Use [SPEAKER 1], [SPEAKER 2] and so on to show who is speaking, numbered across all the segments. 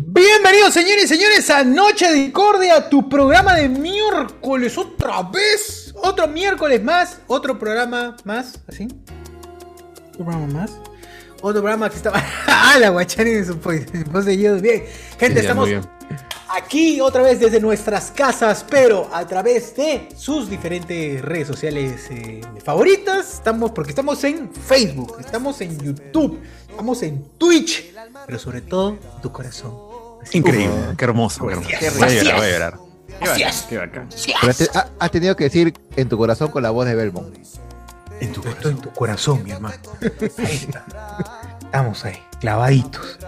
[SPEAKER 1] Bienvenidos, señores y señores, a Noche de Discordia, tu programa de miércoles, otra vez. Otro miércoles más, otro programa más, así. Otro programa más. Otro programa que estaba. ¡Ah, la guachani de su voz de Dios! Bien, gente,
[SPEAKER 2] Ya,
[SPEAKER 1] estamos
[SPEAKER 2] muy bien.
[SPEAKER 1] aquí otra vez desde nuestras casas, pero a través de sus diferentes redes sociales eh, favoritas. Estamos, porque estamos en Facebook, estamos en YouTube, estamos en Twitch, pero sobre todo en tu corazón.
[SPEAKER 2] Increíble, qué hermoso. Qué
[SPEAKER 1] Qué
[SPEAKER 2] hermoso.
[SPEAKER 1] rico.
[SPEAKER 2] Voy a llorar, voy a llorar.
[SPEAKER 1] Así es.
[SPEAKER 2] Qué bacán.
[SPEAKER 3] Pero te- ha, has tenido que decir en tu corazón con la voz de Belmont.
[SPEAKER 1] En tu corazón. en tu corazón, mi hermano. Ahí está. Estamos ahí, clavaditos.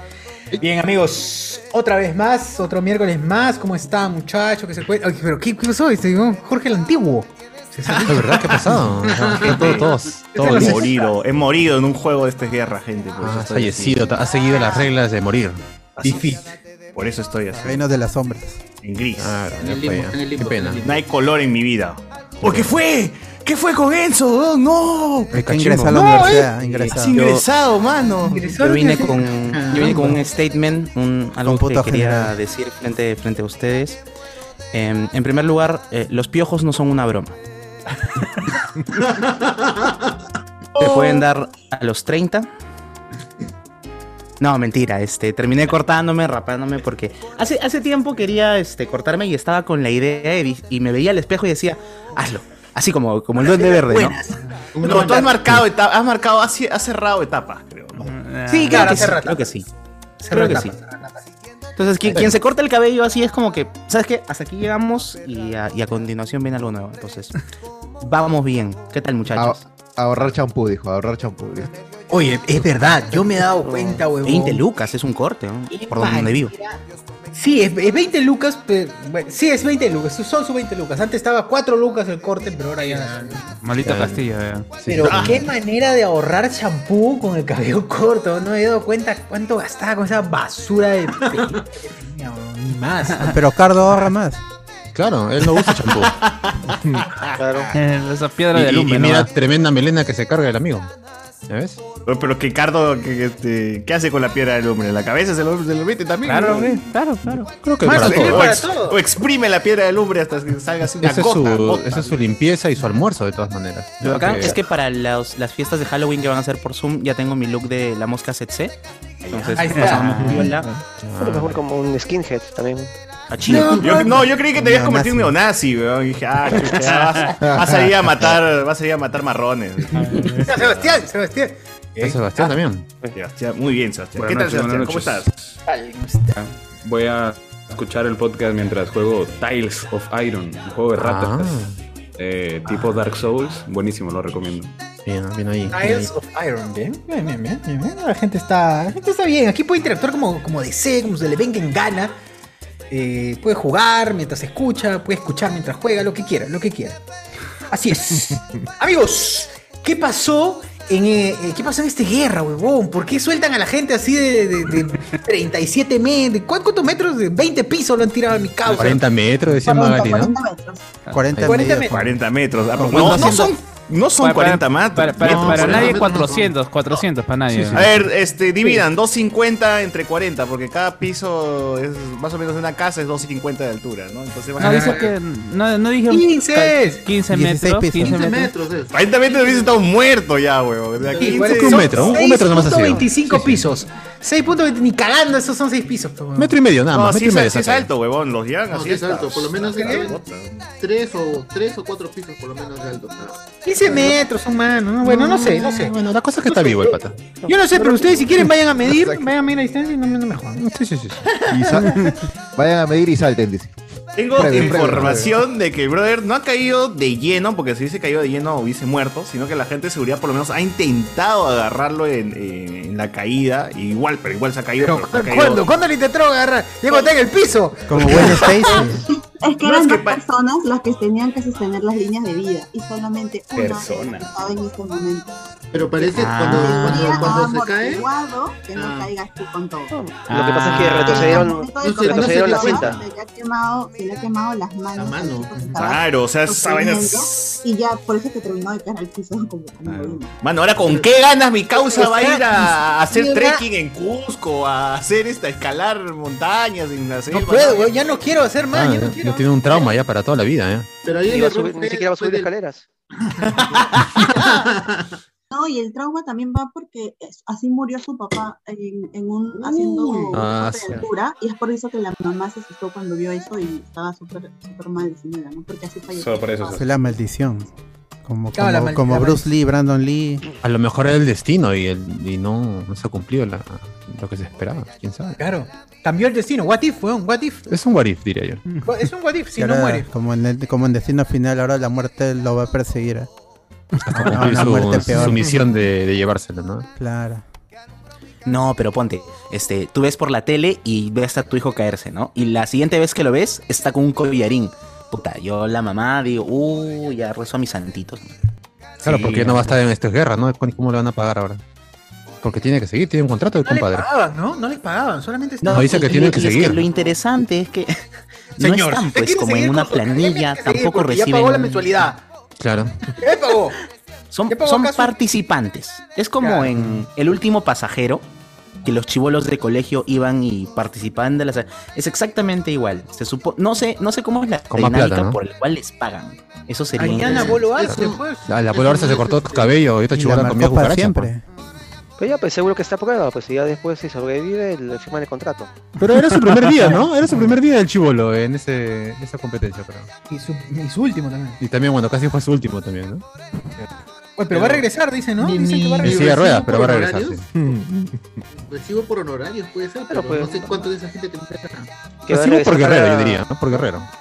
[SPEAKER 1] Bien, amigos, otra vez más, otro miércoles más. ¿Cómo está, muchacho? ¿Qué se cuenta? Ay, pero ¿qué, qué pasó? Este, ¿no? Jorge el Antiguo. Se
[SPEAKER 2] De
[SPEAKER 1] salió.
[SPEAKER 2] verdad, ¿qué ha pasado? Están todos, todos,
[SPEAKER 1] Esta
[SPEAKER 2] todos
[SPEAKER 1] es la
[SPEAKER 4] He
[SPEAKER 2] listos.
[SPEAKER 4] morido, he morido en un juego de esta guerra, gente. Por eso
[SPEAKER 2] Ah, Has
[SPEAKER 4] estoy
[SPEAKER 2] fallecido, ta- has seguido las reglas de morir.
[SPEAKER 4] así. Por eso estoy así.
[SPEAKER 5] Reinos de las sombras.
[SPEAKER 4] En gris.
[SPEAKER 2] Claro,
[SPEAKER 6] En
[SPEAKER 2] ya
[SPEAKER 6] el
[SPEAKER 2] fue,
[SPEAKER 6] limbo,
[SPEAKER 2] ya.
[SPEAKER 6] en el limbo,
[SPEAKER 2] Qué pena.
[SPEAKER 6] en el
[SPEAKER 4] No hay color en mi vida.
[SPEAKER 5] ¿O qué
[SPEAKER 1] Eh,
[SPEAKER 5] fue? ¿Qué fue con Enzo? no.
[SPEAKER 2] cachimbo.
[SPEAKER 5] Ingresado a la
[SPEAKER 1] No, eh.
[SPEAKER 5] universidad. Ingresado.
[SPEAKER 7] Has
[SPEAKER 5] ingresado, mano.
[SPEAKER 7] Yo vine con, yo vine con un statement, un, algo
[SPEAKER 5] Con puta
[SPEAKER 7] que quería
[SPEAKER 5] general.
[SPEAKER 7] decir frente, frente a ustedes. Em, en primer lugar, eh, los piojos no son una broma. Te pueden dar a los 30. No, mentira, este, terminé cortándome, rapándome, porque hace, hace tiempo quería este, cortarme y estaba con la idea de- y me veía al espejo y decía, hazlo. Así como, como el duende verde, ¿no?
[SPEAKER 4] No, tú has marcado etapa, has marcado, has, has cerrado etapas, creo. ¿no?
[SPEAKER 7] Sí, claro, que
[SPEAKER 1] claro,
[SPEAKER 7] sí,
[SPEAKER 1] cerra
[SPEAKER 7] creo que sí.
[SPEAKER 1] Cerra
[SPEAKER 7] creo que
[SPEAKER 1] tapa,
[SPEAKER 7] sí.
[SPEAKER 1] cerra tapa, sí.
[SPEAKER 7] Entonces, quien, quien se corta el cabello así es como que, ¿sabes qué? Hasta aquí llegamos y a, y a continuación viene algo nuevo. Entonces, vamos bien. ¿Qué tal,
[SPEAKER 3] A-
[SPEAKER 7] muchachos?
[SPEAKER 3] ahorrar champú, dijo, ahorrar champú.
[SPEAKER 1] Oye, es verdad, yo me he dado cuenta, huevón.
[SPEAKER 7] 20 Oh. lucas es un corte, ¿no? Por donde vivo.
[SPEAKER 1] Sí, es, es 20 lucas, pero, bueno, sí, es 20 lucas, son sus 20 lucas. Antes estaba 4 lucas el corte, pero ahora ya...
[SPEAKER 2] Maldita
[SPEAKER 6] Castilla,
[SPEAKER 1] Pero qué manera de ahorrar champú con el cabello corto. No me he dado cuenta cuánto gastaba con esa basura de pelito que tenía, bro, ni más.
[SPEAKER 5] Pero Cardo ahorra más.
[SPEAKER 2] Claro, él no usa champú.
[SPEAKER 6] Esa piedra
[SPEAKER 2] Y,
[SPEAKER 6] de
[SPEAKER 2] y- y
[SPEAKER 6] alume,
[SPEAKER 2] mira,
[SPEAKER 6] ¿no?
[SPEAKER 2] tremenda melena que se carga el amigo. ¿Ya ves?
[SPEAKER 4] Oye, Pero que Cardo, que, este, ¿qué hace con la piedra del hombre? ¿La cabeza se lo, se lo mete también? ¿no?
[SPEAKER 6] claro, claro.
[SPEAKER 2] Creo que
[SPEAKER 1] Más
[SPEAKER 2] para
[SPEAKER 4] O,
[SPEAKER 1] sirve
[SPEAKER 2] todo.
[SPEAKER 4] o
[SPEAKER 1] para
[SPEAKER 4] ex-
[SPEAKER 1] todo.
[SPEAKER 4] o exprime la piedra del hombre hasta que salga así una
[SPEAKER 2] Esa es,
[SPEAKER 4] gota,
[SPEAKER 2] su,
[SPEAKER 4] gota.
[SPEAKER 2] esa es su limpieza y su almuerzo, de todas maneras.
[SPEAKER 7] Lo bacán
[SPEAKER 2] Creo
[SPEAKER 7] es que para los- las fiestas de Halloween que van a hacer por Zoom, ya tengo mi look de la mosca Setse. Entonces,
[SPEAKER 1] Ahí está.
[SPEAKER 7] pasamos viola
[SPEAKER 8] Ah.
[SPEAKER 9] Bueno, mejor como un skinhead también.
[SPEAKER 7] a Chile.
[SPEAKER 4] Ah, Yo, no, yo creí que te habías
[SPEAKER 5] Neonazi.
[SPEAKER 4] convertido en neonazi, weón. Y dije, ah, chucha, vas, vas a ir a matar, vas a ir a matar marrones. ¿Eh? Ah,
[SPEAKER 1] Sebastián, Sebastián.
[SPEAKER 2] ¿Es Sebastián también?
[SPEAKER 4] Sebastián, muy bien, Sebastián.
[SPEAKER 10] Buenas
[SPEAKER 4] ¿Qué tal,
[SPEAKER 10] noches,
[SPEAKER 4] Sebastián?
[SPEAKER 10] buenas
[SPEAKER 4] ¿Cómo estás?
[SPEAKER 10] noches. Voy a escuchar el podcast mientras juego Tiles of Iron, un juego de ratas.
[SPEAKER 2] Ah.
[SPEAKER 10] eh, tipo Dark Souls, buenísimo, lo recomiendo.
[SPEAKER 2] Bien, bien ahí. bien
[SPEAKER 1] Isles of Iron, bien, bien, bien, bien, bien, bien. La gente está, la gente está bien. Aquí puede interactuar como, como desee, como se le venga en gana. Eh, puede jugar mientras escucha, puede escuchar mientras juega, lo que quiera, lo que quiera. Así es. Amigos, ¿qué pasó? En, eh, eh, ¿Qué pasó en esta guerra, huevón? ¿Por qué sueltan a la gente así de, de- de 37 metros? ¿Cuántos metros? De 20 pisos lo han tirado a mi
[SPEAKER 2] ahí.
[SPEAKER 1] causa.
[SPEAKER 2] 40 metros, decía Magali, ¿no?
[SPEAKER 5] 40,
[SPEAKER 1] 40
[SPEAKER 5] medidas.
[SPEAKER 1] metros.
[SPEAKER 4] 40 metros. Ah, pero
[SPEAKER 6] ¿cuánto
[SPEAKER 4] no, no
[SPEAKER 6] haciendo?
[SPEAKER 4] son, no son
[SPEAKER 6] Para-
[SPEAKER 4] 40 metros.
[SPEAKER 6] Para, para,
[SPEAKER 4] No,
[SPEAKER 6] para
[SPEAKER 4] son-
[SPEAKER 6] nadie 400, 400 para nadie. eh.
[SPEAKER 4] A ver, este, dividan 250 entre 40, porque cada piso es más o menos de una casa es 250 de altura, ¿no? Entonces van
[SPEAKER 6] No,
[SPEAKER 4] a
[SPEAKER 6] Ah, dice que, no, no dije
[SPEAKER 1] 15.
[SPEAKER 6] 15
[SPEAKER 5] 16
[SPEAKER 6] metros,
[SPEAKER 5] pisos.
[SPEAKER 6] 15 metros.
[SPEAKER 9] metros es.
[SPEAKER 4] 40 metros hubiese estado muerto ya, weón. O sea,
[SPEAKER 1] Sí,
[SPEAKER 4] 15
[SPEAKER 1] 40
[SPEAKER 2] un
[SPEAKER 1] son
[SPEAKER 2] metro, un metro nomás ha sido.
[SPEAKER 1] 6.25 pisos. 6.20, ni cagando, esos son 6 pisos. pues, huevón.
[SPEAKER 2] Metro y medio, nada
[SPEAKER 4] No,
[SPEAKER 2] más.
[SPEAKER 4] sí,
[SPEAKER 2] metro y
[SPEAKER 4] es,
[SPEAKER 2] medio.
[SPEAKER 4] sí es
[SPEAKER 2] saca.
[SPEAKER 4] alto, weón. Los llevan
[SPEAKER 9] No,
[SPEAKER 4] así.
[SPEAKER 9] sí es
[SPEAKER 4] hasta-
[SPEAKER 9] alto, por lo menos
[SPEAKER 4] hasta
[SPEAKER 9] es-
[SPEAKER 4] bota.
[SPEAKER 9] Tres o, tres o cuatro pisos por lo menos de alto.
[SPEAKER 1] 15 metros, son más, ¿no? Bueno, no sé, no sé.
[SPEAKER 2] Bueno, la cosa es que está vivo el pata.
[SPEAKER 1] Yo no sé, pero ustedes si quieren vayan a medir, vayan a medir la distancia y no, me- no me jodan.
[SPEAKER 2] Sí, sí, sí.
[SPEAKER 3] Y sal- Vayan a medir y salten, dice.
[SPEAKER 4] Tengo
[SPEAKER 3] Previo,
[SPEAKER 4] información de que el brother no ha caído de lleno, porque si hubiese caído de lleno hubiese muerto, sino que la gente de seguridad por lo menos ha intentado agarrarlo en, en- en la caída, y igual, pero igual se ha caído.
[SPEAKER 1] Pero,
[SPEAKER 4] pero se ha
[SPEAKER 1] ¿cu-
[SPEAKER 4] caído.
[SPEAKER 1] ¿Cuándo? ¿Cuándo le intentaron agarrar? Diego está en el piso.
[SPEAKER 5] Como buen Stacy.
[SPEAKER 11] Es que
[SPEAKER 4] No,
[SPEAKER 11] eran
[SPEAKER 4] es que
[SPEAKER 11] dos
[SPEAKER 4] pa-
[SPEAKER 11] personas las que tenían que sostener las líneas de vida y solamente una
[SPEAKER 4] Personas.
[SPEAKER 11] estaba en ese momento.
[SPEAKER 9] Pero parece
[SPEAKER 4] Ah.
[SPEAKER 12] Ah.
[SPEAKER 9] cuando,
[SPEAKER 11] Había
[SPEAKER 9] cuando, cuando se cae. Ah.
[SPEAKER 11] amortiguado que no caigas tú con todo.
[SPEAKER 9] Lo que pasa es
[SPEAKER 4] Ah.
[SPEAKER 9] que retrocedieron-
[SPEAKER 4] retrocedieron la cinta.
[SPEAKER 11] Se le ha quemado, se le ha quemado las manos. al chico que estaba
[SPEAKER 4] Claro, o sea, esa vaina es-
[SPEAKER 11] sosteniendo, Y ya, por eso que terminó de caer al piso como como vino.
[SPEAKER 4] Mano, ahora con qué ganas mi causa
[SPEAKER 11] Está-
[SPEAKER 4] va a ir a hacer
[SPEAKER 11] mira.
[SPEAKER 4] trekking en Cusco, a hacer esta, escalar montañas en la selva.
[SPEAKER 1] puedo, weón, ya no quiero hacer más.
[SPEAKER 2] Ah,
[SPEAKER 1] ya no-
[SPEAKER 2] ya tiene un trauma ya para toda la vida, ¿eh?
[SPEAKER 9] Pero ahí
[SPEAKER 4] Ni
[SPEAKER 9] el
[SPEAKER 4] va a
[SPEAKER 9] error
[SPEAKER 4] subir- ni
[SPEAKER 9] fue-
[SPEAKER 4] siquiera va a
[SPEAKER 9] fue
[SPEAKER 4] subir
[SPEAKER 9] del-
[SPEAKER 11] escaleras. No, y el trauma también va porque es- así murió su papá en, en un haciendo un
[SPEAKER 2] Ah,
[SPEAKER 11] deporte
[SPEAKER 2] sí.
[SPEAKER 11] de altura y es por eso que la mamá se asustó cuando vio eso y estaba súper súper mal de señora, ¿no? Porque así falleció.
[SPEAKER 1] Ah.
[SPEAKER 13] Fue la maldición. Como,
[SPEAKER 11] Claro, la
[SPEAKER 13] como,
[SPEAKER 11] maldi-
[SPEAKER 13] como
[SPEAKER 11] la
[SPEAKER 13] Bruce Lee, Brandon Lee.
[SPEAKER 2] A lo mejor era el destino y, el, y no, no se ha cumplido la- lo que se esperaba, quién sabe.
[SPEAKER 1] Claro, cambió el destino. What if, weón, what if.
[SPEAKER 2] Es un what if, diría yo.
[SPEAKER 1] Es un what if, si
[SPEAKER 13] Que
[SPEAKER 1] no
[SPEAKER 13] ahora,
[SPEAKER 1] muere.
[SPEAKER 13] Como en, el- como en Destino Final, ahora la muerte lo va a perseguir. ¿eh? Ahora
[SPEAKER 2] Cumplir
[SPEAKER 13] una muerte
[SPEAKER 2] Ah, su,
[SPEAKER 13] peor.
[SPEAKER 2] su misión de, de llevárselo, ¿no?
[SPEAKER 13] Claro.
[SPEAKER 7] No, pero ponte, este, tú ves por la tele y ves a tu hijo caerse, ¿no? Y la siguiente vez que lo ves, está con un collarín. Puta, yo la mamá digo, uy, ya rezo a mis santitos.
[SPEAKER 2] Claro,
[SPEAKER 7] Sí,
[SPEAKER 2] porque no va a estar en estas guerras, ¿no? ¿Cómo cómo le van a pagar ahora? Porque tiene que seguir, tiene un contrato de
[SPEAKER 1] No les
[SPEAKER 2] compadre.
[SPEAKER 1] pagaban, ¿no? No les pagaban, solamente
[SPEAKER 7] No,
[SPEAKER 2] No, dice que
[SPEAKER 7] y-
[SPEAKER 2] tiene
[SPEAKER 7] y-
[SPEAKER 2] que
[SPEAKER 7] y es
[SPEAKER 2] seguir.
[SPEAKER 7] lo interesante es que no
[SPEAKER 2] Señor,
[SPEAKER 7] están
[SPEAKER 2] ¿usted
[SPEAKER 7] pues
[SPEAKER 2] quiere
[SPEAKER 7] como
[SPEAKER 2] seguir
[SPEAKER 7] en una
[SPEAKER 2] con su-
[SPEAKER 7] planilla,
[SPEAKER 2] tiene que seguir
[SPEAKER 7] tampoco
[SPEAKER 2] porque ya
[SPEAKER 7] reciben.
[SPEAKER 2] pagó la
[SPEAKER 7] un-
[SPEAKER 1] mensualidad.
[SPEAKER 2] Claro.
[SPEAKER 1] ¿Qué pagó?
[SPEAKER 7] Son,
[SPEAKER 1] ¿Ya pagó
[SPEAKER 7] son
[SPEAKER 1] acaso?
[SPEAKER 7] participantes. Es como en El último pasajero, que los chivolos de colegio iban y participaban de las. Es exactamente igual. Se supo... no, sé, no sé cómo es la
[SPEAKER 2] Con más
[SPEAKER 7] dinámica
[SPEAKER 2] plata, ¿no?
[SPEAKER 7] por la cual les pagan. Eso sería.
[SPEAKER 1] Mañana
[SPEAKER 7] interesante.
[SPEAKER 1] vos lo haces, pues.
[SPEAKER 2] Ah, La, la Polo Arce se cortó el cabello y esta
[SPEAKER 13] Y la
[SPEAKER 2] chivada
[SPEAKER 13] marcó
[SPEAKER 2] comía
[SPEAKER 13] para
[SPEAKER 2] cucaracha. pues.
[SPEAKER 13] siempre.
[SPEAKER 2] pa.
[SPEAKER 9] Pero ya, pues seguro que está pagado, pues y ya después si sobrevive, el firma el contrato.
[SPEAKER 2] Pero era su primer día, ¿no? Era su primer día del chivolo en ese, esa competencia, pero.
[SPEAKER 1] Y su, y su último también.
[SPEAKER 2] Y también, bueno, casi fue su último también, ¿no?
[SPEAKER 1] Oye, pero va a regresar, dice, ¿no?
[SPEAKER 9] Mi-
[SPEAKER 1] Dicen que va a
[SPEAKER 2] En
[SPEAKER 1] regresar.
[SPEAKER 2] silla de ruedas,
[SPEAKER 9] recibo
[SPEAKER 2] pero va a
[SPEAKER 9] por
[SPEAKER 2] regresar, sí.
[SPEAKER 9] horarios. Recibo por honorarios, puede ser, pero, no sé cuánto de esa gente te paga. Que
[SPEAKER 2] Recibo
[SPEAKER 9] va a
[SPEAKER 2] por
[SPEAKER 9] regresar
[SPEAKER 2] guerrero,
[SPEAKER 9] a-
[SPEAKER 2] yo diría, ¿no? Por guerrero.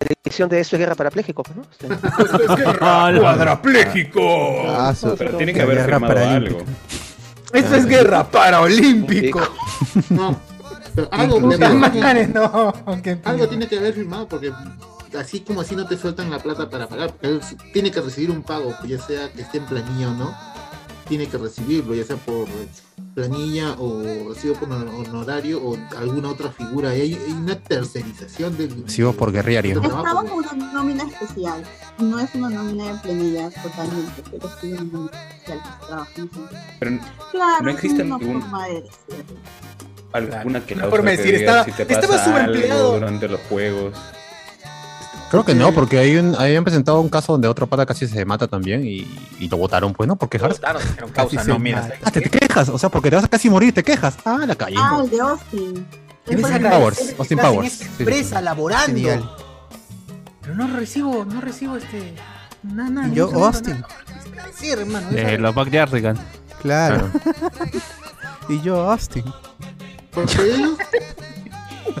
[SPEAKER 9] La dirección de eso es guerra parapléjico, pues, ¿no?
[SPEAKER 4] Ah,
[SPEAKER 10] ¡Cuadrapléjico!
[SPEAKER 9] Ah, su-
[SPEAKER 10] Pero tiene que haber
[SPEAKER 13] Guerra
[SPEAKER 10] firmado algo.
[SPEAKER 1] Esto es guerra paraolímpico.
[SPEAKER 9] No, pero algo,
[SPEAKER 1] Puta
[SPEAKER 9] pero-
[SPEAKER 1] madre, no. qué
[SPEAKER 9] algo tiene que haber firmado porque así como así no te sueltan la plata para pagar, porque él tiene que recibir un pago, ya sea que esté en planilla o no, tiene que recibirlo, ya sea por eh, planilla o recibo por honor- honorario o alguna otra figura. Y hay, hay una tercerización del
[SPEAKER 2] Recibo por guerriario.
[SPEAKER 11] Es trabajo con una nómina especial. No es una nómina de planilla totalmente, pero sí una nómina especial que se trabaja en ese momento.
[SPEAKER 10] Pero
[SPEAKER 11] Claro,
[SPEAKER 10] no
[SPEAKER 11] es
[SPEAKER 10] existe
[SPEAKER 11] una
[SPEAKER 10] ningún-
[SPEAKER 11] forma de decirlo.
[SPEAKER 10] alguna que
[SPEAKER 1] Por
[SPEAKER 10] otra
[SPEAKER 1] decir,
[SPEAKER 10] que diga
[SPEAKER 1] estaba-
[SPEAKER 10] si te
[SPEAKER 1] estaba
[SPEAKER 10] pasa
[SPEAKER 1] subempleado.
[SPEAKER 10] algo durante los juegos.
[SPEAKER 2] Creo que no, porque hay un, habían presentado un caso donde otro pata casi se mata también y, y lo votaron, pues, ¿no? Por quejarse.
[SPEAKER 1] causa,
[SPEAKER 2] Casi
[SPEAKER 1] no,
[SPEAKER 2] se
[SPEAKER 1] mira,
[SPEAKER 2] mata. Ah, te, te quejas, o sea, porque te vas a casi morir, te quejas. Ah, la calle.
[SPEAKER 11] Ah, el de Austin.
[SPEAKER 1] Tienes
[SPEAKER 11] Fue
[SPEAKER 1] que
[SPEAKER 11] la-
[SPEAKER 2] Powers,
[SPEAKER 1] agradecer que
[SPEAKER 2] Austin
[SPEAKER 1] estás en
[SPEAKER 2] Powers,
[SPEAKER 1] esta
[SPEAKER 2] sí, sí,
[SPEAKER 1] empresa
[SPEAKER 2] sí.
[SPEAKER 1] laborando.
[SPEAKER 2] Genial.
[SPEAKER 1] Pero no recibo, no recibo este. Nada, nada.
[SPEAKER 13] Y yo,
[SPEAKER 1] no recibo
[SPEAKER 13] Austin.
[SPEAKER 1] nada. ¿Qué agradecer, hermano?
[SPEAKER 6] Eh, lo Buck Jardigan.
[SPEAKER 13] Claro. y yo, Austin.
[SPEAKER 9] Porque ellos,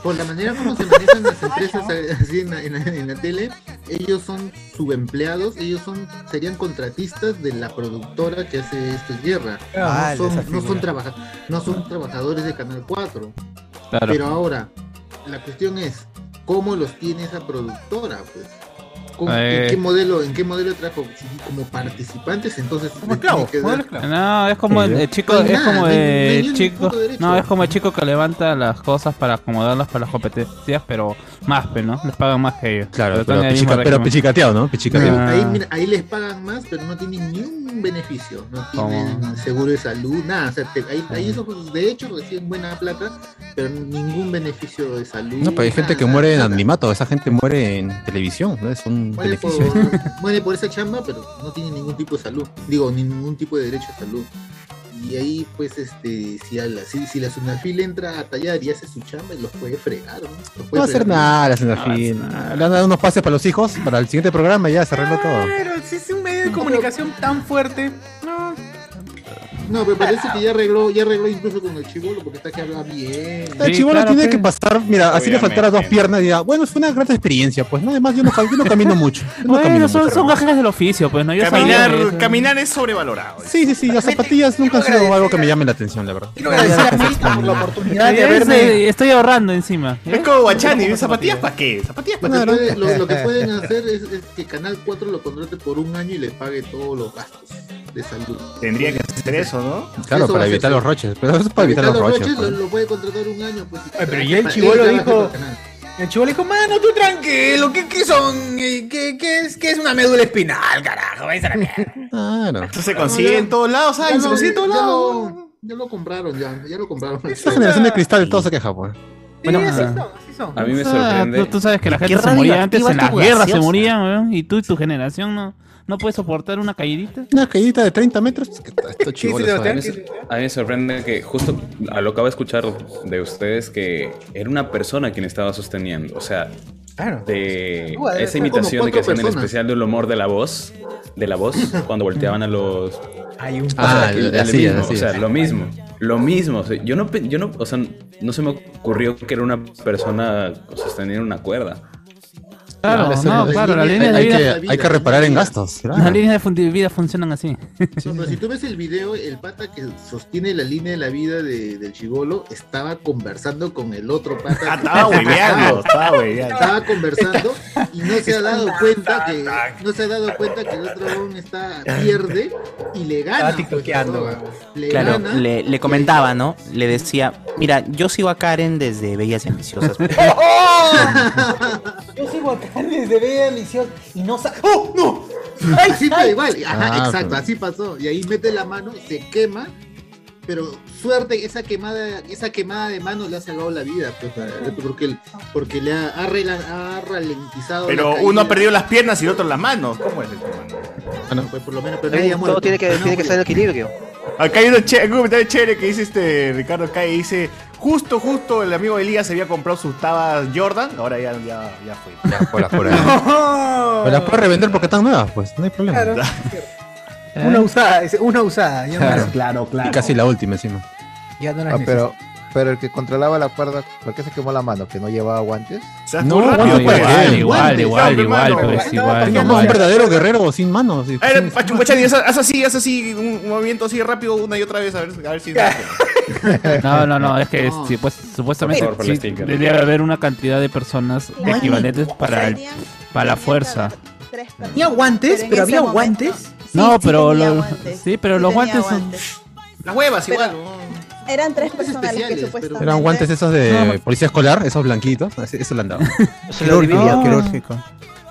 [SPEAKER 9] por la manera como se manejan las empresas eh, así en la, en la- en la tele, ellos son subempleados, ellos son serían contratistas de la productora que hace esto es guerra.
[SPEAKER 13] Ah,
[SPEAKER 9] no,
[SPEAKER 13] esa
[SPEAKER 9] son, no, son
[SPEAKER 13] figura.
[SPEAKER 9] trabaja- no son trabajadores de Canal 4.
[SPEAKER 6] Claro.
[SPEAKER 9] Pero ahora, la cuestión es, ¿cómo los tiene esa productora? Pues? ¿Cómo-
[SPEAKER 6] Eh.
[SPEAKER 9] ¿En qué modelo, en qué modelo trajo? Si como participantes, entonces les tiene que dar-
[SPEAKER 6] No, es como el, el chico,
[SPEAKER 9] No hay
[SPEAKER 6] es
[SPEAKER 9] nada,
[SPEAKER 6] como
[SPEAKER 9] no hay- no hay
[SPEAKER 6] el
[SPEAKER 9] ningún
[SPEAKER 6] chico,
[SPEAKER 9] puto derecho.
[SPEAKER 6] no, es como el chico que levanta las cosas para acomodarlas para las competencias, pero más, pues, ¿no? Les pagan más que ellos.
[SPEAKER 2] Claro,
[SPEAKER 6] están
[SPEAKER 2] pero,
[SPEAKER 6] en el mismo
[SPEAKER 2] pichica- pero
[SPEAKER 6] régimen.
[SPEAKER 2] pichicateado, ¿no? Pichicateado.
[SPEAKER 6] Ah.
[SPEAKER 9] Ahí, mira, ahí les pagan más, pero no tienen ni un beneficio. No tienen
[SPEAKER 6] ¿Cómo?
[SPEAKER 9] seguro de salud, nada. O sea, te- ahí,
[SPEAKER 2] Ah.
[SPEAKER 9] ahí esos, pues, de hecho, reciben buena plata, pero ningún beneficio de salud.
[SPEAKER 2] No, pero hay gente
[SPEAKER 9] nada,
[SPEAKER 2] que muere en
[SPEAKER 9] nada.
[SPEAKER 2] animato, esa gente muere en televisión, ¿no? Es un
[SPEAKER 9] Muere
[SPEAKER 2] beneficio.
[SPEAKER 9] por, muere por esa chamba, pero no tiene ningún tipo de salud. Digo, ni ningún tipo de derecho a salud. Y ahí, pues, este, si, a la, si, si la Sunafil entra a tallar y hace su chamba, los puede fregar. No, Los
[SPEAKER 2] No va
[SPEAKER 9] puede
[SPEAKER 2] a hacer
[SPEAKER 9] fregar.
[SPEAKER 2] nada, la Senafil. Le han dado unos pases para los hijos, para el siguiente programa y ya se arregló todo.
[SPEAKER 1] Pero si es un medio de comunicación tan fuerte. No.
[SPEAKER 9] No, pero parece que ya arregló, ya arregló incluso con el chivolo porque está que habla bien.
[SPEAKER 2] El chivo no tiene que pasar, mira, así le faltara dos piernas y ya, bueno, fue una gran experiencia, pues no, además yo no, cam- yo no camino mucho. Yo no
[SPEAKER 6] Bueno,
[SPEAKER 2] camino
[SPEAKER 6] son,
[SPEAKER 2] mucho.
[SPEAKER 6] son gajes del oficio, pues no yo
[SPEAKER 4] Caminar,
[SPEAKER 6] sabía eso.
[SPEAKER 4] caminar es sobrevalorado.
[SPEAKER 2] Sí, sí, sí, las zapatillas nunca han sido algo que me llame la atención, la verdad.
[SPEAKER 1] por la oportunidad
[SPEAKER 6] Ese-
[SPEAKER 1] de verme.
[SPEAKER 6] Estoy ahorrando encima.
[SPEAKER 4] Es como Guachani, ¿zapatillas para qué? ¿Zapatillas
[SPEAKER 9] Lo
[SPEAKER 4] para
[SPEAKER 9] que,
[SPEAKER 4] qué?
[SPEAKER 9] puede- lo- lo que pueden hacer es, es que Canal 4 lo contrate por un año y le pague todos los gastos de salud.
[SPEAKER 4] Tendría que hacer eso, ¿no?
[SPEAKER 2] Claro,
[SPEAKER 9] Eso va
[SPEAKER 2] para
[SPEAKER 9] a ser
[SPEAKER 2] evitar
[SPEAKER 9] eso.
[SPEAKER 2] los roches, pero eso es para evitar los roches.
[SPEAKER 9] lo,
[SPEAKER 2] pues.
[SPEAKER 9] lo puede contratar un año. Pues,
[SPEAKER 1] Ay, pero ya el chibolo dijo- El chivo le dijo, mano, tú tranquilo, ¿qué, qué son? Eh, ¿Qué, qué es, qué es una médula espinal, carajo? Váyanse a la mierda.
[SPEAKER 2] pues. Claro.
[SPEAKER 4] Esto se consigue en todos lados,
[SPEAKER 9] Ya
[SPEAKER 4] ¿sabes? Se
[SPEAKER 9] lo-
[SPEAKER 4] consigue en todos
[SPEAKER 9] ya
[SPEAKER 4] lados.
[SPEAKER 9] lo- Ya lo compraron, ya, ya lo compraron.
[SPEAKER 2] Esta generación
[SPEAKER 1] Ah.
[SPEAKER 2] de cristal, todo se queja, pues.
[SPEAKER 1] Bueno,
[SPEAKER 6] así
[SPEAKER 1] ah.
[SPEAKER 6] son,
[SPEAKER 1] así son.
[SPEAKER 10] A mí me
[SPEAKER 6] O sea,
[SPEAKER 10] sorprende.
[SPEAKER 6] Tú, Ah, tú sabes que la
[SPEAKER 10] ¿Y qué
[SPEAKER 6] gente se moría antes
[SPEAKER 7] radioactiva es
[SPEAKER 6] en las
[SPEAKER 7] tu
[SPEAKER 6] guerras, se
[SPEAKER 7] gaseosa?
[SPEAKER 6] morían, weón. Y tú y tu generación no, no puedes soportar una caídita.
[SPEAKER 2] Una caída de 30 metros. pues, que Esto chivo
[SPEAKER 1] sí,
[SPEAKER 10] A mí, me- a mí me sorprende que justo a lo que acabo de escuchar de ustedes que era una persona quien estaba sosteniendo. O sea,
[SPEAKER 1] Claro.
[SPEAKER 10] de
[SPEAKER 1] Bueno,
[SPEAKER 10] esa
[SPEAKER 1] como
[SPEAKER 10] imitación de que
[SPEAKER 1] cuatro
[SPEAKER 10] hacían en
[SPEAKER 1] personas.
[SPEAKER 10] especial del humor de la voz, de la voz, cuando volteaban a los...
[SPEAKER 1] Hay un
[SPEAKER 10] Ah,
[SPEAKER 2] Ah,
[SPEAKER 10] el- el
[SPEAKER 2] así,
[SPEAKER 10] mismo,
[SPEAKER 2] así,
[SPEAKER 10] o sea,
[SPEAKER 2] así.
[SPEAKER 10] lo mismo, lo mismo. o sea, yo no, pe- yo no, o sea, no se me ocurrió que era una persona sosteniendo una cuerda.
[SPEAKER 6] Claro,
[SPEAKER 2] eso-
[SPEAKER 6] no,
[SPEAKER 2] eso-
[SPEAKER 6] claro, las líneas de
[SPEAKER 2] hay
[SPEAKER 6] vida.
[SPEAKER 2] que, hay que reparar en gastos. claro.
[SPEAKER 6] Las líneas de fun- de vida funcionan así.
[SPEAKER 9] No, pero si tú ves el video, el pata que sostiene la línea de la vida de- del chivolo estaba conversando con el otro pata.
[SPEAKER 4] Ah, estaba hueveando, estaba hueveando.
[SPEAKER 9] Estaba conversando y no se ha dado cuenta que no se ha dado cuenta que el otro weón está pierde y le gana.
[SPEAKER 1] Estaba tiktokeando,
[SPEAKER 9] pues,
[SPEAKER 1] weón.
[SPEAKER 9] le
[SPEAKER 7] Claro,
[SPEAKER 9] gana.
[SPEAKER 7] le, le comentaba, ¿no? Le decía, mira, yo sigo a Karen desde Bellas y Ambiciosas.
[SPEAKER 1] Yo sigo acá desde Bea Misión y no sa... ¡Oh, no! ¡Ay,
[SPEAKER 9] Así fue
[SPEAKER 1] ay!
[SPEAKER 9] igual, ajá,
[SPEAKER 2] Ah,
[SPEAKER 9] exacto,
[SPEAKER 2] pero-
[SPEAKER 9] así pasó. Y ahí mete la mano, se quema, pero suerte, esa quemada, esa quemada de mano le ha salvado la vida, pues, para- porque, el- porque le ha, ha rela- ha ralentizado.
[SPEAKER 4] Pero
[SPEAKER 9] la caída.
[SPEAKER 4] uno ha perdido las piernas y el otro las manos. ¿Cómo es este el tema?
[SPEAKER 2] Ah,
[SPEAKER 9] Pues por lo menos, pero nadie ha muerto.
[SPEAKER 14] Todo tiene que,
[SPEAKER 9] No,
[SPEAKER 14] tiene que
[SPEAKER 9] murió.
[SPEAKER 14] estar en equilibrio.
[SPEAKER 4] Acá hay uno che- un comentario chévere que dice este Ricardo Calle, dice, justo, justo el amigo Elías había comprado sus tabas Jordan, ahora ya, ya, ya fue.
[SPEAKER 2] Ya, por las por ahí. Pero las puedes revender porque están nuevas, pues, no hay problema.
[SPEAKER 1] Claro. Una usada, dice, una usada. Ya no, las-
[SPEAKER 7] claro,
[SPEAKER 2] Y casi la última encima.
[SPEAKER 1] ya no las
[SPEAKER 3] Ah,
[SPEAKER 1] necesito.
[SPEAKER 3] pero, pero el que controlaba la cuerda, ¿por qué se quemó la mano? ¿Que no llevaba guantes?
[SPEAKER 4] Seas
[SPEAKER 2] No,
[SPEAKER 4] tú rápido,
[SPEAKER 2] bueno,
[SPEAKER 4] pues.
[SPEAKER 2] igual,
[SPEAKER 4] Guantes,
[SPEAKER 6] igual,
[SPEAKER 4] no,
[SPEAKER 6] igual,
[SPEAKER 4] mi
[SPEAKER 6] igual,
[SPEAKER 4] hermano.
[SPEAKER 6] pues, igual,
[SPEAKER 2] No,
[SPEAKER 6] igual.
[SPEAKER 2] un verdadero guerrero sin manos. y-
[SPEAKER 4] A ver,
[SPEAKER 2] sin-
[SPEAKER 4] Pachucuchani, haz, haz así, haz así, un, un movimiento así rápido una y otra vez, a ver, a ver si...
[SPEAKER 6] No, no, no, es que
[SPEAKER 9] No.
[SPEAKER 6] sí, pues, supuestamente
[SPEAKER 10] Por favor, por la
[SPEAKER 6] sí,
[SPEAKER 10] sticker.
[SPEAKER 6] debe haber una cantidad de personas
[SPEAKER 1] Claro.
[SPEAKER 6] equivalentes para, el-
[SPEAKER 11] Tenían-
[SPEAKER 6] para la
[SPEAKER 11] tenían que
[SPEAKER 6] fuerza.
[SPEAKER 11] haber tres personas.
[SPEAKER 1] Tenía guantes,
[SPEAKER 11] en ese
[SPEAKER 1] pero había
[SPEAKER 11] momento-
[SPEAKER 1] guantes.
[SPEAKER 11] Sí,
[SPEAKER 6] no,
[SPEAKER 11] sí
[SPEAKER 6] pero,
[SPEAKER 11] tenía
[SPEAKER 6] lo-
[SPEAKER 11] guantes,
[SPEAKER 6] sí, pero
[SPEAKER 11] sí
[SPEAKER 6] los
[SPEAKER 11] tenía
[SPEAKER 6] guantes son...
[SPEAKER 4] Las huevas igual.
[SPEAKER 11] Eran tres personas
[SPEAKER 9] Guantes
[SPEAKER 11] las que
[SPEAKER 9] especiales, pero-
[SPEAKER 11] supuestamente.
[SPEAKER 2] Eran guantes esos de policía escolar, esos blanquitos. así- Eso le han dado.
[SPEAKER 14] Se lo dividía.
[SPEAKER 6] No.
[SPEAKER 13] quirúrgico.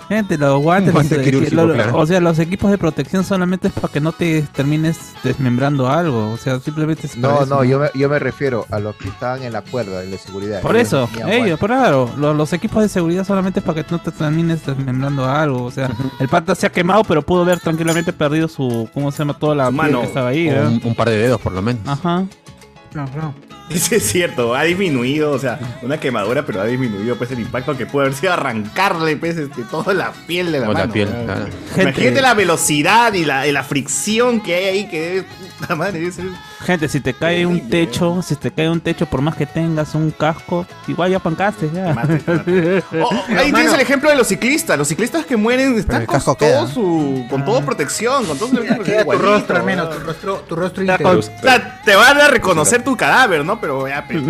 [SPEAKER 6] Gente, los guantes,
[SPEAKER 2] Guante
[SPEAKER 6] los-
[SPEAKER 2] quirúrgico,
[SPEAKER 6] lo- lo-
[SPEAKER 2] claro.
[SPEAKER 6] o sea, los equipos de protección solamente es para que no te termines desmembrando algo, o sea, simplemente es para
[SPEAKER 3] No,
[SPEAKER 6] eso,
[SPEAKER 3] no, yo me, yo me refiero a los que estaban en la cuerda, en la seguridad.
[SPEAKER 6] Por
[SPEAKER 3] Ellos no
[SPEAKER 6] eso,
[SPEAKER 3] tenían
[SPEAKER 6] ellos, pero claro, los, los equipos de seguridad solamente es para que no te termines desmembrando algo, o sea, el pata se ha quemado, pero pudo haber tranquilamente perdido su, ¿cómo se llama? Toda la
[SPEAKER 4] Su
[SPEAKER 6] piel
[SPEAKER 4] mano.
[SPEAKER 6] que estaba ahí, ¿verdad?
[SPEAKER 2] Un, un par de dedos, por lo menos.
[SPEAKER 6] Ajá.
[SPEAKER 4] Eso es cierto, ha disminuido, o sea, una quemadura, pero ha disminuido pues el impacto que puede haber sido arrancarle pues este, toda la piel de la
[SPEAKER 2] O la
[SPEAKER 4] mano,
[SPEAKER 2] piel,
[SPEAKER 4] ¿verdad?
[SPEAKER 2] claro.
[SPEAKER 4] Imagínate la velocidad y la, y la fricción que hay ahí que debe, puta madre, debe ser-
[SPEAKER 6] Gente, si te cae un
[SPEAKER 4] ¿eh?
[SPEAKER 6] techo, si te cae un techo, por más que tengas un casco, igual ya pancaste, ya.
[SPEAKER 4] mate, te Oh, oh, ahí tienes el ejemplo de los ciclistas, los ciclistas que mueren están
[SPEAKER 13] el
[SPEAKER 4] con
[SPEAKER 13] casco
[SPEAKER 4] todo
[SPEAKER 13] queda.
[SPEAKER 4] su con todo protección, con todo su
[SPEAKER 1] Queda tu
[SPEAKER 4] igualito,
[SPEAKER 1] rostro, al menos,
[SPEAKER 4] ¿verdad?
[SPEAKER 1] tu rostro, tu rostro
[SPEAKER 4] O
[SPEAKER 1] íntegro.
[SPEAKER 4] sea, te van a reconocer tu cadáver, ¿no? Pero ya, pero,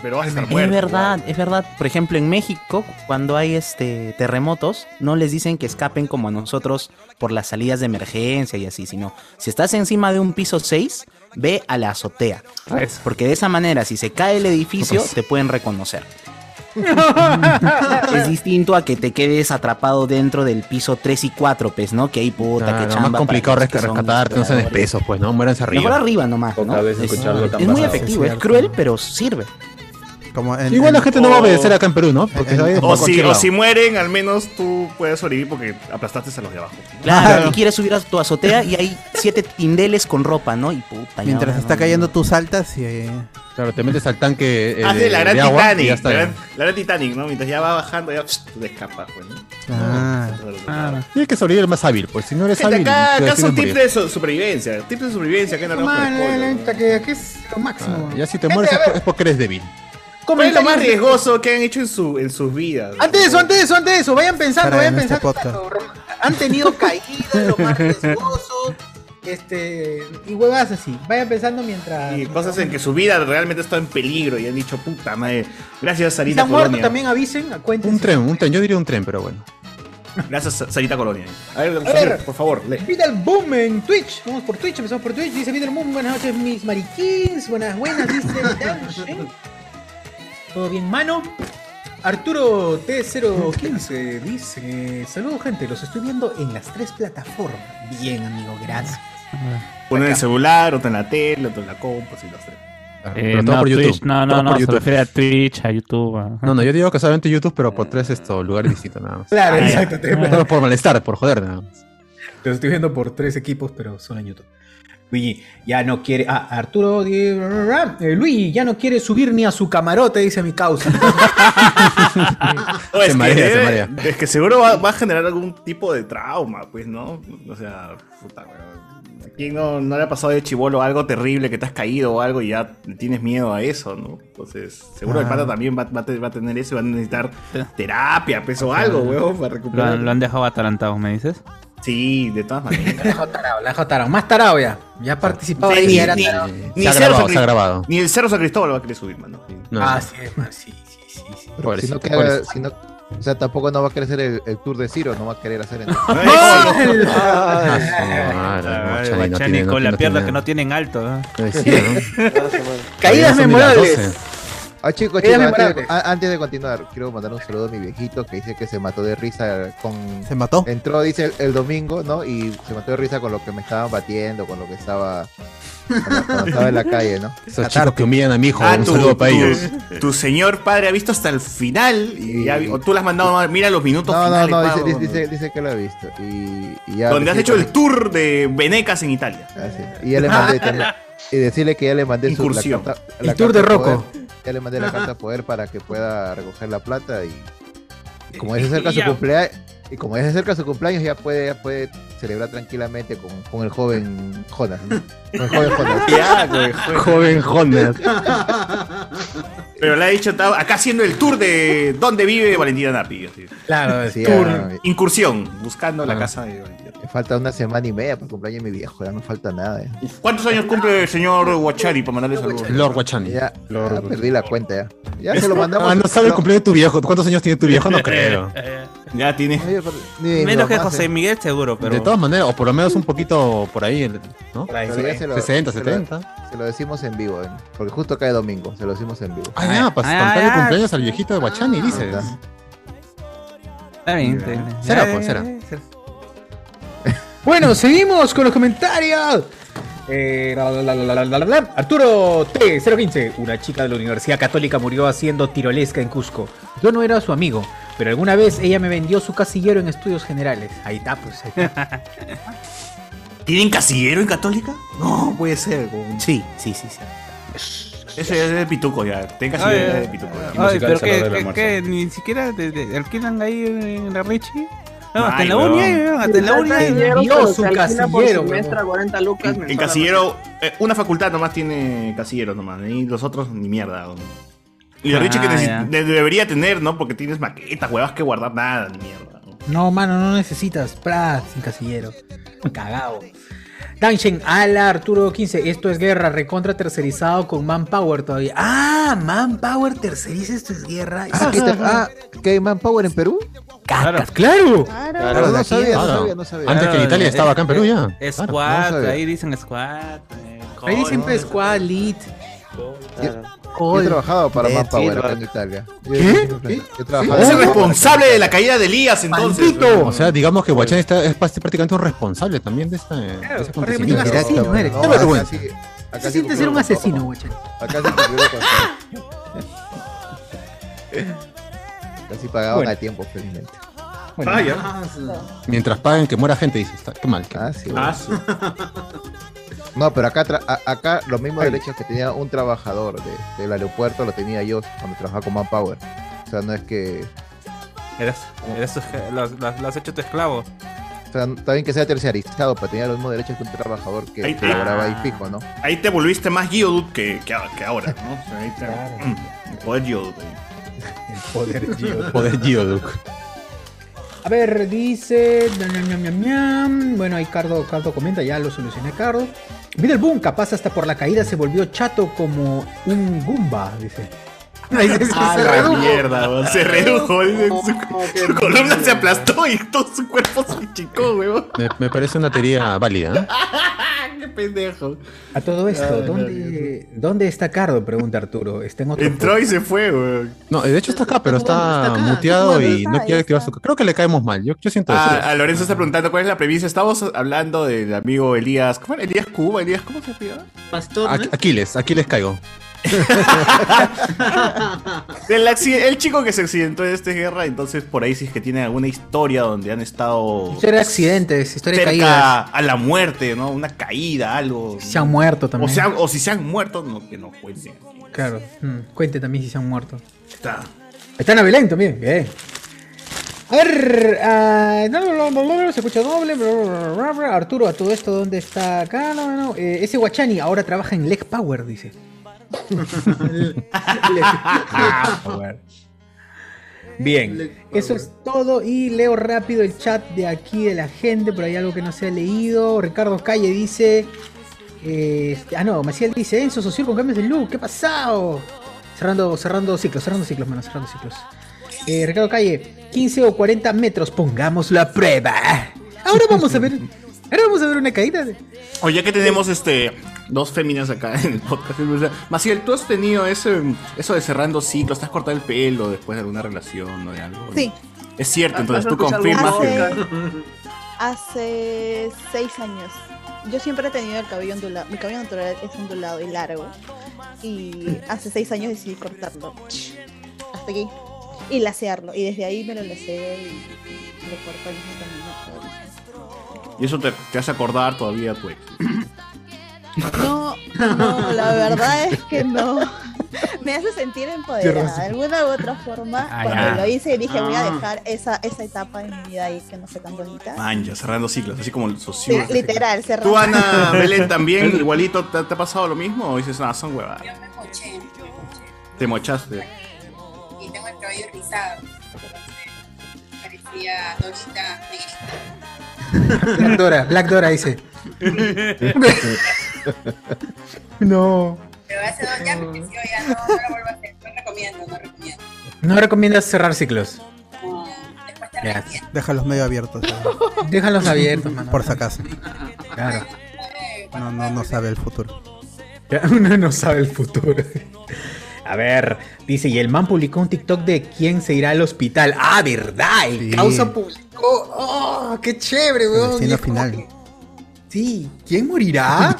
[SPEAKER 4] pero vas a estar
[SPEAKER 7] Es
[SPEAKER 4] muerto.
[SPEAKER 7] verdad, es verdad. Por ejemplo, en México, cuando hay este terremotos, no les dicen que escapen como a nosotros por las salidas de emergencia y así, sino si estás encima de un piso 6, ve a la azotea. Porque de esa manera, si se cae el edificio, te pueden reconocer. es distinto a que te quedes atrapado dentro del piso 3 y 4, pues, ¿no? Que hay puta,
[SPEAKER 2] Claro,
[SPEAKER 7] que chamba.
[SPEAKER 2] más
[SPEAKER 7] para
[SPEAKER 2] complicado
[SPEAKER 7] los que
[SPEAKER 2] resca-
[SPEAKER 7] son
[SPEAKER 2] rescatarte, no sean
[SPEAKER 7] exploradores.
[SPEAKER 2] espesos, pues, ¿no? Muéranse
[SPEAKER 7] Mejor
[SPEAKER 2] arriba.
[SPEAKER 7] arriba nomás, ¿no?
[SPEAKER 10] Pocas veces
[SPEAKER 7] Es,
[SPEAKER 10] escucharlo tan
[SPEAKER 7] es muy
[SPEAKER 10] pasado.
[SPEAKER 7] efectivo, ¿eh?
[SPEAKER 13] Sí,
[SPEAKER 7] es
[SPEAKER 13] cierto.
[SPEAKER 7] cruel, pero sirve.
[SPEAKER 13] Como en-
[SPEAKER 2] Igual la
[SPEAKER 13] en-
[SPEAKER 2] gente no va a obedecer acá en Perú, ¿no? Porque
[SPEAKER 13] en-
[SPEAKER 2] ahí-
[SPEAKER 4] O si,
[SPEAKER 2] cualquier
[SPEAKER 4] o
[SPEAKER 2] lado.
[SPEAKER 4] si mueren, al menos tú puedes sobrevivir porque aplastaste a los de abajo.
[SPEAKER 7] Claro, y quieres subir a tu azotea y hay siete tindeles con ropa, ¿no? Y puta, ya,
[SPEAKER 13] Mientras
[SPEAKER 7] no,
[SPEAKER 13] está
[SPEAKER 7] no,
[SPEAKER 13] cayendo tus saltas y... eh,
[SPEAKER 2] Claro, te metes al tanque eh,
[SPEAKER 4] Haz de Ah, la gran
[SPEAKER 2] agua y ya
[SPEAKER 4] Titanic.
[SPEAKER 2] está,
[SPEAKER 4] La
[SPEAKER 2] ya.
[SPEAKER 4] gran, la gran Titanic, ¿no? Mientras ya va bajando, ya pss, tú te escapas, pues. ¿no?
[SPEAKER 2] Ah.
[SPEAKER 4] Claro.
[SPEAKER 2] Tienes que sobrevivir más hábil, pues si no eres
[SPEAKER 4] Gente,
[SPEAKER 2] hábil.
[SPEAKER 4] acá,
[SPEAKER 2] te
[SPEAKER 4] acá
[SPEAKER 2] deciden
[SPEAKER 4] son tips
[SPEAKER 2] morir.
[SPEAKER 4] de so- supervivencia. Tips de supervivencia que no hablamos por el
[SPEAKER 1] Mano,
[SPEAKER 4] pollo.
[SPEAKER 1] la neta que, que es lo máximo.
[SPEAKER 2] Ya si te mueres es por- es porque eres débil.
[SPEAKER 4] ¿Cuál es lo más
[SPEAKER 1] Comentarios de-
[SPEAKER 4] riesgoso que han hecho en, su, en sus vidas?
[SPEAKER 1] Antes de eso, antes de eso, antes de eso, vayan pensando,
[SPEAKER 4] Caray,
[SPEAKER 1] vayan
[SPEAKER 4] en este
[SPEAKER 1] pensando. Han tenido caídas, lo más riesgoso, este, y huevas así. Vayan pensando mientras.
[SPEAKER 4] Y cosas en que su vida realmente está en peligro y han dicho, puta madre, gracias
[SPEAKER 1] Si
[SPEAKER 4] Sarita
[SPEAKER 1] están muertos
[SPEAKER 4] Colonia.
[SPEAKER 1] también avisen, cuenten.
[SPEAKER 2] Un tren, un tren, yo diría un tren, pero bueno.
[SPEAKER 4] Gracias Sa- Sarita Colonia. A ver,
[SPEAKER 1] A ver.
[SPEAKER 4] por favor, lee.
[SPEAKER 1] Vidal Boom en Twitch. Vamos por Twitch, empezamos por Twitch. Dice Vidal Boom, buenas noches, mis mariquins. Buenas, buenas, dice Danchen. Todo bien, mano. Arturo T015 dice: Saludos, gente. Los estoy viendo en las tres plataformas. Bien, amigo, gracias.
[SPEAKER 4] Uno en el celular, otro en la tele, otro en la compu, así los tres.
[SPEAKER 6] Eh, no, Twitch, no, no,
[SPEAKER 2] Todo
[SPEAKER 6] no,
[SPEAKER 2] por
[SPEAKER 6] se
[SPEAKER 2] YouTube.
[SPEAKER 6] refiere a Twitch, a YouTube. a-
[SPEAKER 2] No, no, yo digo que solamente YouTube, pero por tres esto, lugares distintos nada más.
[SPEAKER 1] Claro,
[SPEAKER 2] Ah, ya.
[SPEAKER 1] exacto, te-
[SPEAKER 2] Pero por malestar, por joder nada más.
[SPEAKER 1] Los estoy viendo por tres equipos, pero solo en YouTube. Luigi ya no quiere. Ah, Arturo. di- eh, Luigi ya no quiere subir ni a su camarote, dice mi causa.
[SPEAKER 4] No, es,
[SPEAKER 2] Se marea,
[SPEAKER 4] Pues que,
[SPEAKER 2] se marea.
[SPEAKER 4] es que seguro va, va a generar algún tipo de trauma, pues, ¿no? O sea, puta, weón. ¿A quién no, no le ha pasado de chivolo algo terrible que te has caído o algo y ya le tienes miedo a eso, ¿no? Entonces, seguro el
[SPEAKER 6] Ah.
[SPEAKER 4] pata también va, va a te- va a tener eso y va a necesitar terapia, pues, o algo, weón, para
[SPEAKER 6] Lo
[SPEAKER 4] recuperar.
[SPEAKER 6] han, lo han dejado atalantados, ¿me dices?
[SPEAKER 4] Sí, de todas maneras.
[SPEAKER 1] La dejó tarado, más tarado ya. Ya participaba
[SPEAKER 4] Sí,
[SPEAKER 1] ahí,
[SPEAKER 4] ni-
[SPEAKER 1] ya era
[SPEAKER 4] ni-
[SPEAKER 1] tarado.
[SPEAKER 4] ni Cerro San Crist- Ni el Cerro San Cristóbal lo va a querer subir, mano.
[SPEAKER 1] Ah, sí, man, sí, sí, sí. sí.
[SPEAKER 3] pues, Si no
[SPEAKER 1] Pobrecito,
[SPEAKER 3] que haga,
[SPEAKER 1] pobrecito.
[SPEAKER 3] si no, o sea, tampoco no va a querer hacer el, el tour de Ciro, no va a querer hacer el.
[SPEAKER 6] Ay, Guachani con la pierna que no tienen alto. ¿eh?
[SPEAKER 3] Caídas
[SPEAKER 6] memorables.
[SPEAKER 3] Ah,
[SPEAKER 6] Caídas
[SPEAKER 3] chicos, chicos, antes, de,
[SPEAKER 6] memorables.
[SPEAKER 3] a- antes de continuar, quiero mandar un saludo a mi viejito que dice que se mató de risa con...
[SPEAKER 13] ¿Se mató?
[SPEAKER 3] Entró, dice, el, el domingo, ¿no? Y se mató de risa con lo que me estaban batiendo, con lo que estaba... Cuando, cuando estaba en la calle, ¿no?
[SPEAKER 2] Esos chicos que humillan a mi hijo, un saludo para ellos.
[SPEAKER 4] Tu señor padre ha visto hasta el final y ya vi- o tú le has mandado, mira los minutos
[SPEAKER 3] No, no,
[SPEAKER 4] finales.
[SPEAKER 3] no, dice,
[SPEAKER 4] pavo,
[SPEAKER 3] dice,
[SPEAKER 4] ¿no?
[SPEAKER 3] dice- dice que lo ha visto. Y, y ya...
[SPEAKER 4] Donde has
[SPEAKER 3] recién-
[SPEAKER 4] hecho el tour de Venecas en Italia.
[SPEAKER 3] Y ya le mandé también- y decirle que ya le mandé su, la
[SPEAKER 4] Incursión.
[SPEAKER 3] carta,
[SPEAKER 4] El
[SPEAKER 3] la
[SPEAKER 4] tour
[SPEAKER 3] carta
[SPEAKER 4] de Rocco.
[SPEAKER 3] poder. ya le mandé la carta poder para que pueda recoger la plata y, y como ya se
[SPEAKER 4] Y
[SPEAKER 3] acerca su
[SPEAKER 4] ya.
[SPEAKER 3] cumpleaños y como ya se acerca su cumpleaños ya puede ya puede celebrar tranquilamente con, con el joven Jonas. ¿no? Con el joven Jonas.
[SPEAKER 4] Ya, güey, joven.
[SPEAKER 2] Joven Jonas.
[SPEAKER 4] Pero le ha dicho, estaba acá haciendo el tour de dónde vive Valentina Napi. así.
[SPEAKER 1] Claro,
[SPEAKER 3] Sí,
[SPEAKER 4] tour,
[SPEAKER 3] ah,
[SPEAKER 4] incursión, buscando la casa de
[SPEAKER 3] me falta una semana y media para el cumpleaños de mi viejo, ya no falta nada. ya.
[SPEAKER 4] ¿Cuántos años cumple el señor Guachari para mandarle saludos?
[SPEAKER 2] Lord Guachani.
[SPEAKER 3] Ya, ya perdí la cuenta ya. Ya se lo mandamos.
[SPEAKER 2] Ah, no sabe el
[SPEAKER 3] No,
[SPEAKER 2] cumpleaños de tu viejo. ¿Cuántos años tiene tu viejo? No creo.
[SPEAKER 4] Ya tiene.
[SPEAKER 3] ni mi
[SPEAKER 6] Menos que
[SPEAKER 3] mamá
[SPEAKER 6] José
[SPEAKER 3] se-
[SPEAKER 6] Miguel, seguro, pero.
[SPEAKER 2] De todas maneras, o por lo menos un poquito por ahí, el- ¿no?
[SPEAKER 3] Pero ya se lo-
[SPEAKER 2] 60,
[SPEAKER 3] se lo-
[SPEAKER 2] 70.
[SPEAKER 3] Se lo decimos en vivo, ¿eh? porque justo cae domingo, se lo decimos en vivo.
[SPEAKER 2] Ah, ya, pues
[SPEAKER 3] Ah,
[SPEAKER 2] contarle
[SPEAKER 3] ya.
[SPEAKER 2] cumpleaños al viejito de Guachani, dices.
[SPEAKER 6] Está bien, está bien.
[SPEAKER 2] Será,
[SPEAKER 6] Ya,
[SPEAKER 2] pues,
[SPEAKER 6] ya,
[SPEAKER 2] será.
[SPEAKER 6] ya, será.
[SPEAKER 1] Bueno, seguimos con los comentarios. Eh, la, la, la, la, la, la, la. Arturo T015. Una chica de la Universidad Católica murió haciendo tirolesca en Cusco. Yo no era su amigo, pero alguna vez ella me vendió su casillero en estudios generales. Ahí está, pues. Ahí está.
[SPEAKER 4] ¿Tienen casillero en Católica? No, puede ser.
[SPEAKER 7] Sí, sí, sí, sí.
[SPEAKER 4] Ese ya es de pituco ya. Tienen casillero
[SPEAKER 6] Ay,
[SPEAKER 4] ya de pituco. ya.
[SPEAKER 6] ay, pero que, que, que ni siquiera te, te alquilan ahí en la Richie. No, hasta
[SPEAKER 4] Ay,
[SPEAKER 6] en la uni,
[SPEAKER 4] weón.
[SPEAKER 6] hay, weón, hasta en la uni. hay.
[SPEAKER 4] Dios, un casillero,
[SPEAKER 14] Muestra
[SPEAKER 4] weón.
[SPEAKER 14] 40 lucas
[SPEAKER 4] En
[SPEAKER 14] mensual.
[SPEAKER 4] casillero, eh, una facultad nomás tiene casillero nomás. Y los otros ni mierda. weón. Y la
[SPEAKER 6] Ah,
[SPEAKER 4] Richie que neces-
[SPEAKER 6] ya.
[SPEAKER 4] de- debería tener, ¿no? Porque tienes maquetas, huevas que guardar nada, ni mierda.
[SPEAKER 1] No, mano, no necesitas. Pra, sin casillero. Cagao. Danshen, ala, Arturo 15. Esto es guerra, recontra tercerizado con Manpower todavía. Ah, Manpower terceriza esto es guerra.
[SPEAKER 3] Ah, ¿qué te- ah, ¿que hay Manpower en Perú?
[SPEAKER 1] Claro. claro.
[SPEAKER 3] Claro, no sabía, no sabía, no sabía.
[SPEAKER 2] Antes que en Italia estaba acá en Perú ya.
[SPEAKER 6] Eh, Squad, ahí dicen squad. eh,
[SPEAKER 1] Ahí
[SPEAKER 6] call,
[SPEAKER 1] siempre es Squad Lead.
[SPEAKER 3] Yo he trabajado para
[SPEAKER 2] Eh,
[SPEAKER 6] Red
[SPEAKER 3] Manpower acá
[SPEAKER 6] Silver.
[SPEAKER 3] en Italia.
[SPEAKER 2] ¿Qué?
[SPEAKER 3] Yo,
[SPEAKER 2] ¿Qué?
[SPEAKER 3] he trabajado-
[SPEAKER 4] Es el responsable de la caída de Elías, entonces.
[SPEAKER 2] O sea, digamos que Guachani está, es prácticamente un responsable también de, esta, de ese acontecimiento. Ah,
[SPEAKER 1] prácticamente un asesino,
[SPEAKER 2] Qué
[SPEAKER 1] eres.
[SPEAKER 2] vergüenza.
[SPEAKER 3] Acá sí- acá
[SPEAKER 1] Se
[SPEAKER 3] sí
[SPEAKER 1] siente ser un
[SPEAKER 3] cumplieron-
[SPEAKER 1] asesino, guachani.
[SPEAKER 3] Acá sí cumplieron con todo. Así pagaban
[SPEAKER 2] Bueno.
[SPEAKER 3] a tiempo, felizmente.
[SPEAKER 2] Bueno. Ah, ya. Mientras paguen que muera gente, dices. Está- Qué mal. Ah, qué mal.
[SPEAKER 4] Ah,
[SPEAKER 3] No, pero acá, tra- a- acá los mismos derechos que tenía un trabajador de- del aeropuerto lo tenía yo cuando trabajaba con Manpower. O sea, no es que.
[SPEAKER 14] Eras, eras su- lo, lo- lo has hecho tu esclavo.
[SPEAKER 3] O sea, está bien que sea terciarizado, pero tenía los mismos derechos que un trabajador que
[SPEAKER 4] Ahí
[SPEAKER 3] que
[SPEAKER 4] te-
[SPEAKER 3] laboraba ahí fijo, ¿no?
[SPEAKER 4] Ahí te volviste más Geodude que, que, que ahora, ¿no? O sea, ahí te- Mm, el poder Geodude. El
[SPEAKER 1] poder Geodude.
[SPEAKER 2] Poder Geodude.
[SPEAKER 1] A ver, dice. ñam, ñam, ñam, ñam. Bueno, ahí Cardo, Cardo comenta, ya lo solucioné Cardo. Mira el boom, capaz hasta por la caída se volvió chato como un Goomba, dice. Ahí se- se-
[SPEAKER 4] Ah,
[SPEAKER 1] se
[SPEAKER 4] la
[SPEAKER 1] redujo. Ah,
[SPEAKER 4] mierda, weón. Se redujo. dice, su su columna se aplastó y todo su cuerpo se chicó, weón.
[SPEAKER 2] Me, me parece una teoría válida. ¿eh?
[SPEAKER 4] Qué pendejo.
[SPEAKER 1] A todo esto,
[SPEAKER 4] Ay,
[SPEAKER 1] ¿dónde, ¿dónde está Cardo? Pregunta Arturo. Está en otro
[SPEAKER 4] Entró y se fue, weón.
[SPEAKER 2] No, de hecho está acá, pero está, muteado y no quiere activar su. Creo que le caemos mal. Yo, yo siento eso.
[SPEAKER 4] Ah, a Lorenzo está preguntando cuál es la premisa. Estamos hablando del amigo Elías. ¿Cómo era? Elías Cuba, Elías, ¿cómo se llama?
[SPEAKER 9] Pastor.
[SPEAKER 3] Ah,
[SPEAKER 2] Aquí- Aquiles, Aquiles caigo.
[SPEAKER 4] El, acci- el chico que se accidentó en esta guerra, entonces por ahí si es que tienen alguna historia donde han estado
[SPEAKER 1] Historia de accidentes, historia de
[SPEAKER 4] cerca
[SPEAKER 1] caídas.
[SPEAKER 4] a la muerte, ¿no? Una caída, algo.
[SPEAKER 1] Se han muerto también.
[SPEAKER 4] O, se han- o si se han muerto, no, que no cuenten.
[SPEAKER 1] Claro, mm, cuente también si se han muerto.
[SPEAKER 4] Está.
[SPEAKER 1] Están a Belén también, bien. A ver, ah, no, no, no, no, no, se escucha doble. bla, bla, bla, bla. Arturo, a todo esto, ¿dónde está acá? No, no, eh, ese Guachani ahora trabaja en Leg Power, dice. Bien, eso es todo y leo rápido el chat de aquí de la gente, por ahí algo que no se ha leído. Ricardo Calle dice, eh, este, ah no, Maciel dice, Enzo, socio con cambios de look, ¿qué ha pasado? Cerrando, cerrando ciclos, cerrando ciclos, mano, cerrando ciclos. Eh, Ricardo Calle, 15 o 40 metros, pongamos la prueba. Ahora vamos a ver, ahora vamos a ver una caída. de-
[SPEAKER 4] O ya que tenemos este dos féminas acá en el podcast. o sea, Maciel, ¿tú has tenido ese, eso de cerrando ciclos? ¿Te has cortado el pelo después de alguna relación o de algo?
[SPEAKER 12] Sí.
[SPEAKER 4] Es cierto, entonces tú
[SPEAKER 12] ¿Has
[SPEAKER 4] confirmas
[SPEAKER 12] escuchado
[SPEAKER 4] que...
[SPEAKER 12] algo? Hace seis años. Yo siempre he tenido el cabello ondulado. Mi cabello natural es ondulado y largo. Y hace seis años decidí cortarlo. Hasta aquí. Y lasearlo. Y desde ahí me lo laseo y lo corto al mismo camino.
[SPEAKER 4] Y eso te, te hace acordar todavía pues. a tu ex.
[SPEAKER 12] No, no, la verdad es que no. Me hace sentir empoderada. De alguna u otra forma,
[SPEAKER 4] Ah,
[SPEAKER 12] cuando
[SPEAKER 4] ya.
[SPEAKER 12] lo hice, dije voy a
[SPEAKER 4] Ah.
[SPEAKER 12] dejar esa, esa etapa en mi vida ahí que no fue tan bonita.
[SPEAKER 4] Manja, cerrando ciclos, así como el
[SPEAKER 12] Sí,
[SPEAKER 4] socio.
[SPEAKER 12] literal, cerrado.
[SPEAKER 4] Tú, Ana Belén, también, igualito, ¿te, te ha pasado lo mismo? O dices, ah, son huevadas.
[SPEAKER 15] Yo me moché
[SPEAKER 4] Te mochaste.
[SPEAKER 15] y tengo el cabello rizado. Parecía Dorita
[SPEAKER 1] Black Dora, Black Dora dice. No.
[SPEAKER 15] Pero hace dos
[SPEAKER 16] Ah.
[SPEAKER 15] ya me creció, ya no, no lo vuelvo a hacer. No recomiendo, no recomiendo.
[SPEAKER 1] No recomiendas cerrar ciclos.
[SPEAKER 13] Ya, Déjalos medio abiertos. ¿sabes?
[SPEAKER 1] Déjalos abiertos, mano.
[SPEAKER 13] Por si acaso.
[SPEAKER 1] Claro.
[SPEAKER 13] No, no, no sabe el futuro.
[SPEAKER 1] Uno no sabe el futuro. A ver, dice, y el man publicó un TikTok de quién se irá al hospital. Ah, ¿verdad? El causa publicó. ¡Oh, qué chévere,
[SPEAKER 13] weón!
[SPEAKER 1] Y es como
[SPEAKER 13] final.
[SPEAKER 1] Sí, ¿quién morirá?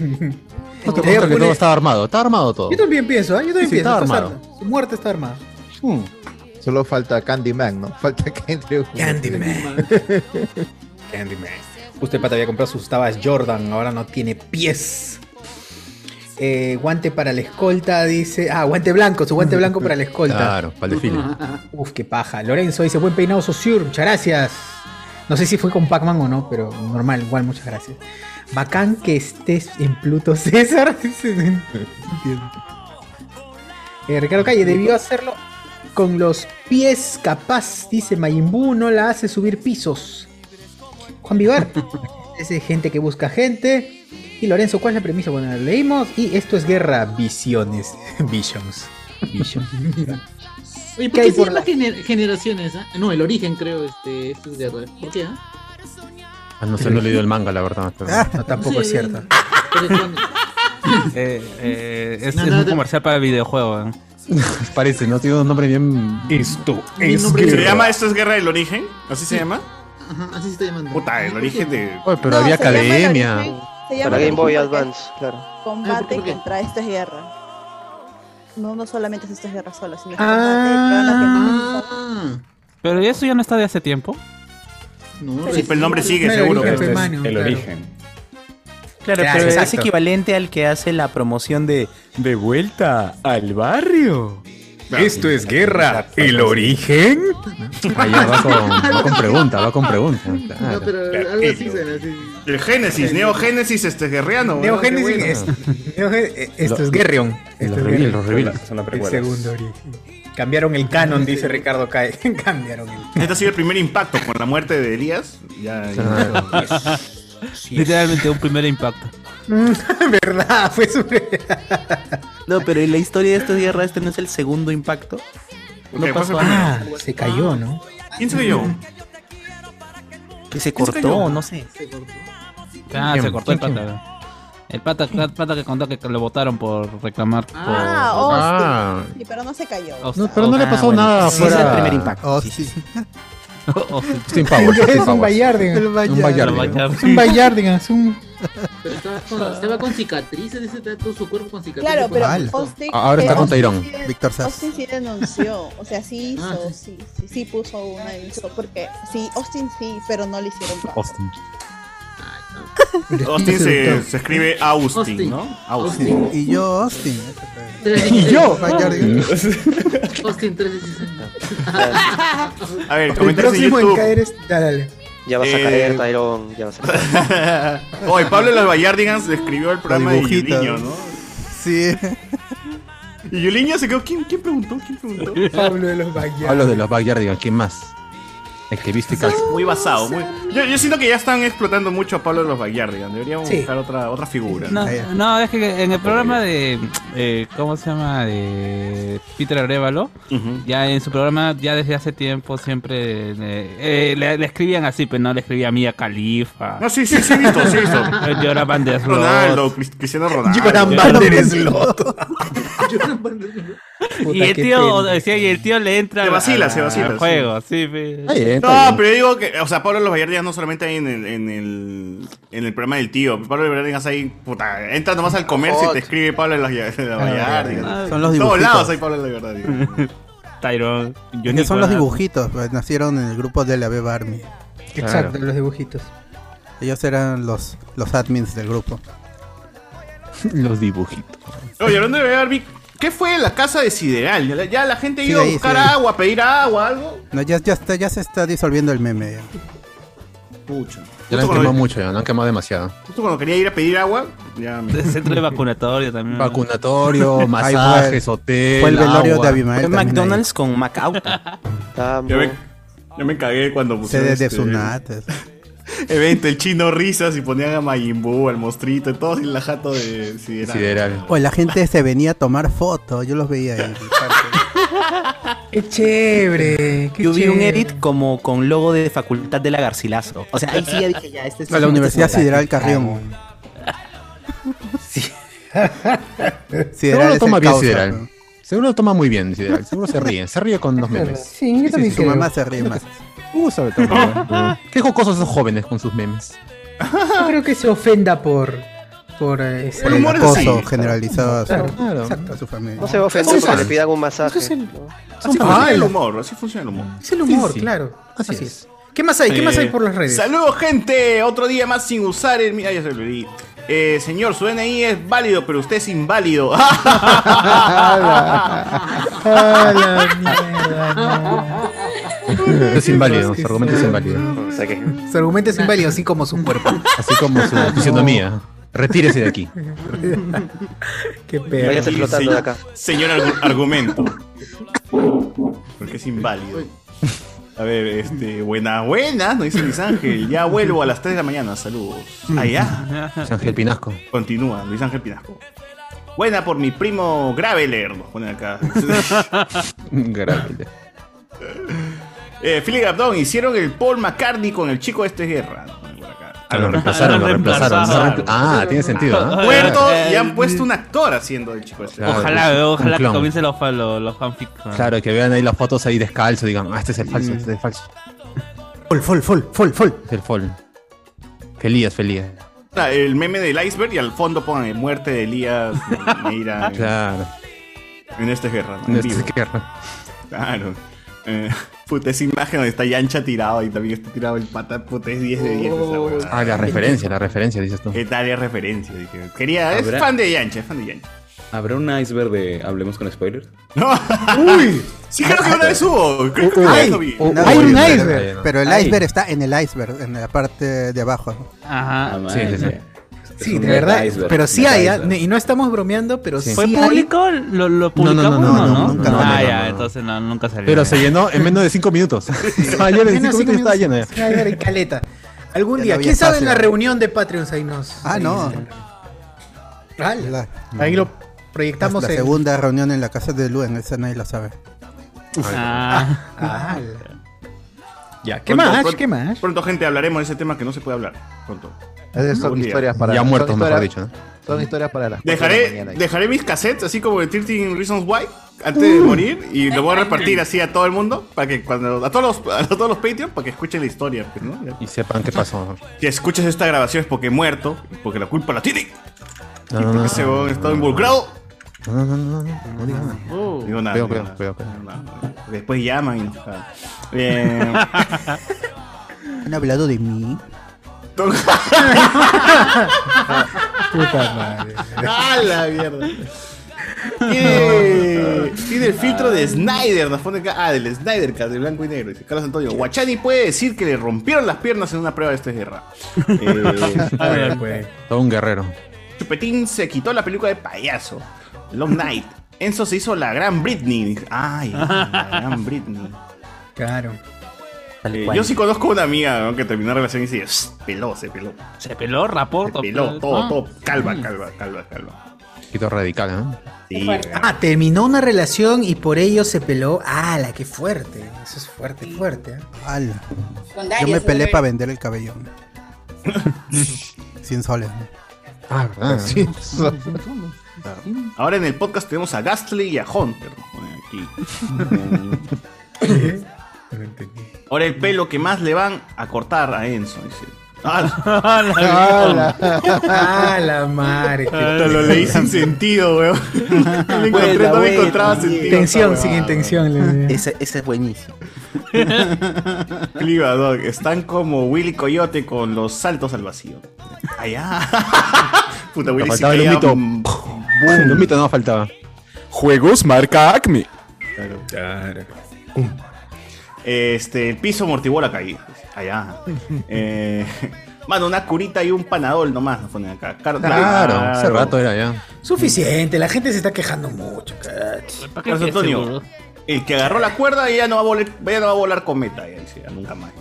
[SPEAKER 2] No te cuento que todo estaba armado. Estaba armado todo.
[SPEAKER 1] Yo también pienso, ¿eh? yo también
[SPEAKER 2] Sí, sí,
[SPEAKER 1] pienso.
[SPEAKER 2] estaba
[SPEAKER 1] está
[SPEAKER 2] armado.
[SPEAKER 1] armado. Su muerte está armada.
[SPEAKER 2] Mm.
[SPEAKER 3] Solo falta Candyman, ¿no? Falta que entre un...
[SPEAKER 1] Candyman. Candyman. Usted pata había comprado sus tabas Jordan, ahora no tiene pies. Eh, guante para la escolta, dice. Ah, guante blanco, su guante blanco para la escolta.
[SPEAKER 2] Claro, para el desfile.
[SPEAKER 1] Uf, qué paja. Lorenzo dice, buen peinado, Sosur, muchas gracias. No sé si fue con Pac-Man o no, pero normal, igual, muchas gracias. Bacán que estés en Pluto César. dice, no entiendo. Eh, Ricardo Calle, debió hacerlo con los pies capaz, dice Mayimbu, no la hace subir pisos. Juan Vivar, es de gente que busca gente. Y Lorenzo, ¿cuál es la premisa? Bueno, la leímos. Y esto es guerra, visiones, visions. Visions.
[SPEAKER 9] Oye,
[SPEAKER 1] ¿Qué
[SPEAKER 9] ¿por
[SPEAKER 1] hay
[SPEAKER 9] qué
[SPEAKER 1] por
[SPEAKER 9] se llama gener- generaciones? ah? No, el origen creo, este, esto es guerra. ¿Por qué? ah?
[SPEAKER 2] Ah, no sé, no he leído el manga, la verdad. pero-
[SPEAKER 1] No, tampoco es cierto.
[SPEAKER 3] Ah,
[SPEAKER 6] Eh, eh, es,
[SPEAKER 2] No,
[SPEAKER 6] es
[SPEAKER 2] no,
[SPEAKER 6] un
[SPEAKER 2] no.
[SPEAKER 6] comercial para el videojuego. ¿eh?
[SPEAKER 2] Parece, ¿no? Tiene un nombre bien. Esto
[SPEAKER 4] es ¿Se llama Esto es Guerra del Origen? ¿Así se llama?
[SPEAKER 9] Ajá, así se está llamando.
[SPEAKER 4] Puta, el origen de.
[SPEAKER 2] Oye, pero había academia.
[SPEAKER 12] Se llama
[SPEAKER 2] Para Game Boy
[SPEAKER 12] combate-
[SPEAKER 2] Advance, claro.
[SPEAKER 12] Combate contra esta guerra. No, no solamente es esto es guerra sola, sino que
[SPEAKER 6] Ah. Pero eso ya no está de hace tiempo.
[SPEAKER 4] Sí, pero el nombre sigue
[SPEAKER 7] Pero
[SPEAKER 4] seguro.
[SPEAKER 7] el
[SPEAKER 4] pero
[SPEAKER 7] origen,
[SPEAKER 4] este es
[SPEAKER 7] hermano,
[SPEAKER 4] el
[SPEAKER 7] claro.
[SPEAKER 4] origen.
[SPEAKER 7] Claro,
[SPEAKER 4] Claro,
[SPEAKER 7] pero es
[SPEAKER 4] exacto.
[SPEAKER 7] equivalente al que hace la promoción de De vuelta al barrio.
[SPEAKER 17] Esto es guerra. ¿El origen?
[SPEAKER 2] Ah, ya va con, va con pregunta, va con pregunta.
[SPEAKER 9] No,
[SPEAKER 2] Claro.
[SPEAKER 9] pero algo así suena, sí.
[SPEAKER 4] El Génesis, Neo Génesis este guerriano.
[SPEAKER 1] Neo Génesis Esto eh, este es Guerrion. Esto es Guerrion.
[SPEAKER 4] Son las
[SPEAKER 1] El
[SPEAKER 4] precuelas.
[SPEAKER 1] segundo origen. Cambiaron el canon, dice Ricardo Cae. Cambiaron el
[SPEAKER 4] Este ha sido el primer impacto con la muerte de Elías. Ya, ya-
[SPEAKER 6] Literalmente un primer impacto.
[SPEAKER 1] ¿Verdad? Fue su...
[SPEAKER 7] no, pero en la historia de esta guerra este no es el segundo impacto. No
[SPEAKER 1] Ok,
[SPEAKER 7] pasó
[SPEAKER 1] fue el
[SPEAKER 7] nada.
[SPEAKER 1] primero. Ah, se cayó, ¿no?
[SPEAKER 4] ¿Quién se cayó?
[SPEAKER 7] Que se
[SPEAKER 6] ¿Quién se
[SPEAKER 7] cortó,
[SPEAKER 6] cayó?
[SPEAKER 7] no sé.
[SPEAKER 6] Ah,
[SPEAKER 7] ¿Quién?
[SPEAKER 6] se cortó el
[SPEAKER 7] ¿Quién,
[SPEAKER 6] pata. El pata, el pata que contó que lo votaron por reclamar.
[SPEAKER 12] Ah, oh,
[SPEAKER 6] por-
[SPEAKER 12] sí. Sí, pero no se cayó.
[SPEAKER 6] Pues, No,
[SPEAKER 2] pero no le pasó nada
[SPEAKER 6] sí, es
[SPEAKER 2] fuera-
[SPEAKER 6] el primer impacto.
[SPEAKER 13] Oh, sí.
[SPEAKER 2] Austin Powers, Austin
[SPEAKER 1] Es un
[SPEAKER 2] Powers.
[SPEAKER 1] Bayarding.
[SPEAKER 2] El Bayarding. Un Bayarding.
[SPEAKER 1] Es un Bayarding. Es un.
[SPEAKER 9] Pero estaba con, estaba con cicatrices, ese todo su cuerpo con cicatrices.
[SPEAKER 12] Claro,
[SPEAKER 9] por
[SPEAKER 12] pero
[SPEAKER 9] supuesto.
[SPEAKER 12] Austin-
[SPEAKER 2] Ahora está
[SPEAKER 12] eh,
[SPEAKER 2] con
[SPEAKER 12] Austin
[SPEAKER 2] Tairón.
[SPEAKER 12] sí-
[SPEAKER 13] Víctor Sass.
[SPEAKER 12] Austin sí denunció, o sea, sí hizo,
[SPEAKER 13] Ah,
[SPEAKER 12] sí. Sí, sí puso una denuncia, porque sí, Austin sí, pero no le hicieron caso.
[SPEAKER 2] Austin.
[SPEAKER 4] Pues, Austin se, se escribe Austin,
[SPEAKER 9] Austin.
[SPEAKER 4] ¿no? Austin.
[SPEAKER 13] Y yo, Austin.
[SPEAKER 4] Y yo.
[SPEAKER 13] Bayarding.
[SPEAKER 9] Austin 360.
[SPEAKER 4] A ver, comentarios
[SPEAKER 1] El
[SPEAKER 4] en
[SPEAKER 1] próximo en
[SPEAKER 4] YouTube.
[SPEAKER 1] caer es. Dale, dale.
[SPEAKER 8] Ya vas a
[SPEAKER 4] Eh,
[SPEAKER 8] caer, Tyron. Ya vas a caer.
[SPEAKER 4] Oye, Pablo de los Vallardigans describió el programa de
[SPEAKER 13] dibujita.
[SPEAKER 4] Yuliño, ¿no?
[SPEAKER 13] Sí.
[SPEAKER 4] Y Yuliño se quedó. ¿Quién, quién preguntó? ¿Quién preguntó?
[SPEAKER 1] Pablo de los
[SPEAKER 2] Hablo de los Backyardigans, ¿quién más? El que viste calza.
[SPEAKER 4] Muy basado. Muy... Yo, yo siento que ya están explotando mucho a Pablo de los Vallardigans. Deberíamos
[SPEAKER 6] Sí.
[SPEAKER 4] buscar otra, otra figura.
[SPEAKER 6] No, no, es que en el programa de. eh, ¿Cómo se llama? De Peter Arevalo. Ya en su programa, ya desde hace tiempo, siempre eh, eh, le, le escribían así, pero no le escribía a Mía Califa.
[SPEAKER 4] No, sí, sí, sí, he visto, sí, he visto.
[SPEAKER 6] Llora Van der Sloot.
[SPEAKER 4] Ronaldo, Crist- Cristiano Ronaldo.
[SPEAKER 6] Lloran Van der Sloot. Y
[SPEAKER 4] Puta,
[SPEAKER 6] el
[SPEAKER 4] qué
[SPEAKER 6] tío,
[SPEAKER 4] pena.
[SPEAKER 6] decía, y el tío le entra
[SPEAKER 4] Se vacila,
[SPEAKER 6] al-
[SPEAKER 4] se vacila,
[SPEAKER 6] al
[SPEAKER 4] sí.
[SPEAKER 6] juego, sí, pues. pe.
[SPEAKER 4] No, pero yo digo que, o sea, Pablo de los Vallardigas no solamente hay en el, en el, en el programa del tío. Pablo de los Vallardigas hay, puta, entra nomás al comercio y te escribe Pablo de los Vallardigas.
[SPEAKER 13] Son los
[SPEAKER 4] En todos
[SPEAKER 13] dibujitos.
[SPEAKER 4] lados hay Pablo de los Vallardigas.
[SPEAKER 6] Tyrone.
[SPEAKER 13] Que son los dibujitos, pues, nacieron en el grupo de la Beba Army.
[SPEAKER 1] Exacto, los dibujitos.
[SPEAKER 13] Ellos eran los, los admins del grupo.
[SPEAKER 2] los dibujitos.
[SPEAKER 4] Oye, hablando de Barbie, ¿qué fue la casa de Sideral? Ya la, ya la gente ha ido
[SPEAKER 13] Sí,
[SPEAKER 4] a
[SPEAKER 13] sí.
[SPEAKER 4] buscar agua, a pedir agua, algo.
[SPEAKER 13] No, ya, ya, está, ya se está disolviendo el meme. ya.
[SPEAKER 4] Pucha.
[SPEAKER 2] Ya lo
[SPEAKER 4] Justo
[SPEAKER 2] han
[SPEAKER 4] cuando-
[SPEAKER 2] quemado mucho, ya lo han quemado demasiado.
[SPEAKER 4] Justo cuando quería ir a pedir agua, ya me...
[SPEAKER 6] El centro de vacunatorio también.
[SPEAKER 2] Vacunatorio,
[SPEAKER 7] masajes,
[SPEAKER 2] masajes, hotel.
[SPEAKER 7] Fue el velorio de
[SPEAKER 2] Abimael
[SPEAKER 7] Fue
[SPEAKER 2] también
[SPEAKER 7] McDonald's con Macauta.
[SPEAKER 4] Yo me, yo me cagué cuando pusieron
[SPEAKER 13] Sede de
[SPEAKER 4] este
[SPEAKER 13] Sunates.
[SPEAKER 4] Evento, el chino risas y ponían a Majin Buu, al monstruito, y todo sin la jato de Sideral.
[SPEAKER 2] Sideral.
[SPEAKER 13] O la gente se venía a tomar fotos, yo los veía ahí.
[SPEAKER 1] Qué chévere.
[SPEAKER 7] Yo vi un edit como con logo de Facultad de la Garcilaso. O sea, ahí sí ya dije ya, este es
[SPEAKER 13] A la Universidad
[SPEAKER 7] este es
[SPEAKER 13] Sideral
[SPEAKER 7] Macauta.
[SPEAKER 13] Carrión.
[SPEAKER 2] Seguro lo
[SPEAKER 13] es
[SPEAKER 2] toma
[SPEAKER 13] el
[SPEAKER 2] bien
[SPEAKER 13] causa,
[SPEAKER 2] Sideral.
[SPEAKER 13] ¿no?
[SPEAKER 2] Seguro lo toma muy bien Sideral. Seguro se ríe. Se ríe con los memes.
[SPEAKER 1] Sí, yo también
[SPEAKER 13] su
[SPEAKER 1] creo.
[SPEAKER 13] mamá se ríe más.
[SPEAKER 2] Uh, sobre todo. Qué jocosos esos jóvenes con sus memes.
[SPEAKER 1] No creo que se ofenda por. Por eh, ese
[SPEAKER 13] El humor es así.
[SPEAKER 1] acoso
[SPEAKER 13] generalizado a su-
[SPEAKER 1] exacto.
[SPEAKER 13] a su familia.
[SPEAKER 8] No se va a ofender
[SPEAKER 1] Eso es-
[SPEAKER 8] porque le pidan un masaje.
[SPEAKER 1] eso es el-
[SPEAKER 4] Así
[SPEAKER 1] Ah,
[SPEAKER 4] funciona
[SPEAKER 1] el-
[SPEAKER 4] el humor, así funciona el humor.
[SPEAKER 1] Es el humor,
[SPEAKER 4] Sí, sí.
[SPEAKER 1] claro. Así, es. ¿Qué más hay? ¿Qué
[SPEAKER 4] Eh,
[SPEAKER 1] más hay por las redes?
[SPEAKER 4] Saludos, gente. Otro día más sin usar el. Mira, ya se lo leí. Eh, señor, su DNI es válido, pero usted es inválido.
[SPEAKER 2] es inválido. Su argumento es inválido.
[SPEAKER 1] Su argumento es inválido, así como su cuerpo.
[SPEAKER 2] Así como su fisionomía. Retírese de aquí.
[SPEAKER 1] Qué
[SPEAKER 4] Y
[SPEAKER 1] perro.
[SPEAKER 4] señor- Señor argu- argumento. Porque es inválido. A ver, este, buenas, buenas, nos dice Luis Ángel. Ya vuelvo a las 3 de la mañana, saludos. ah, Allá.
[SPEAKER 2] Luis Ángel Pinasco.
[SPEAKER 4] Continúa, Luis Ángel Pinasco. Buena por mi primo Graveler, nos ponen acá.
[SPEAKER 2] Grave.
[SPEAKER 4] eh, Philip Gabdón, hicieron el Paul McCartney con el chico de este guerra. nos ponen por acá.
[SPEAKER 2] Ah, lo reemplazaron, lo reemplazaron. Ah, tiene sentido. ¿ah?
[SPEAKER 4] Muerto y han puesto un actor haciendo el chico de este guerra.
[SPEAKER 6] Ojalá,
[SPEAKER 2] Un
[SPEAKER 6] ojalá que
[SPEAKER 2] clon.
[SPEAKER 6] comiencen los, fa- los, los fanfics.
[SPEAKER 2] Claro, que vean ahí las fotos ahí descalzo, digan, ah, este es el falso, este es el falso.
[SPEAKER 13] Fol, fol, fol, fol, fol.
[SPEAKER 2] Es el fol. Felías, Felías.
[SPEAKER 4] Ah, El meme del iceberg y al fondo pongan muerte de Elías. Mira.
[SPEAKER 2] Claro.
[SPEAKER 4] En esta guerra.
[SPEAKER 2] En esta
[SPEAKER 4] guerra. Claro. Eh, puta, esa imagen donde está Yancha tirado y también está tirado el pata, puta, es 10 de 10 esa
[SPEAKER 3] Oh.
[SPEAKER 4] huevada.
[SPEAKER 2] Ah, la referencia, la referencia, dices tú.
[SPEAKER 4] ¿Qué tal es referencia? Dije, quería, Ah, es
[SPEAKER 10] Habrá-
[SPEAKER 4] fan de Yancha, es fan de Yancha.
[SPEAKER 10] ¿Habrá un iceberg de Hablemos con Spoilers?
[SPEAKER 4] ¡Uy! Sí, creo que una vez hubo. Creo que una vez lo vi.
[SPEAKER 13] No, hay un iceberg, pero el iceberg está en el iceberg, en la parte de abajo.
[SPEAKER 6] Ajá.
[SPEAKER 13] Sí, sí, sí.
[SPEAKER 1] Sí, de verdad. Pero sí hay, ¿ah? y no estamos bromeando, pero sí,
[SPEAKER 6] ¿Fue
[SPEAKER 1] hay.
[SPEAKER 6] público? ¿Lo, lo
[SPEAKER 2] no,
[SPEAKER 6] publicamos?
[SPEAKER 2] no, no, nunca, no,
[SPEAKER 6] Ah,
[SPEAKER 2] no,
[SPEAKER 6] ya,
[SPEAKER 2] no, no.
[SPEAKER 6] entonces no, nunca salió.
[SPEAKER 2] Pero se llenó en menos de 5 minutos. Estaba lleno en 5
[SPEAKER 1] Menos cinco
[SPEAKER 2] minutos, estaba lleno
[SPEAKER 1] minutos,
[SPEAKER 2] ya.
[SPEAKER 1] iceberg y caleta. Algún
[SPEAKER 13] Ya
[SPEAKER 1] día,
[SPEAKER 13] no había
[SPEAKER 1] ¿quién sabe en
[SPEAKER 13] espacio.
[SPEAKER 1] la reunión de Patreons ahí nos?
[SPEAKER 13] Ah, no.
[SPEAKER 1] Real. Ahí lo proyectamos
[SPEAKER 13] la
[SPEAKER 1] en-
[SPEAKER 13] segunda reunión en la casa de Lu, en ese nadie lo sabe.
[SPEAKER 6] Ah.
[SPEAKER 1] Ah, la- Ya, ¿qué
[SPEAKER 4] Pronto,
[SPEAKER 1] más?
[SPEAKER 4] pronto-
[SPEAKER 1] ¿Qué más?
[SPEAKER 4] Pronto, gente, hablaremos de ese tema que no se puede hablar. Pronto.
[SPEAKER 3] Esas son
[SPEAKER 4] Algún día.
[SPEAKER 3] historias para.
[SPEAKER 2] Ya
[SPEAKER 3] son
[SPEAKER 2] muertos, mejor
[SPEAKER 3] historias-
[SPEAKER 2] dicho, ¿no?
[SPEAKER 3] Son historias para las cuatro de la
[SPEAKER 4] Dejaré,
[SPEAKER 3] mañana.
[SPEAKER 4] dejaré mis cassettes, así como de 13 Reasons Why, antes de
[SPEAKER 3] Uh.
[SPEAKER 4] morir, y lo voy a repartir así a todo el mundo, para que cuando. A todos los, a todos los Patreons, para que escuchen la historia, pues, ¿no?
[SPEAKER 2] Y sepan qué pasó.
[SPEAKER 4] Que escuches esta grabación es porque he muerto, porque la culpa la tiene.
[SPEAKER 2] No, no,
[SPEAKER 4] porque
[SPEAKER 2] no.
[SPEAKER 4] ese huevón estaba involucrado.
[SPEAKER 2] No, no, no, no, no, no digas nada.
[SPEAKER 4] Digo nada,
[SPEAKER 2] Cuidado,
[SPEAKER 4] digo
[SPEAKER 2] cuidado, cuidado, cuidado.
[SPEAKER 4] nada. Después llaman y no. ah. Eh,
[SPEAKER 13] ¿Han hablado de mí?
[SPEAKER 1] Puta madre.
[SPEAKER 4] ¡Ah, la mierda! Eh, Tiene el filtro de Snyder, nos pone acá. Ah, del Snyder Cat, de blanco y negro. Dice Carlos Antonio. Guachani puede decir que le rompieron las piernas en una prueba de esta guerra. Eh, a ver, pues.
[SPEAKER 2] Todo un guerrero.
[SPEAKER 4] Chupetín se quitó la peluca de payaso. Long Night. Enzo se hizo la gran Britney. Ay, la gran Britney.
[SPEAKER 1] Claro.
[SPEAKER 4] Eh, yo sí conozco una amiga ¿no? que terminó la relación y se peló, se peló.
[SPEAKER 6] Se peló, rapó,
[SPEAKER 4] se peló, todo,
[SPEAKER 6] Ah.
[SPEAKER 4] todo. Mm. Calva, calva, calva, calva.
[SPEAKER 2] Quito radical, ¿eh? ¿no?
[SPEAKER 4] Sí,
[SPEAKER 1] Ah, terminó una relación y por ello se peló. ¡Hala, qué fuerte! Eso es fuerte, fuerte. ¿eh?
[SPEAKER 13] Ala.
[SPEAKER 15] Con
[SPEAKER 13] Yo
[SPEAKER 15] Darius,
[SPEAKER 13] me peleé
[SPEAKER 15] hombre.
[SPEAKER 13] para vender el cabellón. 100 soles.
[SPEAKER 2] Ah,
[SPEAKER 4] ¿verdad? Sí. Ahora en el podcast tenemos a Gastly y a Hunter. nos ponen aquí. Ahora el pelo que más le van a cortar a Enzo. Dice.
[SPEAKER 1] ¡Hala! ¡Hala, Ah, madre!
[SPEAKER 4] Hasta lo leí sin sentido, weón. No le encontré, no me encontraba sentido.
[SPEAKER 1] Intención,
[SPEAKER 4] esa
[SPEAKER 1] sin
[SPEAKER 4] huevada.
[SPEAKER 1] intención.
[SPEAKER 7] Ese, ese es buenísimo.
[SPEAKER 4] Cliva, dog. Están como Willy Coyote con los saltos al vacío. Allá. Puta,
[SPEAKER 2] Te
[SPEAKER 4] Willy sí
[SPEAKER 2] faltaba el
[SPEAKER 4] caía,
[SPEAKER 2] humito.
[SPEAKER 4] mm,
[SPEAKER 2] El humito no faltaba.
[SPEAKER 17] Juegos marca Acme.
[SPEAKER 4] Este, el piso amortiguó la caída. Allá. Eh, mano, una curita y un panadol nomás nos ponen acá. Car-
[SPEAKER 2] Claro, hace rato era ya.
[SPEAKER 1] Suficiente, la gente se está quejando mucho. cach.
[SPEAKER 4] Carlos Antonio, el que agarró la cuerda ya no va a volar, ya no va a volar cometa, ya dice, ya nunca más.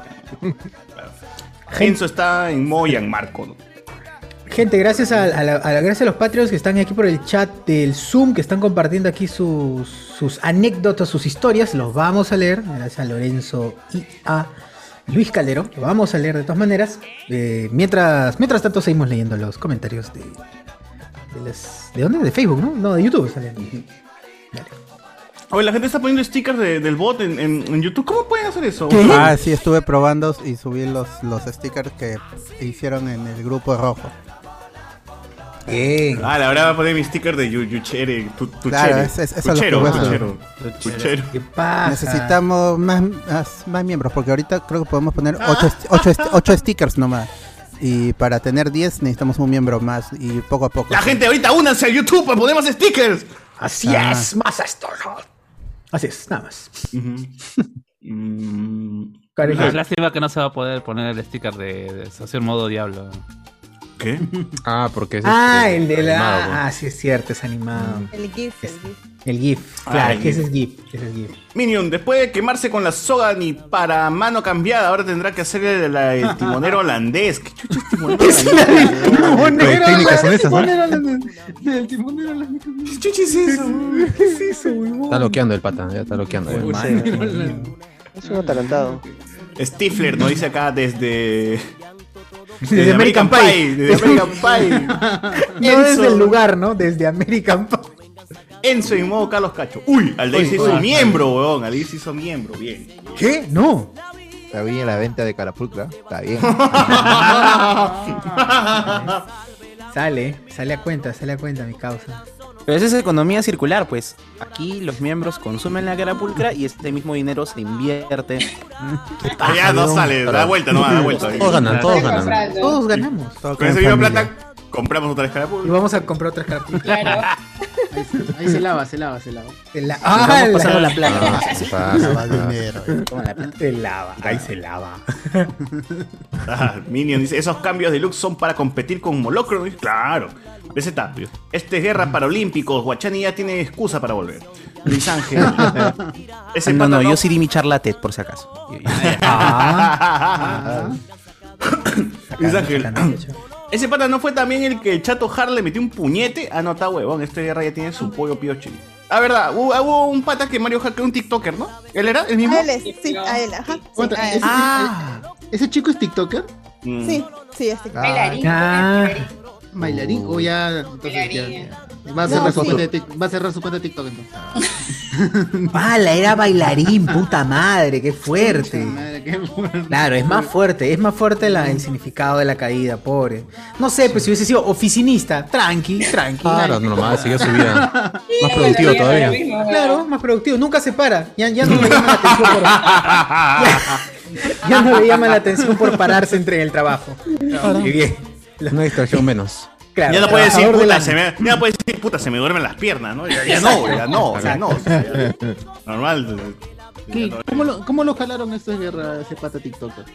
[SPEAKER 4] Genso está en Moyan, Marco. ¿no?
[SPEAKER 1] Gente, gracias a, a la- a la- gracias a los Patreons que están aquí por el chat del Zoom, que están compartiendo aquí sus, sus anécdotas, sus historias. Los vamos a leer. Gracias a Lorenzo y a Luis Caldero. Los vamos a leer de todas maneras. Eh, mientras, mientras tanto, seguimos leyendo los comentarios de. ¿De, las- ¿de dónde? De Facebook, ¿no? No, de YouTube salen.
[SPEAKER 4] Oye, la gente está poniendo stickers de- del bot en, en- en YouTube. ¿Cómo pueden hacer eso?
[SPEAKER 13] Ah, sí, estuve probando y subí los, los stickers que hicieron en el grupo rojo.
[SPEAKER 4] Ah, la verdad va a poner mi sticker de yu- Yuchere. Tu, tu
[SPEAKER 13] Claro,
[SPEAKER 4] chere.
[SPEAKER 13] es, es, eso es
[SPEAKER 4] Tuchero,
[SPEAKER 13] lo que voy a
[SPEAKER 4] tuchero,
[SPEAKER 13] hacer.
[SPEAKER 4] tuchero.
[SPEAKER 13] Necesitamos más, más, más miembros, porque ahorita creo que podemos poner 8 stickers nomás. Y para tener 10 necesitamos un miembro más y poco a poco.
[SPEAKER 4] La gente ahorita únanse a YouTube para poner más stickers.
[SPEAKER 1] Así
[SPEAKER 13] Ah.
[SPEAKER 1] es, más esto. Así es, nada más.
[SPEAKER 4] Mm,
[SPEAKER 1] Karen,
[SPEAKER 6] Ah, Lástima que no se va a poder poner el sticker de, de Socio Modo Diablo.
[SPEAKER 4] ¿Qué?
[SPEAKER 2] Ah, porque es
[SPEAKER 1] Ah,
[SPEAKER 2] este,
[SPEAKER 1] el de la.
[SPEAKER 4] pues.
[SPEAKER 2] animado,
[SPEAKER 1] ah, sí, es cierto, es animado.
[SPEAKER 12] El GIF, el GIF.
[SPEAKER 1] El GIF,
[SPEAKER 4] Ah,
[SPEAKER 1] claro,
[SPEAKER 4] el
[SPEAKER 1] que
[SPEAKER 4] GIF.
[SPEAKER 1] ese es GIF. Ese es GIF.
[SPEAKER 4] Minion, después de quemarse con la soga ni para mano cambiada, ahora tendrá que hacer la- el timonero holandés. ¿Qué chucha es timonero holandés?
[SPEAKER 1] Timonero,
[SPEAKER 2] técnicas son esas, ¿no?
[SPEAKER 1] timonero, la- el timonero, la- ¿Qué
[SPEAKER 4] chucha es eso?
[SPEAKER 1] ¿Qué es eso, huevón?
[SPEAKER 2] Está loqueando el pata, ya está loqueando. ya.
[SPEAKER 8] Es un atalantado.
[SPEAKER 4] Stifler nos dice acá desde.
[SPEAKER 1] Desde American Pie.
[SPEAKER 4] Desde American Pie.
[SPEAKER 1] No desde el lugar, ¿no? Desde American Pie.
[SPEAKER 4] Enzo y modo Carlos Cacho. Uy, Aldair se
[SPEAKER 1] Uy,
[SPEAKER 4] hizo
[SPEAKER 1] uy.
[SPEAKER 4] miembro, weón. Aldair se hizo miembro, bien.
[SPEAKER 1] ¿Qué? No.
[SPEAKER 3] Está bien la venta de Carapulcra. Está bien.
[SPEAKER 1] Sale, sale a cuenta, sale a cuenta mi causa.
[SPEAKER 7] Pero esa es economía circular, pues. Aquí los miembros consumen la carapulcra y este mismo dinero se invierte.
[SPEAKER 4] Allá no sale, da vuelta, no da vuelta.
[SPEAKER 7] Todos ganan, todos ganan.
[SPEAKER 1] Todos ganamos.
[SPEAKER 4] Con esa misma plata compramos otra escarapulcra.
[SPEAKER 1] Y vamos a comprar otra carapulcra.
[SPEAKER 18] Ahí, se- ahí se lava, se lava, se lava.
[SPEAKER 1] Te la- ¡Ah,
[SPEAKER 18] Nos vamos pasando la plata.
[SPEAKER 1] plata!
[SPEAKER 4] Ah,
[SPEAKER 18] Se lava
[SPEAKER 4] dinero.
[SPEAKER 1] Se lava, ahí se lava.
[SPEAKER 4] Ah, Minion dice, esos cambios de look son para competir con Molocro. Dice, Claro. BZ, esta Este es guerra para olímpicos. Guachani ya tiene excusa para volver. Luis Ángel. Ese
[SPEAKER 7] Ah, no, no,
[SPEAKER 4] pata no-
[SPEAKER 7] yo sí di mi charlatet, por si acaso. Yo- yo-
[SPEAKER 4] Luis Ángel. Ese pata no fue también el que el chato Har le metió un puñete. Ah, no, está huevón. Este guerra ya tiene su pollo pioche. Ah, verdad. Hubo, hubo un pata que Mario hackeó un TikToker, ¿no? ¿Él era? ¿El mismo?
[SPEAKER 12] A Ah,
[SPEAKER 4] Ah.
[SPEAKER 12] él es, sí, a él, ajá. Sí,
[SPEAKER 9] Otra,
[SPEAKER 12] a él.
[SPEAKER 9] ese, ese chico es TikToker?
[SPEAKER 12] Sí, sí, este. es
[SPEAKER 3] Mm.
[SPEAKER 12] TikTok.
[SPEAKER 9] Bailarín,
[SPEAKER 12] Ah.
[SPEAKER 9] Bailarín, o ya. Entonces, ya, ya. Va, a
[SPEAKER 12] No,
[SPEAKER 9] cerrar su
[SPEAKER 12] sí.
[SPEAKER 9] cuenta de tic- va a cerrar su cuenta de TikTok entonces.
[SPEAKER 3] Ah.
[SPEAKER 1] ¡Pala! Era bailarín, puta madre, qué fuerte. Claro, es más fuerte, es más fuerte la- el significado de la caída, pobre. No sé, pues si hubiese sido oficinista, tranqui, tranqui.
[SPEAKER 2] Claro,
[SPEAKER 1] tranqui.
[SPEAKER 2] normal, siguió su vida. Más
[SPEAKER 1] Claro,
[SPEAKER 2] productivo todavía.
[SPEAKER 1] Claro, más productivo, nunca se para. Ya, ya no le llama la atención por ya, ya no le llama la atención por pararse entre el trabajo.
[SPEAKER 2] Claro.
[SPEAKER 1] Muy bien.
[SPEAKER 2] Una distracción menos.
[SPEAKER 1] Claro,
[SPEAKER 4] ya no puede decir,
[SPEAKER 1] trabajador del
[SPEAKER 4] puta,
[SPEAKER 1] año.
[SPEAKER 4] se me, ya no puede decir, puta, se me duermen las piernas, ¿no? Ya, ya no, ya no, ya no. Normal.
[SPEAKER 9] ¿Qué? ¿Cómo, lo, ¿Cómo lo jalaron esto de guerra ese pata TikToker?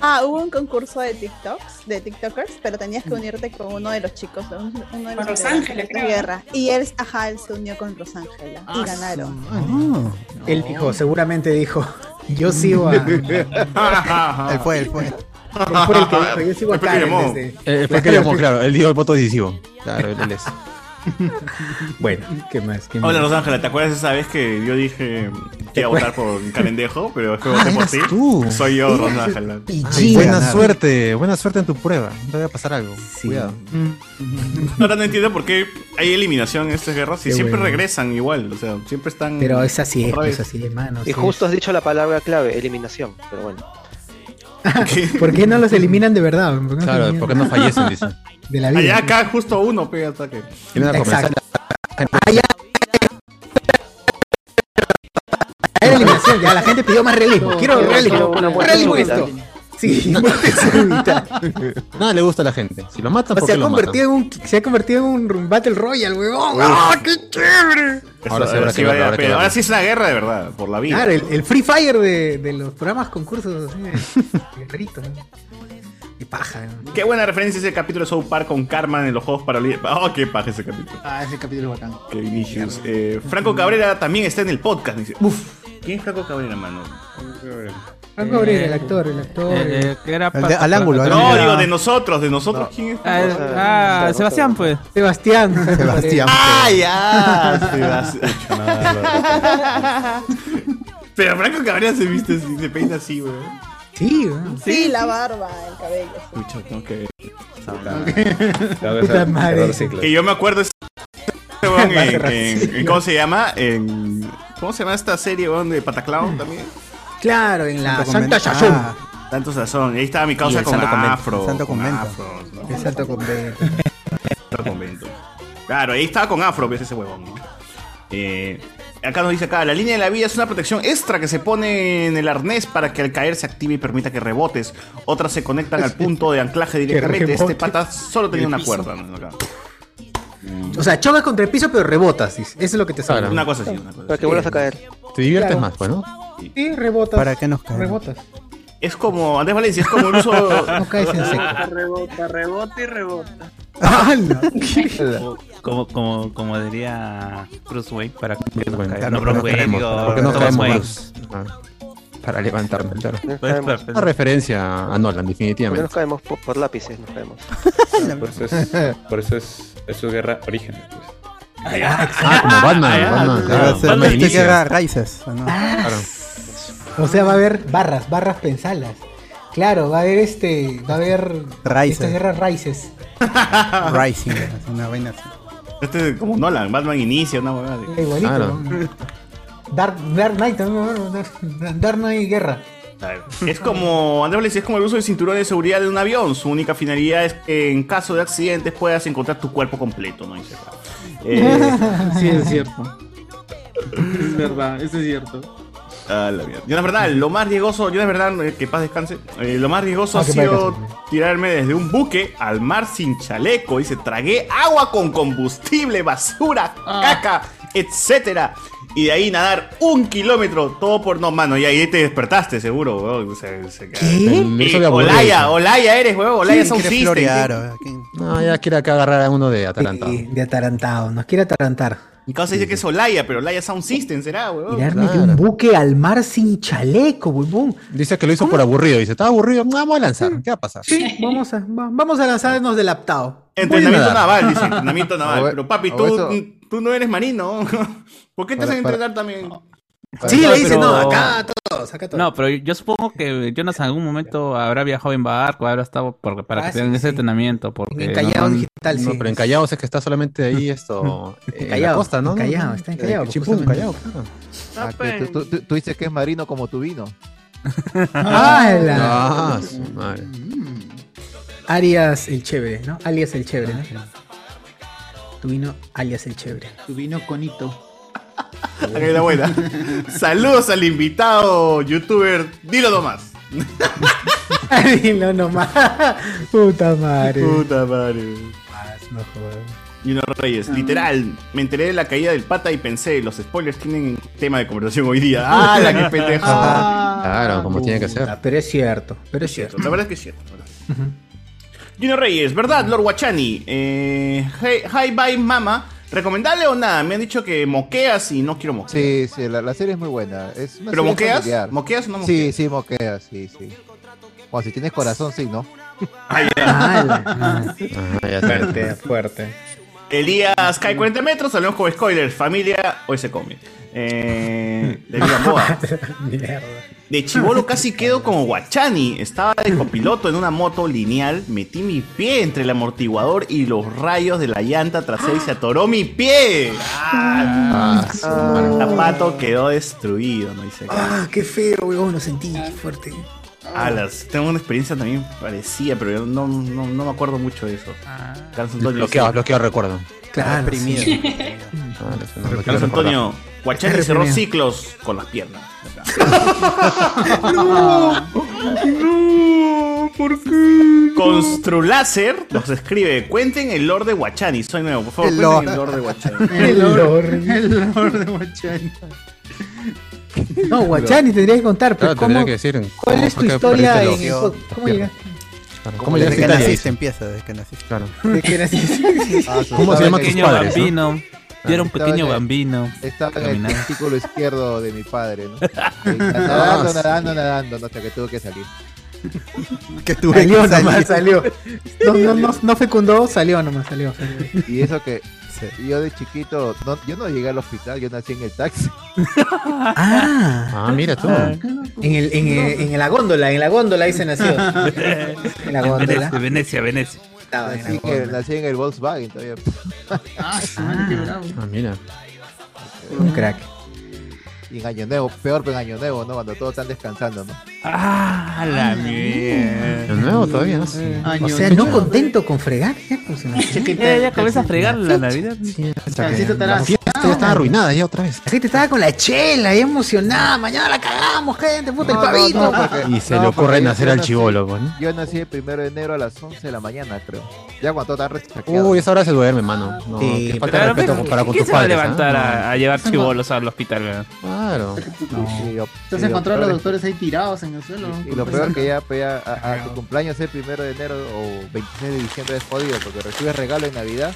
[SPEAKER 12] Ah, hubo un concurso de TikToks, de TikTokers, pero tenías que unirte con uno de los chicos, uno de los
[SPEAKER 15] Los
[SPEAKER 12] integrantes
[SPEAKER 15] Ángeles,
[SPEAKER 12] de
[SPEAKER 15] creo.
[SPEAKER 12] guerra. Y él, ajá, él se unió con Los Ángeles y ganaron.
[SPEAKER 1] Él dijo, seguramente dijo, yo sigo a. él fue, él fue. Él fue el que dijo, yo sigo a
[SPEAKER 4] Él fue el que
[SPEAKER 1] Karen
[SPEAKER 4] llamó.
[SPEAKER 1] desde-
[SPEAKER 2] Eh, fue que llamó, claro, él dio el voto decisivo. Claro, él es.
[SPEAKER 1] Bueno, ¿qué más? ¿Qué
[SPEAKER 4] Hola,
[SPEAKER 1] más?
[SPEAKER 4] Los Ángeles, ¿te acuerdas esa vez que yo dije que iba a votar por un calendejo? Pero después
[SPEAKER 2] Ah,
[SPEAKER 4] voté por
[SPEAKER 2] eras
[SPEAKER 4] ti.
[SPEAKER 2] tú.
[SPEAKER 4] Soy yo,
[SPEAKER 2] Eras
[SPEAKER 4] Los
[SPEAKER 2] el
[SPEAKER 4] Ángeles.
[SPEAKER 2] Ay, buena suerte, buena suerte en tu prueba. No te va a pasar algo. Cuidado.
[SPEAKER 4] Mm. Ahora no entiendo por qué hay eliminación en estas guerras y
[SPEAKER 1] Qué
[SPEAKER 4] siempre
[SPEAKER 1] bueno.
[SPEAKER 4] regresan igual. O sea, siempre están.
[SPEAKER 1] Pero es así, es,
[SPEAKER 4] otra vez.
[SPEAKER 1] pues así, hermano.
[SPEAKER 8] Y
[SPEAKER 1] sí.
[SPEAKER 8] justo has dicho la palabra clave, eliminación. Pero bueno.
[SPEAKER 1] ¿Por qué no los eliminan de verdad? ¿Por qué no se
[SPEAKER 2] Claro,
[SPEAKER 1] eliminan?
[SPEAKER 2] ¿por qué no fallecen? Dice.
[SPEAKER 1] De la vida.
[SPEAKER 4] Allá acá justo uno pega ataque.
[SPEAKER 2] Y van a comenzar
[SPEAKER 1] Exacto.
[SPEAKER 2] la-
[SPEAKER 1] Allá. Hay eliminación, ya la gente pidió más realismo. Quiero
[SPEAKER 8] quiero-
[SPEAKER 1] realismo.
[SPEAKER 8] quiero una muerte
[SPEAKER 1] Realismo
[SPEAKER 8] súbita.
[SPEAKER 1] esto. Sí, muerte súbita.
[SPEAKER 2] Nada le gusta a la gente. Si lo matan,
[SPEAKER 1] O
[SPEAKER 2] ¿por
[SPEAKER 1] se
[SPEAKER 2] qué
[SPEAKER 1] ha
[SPEAKER 2] lo matan?
[SPEAKER 1] convertido en un se ha convertido en un Battle Royale, huevón.
[SPEAKER 2] Uy.
[SPEAKER 1] ¡Ah, qué chévere!
[SPEAKER 2] Ahora
[SPEAKER 4] Eso-
[SPEAKER 2] sí habrá que verlo,
[SPEAKER 4] vale la
[SPEAKER 2] habrá que
[SPEAKER 4] pena.
[SPEAKER 2] verlo.
[SPEAKER 4] Ahora sí es una guerra de verdad, por la vida.
[SPEAKER 1] Claro, el, el Free Fire de, de los programas concursos así de guerritos. ¿no? Qué paja. ¿no?
[SPEAKER 4] Qué buena referencia ese capítulo de South Park con Carmen en los Juegos Paralímpicos. Oh, qué paja ese capítulo.
[SPEAKER 9] Ah, ese capítulo es bacán.
[SPEAKER 4] Qué inicios. Eh, Franco Cabrera también está en el podcast. Dice, Uf, ¿quién es Franco Cabrera, mano? Eh,
[SPEAKER 1] Franco Abril, el actor, el actor.
[SPEAKER 6] El- el Eh, que era
[SPEAKER 1] de- al ángulo, al
[SPEAKER 4] No,
[SPEAKER 1] ángulo.
[SPEAKER 4] digo, de nosotros, de nosotros. ¿Quién es?
[SPEAKER 6] Ah, el- ah, Sebastián, pues.
[SPEAKER 1] Sebastián. Sebastián.
[SPEAKER 4] ¡Ah, ya! Sebastián. Pero Franco Cabrera se viste así, se peina así, weón.
[SPEAKER 1] Sí, weón.
[SPEAKER 12] Sí, la barba, el cabello.
[SPEAKER 4] Escucha, tengo que.
[SPEAKER 10] Tengo
[SPEAKER 1] Puta
[SPEAKER 10] hacer-
[SPEAKER 1] madre.
[SPEAKER 10] cerrar ciclos.
[SPEAKER 4] Que yo me acuerdo ese ese weón
[SPEAKER 1] Va a
[SPEAKER 4] en,
[SPEAKER 1] cerrar
[SPEAKER 4] en-
[SPEAKER 1] ciclo.
[SPEAKER 4] en- ¿Cómo se llama? En, ¿Cómo se llama esta serie, weón, de Pataclown también?
[SPEAKER 1] Claro, en la
[SPEAKER 4] Santo
[SPEAKER 1] Santa
[SPEAKER 4] Convento.
[SPEAKER 1] Shashun.
[SPEAKER 4] Tanto sazón. Ahí estaba mi causa
[SPEAKER 1] el
[SPEAKER 4] con
[SPEAKER 1] Santo Convento.
[SPEAKER 4] Afro.
[SPEAKER 1] El Santo
[SPEAKER 4] con
[SPEAKER 1] Convento.
[SPEAKER 4] Afro, ¿no?
[SPEAKER 1] El Santo Convento.
[SPEAKER 4] Santo Convento. Claro, ahí estaba con Afro, ves ese huevón. Eh, acá nos dice acá, la línea de la vida es una protección extra que se pone en el arnés para que al caer se active y permita que rebotes. Otras se conectan al punto de anclaje directamente. Este
[SPEAKER 1] rebote.
[SPEAKER 4] pata solo tenía
[SPEAKER 1] El
[SPEAKER 4] una
[SPEAKER 1] piso.
[SPEAKER 4] cuerda. ¿no? Acá.
[SPEAKER 1] O sea, chocas contra el piso, pero rebotas. dice. Eso es lo que te sale.
[SPEAKER 4] Una cosa así, una cosa así. Ah, Para que
[SPEAKER 8] vuelvas a caer.
[SPEAKER 2] Te diviertes
[SPEAKER 1] Claro.
[SPEAKER 2] más, pues, bueno.
[SPEAKER 1] Sí, rebotas.
[SPEAKER 2] ¿Para qué nos caemos?
[SPEAKER 1] Rebotas.
[SPEAKER 4] Es como, Andrés Valencia, es como un uso...
[SPEAKER 1] No caes en seco. Ah,
[SPEAKER 15] Rebota, rebota y rebota.
[SPEAKER 6] Como- Como, como, como diría Bruce Wayne para que no caiga.
[SPEAKER 2] Claro,
[SPEAKER 6] No, Bruce Wayne,
[SPEAKER 2] caemos,
[SPEAKER 6] digo,
[SPEAKER 2] ¿Por qué no
[SPEAKER 6] Thomas
[SPEAKER 2] caemos
[SPEAKER 6] Wayne.
[SPEAKER 2] más? Ah, Para levantarnos, claro.
[SPEAKER 8] caemos.
[SPEAKER 2] Una referencia a Nolan,
[SPEAKER 8] Porque nos
[SPEAKER 2] definitivamente.
[SPEAKER 8] caemos por, por lápices, nos caemos.
[SPEAKER 10] Por eso es, por eso es, eso es guerra origen. pues.
[SPEAKER 2] Ah, como Batman,
[SPEAKER 10] Ah,
[SPEAKER 2] Batman,
[SPEAKER 10] claro.
[SPEAKER 2] claro.
[SPEAKER 10] Batman
[SPEAKER 2] Batman
[SPEAKER 10] inicia.
[SPEAKER 2] inicia.
[SPEAKER 13] raíces. ¿o no?
[SPEAKER 2] Claro.
[SPEAKER 1] O sea, va a haber barras, barras pensalas. Claro, va a haber este. Va a haber.
[SPEAKER 13] Raíces.
[SPEAKER 1] Estas guerras raíces.
[SPEAKER 13] Rising, así, una vaina así.
[SPEAKER 4] Este es como Nolan, Batman inicia, una huevada. así.
[SPEAKER 1] Eh, igualito.
[SPEAKER 4] Claro.
[SPEAKER 1] ¿no? Dark, Dark Knight también, bueno, Dark, Dark Knight Guerra.
[SPEAKER 4] Es como, Andrés Valencia, es como el uso del cinturón de seguridad de un avión. Su única finalidad es que en caso de accidentes puedas encontrar tu cuerpo completo, ¿no? Dice acá.
[SPEAKER 3] Eh,
[SPEAKER 4] Eh,
[SPEAKER 18] Sí, es cierto. Es verdad, eso es cierto.
[SPEAKER 4] Ah, la mierda. Yo, la verdad, lo más riesgoso, yo, la verdad, eh, que paz descanse, eh, lo más riesgoso
[SPEAKER 18] Ah,
[SPEAKER 4] ha
[SPEAKER 18] que paz
[SPEAKER 4] sido tirarme desde un buque al mar sin chaleco. Dice, tragué agua con combustible, basura,
[SPEAKER 18] Ah.
[SPEAKER 4] caca, etcétera. Y de ahí nadar un kilómetro, todo por no, mano. Y ahí te despertaste, seguro, weón. Se- se-
[SPEAKER 2] Eso de
[SPEAKER 4] Eh,
[SPEAKER 2] aburrido.
[SPEAKER 4] Olaya, Olaya eres, weón. Olaya
[SPEAKER 1] ¿Quién
[SPEAKER 4] son
[SPEAKER 1] quiere
[SPEAKER 4] system.
[SPEAKER 1] florear,
[SPEAKER 4] ¿Qué-
[SPEAKER 1] weón?
[SPEAKER 2] No, ya quiere acá agarrar a uno de Atalanta.
[SPEAKER 1] De atarantado, nos quiere atarantar.
[SPEAKER 4] Mi causa dice que es Olaya, pero Olaya Sound System será, weón.
[SPEAKER 1] Tirarme de un buque al mar sin chaleco, huevón.
[SPEAKER 2] Dice que lo hizo por aburrido. Dice, estaba aburrido. Vamos a lanzar. ¿Qué va a pasar?
[SPEAKER 1] Sí, vamos a, va- vamos a lanzarnos del aptado.
[SPEAKER 4] Entrenamiento
[SPEAKER 2] Voy a nadar.
[SPEAKER 4] naval, dice, entrenamiento naval.
[SPEAKER 2] O-
[SPEAKER 4] Pero papi,
[SPEAKER 2] o
[SPEAKER 4] tú,
[SPEAKER 2] eso-
[SPEAKER 4] tú no eres marino. ¿Por qué te
[SPEAKER 2] Para-
[SPEAKER 4] hacen
[SPEAKER 2] para-
[SPEAKER 4] entrenar también?
[SPEAKER 1] Sí, le
[SPEAKER 6] dice,
[SPEAKER 1] dicen, no, acá todos, acá todos.
[SPEAKER 6] No, pero yo supongo que Jonas en algún momento habrá viajado en barco, habrá estado por- para que
[SPEAKER 1] Ah,
[SPEAKER 6] tengan
[SPEAKER 1] sí,
[SPEAKER 6] ese entrenamiento. Porque
[SPEAKER 1] En Callao
[SPEAKER 6] no-
[SPEAKER 1] Digital,
[SPEAKER 2] No,
[SPEAKER 1] sí.
[SPEAKER 2] pero en Callao es que está solamente ahí esto. eh, en la
[SPEAKER 1] Callao,
[SPEAKER 2] costa, ¿no?
[SPEAKER 1] en
[SPEAKER 2] No,
[SPEAKER 1] Callao,
[SPEAKER 2] no,
[SPEAKER 1] está en
[SPEAKER 2] eh,
[SPEAKER 1] Callao,
[SPEAKER 2] Chipún,
[SPEAKER 1] justamente.
[SPEAKER 2] Callao, claro.
[SPEAKER 3] Ah, que tú,
[SPEAKER 4] pues.
[SPEAKER 3] tú- tú dices que es marino como tu vino.
[SPEAKER 1] ¡Hala!
[SPEAKER 2] Ah, su madre.
[SPEAKER 1] Arias el chévere, ¿no? Alias el chévere, ¿no?
[SPEAKER 4] Ah.
[SPEAKER 1] Tu vino, alias el chévere.
[SPEAKER 18] Tu vino conito.
[SPEAKER 4] Acá hay la buena. Saludos al invitado youtuber. Dilo nomás.
[SPEAKER 1] Dilo nomás. Puta madre.
[SPEAKER 4] Puta madre.
[SPEAKER 3] Ah,
[SPEAKER 4] Juno
[SPEAKER 2] Ah.
[SPEAKER 4] Reyes, literal, me enteré de la caída del pata y pensé, los spoilers tienen tema de conversación hoy día. ¡Ah, la que pendejo!
[SPEAKER 2] Claro, como tiene que ser.
[SPEAKER 1] Ah, Pero es cierto, pero es
[SPEAKER 4] cierto. La verdad es que es cierto. la verdad. Gino Reyes, ¿verdad, Lord Guachani? Eh, hey- hi, bye, mama. ¿Recomendable o nada? Me han dicho que moqueas y no quiero moquear.
[SPEAKER 3] Sí, sí, la, la serie es muy buena. Es una
[SPEAKER 4] ¿Pero
[SPEAKER 3] serie
[SPEAKER 4] moqueas?
[SPEAKER 3] familiar.
[SPEAKER 4] ¿Moqueas o no
[SPEAKER 3] Sí, sí, moqueas, sí, sí. O si tienes corazón, sí, ¿no?
[SPEAKER 4] Ah,
[SPEAKER 1] Fuerte, fuerte.
[SPEAKER 4] Elías cae 40 metros, hablamos con spoilers. Familia, hoy se come. Eh, de Gamboa. De chivolo casi quedo como Guachani. Estaba de copiloto en una moto lineal. Metí mi pie entre el amortiguador y los rayos de la llanta trasera y se atoró mi pie. Ah, el zapato quedó destruido, no dice.
[SPEAKER 1] Ah, qué feo, weón, lo sentí, qué fuerte.
[SPEAKER 4] Alas, tengo una experiencia también parecida, pero yo no, no, no me acuerdo mucho de eso. Carlos Antonio,
[SPEAKER 2] Bloqueado,
[SPEAKER 4] sí.
[SPEAKER 2] bloqueado recuerdo.
[SPEAKER 1] Claro,
[SPEAKER 2] Reprimido.
[SPEAKER 1] sí.
[SPEAKER 2] Claro, eso Ah, no lo quiero
[SPEAKER 4] Carlos Antonio,
[SPEAKER 2] recordar.
[SPEAKER 4] Guachani cerró ciclos con las piernas.
[SPEAKER 5] No.
[SPEAKER 4] No, ¿por qué? Construláser nos escribe, cuenten el lore de Guachani. Soy nuevo, por favor,
[SPEAKER 18] El
[SPEAKER 4] cuenten
[SPEAKER 18] lore.
[SPEAKER 4] el lore de Guachani.
[SPEAKER 1] El Lord.
[SPEAKER 18] El Lord de Guachani.
[SPEAKER 1] No, Guachani, tendría que contar, pero
[SPEAKER 2] Claro, Ah, tendría
[SPEAKER 1] ¿cómo-
[SPEAKER 2] que decir.
[SPEAKER 1] ¿cuál
[SPEAKER 2] cómo
[SPEAKER 1] es tu
[SPEAKER 2] fue que
[SPEAKER 1] historia?
[SPEAKER 2] perdiste
[SPEAKER 1] en-
[SPEAKER 2] los-
[SPEAKER 1] ¿Cómo,
[SPEAKER 2] las
[SPEAKER 1] cómo
[SPEAKER 2] piernas.
[SPEAKER 1] llegaste?
[SPEAKER 2] Claro,
[SPEAKER 13] ¿Cómo
[SPEAKER 2] ¿Cómo
[SPEAKER 13] desde
[SPEAKER 2] llegaste
[SPEAKER 13] que
[SPEAKER 2] a Italia?
[SPEAKER 13] naciste
[SPEAKER 2] dice?
[SPEAKER 13] empieza, desde que naciste.
[SPEAKER 2] Claro.
[SPEAKER 1] ¿De qué era así?
[SPEAKER 6] Ah,
[SPEAKER 2] ¿Cómo se llaman tus
[SPEAKER 6] Pequeño
[SPEAKER 2] padres? no?
[SPEAKER 6] bambino. Yo era un
[SPEAKER 3] Estaba
[SPEAKER 6] pequeño
[SPEAKER 3] en el-
[SPEAKER 6] bambino.
[SPEAKER 3] Estaba en el
[SPEAKER 6] caminando.
[SPEAKER 3] testículo izquierdo de mi padre, ¿no? Y nadando, nadando, nadando, hasta que tuve que salir.
[SPEAKER 13] Que
[SPEAKER 1] salió nomás, salió. No, no, no, no fecundó, salió nomás, salió. salió.
[SPEAKER 3] Y eso que yo de chiquito, no, yo no llegué al hospital, yo nací en el taxi.
[SPEAKER 1] Ah,
[SPEAKER 2] Ah, mira tú.
[SPEAKER 1] en, el, en, el- en la góndola, en la góndola ahí se nació. En la góndola.
[SPEAKER 6] Venecia, Venecia, Venecia.
[SPEAKER 3] Nací en, el, nací en el Volkswagen todavía.
[SPEAKER 2] Ah, mira.
[SPEAKER 1] Un crack.
[SPEAKER 3] Y en Año Nuevo, peor que en Año Nuevo, ¿no? Cuando todos están descansando, ¿no?
[SPEAKER 6] Ah, la mierda.
[SPEAKER 2] De nuevo todavía, no sé.
[SPEAKER 1] O sea, no contento con fregar, ya pues, con su nacimiento.
[SPEAKER 6] Ya, ya comienza a fregar la Navidad.
[SPEAKER 1] La
[SPEAKER 2] que
[SPEAKER 1] fiesta estará
[SPEAKER 2] la fiesta ya está arruinada Ah, ya otra vez.
[SPEAKER 1] La gente estaba con la chela, ahí emocionada. Mañana la cagamos, gente, puta, el pavito.
[SPEAKER 2] Y se
[SPEAKER 3] no,
[SPEAKER 2] le
[SPEAKER 3] porque
[SPEAKER 2] ocurre
[SPEAKER 3] yo-
[SPEAKER 2] nacer
[SPEAKER 3] yo
[SPEAKER 2] al
[SPEAKER 3] nací-
[SPEAKER 2] chivolo, ¿no?
[SPEAKER 3] Yo nací el primero de enero a las 11 de la mañana, creo. Ya cuando todo está resaqueado.
[SPEAKER 2] Uy, esa hora se duerme, mano. No,
[SPEAKER 1] Sí,
[SPEAKER 2] qué falta de
[SPEAKER 6] Claro,
[SPEAKER 2] respeto
[SPEAKER 6] pues,
[SPEAKER 2] comparado con
[SPEAKER 6] ¿Quién
[SPEAKER 2] tus
[SPEAKER 6] se va a
[SPEAKER 2] padres.
[SPEAKER 6] levantar
[SPEAKER 2] ¿ah?
[SPEAKER 6] a, a llevar chibolos al hospital? weón?
[SPEAKER 2] Claro.
[SPEAKER 18] Entonces encontró a los doctores ahí tirados en el suelo.
[SPEAKER 3] Y lo peor que ya, pues, ya a, a tu cumpleaños el primero de enero o 26 de diciembre es jodido porque recibes regalo en Navidad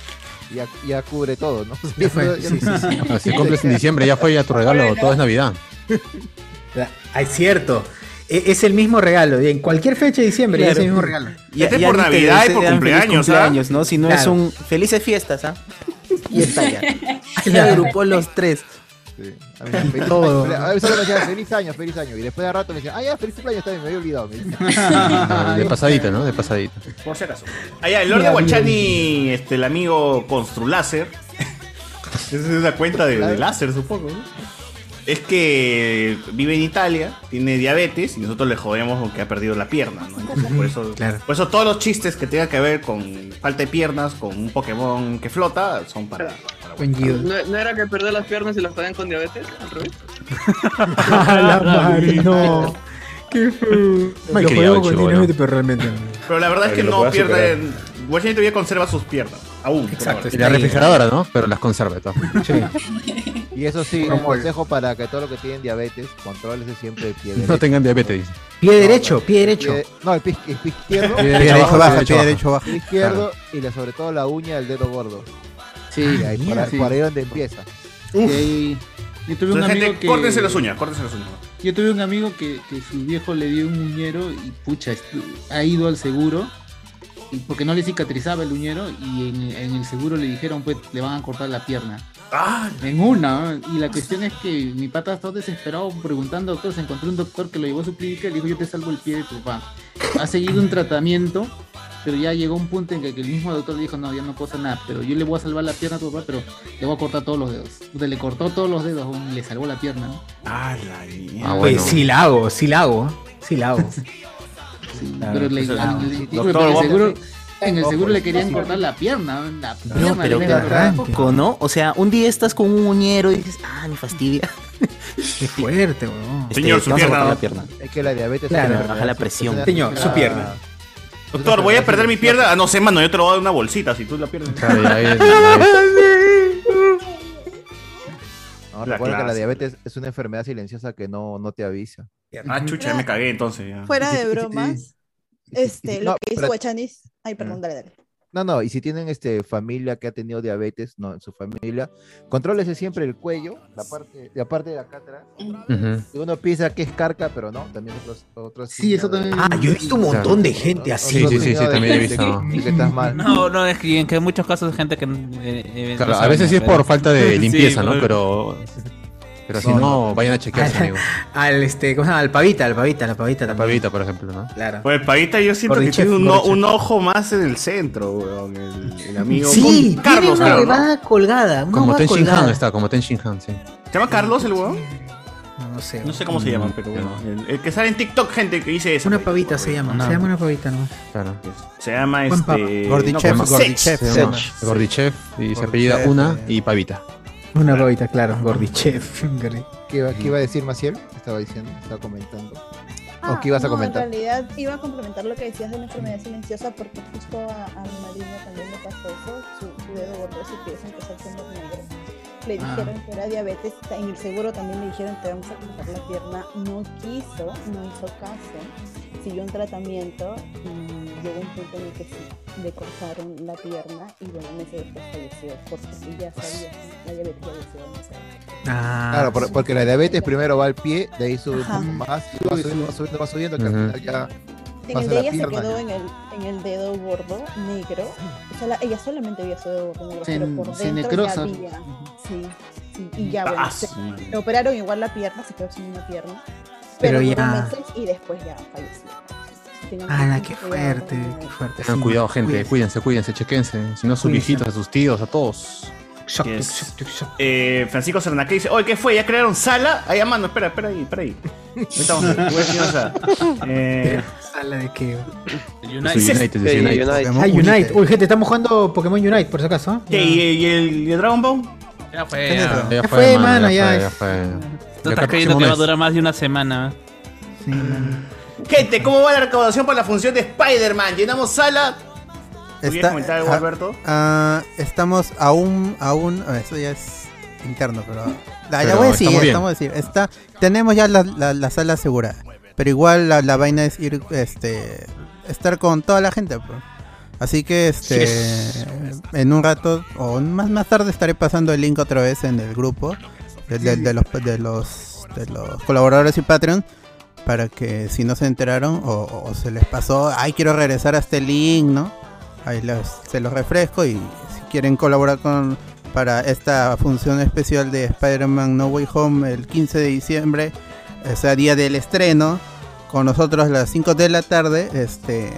[SPEAKER 3] y ya, ya cubre todo, ¿no?
[SPEAKER 1] Ya fue, sí, sí, sí.
[SPEAKER 2] Ah, Si cumples en diciembre, ya fue ya tu regalo, todo es Navidad.
[SPEAKER 1] Ah, es cierto. E- Es el mismo regalo. En cualquier fecha de diciembre
[SPEAKER 7] Claro.
[SPEAKER 1] es el mismo regalo.
[SPEAKER 7] Ya-
[SPEAKER 4] Este
[SPEAKER 7] ya ni te desean feliz
[SPEAKER 4] ¿ah?
[SPEAKER 7] cumpleaños, ¿ah? ¿no? Si no es
[SPEAKER 1] Claro.
[SPEAKER 7] un. Felices fiestas, ¿ah? Y está ya. Ahí
[SPEAKER 1] Claro.
[SPEAKER 7] agrupó los tres.
[SPEAKER 3] A mí, feliz-
[SPEAKER 7] Todo.
[SPEAKER 3] A veces me decían feliz año, feliz año. Y después de rato me decían, ah, ya, feliz cumpleaños también, me había olvidado. me dicen.
[SPEAKER 2] Ah, De pasadita, ¿no? De pasadita.
[SPEAKER 4] Por si acaso. Allá, Ah, el Lord de
[SPEAKER 2] Ya,
[SPEAKER 4] Guachani, este, el amigo Construláser. Esa es una cuenta de, de láser, supongo. ¿no? Es que vive en Italia, tiene diabetes y nosotros le jodemos con que ha perdido la pierna. ¿no? Entonces, por, eso, por eso todos los chistes que tengan que ver con falta de piernas, con un Pokémon que flota, son para, para
[SPEAKER 1] Buen Guido.
[SPEAKER 18] ¿No, no era que perder las piernas y las ponían con diabetes? ¿Al revés?
[SPEAKER 1] la madre, no. Qué feo.
[SPEAKER 2] Mal
[SPEAKER 1] Lo
[SPEAKER 2] criado,
[SPEAKER 1] juego
[SPEAKER 2] chibolo.
[SPEAKER 1] continuamente, pero realmente. no.
[SPEAKER 4] Pero la verdad es que
[SPEAKER 2] Pero lo
[SPEAKER 4] no
[SPEAKER 2] puedas
[SPEAKER 4] pierde. Washington todavía conserva sus piernas. Aún. por
[SPEAKER 1] Exacto,
[SPEAKER 4] ahora.
[SPEAKER 2] Y la refrigeradora, ¿no? Pero las conserva de todas formas.
[SPEAKER 3] Y eso sí, un
[SPEAKER 1] Promol.
[SPEAKER 3] consejo para que todos los que tienen diabetes, contrólese siempre el pie
[SPEAKER 2] No
[SPEAKER 3] derecho.
[SPEAKER 2] tengan diabetes, dice.
[SPEAKER 1] Pie derecho, pie derecho.
[SPEAKER 3] Pie- no, el pie, el pie izquierdo.
[SPEAKER 2] Pie derecho abajo, pie derecho abajo.
[SPEAKER 3] Pie izquierdo y la- sobre todo la uña del dedo gordo.
[SPEAKER 18] Sí,
[SPEAKER 3] Y ahí,
[SPEAKER 18] mira,
[SPEAKER 3] para,
[SPEAKER 18] sí.
[SPEAKER 3] para ahí donde empieza.
[SPEAKER 18] Y ahí- yo tuve un
[SPEAKER 4] Entonces,
[SPEAKER 18] amigo
[SPEAKER 4] gente,
[SPEAKER 18] que-
[SPEAKER 4] córtense las uñas, córtense las uñas.
[SPEAKER 18] Yo tuve un amigo que, que su viejo le dio un uñero y pucha, estu- ha ido al seguro y porque no le cicatrizaba el uñero y en, en el seguro le dijeron pues le van a cortar la pierna. En una, ¿no? y la cuestión es que mi pata estaba desesperado preguntando a doctor, se encontró un doctor que lo llevó a su clínica y le dijo yo te salvo el pie de tu papá. Ha seguido un tratamiento, pero ya llegó un punto en que, que el mismo doctor le dijo no, ya no puedo hacer nada, pero yo le voy a salvar la pierna a tu papá, pero le voy a cortar todos los dedos. Puta, le cortó todos los dedos y le salvó la pierna. ¿no?
[SPEAKER 1] Ah, bueno. Pues sí la hago, sí la hago. Sí la hago.
[SPEAKER 18] Pero le,
[SPEAKER 1] Eso es
[SPEAKER 18] al-
[SPEAKER 1] nada.
[SPEAKER 18] le-
[SPEAKER 1] Ah, pues, Doctor,
[SPEAKER 18] pero el
[SPEAKER 1] vos-
[SPEAKER 18] seguro- en el
[SPEAKER 1] Ojo,
[SPEAKER 18] seguro le
[SPEAKER 1] sí,
[SPEAKER 18] querían
[SPEAKER 1] pues, sí.
[SPEAKER 18] cortar la pierna. La pierna
[SPEAKER 7] No, pero
[SPEAKER 18] le
[SPEAKER 7] qué
[SPEAKER 18] querían cortar.
[SPEAKER 7] loco, ¿no? O sea, un día estás con un uñero y dices, ah, me fastidia.
[SPEAKER 1] Qué fuerte, weón.
[SPEAKER 7] Este, Señor, su vamos a pierna. cortar la pierna.
[SPEAKER 3] Es que la diabetes
[SPEAKER 7] Claro,
[SPEAKER 3] es una
[SPEAKER 7] baja la
[SPEAKER 3] enfermedad,
[SPEAKER 7] presión.
[SPEAKER 3] es una
[SPEAKER 7] Señor, su
[SPEAKER 3] enfermedad-
[SPEAKER 7] pierna.
[SPEAKER 4] Doctor, voy a perder mi pierna. Ah, no sé, mano, yo te lo voy a dar una bolsita si tú la pierdes.
[SPEAKER 2] Claro, ya, ya,
[SPEAKER 3] No,
[SPEAKER 4] La
[SPEAKER 3] recuerda que la
[SPEAKER 4] clase.
[SPEAKER 3] diabetes es una enfermedad silenciosa que no, no te avisa.
[SPEAKER 4] Ah, chucha, ya me cagué entonces. ya.
[SPEAKER 12] Fuera de bromas, este, lo
[SPEAKER 3] No,
[SPEAKER 12] que hizo
[SPEAKER 3] pero- Mm.
[SPEAKER 12] Guachanis. Ay, perdón, dale, dale.
[SPEAKER 3] No, no, y si tienen este familia que ha tenido diabetes, no, en su familia, contrólese siempre el cuello, la parte, la parte de acá atrás.
[SPEAKER 2] Ujú.
[SPEAKER 3] Y uno piensa que es carca, pero no, también otros, otros
[SPEAKER 18] Sí, eso también.
[SPEAKER 1] Ah, yo he visto un montón de gente así.
[SPEAKER 2] Sí, sí, sí, sí, también he
[SPEAKER 3] de-
[SPEAKER 2] visto.
[SPEAKER 3] de que estás mal.
[SPEAKER 6] No, no, es que en, que en muchos casos hay gente que... eh, eh,
[SPEAKER 2] Claro,
[SPEAKER 6] no
[SPEAKER 2] a
[SPEAKER 6] sabe,
[SPEAKER 2] veces sí es
[SPEAKER 6] pero-
[SPEAKER 2] por falta de
[SPEAKER 6] Sí,
[SPEAKER 2] limpieza, ¿no?
[SPEAKER 6] por-
[SPEAKER 2] Pero. Pero si no, vayan a chequearse, amigo.
[SPEAKER 1] Al este, ¿cómo se llama? Al pavita, al pavita, al pavita también.
[SPEAKER 2] Pavita, por ejemplo, ¿no?
[SPEAKER 1] Claro.
[SPEAKER 4] Pues Pavita, yo siento que
[SPEAKER 1] Gordichev,
[SPEAKER 4] tiene un, o-
[SPEAKER 1] Gordichev.
[SPEAKER 4] un ojo más en el centro, weón. El, el amigo.
[SPEAKER 1] Sí,
[SPEAKER 4] ¿Cómo?
[SPEAKER 1] tiene
[SPEAKER 4] Carlos,
[SPEAKER 1] una
[SPEAKER 4] claro, ¿no?
[SPEAKER 1] huevada colgada. Una
[SPEAKER 2] Como
[SPEAKER 1] huevada
[SPEAKER 2] Ten Shin Han
[SPEAKER 1] colgada.
[SPEAKER 2] está, como Ten Shin Han, sí.
[SPEAKER 4] ¿Se llama Carlos el huevón?
[SPEAKER 1] No sé.
[SPEAKER 4] No sé cómo se llama, pero bueno. El, el que sale en TikTok, gente, que dice eso.
[SPEAKER 1] Una pavita se llama, se llama una pavita nomás.
[SPEAKER 2] Claro.
[SPEAKER 4] Se llama
[SPEAKER 1] Juan Papa.
[SPEAKER 4] este.
[SPEAKER 1] Gordichev,
[SPEAKER 4] no,
[SPEAKER 1] Gordichev
[SPEAKER 4] Sech.
[SPEAKER 1] se llama.
[SPEAKER 4] Sech.
[SPEAKER 2] Gordichev y se apellida
[SPEAKER 1] Gordichev,
[SPEAKER 2] una y Pavita.
[SPEAKER 1] Una pavita, claro, Gordichev. Gordi-
[SPEAKER 3] ¿Qué, iba- qué iba a decir Maciel? Estaba diciendo, estaba comentando. ¿O qué ibas a
[SPEAKER 12] Ah, no,
[SPEAKER 3] comentar?
[SPEAKER 12] En realidad iba a complementar lo que decías de la enfermedad silenciosa porque justo a, a mi madrina también le pasó eso, su, su dedo gordo se quiso empezar con los negros. Le
[SPEAKER 11] Ah.
[SPEAKER 12] dijeron que era diabetes, en el seguro también le dijeron te vamos a cortar la pierna, no quiso, no hizo caso, siguió un tratamiento y llegó un punto en el que sí, le cortaron la pierna y bueno, meses después falleció porque sí ya sabía, la diabetes ya había sido demasiado.
[SPEAKER 1] Ah,
[SPEAKER 3] Claro, por- porque la diabetes primero va al pie, de ahí sube un
[SPEAKER 12] Ajá.
[SPEAKER 3] poco más, y va subiendo, va subiendo, va subiendo, que
[SPEAKER 2] Ujú.
[SPEAKER 3] al final ya
[SPEAKER 12] En el
[SPEAKER 3] pasa
[SPEAKER 12] de
[SPEAKER 3] la
[SPEAKER 12] ella se
[SPEAKER 3] pierna.
[SPEAKER 12] quedó en el, en el dedo gordo negro. O sea, la- ella solamente había su dedo gordo negro,
[SPEAKER 18] Se-
[SPEAKER 12] pero por
[SPEAKER 18] se
[SPEAKER 12] dentro
[SPEAKER 18] necrosa.
[SPEAKER 12] ya había. Sí, sí, y ya bueno,
[SPEAKER 18] Ah,
[SPEAKER 12] se-
[SPEAKER 18] su madre.
[SPEAKER 12] le operaron igual la pierna, se quedó sin una pierna.
[SPEAKER 1] Pero
[SPEAKER 12] Pero, duró
[SPEAKER 1] ya-
[SPEAKER 12] meses y después ya falleció. Tenía un-
[SPEAKER 1] Ala,
[SPEAKER 12] un
[SPEAKER 1] Ah, qué
[SPEAKER 12] dedo
[SPEAKER 1] fuerte,
[SPEAKER 12] gordo negro.
[SPEAKER 1] qué fuerte.
[SPEAKER 2] Tengan
[SPEAKER 1] Sí,
[SPEAKER 2] cuidado, gente.
[SPEAKER 1] cuídense.
[SPEAKER 2] Cuídense, cuídense, chequense. Si no, a sus
[SPEAKER 1] Cuídense.
[SPEAKER 2] viejitos, a sus tíos, a todos.
[SPEAKER 4] Yes. Eh, Francisco Cernaque dice, oye, ¿qué fue? ¿Ya crearon sala? Ahí a mano, espera, espera ahí, espera ahí. Ahorita vamos a ver, voy a decir, o sea, eh,
[SPEAKER 1] Sala de que.
[SPEAKER 2] United, Pues United, Sí, United. United.
[SPEAKER 1] Ah, Unite. Uy, gente, estamos jugando Pokémon Unite, por si acaso. ¿eh?
[SPEAKER 4] ¿qué? ¿Y, y el, y el Dragon Ball?
[SPEAKER 6] Ya
[SPEAKER 1] Ya
[SPEAKER 6] fue,
[SPEAKER 1] está.
[SPEAKER 6] ya.
[SPEAKER 1] Ya fue, mano, ya es-
[SPEAKER 6] eh, Tú estás creyendo que va a durar más de una semana.
[SPEAKER 4] Gente, ¿cómo va la recaudación para la función de Spider-Man? ¿Llenamos sala? ¿Quieres
[SPEAKER 13] Está-
[SPEAKER 4] comentar algo,
[SPEAKER 13] ah,
[SPEAKER 4] Alberto?
[SPEAKER 13] ah, estamos aún, aún, ah, eso ya es interno, pero... Ah, ya
[SPEAKER 2] Pero
[SPEAKER 13] voy a decir,
[SPEAKER 2] estamos bien.
[SPEAKER 13] estamos a decir, está, tenemos ya la, la- la sala asegurada, pero igual la, la vaina es ir, este, estar con toda la gente, pues. Así que, este,
[SPEAKER 1] Yes.
[SPEAKER 13] en un rato, o más, más tarde estaré pasando el link otra vez en el grupo de, de- de los, de, los, de los colaboradores y Patreon, para que si no se enteraron o, o se les pasó, ay, quiero regresar a este link, ¿no? Ahí los- se los refresco y si quieren colaborar con para esta función especial de Spider-Man No Way Home el 15 de diciembre, o sea, día del estreno, con nosotros a las 5 de la tarde, este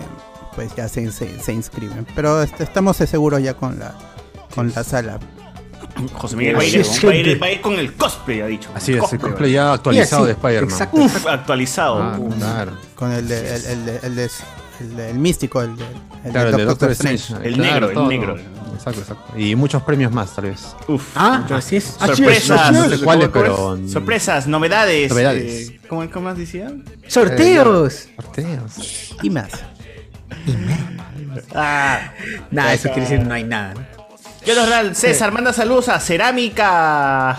[SPEAKER 13] pues ya se, se- se inscriben. Pero este, estamos seguros ya con la con la sala.
[SPEAKER 4] José Miguel va a, ir,
[SPEAKER 13] Así
[SPEAKER 4] va a ir-
[SPEAKER 13] es.
[SPEAKER 4] va a ir con el cosplay, ha dicho.
[SPEAKER 2] Así es, el
[SPEAKER 4] Cosplay.
[SPEAKER 2] cosplay ya actualizado de Spider-Man.
[SPEAKER 4] Uf, actualizado.
[SPEAKER 2] Ah,
[SPEAKER 4] Uf.
[SPEAKER 2] claro.
[SPEAKER 13] Con el de- el, el de- el de- el de- el místico, el de-
[SPEAKER 2] Claro, el de Doctor Strange.
[SPEAKER 4] El negro,
[SPEAKER 2] Claro,
[SPEAKER 4] el
[SPEAKER 2] todo.
[SPEAKER 4] negro.
[SPEAKER 2] Exacto, exacto. Y muchos premios más, tal vez.
[SPEAKER 4] Uf.
[SPEAKER 1] Ah, así es.
[SPEAKER 4] Sorpresas,
[SPEAKER 2] No sé cuáles,
[SPEAKER 4] ¿cómo es?
[SPEAKER 2] pero.
[SPEAKER 4] sorpresas, novedades.
[SPEAKER 2] Novedades.
[SPEAKER 4] eh, ¿cómo, ¿Cómo más decían?
[SPEAKER 1] Sorteos.
[SPEAKER 2] Sorteos.
[SPEAKER 1] Y más.
[SPEAKER 4] Ah,
[SPEAKER 1] Nada, eso quiere decir no hay nada. ¿no?
[SPEAKER 4] Yo los real, César, manda saludos a Cerámica.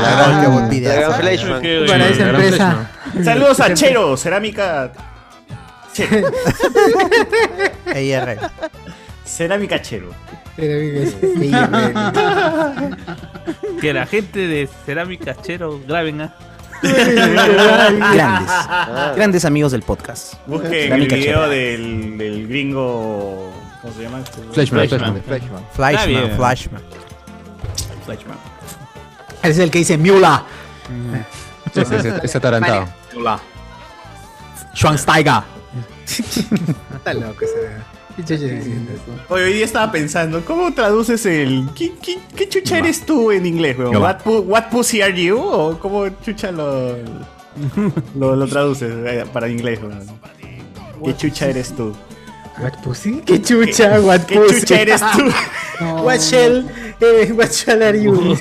[SPEAKER 1] Ah, qué buen video. Para esa empresa.
[SPEAKER 4] Saludos a Chero, Cerámica. Chero.
[SPEAKER 13] AR.
[SPEAKER 4] Cerámica Chero.
[SPEAKER 6] Que la gente de Cerámica Chero graben, ¿ah?
[SPEAKER 7] Grandes. Grandes amigos del podcast.
[SPEAKER 4] Busquen el
[SPEAKER 7] Cerámica
[SPEAKER 4] video
[SPEAKER 7] Chera.
[SPEAKER 4] del, del gringo. ¿Cómo se llama? este?
[SPEAKER 7] Flashman, Flashman.
[SPEAKER 4] Flashman.
[SPEAKER 13] Flashman,
[SPEAKER 4] Está bien.
[SPEAKER 13] Flashman.
[SPEAKER 4] Flashman.
[SPEAKER 1] Ese es el que dice Miula.
[SPEAKER 2] Sí, sí, sí, ese atarantado.
[SPEAKER 1] Vale. Schwansteiger. Está loco ese. ¿Qué chucha diciendo eso?
[SPEAKER 4] Oye, hoy día estaba pensando, ¿cómo traduces el. ¿Qué, qué- qué chucha eres tú en inglés, weón?
[SPEAKER 2] No.
[SPEAKER 4] What, pu- what pussy are you? ¿O cómo chucha lo. lo, lo traduces eh, para inglés, weón? ¿Qué chucha eres tú?
[SPEAKER 1] What pussy? ¿Qué chucha?
[SPEAKER 4] ¿Qué-
[SPEAKER 1] What
[SPEAKER 4] qué
[SPEAKER 1] pussy?
[SPEAKER 4] chucha eres tú?
[SPEAKER 1] What shell? eh, what shell are you?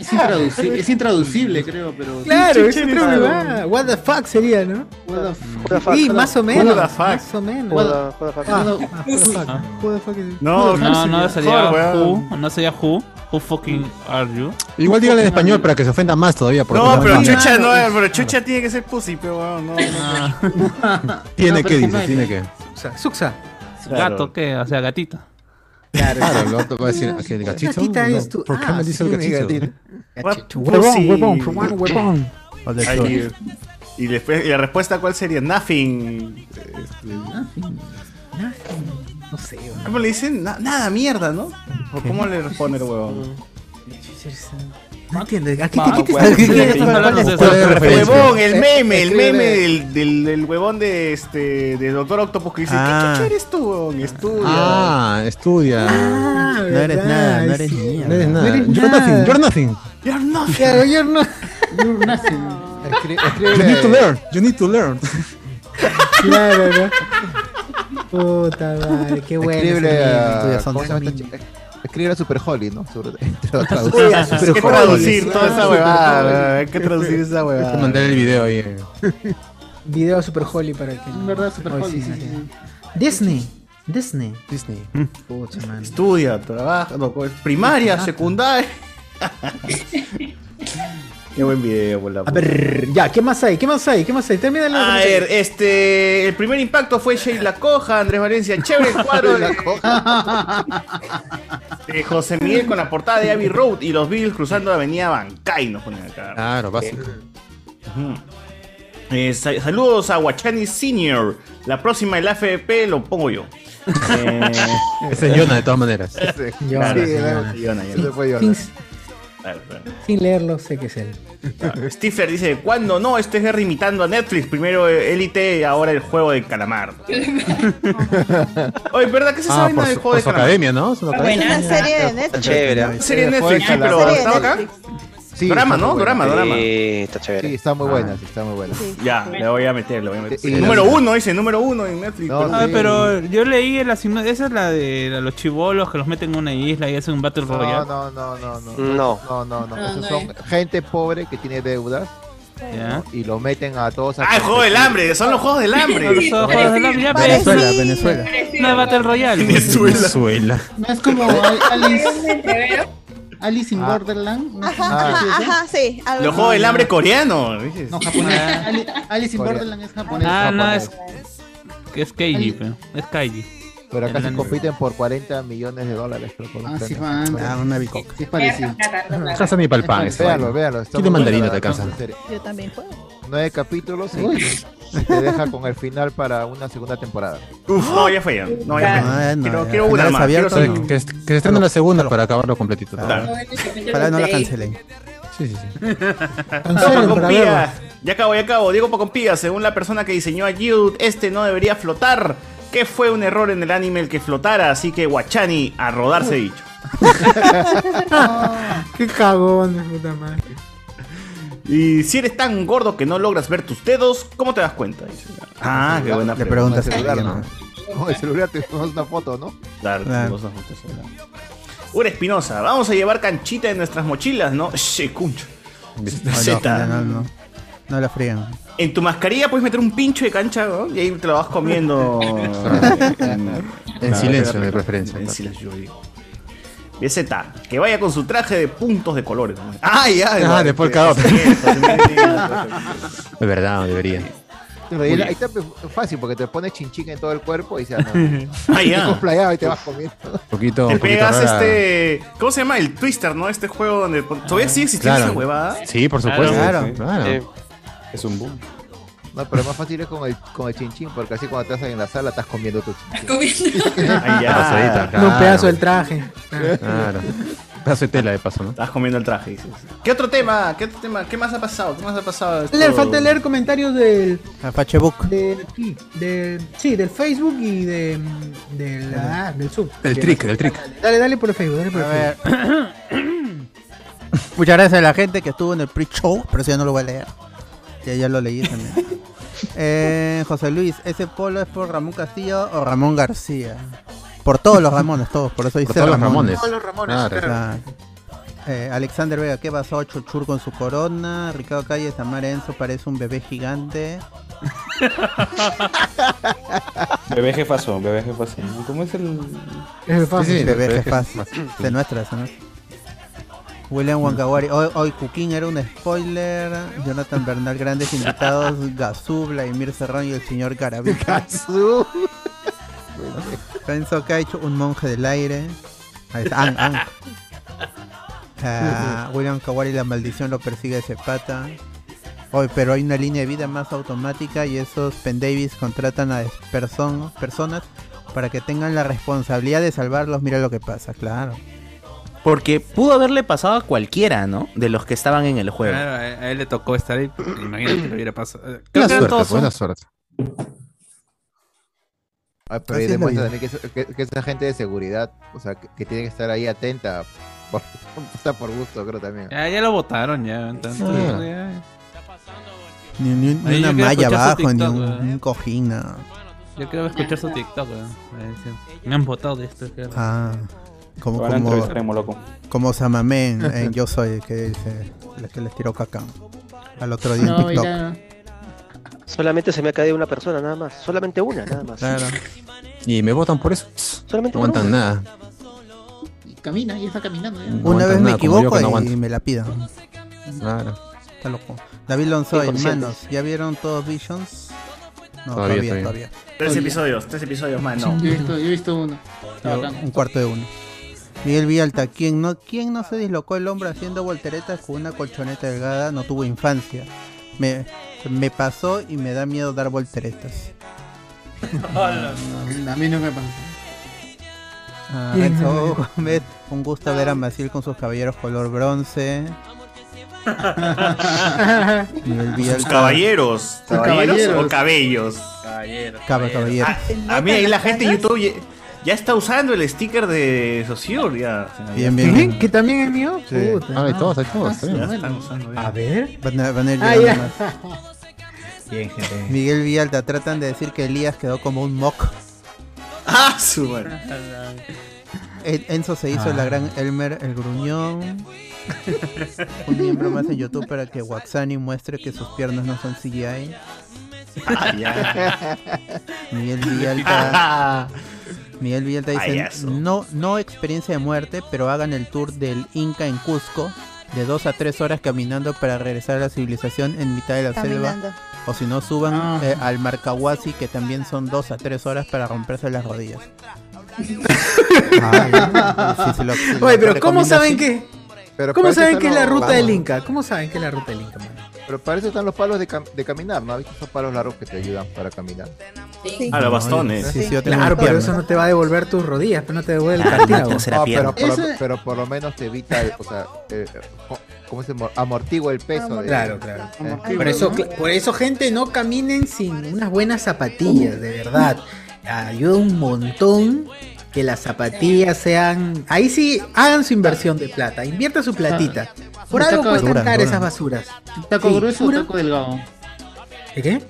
[SPEAKER 18] Es, intraducible, es intraducible, creo, pero.
[SPEAKER 1] Claro, es Ah,
[SPEAKER 18] Claro.
[SPEAKER 1] otra huevada. What the fuck sería, ¿no?
[SPEAKER 18] What
[SPEAKER 1] the
[SPEAKER 18] fuck.
[SPEAKER 1] Y más o
[SPEAKER 18] What the
[SPEAKER 1] menos.
[SPEAKER 18] fuck.
[SPEAKER 1] Más o menos.
[SPEAKER 18] What the- what the fuck.
[SPEAKER 1] Ah,
[SPEAKER 18] What the-
[SPEAKER 1] ah, what the fuck. What the fuck is-
[SPEAKER 4] No,
[SPEAKER 6] No, no sería
[SPEAKER 4] Joder, weón.
[SPEAKER 6] who, no sería who, who fucking are you.
[SPEAKER 2] Igual dígale en español para que se ofenda más todavía. porque
[SPEAKER 6] No, pero
[SPEAKER 2] hay más.
[SPEAKER 4] Chucha, no, eh, pero chucha tiene que ser pussy, pero weón, no. no.
[SPEAKER 6] Ah.
[SPEAKER 2] Tiene
[SPEAKER 4] No,
[SPEAKER 2] que,
[SPEAKER 4] pero
[SPEAKER 2] dice,
[SPEAKER 4] no hay-
[SPEAKER 2] tiene que.
[SPEAKER 1] Suxa, Suxa.
[SPEAKER 6] Gato, ¿qué? O sea, gatito.
[SPEAKER 2] Claro, lo otro va a decir, ¿a qué, gatito?
[SPEAKER 1] Gatita
[SPEAKER 2] No,
[SPEAKER 1] es tu-
[SPEAKER 2] ¿Por qué
[SPEAKER 1] ah,
[SPEAKER 2] me dice el
[SPEAKER 1] sí,
[SPEAKER 2] gatito?
[SPEAKER 1] gatito.
[SPEAKER 4] Gatito.
[SPEAKER 1] Huevón,
[SPEAKER 4] Pussy.
[SPEAKER 1] huevón, for one huevón.
[SPEAKER 4] Ay, Y, y después, ¿y la respuesta cuál sería? Nothing. Este,
[SPEAKER 1] No sé, weón.
[SPEAKER 4] ¿Cómo le dicen? Na- nada, mierda, ¿no? ¿O cómo le responde el huevón?
[SPEAKER 18] Ah,
[SPEAKER 1] No entiendo. ¿A qué, qué, qué te
[SPEAKER 4] Huevón,
[SPEAKER 1] qué- qué-
[SPEAKER 4] el-
[SPEAKER 1] cuál- cuál es-
[SPEAKER 4] el- huevón,
[SPEAKER 18] Eh,
[SPEAKER 4] el meme, el
[SPEAKER 1] Escríbele.
[SPEAKER 4] meme del, del, del huevón de este del Doctor Octopus que dice,
[SPEAKER 2] Ah.
[SPEAKER 4] ¿qué chucha eres tú, huevón? Estudia.
[SPEAKER 2] Ah, estudia.
[SPEAKER 1] Ah,
[SPEAKER 2] no eres
[SPEAKER 1] verdad,
[SPEAKER 2] nada, no eres
[SPEAKER 1] sí.
[SPEAKER 2] nada.
[SPEAKER 1] No
[SPEAKER 2] No eres
[SPEAKER 1] eres
[SPEAKER 2] nada.
[SPEAKER 1] nada.
[SPEAKER 2] You're nothing, you're nothing.
[SPEAKER 4] You're nothing.
[SPEAKER 1] Claro, you're no-
[SPEAKER 2] You need to learn, you need to learn.
[SPEAKER 1] Claro, ¿no? Puta madre, qué bueno.
[SPEAKER 3] Escribe
[SPEAKER 1] ese meme,
[SPEAKER 3] a,
[SPEAKER 1] tuyas son
[SPEAKER 3] ¿cómo se llama
[SPEAKER 1] tan-
[SPEAKER 18] este
[SPEAKER 3] esta chica? Escribe a Super Holly, ¿no? Sobre- entre los traducidos.
[SPEAKER 4] Uy, así Hay que
[SPEAKER 3] Holly.
[SPEAKER 4] traducir toda esa
[SPEAKER 3] Super
[SPEAKER 4] huevada,
[SPEAKER 3] Holly.
[SPEAKER 4] weón, hay que traducir esa
[SPEAKER 2] Hay que
[SPEAKER 4] huevada.
[SPEAKER 2] mandar el video ahí. eh.
[SPEAKER 1] Video Super Holly para que.
[SPEAKER 18] verdad, Super
[SPEAKER 1] Oh,
[SPEAKER 18] Holly,
[SPEAKER 1] sí,
[SPEAKER 18] sí,
[SPEAKER 1] sí.
[SPEAKER 18] sí,
[SPEAKER 1] Disney. Disney.
[SPEAKER 2] Disney.
[SPEAKER 1] Pucha, man.
[SPEAKER 4] Estudia, trabaja, no, co- primaria, secundaria. Qué buen video, por la
[SPEAKER 1] A ver, ya, ¿qué más hay? ¿Qué más hay? ¿Qué más hay? Termina el
[SPEAKER 4] A ver, este. El primer impacto fue Sheila Coja, Andrés Valencia, chévere el cuadro de, de José Miguel con la portada de Abbey Road y los Beatles cruzando la avenida Bancay, nos ponen acá.
[SPEAKER 2] Claro, básico.
[SPEAKER 4] Ujú. Eh, sa- saludos a Guachani Senior. La próxima del AFP lo pongo yo. Eh,
[SPEAKER 2] Ese es Yona, de todas maneras.
[SPEAKER 1] Yona,
[SPEAKER 4] claro,
[SPEAKER 1] sí,
[SPEAKER 4] sí,
[SPEAKER 1] claro.
[SPEAKER 4] Yona, Yona.
[SPEAKER 1] Sin- sin,
[SPEAKER 4] Claro, claro.
[SPEAKER 1] sin leerlo, sé que es él.
[SPEAKER 4] Stifler dice, ¿cuándo no? Este es Jerry imitando a Netflix. Primero eh, Elite, ahora el juego de calamar. Oye, ¿verdad que se
[SPEAKER 2] Ah,
[SPEAKER 4] sabe
[SPEAKER 2] por
[SPEAKER 4] nada del
[SPEAKER 2] su,
[SPEAKER 4] juego
[SPEAKER 2] por
[SPEAKER 4] de
[SPEAKER 2] su
[SPEAKER 4] calamar?
[SPEAKER 2] academia, ¿no? Su academia.
[SPEAKER 12] Una serie de Netflix.
[SPEAKER 8] Chévere.
[SPEAKER 4] Serie de
[SPEAKER 3] Fue
[SPEAKER 4] Netflix,
[SPEAKER 3] en
[SPEAKER 4] pero
[SPEAKER 3] Calamar.
[SPEAKER 4] ¿estaba acá?
[SPEAKER 3] Sí,
[SPEAKER 4] Drama,
[SPEAKER 3] está
[SPEAKER 4] ¿no?
[SPEAKER 3] muy buena.
[SPEAKER 4] Drama, drama.
[SPEAKER 8] Sí, está chévere.
[SPEAKER 3] Sí, está muy
[SPEAKER 4] Ah.
[SPEAKER 3] buena, sí, está muy buena.
[SPEAKER 4] Ya, le voy a meter, le voy a meter.
[SPEAKER 3] Y- y-
[SPEAKER 4] número uno, dice, número uno en Netflix.
[SPEAKER 3] No,
[SPEAKER 6] Ah, pero yo leí la signo- esa es la de la- los chivolos que los meten en una isla y hacen un battle
[SPEAKER 3] No,
[SPEAKER 6] royale.
[SPEAKER 3] no, no, no,
[SPEAKER 8] No.
[SPEAKER 3] no. No, no, no.
[SPEAKER 15] No,
[SPEAKER 3] Esos
[SPEAKER 15] no
[SPEAKER 3] son gente pobre que tiene deudas
[SPEAKER 6] Ya.
[SPEAKER 3] y lo meten a todos a.
[SPEAKER 4] Ah, el juego del hambre, son los juegos del hambre.
[SPEAKER 6] Los juegos del hambre, ya, pero-
[SPEAKER 13] Venezuela, Venezuela.
[SPEAKER 6] Una battle royale.
[SPEAKER 2] Venezuela.
[SPEAKER 18] No es como Alice. Alice in
[SPEAKER 3] Ah.
[SPEAKER 18] Borderland. ¿no?
[SPEAKER 12] Ajá, ajá, sí. algo
[SPEAKER 4] Los
[SPEAKER 12] así.
[SPEAKER 4] juegos del hambre coreano. dices.
[SPEAKER 18] No, japonés.
[SPEAKER 1] Ah.
[SPEAKER 18] Ali- Alice in
[SPEAKER 3] Corea.
[SPEAKER 18] Borderland es japonés.
[SPEAKER 6] Ah, no,
[SPEAKER 3] japonés.
[SPEAKER 6] es. Es Keiji, pero. Es Keiji.
[SPEAKER 3] Pero acá se
[SPEAKER 6] Mm.
[SPEAKER 3] compiten por 40 millones de dólares. creo, por un
[SPEAKER 18] Ah, sí,
[SPEAKER 3] premio.
[SPEAKER 18] man.
[SPEAKER 3] Bueno,
[SPEAKER 13] Ah, una bicoca.
[SPEAKER 18] Sí, es parecido.
[SPEAKER 2] Casa mi palpán. ese.
[SPEAKER 3] Véalo, véalo. está
[SPEAKER 2] Kilo
[SPEAKER 3] muy
[SPEAKER 2] mandarina
[SPEAKER 3] buena,
[SPEAKER 2] te alcanza.
[SPEAKER 3] en serio.
[SPEAKER 12] Yo también juego.
[SPEAKER 3] Nueve capítulos y-
[SPEAKER 18] Uy.
[SPEAKER 3] y te deja con el final para una segunda temporada.
[SPEAKER 4] Uf, no, ya fue ya. No, ya fue.
[SPEAKER 13] Ah, no,
[SPEAKER 4] quiero,
[SPEAKER 13] ya.
[SPEAKER 4] quiero una
[SPEAKER 13] Canales
[SPEAKER 4] más. quiero
[SPEAKER 13] abiertos,
[SPEAKER 4] saber-
[SPEAKER 13] no.
[SPEAKER 2] Que, est- que se estrene la segunda para acabarlo completito.
[SPEAKER 4] Claro.
[SPEAKER 13] Ojalá no la cancelen.
[SPEAKER 2] Sí, sí, sí.
[SPEAKER 4] Diego
[SPEAKER 1] Cancelen para verla.
[SPEAKER 4] Pocompía. Ya acabo, ya acabo. Diego Pocompía, según la persona que diseñó a Yield, este no debería flotar. Que fue un error en el anime el que flotara, así que Guachani a rodarse dicho.
[SPEAKER 1] Qué cagón, puta madre.
[SPEAKER 4] Y si eres tan gordo que no logras ver tus dedos, ¿cómo te das cuenta? Dice. Ah, qué buena
[SPEAKER 13] Le
[SPEAKER 4] pregunta.
[SPEAKER 13] preguntas a alguien. ¿no?
[SPEAKER 3] con el celular te tomas una foto, ¿no?
[SPEAKER 4] Claro, tenemos las fotos, claro. Ura Espinosa, vamos a llevar canchita en nuestras mochilas, ¿no? Che, cuncho.
[SPEAKER 13] No,
[SPEAKER 4] Zeta.
[SPEAKER 13] no, no, no. No la frían.
[SPEAKER 4] En tu mascarilla puedes meter un pincho de cancha, ¿no? Y ahí te lo vas comiendo.
[SPEAKER 2] En silencio, de preferencia.
[SPEAKER 4] En silencio, yo digo. BZ, que vaya con su traje de puntos de colores. ¿no? Ah, ya.
[SPEAKER 2] Ah,
[SPEAKER 4] igual,
[SPEAKER 2] después
[SPEAKER 4] que-
[SPEAKER 2] cada otro.
[SPEAKER 4] De
[SPEAKER 2] verdad, debería.
[SPEAKER 3] Pero ahí, ahí está pues, fácil porque te pones chinchica en todo el cuerpo y se no.
[SPEAKER 4] Ah, ya.
[SPEAKER 3] Te cosplayado y te vas comiendo.
[SPEAKER 2] Poquito,
[SPEAKER 4] Te
[SPEAKER 2] un poquito
[SPEAKER 4] pegas
[SPEAKER 2] rara.
[SPEAKER 4] este. ¿Cómo se llama? El Twister, ¿no? Este juego donde. ¿Todavía sigue existiendo
[SPEAKER 2] Claro.
[SPEAKER 4] esa huevada?
[SPEAKER 2] Sí, por supuesto. Claro. Claro.
[SPEAKER 10] Es un boom.
[SPEAKER 3] No, pero más fácil es con el, con el chinchín, porque así cuando estás en la sala estás comiendo tu chinchín.
[SPEAKER 4] Ah, ya.
[SPEAKER 2] Pasadita,
[SPEAKER 1] No, un pedazo
[SPEAKER 2] claro.
[SPEAKER 1] del traje.
[SPEAKER 2] Claro. Pedazo de tela, de paso, ¿no?
[SPEAKER 4] Estás comiendo el traje, dices. ¿Qué otro tema? ¿Qué otro tema? ¿Qué más ha pasado? ¿Qué más ha pasado?
[SPEAKER 13] Oh.
[SPEAKER 1] Leer, falta leer comentarios del.
[SPEAKER 13] Apache Book.
[SPEAKER 1] De aquí, del- sí, del Facebook y de, de la- del Zoom.
[SPEAKER 2] Del trick, del trick.
[SPEAKER 1] Dale, dale por el Facebook, dale por el
[SPEAKER 13] A
[SPEAKER 1] Facebook.
[SPEAKER 13] ver. Muchas gracias a la gente que estuvo en el pre-show, pero eso ya no lo voy a leer. Ya, ya lo leí también. Eh, José Luis, ¿ese polo es por Ramón Castillo o Ramón García? Por todos los Ramones, todos, por eso dice
[SPEAKER 2] todos los
[SPEAKER 13] Ramón.
[SPEAKER 2] Ramones. Todos los Ramones, Claro. claro.
[SPEAKER 13] Claro. Eh, Alexander Vega, ¿qué pasó? Chuchur con su corona. Ricardo Calle, Tamar Enzo parece un bebé gigante.
[SPEAKER 10] Bebé jefazo, bebé jefazo. ¿no? ¿Cómo es el...?
[SPEAKER 13] Es fácil.
[SPEAKER 10] Sí, sí,
[SPEAKER 13] bebé,
[SPEAKER 10] bebé
[SPEAKER 13] es fácil.
[SPEAKER 10] jefazo.
[SPEAKER 13] De nuestra, esa, ¿no? William Wankawari. Hoy, hoy Cuquín era un spoiler. Jonathan Bernal, grandes invitados. Gazú, Vladimir Serrano y el señor Garavita. Gazú. Renzo Caicho, un monje del aire. Ahí está, Ang, Ang. Ah, William Kawari, la maldición lo persigue ese pata. Hoy, pero hay una línea de vida más automática y esos pendavis contratan a des- person- personas para que tengan la responsabilidad de salvarlos. Mira lo que pasa, claro.
[SPEAKER 7] Porque pudo haberle pasado a cualquiera, ¿no? De los que estaban en el juego.
[SPEAKER 14] Claro, a a él le tocó estar ahí. pues, Imagínate que lo hubiera pasado. Creo que
[SPEAKER 7] Buena
[SPEAKER 14] eran
[SPEAKER 7] suerte,
[SPEAKER 14] todos son-
[SPEAKER 7] buena
[SPEAKER 2] suerte.
[SPEAKER 3] Ah, pero
[SPEAKER 14] Así
[SPEAKER 3] ahí
[SPEAKER 14] es la
[SPEAKER 3] demuestra
[SPEAKER 14] vida.
[SPEAKER 3] también que, es- que- que es agente de seguridad, o sea, que, que tiene que estar ahí atenta. Por, está por gusto, creo también.
[SPEAKER 14] Ya, ya lo votaron, ya. entonces,
[SPEAKER 3] Sí.
[SPEAKER 14] ya.
[SPEAKER 13] Ni, ni- ni
[SPEAKER 14] Ahí
[SPEAKER 13] una
[SPEAKER 14] yo quiero
[SPEAKER 13] malla
[SPEAKER 14] escuchar su
[SPEAKER 13] abajo, ni
[SPEAKER 14] TikTok,
[SPEAKER 13] un,
[SPEAKER 14] weón.
[SPEAKER 13] un cojín, nada.
[SPEAKER 14] Yo quiero escuchar su TikTok. weón. A ver si- Me han votado de esto. creo.
[SPEAKER 13] Ah, como,
[SPEAKER 14] Lo van a
[SPEAKER 13] como,
[SPEAKER 14] entrevistar en Moloco.
[SPEAKER 13] como Samamé en, en Yo Soy, el que dice, el que les tiró caca al otro día en TikTok.
[SPEAKER 8] Solamente se me ha caído una persona, nada más. Solamente una, nada más.
[SPEAKER 2] Claro. Y me votan por eso.
[SPEAKER 8] Solamente
[SPEAKER 2] no aguantan
[SPEAKER 8] por una.
[SPEAKER 2] nada.
[SPEAKER 18] Y camina, y está caminando. ya.
[SPEAKER 13] Una
[SPEAKER 2] aguantan
[SPEAKER 13] vez me
[SPEAKER 2] nada, como yo
[SPEAKER 13] equivoco
[SPEAKER 2] que no
[SPEAKER 13] y
[SPEAKER 2] aguanto.
[SPEAKER 13] me la pidan.
[SPEAKER 2] Claro.
[SPEAKER 13] Está loco. David Lonzo,
[SPEAKER 4] Inconscientes.
[SPEAKER 13] hermanos, ¿ya vieron todos Visions? No,
[SPEAKER 2] Todavía,
[SPEAKER 13] todavía, todavía.
[SPEAKER 2] todavía.
[SPEAKER 4] Tres
[SPEAKER 13] Todavía.
[SPEAKER 4] episodios, tres episodios más, no.
[SPEAKER 18] Yo he visto, yo he visto uno. Está
[SPEAKER 13] Yo,
[SPEAKER 18] bacán.
[SPEAKER 13] un cuarto de uno. Miguel Villalta, ¿quién no, ¿quién no se dislocó el hombro haciendo volteretas con una colchoneta delgada? No tuvo infancia. Me, me pasó y me da miedo dar volteretas.
[SPEAKER 18] A mí no me pasa.
[SPEAKER 13] Ah,
[SPEAKER 18] Bien,
[SPEAKER 13] Renzo
[SPEAKER 18] bien.
[SPEAKER 13] Gómez, un gusto ver a Maciel con sus caballeros color bronce. Miguel
[SPEAKER 4] Sus
[SPEAKER 13] Villalta.
[SPEAKER 4] caballeros, caballeros o cabellos. Ah,
[SPEAKER 14] Caballeros.
[SPEAKER 13] Caba- caballeros.
[SPEAKER 4] A, a mí ahí la gente en YouTube ya, ya está usando el sticker de Socior ya.
[SPEAKER 13] Bien, bien, bien.
[SPEAKER 1] ¿Que también es mío?
[SPEAKER 13] Sí. Ah, hay todos, hay todos, sí.
[SPEAKER 4] Ya están usando ya.
[SPEAKER 1] A ver.
[SPEAKER 13] Van a, van a ir
[SPEAKER 1] Ah,
[SPEAKER 13] llegando
[SPEAKER 1] ya.
[SPEAKER 13] más.
[SPEAKER 4] Bien, gente.
[SPEAKER 13] Miguel Villalta, tratan de decir que Elías quedó como un mock.
[SPEAKER 4] Ah, su madre.
[SPEAKER 13] En- Enzo se hizo
[SPEAKER 4] Ah.
[SPEAKER 13] la gran Elmer el gruñón. Un miembro más en YouTube para que Waxani muestre que sus piernas no son CGI.
[SPEAKER 4] Ah, ya.
[SPEAKER 13] Miguel Villalta.
[SPEAKER 4] Ah.
[SPEAKER 13] Miguel Villalta dice:
[SPEAKER 4] Payaso.
[SPEAKER 13] no, no experiencia de muerte, pero hagan el tour del Inca en Cusco de dos a tres horas caminando para regresar a la civilización en mitad de la
[SPEAKER 12] Caminando.
[SPEAKER 13] selva. O si no, suban eh, al Marcahuasi, que también son dos a tres horas para romperse las rodillas. Sí, sí lo- sí lo
[SPEAKER 1] Oye, pero ¿cómo
[SPEAKER 13] recomiendo
[SPEAKER 1] saben
[SPEAKER 13] así.
[SPEAKER 1] que,
[SPEAKER 3] Pero
[SPEAKER 1] ¿cómo
[SPEAKER 3] parece
[SPEAKER 1] saben
[SPEAKER 3] que
[SPEAKER 1] que es la
[SPEAKER 3] no-
[SPEAKER 1] ruta
[SPEAKER 3] vamos.
[SPEAKER 1] del Inca? ¿Cómo saben que es la ruta del Inca, mano?
[SPEAKER 3] Pero para eso están los palos de, cam- de caminar, ¿no? ¿Has visto esos palos largos que te ayudan para caminar?
[SPEAKER 1] Sí.
[SPEAKER 4] Ah, los bastones.
[SPEAKER 13] Sí, sí, yo tengo
[SPEAKER 1] Claro,
[SPEAKER 13] una
[SPEAKER 1] pero
[SPEAKER 13] pierna.
[SPEAKER 1] eso no te va a devolver tus rodillas, pero no te devuelve el
[SPEAKER 13] Ah,
[SPEAKER 1] cartílago.
[SPEAKER 13] no, será
[SPEAKER 3] No, pero, por,
[SPEAKER 1] Ese-
[SPEAKER 3] pero por lo menos te evita, el- o sea, eh, co- ¿cómo se mo- amortigua el peso? de-
[SPEAKER 1] Claro, claro.
[SPEAKER 3] Eh,
[SPEAKER 1] Por eso, cl- por eso, gente, no caminen sin unas buenas zapatillas, de verdad. Ayuda un montón que las zapatillas sean. Ahí sí, hagan su inversión de plata, invierta su platita. Por
[SPEAKER 18] Un
[SPEAKER 1] algo
[SPEAKER 18] taco
[SPEAKER 1] cuestan
[SPEAKER 18] dura,
[SPEAKER 1] caras
[SPEAKER 18] dura.
[SPEAKER 1] esas basuras.
[SPEAKER 18] ¿Taco
[SPEAKER 1] Sí,
[SPEAKER 18] grueso
[SPEAKER 1] dura.
[SPEAKER 18] o taco delgado?
[SPEAKER 1] ¿De qué?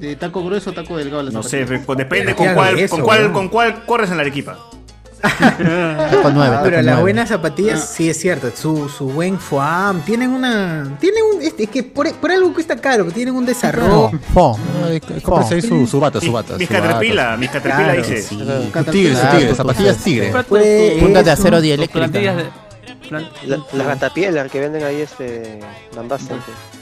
[SPEAKER 18] ¿De taco grueso o taco delgado? las
[SPEAKER 4] No sé,
[SPEAKER 18] zapatillas?
[SPEAKER 4] pues depende con cuál, con, cuál, con cuál corres en la Arequipa.
[SPEAKER 1] Taco
[SPEAKER 4] nueve,
[SPEAKER 1] Pero
[SPEAKER 4] taco
[SPEAKER 1] las
[SPEAKER 4] nueve.
[SPEAKER 1] buenas zapatillas, sí es cierto. Su, su buen foam. Tienen una. Tienen un. Es, es que por, por algo cuesta caro. Tienen un desarrollo.
[SPEAKER 2] Fo. Cómprese ahí su, su bata, su bata.
[SPEAKER 4] Mis
[SPEAKER 2] su bata.
[SPEAKER 4] caterpillas, mis caterpillas
[SPEAKER 2] Claro,
[SPEAKER 4] dices.
[SPEAKER 2] sí. Su Tigre, su
[SPEAKER 18] Ah,
[SPEAKER 2] tigre, zapatillas tigre.
[SPEAKER 18] eh,
[SPEAKER 7] Puntas de acero dieléctrica.
[SPEAKER 6] plantillas de-
[SPEAKER 8] La- Las gatapielas que venden ahí este Bambasta.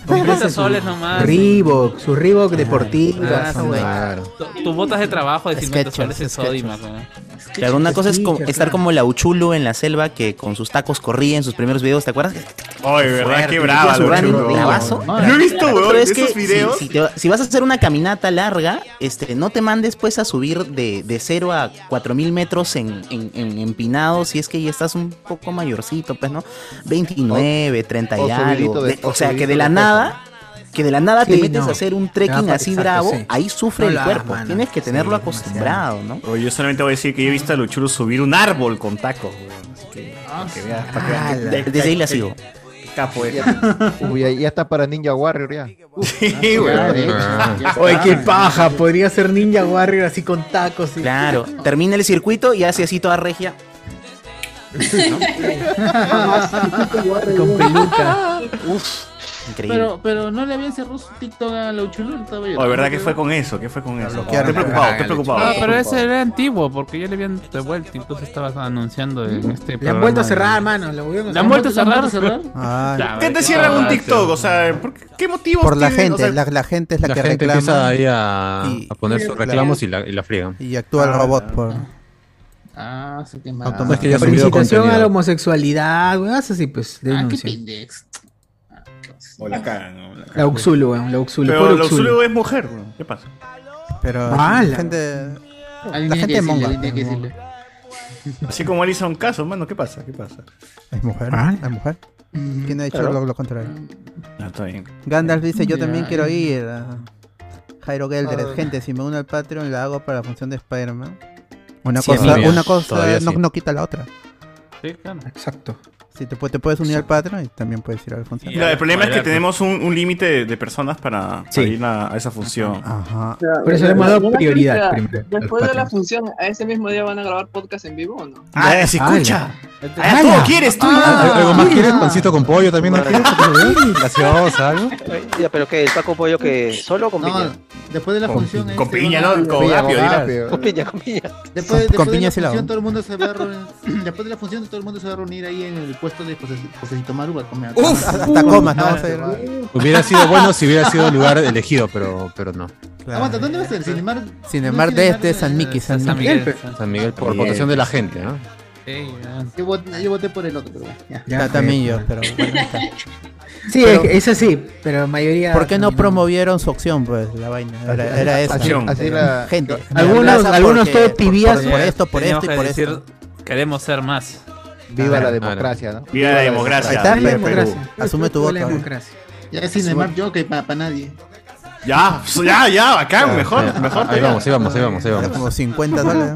[SPEAKER 6] Completa soles nomás.
[SPEAKER 1] Reebok, su Reebok deportivas.
[SPEAKER 6] Ah,
[SPEAKER 1] claro.
[SPEAKER 6] tu- Tus botas de trabajo de 50
[SPEAKER 7] Skechers,
[SPEAKER 6] soles en Sodima.
[SPEAKER 7] Claro, una cosa es co- estar como la Uchulu en la selva que con sus tacos corría en sus primeros videos, ¿te acuerdas?
[SPEAKER 4] Ay, verdad,
[SPEAKER 7] Fuerte,
[SPEAKER 4] qué
[SPEAKER 7] metía
[SPEAKER 4] brava,
[SPEAKER 7] su
[SPEAKER 4] lo
[SPEAKER 7] running
[SPEAKER 4] chulo.
[SPEAKER 7] bravazo.
[SPEAKER 4] Yo he visto,
[SPEAKER 7] Pero
[SPEAKER 4] weón,
[SPEAKER 7] es que
[SPEAKER 4] esos
[SPEAKER 7] si-
[SPEAKER 4] videos.
[SPEAKER 7] Si, te- si vas a hacer una caminata larga, este, no te mandes pues a subir de, de 0 a 4000 metros en, en, en empinado, si es que ya estás un poco mayorcito, pues, ¿no? 29, 30 y
[SPEAKER 18] o subidito
[SPEAKER 7] algo.
[SPEAKER 18] de-
[SPEAKER 7] De-
[SPEAKER 18] o
[SPEAKER 7] o sea, que
[SPEAKER 18] subidito
[SPEAKER 7] de la
[SPEAKER 18] de
[SPEAKER 7] nada, que de la nada te
[SPEAKER 18] Sí,
[SPEAKER 7] metes
[SPEAKER 18] no.
[SPEAKER 7] a hacer un
[SPEAKER 18] Te
[SPEAKER 7] trekking
[SPEAKER 18] va pa-
[SPEAKER 7] así
[SPEAKER 18] exacto,
[SPEAKER 7] bravo,
[SPEAKER 18] sí.
[SPEAKER 7] ahí sufre
[SPEAKER 18] No
[SPEAKER 7] el
[SPEAKER 18] la
[SPEAKER 7] cuerpo.
[SPEAKER 18] hagas,
[SPEAKER 7] Tienes que tenerlo acostumbrado, ¿no?
[SPEAKER 4] Oye, yo solamente voy a decir que yo he visto a Luchuru subir un árbol con tacos, weón. Así que,
[SPEAKER 1] Ah,
[SPEAKER 4] para que veas, para que veas.
[SPEAKER 7] ala. Desde ahí la sigo.
[SPEAKER 4] Qué Capo, eh.
[SPEAKER 3] Uy, ya, ya está para Ninja Warrior ya.
[SPEAKER 1] ah,
[SPEAKER 4] Sí,
[SPEAKER 3] güey.
[SPEAKER 1] Oye, qué paja. Podría ser Ninja Warrior así con tacos. y-
[SPEAKER 7] Claro, termina el circuito y hace así toda regia.
[SPEAKER 1] Con peluca.
[SPEAKER 7] Uf, increíble.
[SPEAKER 18] Pero, pero no le habían cerrado su TikTok a la Uchulú, estaba yo.
[SPEAKER 4] Oye, Oh, ¿verdad que fue con eso? ¿Qué fue con eso? Estoy preocupado, estoy preocupado.
[SPEAKER 6] Ah, pero
[SPEAKER 4] Estoy
[SPEAKER 6] ese era antiguo, porque ya le habían devuelto, incluso estabas anunciando en este
[SPEAKER 1] Le han vuelto a
[SPEAKER 6] programa.
[SPEAKER 1] cerrar, mano. Le volvieron
[SPEAKER 6] ¿Le han vuelto a cerrar?
[SPEAKER 13] Ay.
[SPEAKER 6] Ya,
[SPEAKER 4] ¿Qué te
[SPEAKER 6] qué
[SPEAKER 4] cierran un
[SPEAKER 6] cagada,
[SPEAKER 4] TikTok? O sea, ¿por qué, qué motivos
[SPEAKER 13] Por la
[SPEAKER 4] tienen?
[SPEAKER 13] gente,
[SPEAKER 4] O sea,
[SPEAKER 13] la, la gente es la,
[SPEAKER 2] La
[SPEAKER 13] que
[SPEAKER 2] gente
[SPEAKER 13] reclama.
[SPEAKER 2] empieza ahí a,
[SPEAKER 13] y-
[SPEAKER 2] a poner sus
[SPEAKER 13] Claro.
[SPEAKER 2] reclamos y la, y la friegan.
[SPEAKER 13] Y actúa el
[SPEAKER 2] Ah,
[SPEAKER 13] robot por.
[SPEAKER 18] Ah, se quema.
[SPEAKER 2] Automáticamente. Es que ya ha subido
[SPEAKER 1] pues, Felicitación
[SPEAKER 2] contenido.
[SPEAKER 1] a la homosexualidad, weón. Así pues, denuncia.
[SPEAKER 4] O la cagan, o la cagan.
[SPEAKER 1] La Uxulu, weón. La Uxulu.
[SPEAKER 4] Pero
[SPEAKER 1] pobre
[SPEAKER 4] la
[SPEAKER 1] Uxulu.
[SPEAKER 4] Uxulu es mujer, weón. ¿Qué pasa?
[SPEAKER 13] Pero
[SPEAKER 1] Mala.
[SPEAKER 13] la gente.
[SPEAKER 18] Alguien
[SPEAKER 13] La
[SPEAKER 18] tiene que
[SPEAKER 13] gente es
[SPEAKER 18] decirle,
[SPEAKER 13] monga.
[SPEAKER 18] alguien tiene que decirle.
[SPEAKER 4] Así como él hizo un caso, mano, ¿qué pasa? ¿Qué pasa?
[SPEAKER 13] Es mujer. Es mujer. ¿Quién ha dicho
[SPEAKER 4] Claro.
[SPEAKER 13] lo, lo contrario?
[SPEAKER 4] No, está bien.
[SPEAKER 13] Gandalf dice: Yo
[SPEAKER 4] Ya,
[SPEAKER 13] también
[SPEAKER 4] ya.
[SPEAKER 13] quiero ir. ah. Jairo Gelder,
[SPEAKER 18] Ah.
[SPEAKER 13] gente, si me uno al Patreon, la hago para la función de Spider-Man. Una
[SPEAKER 1] Sí,
[SPEAKER 13] cosa,
[SPEAKER 1] todavía,
[SPEAKER 13] una cosa
[SPEAKER 1] todavía
[SPEAKER 13] no,
[SPEAKER 1] sí.
[SPEAKER 13] no quita la otra.
[SPEAKER 6] Sí, claro.
[SPEAKER 1] Exacto.
[SPEAKER 13] Si te, pu- te puedes unir al Patreon, y también puedes ir a la función.
[SPEAKER 4] Mira, el problema es que tenemos un, un límite de, de personas para, para ir a, a esa función.
[SPEAKER 13] Ajá.
[SPEAKER 1] Por eso le hemos dado prioridad primero.
[SPEAKER 16] Después de la función, ¿a ese mismo día van a grabar podcast en vivo o no?
[SPEAKER 4] Ah,
[SPEAKER 2] Ah,
[SPEAKER 4] se
[SPEAKER 2] ala.
[SPEAKER 4] escucha.
[SPEAKER 2] Ah,
[SPEAKER 4] Ah, todo quieres tú.
[SPEAKER 2] ¿Al- ¿Algo más
[SPEAKER 4] Ah.
[SPEAKER 2] quieres? ¿Pancito con pollo también? ¿No quieres? ¿Gaseosa, algo?
[SPEAKER 8] Ya, pero que el Paco Pollo que solo o con piña.
[SPEAKER 18] Después de la función.
[SPEAKER 8] con
[SPEAKER 18] este,
[SPEAKER 8] piña,
[SPEAKER 18] van a-
[SPEAKER 8] ¿no? Con
[SPEAKER 18] Piña,
[SPEAKER 8] apio, dirá.
[SPEAKER 18] apio.
[SPEAKER 8] Con piña, con piña.
[SPEAKER 18] Después,
[SPEAKER 8] Con-
[SPEAKER 18] después
[SPEAKER 8] con
[SPEAKER 18] de
[SPEAKER 8] piña
[SPEAKER 18] la
[SPEAKER 8] sí la
[SPEAKER 18] función,
[SPEAKER 8] hago.
[SPEAKER 18] todo el mundo se va a reunir. Después de la función, todo el mundo se va a reunir ahí en el puesto de José- Josecito Maru para comer.
[SPEAKER 13] Uf, hasta comas, no vas a ir.
[SPEAKER 2] Hubiera sido bueno si hubiera sido el lugar elegido, pero, pero no.
[SPEAKER 18] Aguanta, ¿dónde va a ser? Cinemar.
[SPEAKER 13] Cinemar
[SPEAKER 18] ¿dónde es
[SPEAKER 13] desde este San Miki, San,
[SPEAKER 2] San
[SPEAKER 13] Miguel.
[SPEAKER 2] Miguel. San Miguel, por votación de la gente, ¿no?
[SPEAKER 18] Cinemar? Yo voté, yo voté por el otro, pero bueno, ya.
[SPEAKER 13] Ya, también yo, pero bueno.
[SPEAKER 1] Sí,
[SPEAKER 13] Pero-
[SPEAKER 1] es así, pero mayoría.
[SPEAKER 13] ¿Por qué no promovieron su opción, pues, la vaina? Era, era esa.
[SPEAKER 1] Acción.
[SPEAKER 13] Así la- Gente.
[SPEAKER 1] Algunos-
[SPEAKER 13] me abraza
[SPEAKER 1] algunos
[SPEAKER 13] porque-
[SPEAKER 1] todos
[SPEAKER 13] por-
[SPEAKER 1] tibias.
[SPEAKER 13] Por, por esto, por
[SPEAKER 6] Teníamos
[SPEAKER 13] esto y
[SPEAKER 6] que
[SPEAKER 13] por
[SPEAKER 6] decir,
[SPEAKER 13] esto.
[SPEAKER 6] Queremos ser más.
[SPEAKER 3] Viva la democracia, ¿no?
[SPEAKER 4] Viva la democracia.
[SPEAKER 13] Ahí está,
[SPEAKER 4] Viva
[SPEAKER 13] Perú.
[SPEAKER 4] Perú.
[SPEAKER 13] Asume tu voto.
[SPEAKER 18] Ya es Cinemar Jockey para nadie.
[SPEAKER 4] Ya, ya, ya, acá, mejor,
[SPEAKER 2] ya.
[SPEAKER 4] mejor.
[SPEAKER 2] Ahí vamos, ahí vamos, ahí vamos, ahí vamos.
[SPEAKER 13] Como 50 dólares.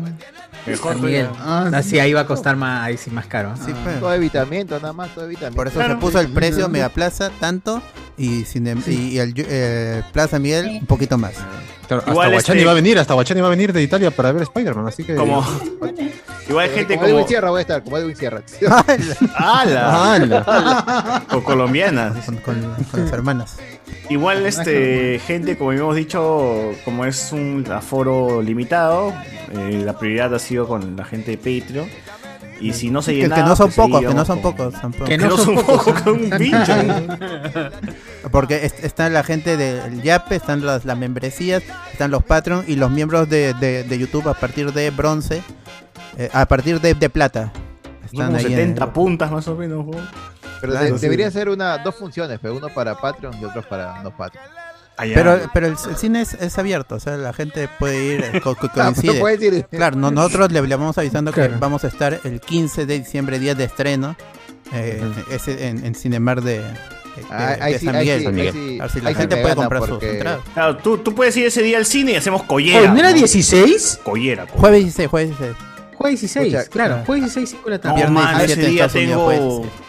[SPEAKER 4] Mejor
[SPEAKER 1] Miguel.
[SPEAKER 18] Ah,
[SPEAKER 1] Ah, sí, ahí va a costar más, ahí sí más caro. ¿eh?
[SPEAKER 13] Sí, pues.
[SPEAKER 3] Todo de vitamiento, nada más, todo de vitamiento.
[SPEAKER 13] Por eso se puso el precio de Megaplaza tanto y, Cine- y el eh, Plaza Miguel un poquito más.
[SPEAKER 2] Claro, hasta
[SPEAKER 13] Igual
[SPEAKER 2] Guachani
[SPEAKER 13] este-
[SPEAKER 2] va a venir, hasta Guachani va a venir de Italia para ver Spider-Man, así que.
[SPEAKER 4] Como- Igual hay
[SPEAKER 3] Gente
[SPEAKER 4] gente
[SPEAKER 3] Eh, como Edwin
[SPEAKER 4] como.
[SPEAKER 3] Sierra voy a estar, como Edwin Sierra.
[SPEAKER 4] ¡Hala! O colombianas.
[SPEAKER 13] Con, con las hermanas.
[SPEAKER 4] Igual, este, gente, como hemos dicho, como es un aforo limitado, eh, la prioridad ha sido con la gente de Patreon. Y si no se
[SPEAKER 13] Que- que
[SPEAKER 4] llenaba,
[SPEAKER 13] no son
[SPEAKER 4] pues ahí
[SPEAKER 13] pocos, que
[SPEAKER 4] íbamos
[SPEAKER 13] no son
[SPEAKER 4] con-
[SPEAKER 13] pocos, tampoco.
[SPEAKER 4] Que no son pocos, con un pincho.
[SPEAKER 13] Porque es- está la gente del YAPE, están las, las membresías, están los Patreon y los miembros de, de- de YouTube a partir de bronce, eh, a partir de, de plata.
[SPEAKER 4] Son como
[SPEAKER 13] ahí en-
[SPEAKER 4] 70 puntas más o menos. ¿no?
[SPEAKER 3] Pero
[SPEAKER 13] Claro,
[SPEAKER 3] de-
[SPEAKER 13] sí.
[SPEAKER 3] debería ser una, dos funciones, pero uno para Patreon y otro para no Patreon.
[SPEAKER 13] Pero, pero el, el cine es, es abierto, o sea, la gente puede ir, eh, co- co-
[SPEAKER 3] Ah,
[SPEAKER 13] coincide.
[SPEAKER 3] puedes ir.
[SPEAKER 13] Claro, no- nosotros le, le vamos avisando
[SPEAKER 1] Claro.
[SPEAKER 13] que vamos a estar el 15 de diciembre, día de estreno, eh, ese- en, en Cinemar de, de-
[SPEAKER 3] Ah,
[SPEAKER 13] de-
[SPEAKER 3] ahí
[SPEAKER 13] de
[SPEAKER 3] sí,
[SPEAKER 13] San
[SPEAKER 3] ahí
[SPEAKER 13] Miguel.
[SPEAKER 3] sí, ahí sí,
[SPEAKER 13] A ver si la
[SPEAKER 3] ahí sí
[SPEAKER 13] gente
[SPEAKER 3] me
[SPEAKER 13] puede
[SPEAKER 3] gana
[SPEAKER 13] comprar sus
[SPEAKER 3] porque-
[SPEAKER 13] entradas.
[SPEAKER 4] Claro, tú, tú puedes ir ese día al cine y hacemos collera.
[SPEAKER 1] Oye, ¿no era
[SPEAKER 4] 16? Collera, co-
[SPEAKER 13] Jueves 16, jueves 16.
[SPEAKER 1] Jueves 16,
[SPEAKER 13] Escucha,
[SPEAKER 1] claro,
[SPEAKER 13] ah.
[SPEAKER 1] jueves 16, 5 de la tarde.
[SPEAKER 4] No, mano, ese
[SPEAKER 13] 17 en
[SPEAKER 4] día
[SPEAKER 13] Estados Unidos, pues,
[SPEAKER 4] tengo.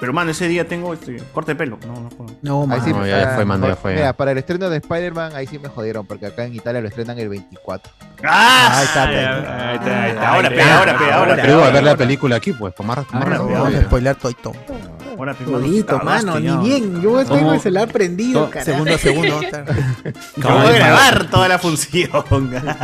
[SPEAKER 4] Pero, mano, ese día tengo este corte de pelo. No, no puedo.
[SPEAKER 1] No,
[SPEAKER 3] Ahí sí,
[SPEAKER 1] mano.
[SPEAKER 2] ya
[SPEAKER 3] ah,
[SPEAKER 2] fue, mano, ya
[SPEAKER 3] mejor-
[SPEAKER 2] fue.
[SPEAKER 3] Mira, para el estreno de Spider-Man, ahí sí me jodieron, porque acá en Italia lo estrenan el 24.
[SPEAKER 4] ¡Ah!
[SPEAKER 3] Ahí está,
[SPEAKER 4] Ahí
[SPEAKER 3] ahí
[SPEAKER 4] está, ahí está, ahí está. Ahora, pe, ahora, pe, ahora, pe,
[SPEAKER 2] Pero a
[SPEAKER 4] ahora.
[SPEAKER 2] ver la película aquí, pues, tomar.
[SPEAKER 13] Ahora vamos a spoilear Toito.
[SPEAKER 4] Ahora, pe, mano,
[SPEAKER 1] Jodito,
[SPEAKER 4] te
[SPEAKER 1] mano,
[SPEAKER 4] cagaste,
[SPEAKER 1] ni
[SPEAKER 4] ya.
[SPEAKER 1] bien. Yo tengo
[SPEAKER 4] ¿Cómo?
[SPEAKER 1] el celular prendido,
[SPEAKER 6] No,
[SPEAKER 1] carajo.
[SPEAKER 6] segundo a segundo.
[SPEAKER 4] Acabo de grabar toda la función.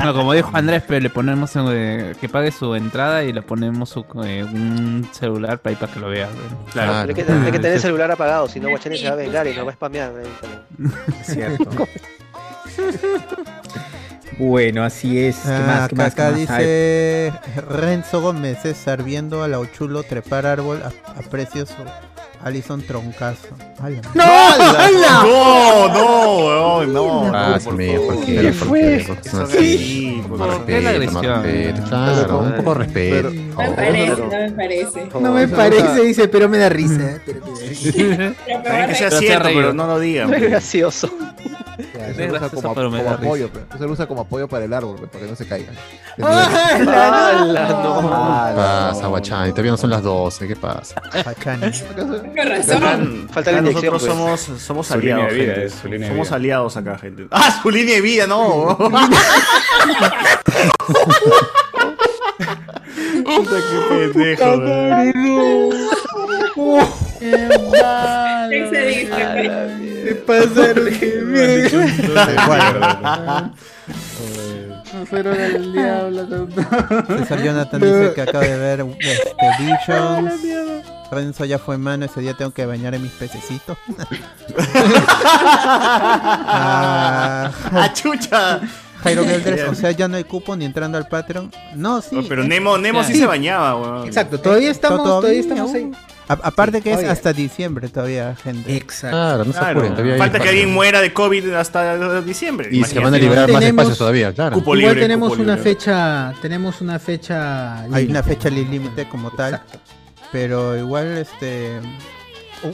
[SPEAKER 6] No, como dijo Andrés, pero le ponemos eh, que pague su entrada y le ponemos su, eh, un celular para, ahí para que lo vea. ¿no?
[SPEAKER 8] Claro.
[SPEAKER 16] Ah,
[SPEAKER 8] Pero hay que, hay que tener el celular apagado, si no Guachani se va a vengar y nos va a spamear. ¿no?
[SPEAKER 1] Cierto. Bueno, así es. ¿Qué
[SPEAKER 13] Ah,
[SPEAKER 1] más? ¿Qué
[SPEAKER 13] acá
[SPEAKER 1] más?
[SPEAKER 13] acá
[SPEAKER 1] ¿Qué más? A
[SPEAKER 13] dice
[SPEAKER 1] ver.
[SPEAKER 13] Renzo Gómez, César, viendo a Lauchulo trepar árbol a, a precioso Alison Troncazo. Ay, la
[SPEAKER 1] ¡No!
[SPEAKER 13] madre.
[SPEAKER 1] ¡Hala!
[SPEAKER 4] No, no, weón, no.
[SPEAKER 2] Ah, sí, ¿por qué?
[SPEAKER 4] ¿Qué
[SPEAKER 2] ¿Por
[SPEAKER 4] fue?
[SPEAKER 2] qué? ¿Por qué son así?
[SPEAKER 4] Sí,
[SPEAKER 2] Con
[SPEAKER 4] ¿por
[SPEAKER 2] respeto,
[SPEAKER 4] qué la
[SPEAKER 2] con
[SPEAKER 4] agresión?
[SPEAKER 2] respeto, Claro, un poco de respeto.
[SPEAKER 15] No
[SPEAKER 8] Ah,
[SPEAKER 15] me parece, no me parece.
[SPEAKER 1] No me parece, dice, pero me da
[SPEAKER 3] eh,
[SPEAKER 1] risa. Pero me da risa.
[SPEAKER 4] También que sea cierto, pero no lo digan.
[SPEAKER 8] Es gracioso.
[SPEAKER 3] Ya, se lo usa como,
[SPEAKER 6] pero me
[SPEAKER 3] como
[SPEAKER 6] da risa.
[SPEAKER 3] apoyo, pero se lo usa como apoyo para el árbol, pe, para que no se caiga.
[SPEAKER 8] ¡Hala, no!
[SPEAKER 2] ¿Qué pasa, Guachani? Todavía no son las 12, ¿qué pasa?
[SPEAKER 4] Acá-
[SPEAKER 8] Falta
[SPEAKER 4] acá
[SPEAKER 8] la inyección,
[SPEAKER 4] nosotros
[SPEAKER 8] pues.
[SPEAKER 4] somos, somos
[SPEAKER 10] Su línea
[SPEAKER 4] aliados.
[SPEAKER 10] de vida,
[SPEAKER 4] gente.
[SPEAKER 2] eh,
[SPEAKER 10] es su línea de
[SPEAKER 4] somos
[SPEAKER 10] vida.
[SPEAKER 4] aliados acá, gente. ¡Ah, su línea de vida! ¡No! Puta, qué pendejo, weón.
[SPEAKER 1] Ah. ¿Qué pasa?
[SPEAKER 18] Fueron al diablo.
[SPEAKER 13] César Jonathan dice que acaba de ver este, Visions. Renzo ya fue mano, ese día tengo que bañar a mis pececitos. Ah,
[SPEAKER 4] ¡Ah, chucha!
[SPEAKER 13] Jairo Geldres, o sea, ya no hay cupo ni entrando al Patreon. No, sí.
[SPEAKER 4] Oh, Pero Nemo, Nemo sí, se bañaba, weón.
[SPEAKER 1] Exacto, todavía estamos,
[SPEAKER 13] Todavía
[SPEAKER 1] todavía estamos ahí.
[SPEAKER 13] aún. A- aparte que es
[SPEAKER 1] Todavía.
[SPEAKER 13] hasta diciembre todavía, gente.
[SPEAKER 1] Exacto.
[SPEAKER 2] Claro, no se
[SPEAKER 4] Claro.
[SPEAKER 2] apuren, todavía hay
[SPEAKER 4] Falta que
[SPEAKER 2] espacio.
[SPEAKER 4] alguien muera de COVID hasta diciembre.
[SPEAKER 2] Y se
[SPEAKER 4] imagínate.
[SPEAKER 2] van a liberar más
[SPEAKER 1] Tenemos-
[SPEAKER 2] espacios todavía, claro.
[SPEAKER 4] Cupo
[SPEAKER 1] Igual
[SPEAKER 4] libre,
[SPEAKER 1] tenemos
[SPEAKER 4] cupo
[SPEAKER 1] una
[SPEAKER 4] libre.
[SPEAKER 1] fecha, tenemos una fecha.
[SPEAKER 13] Hay una
[SPEAKER 1] límite.
[SPEAKER 13] fecha li- límite como tal. Pero igual, este.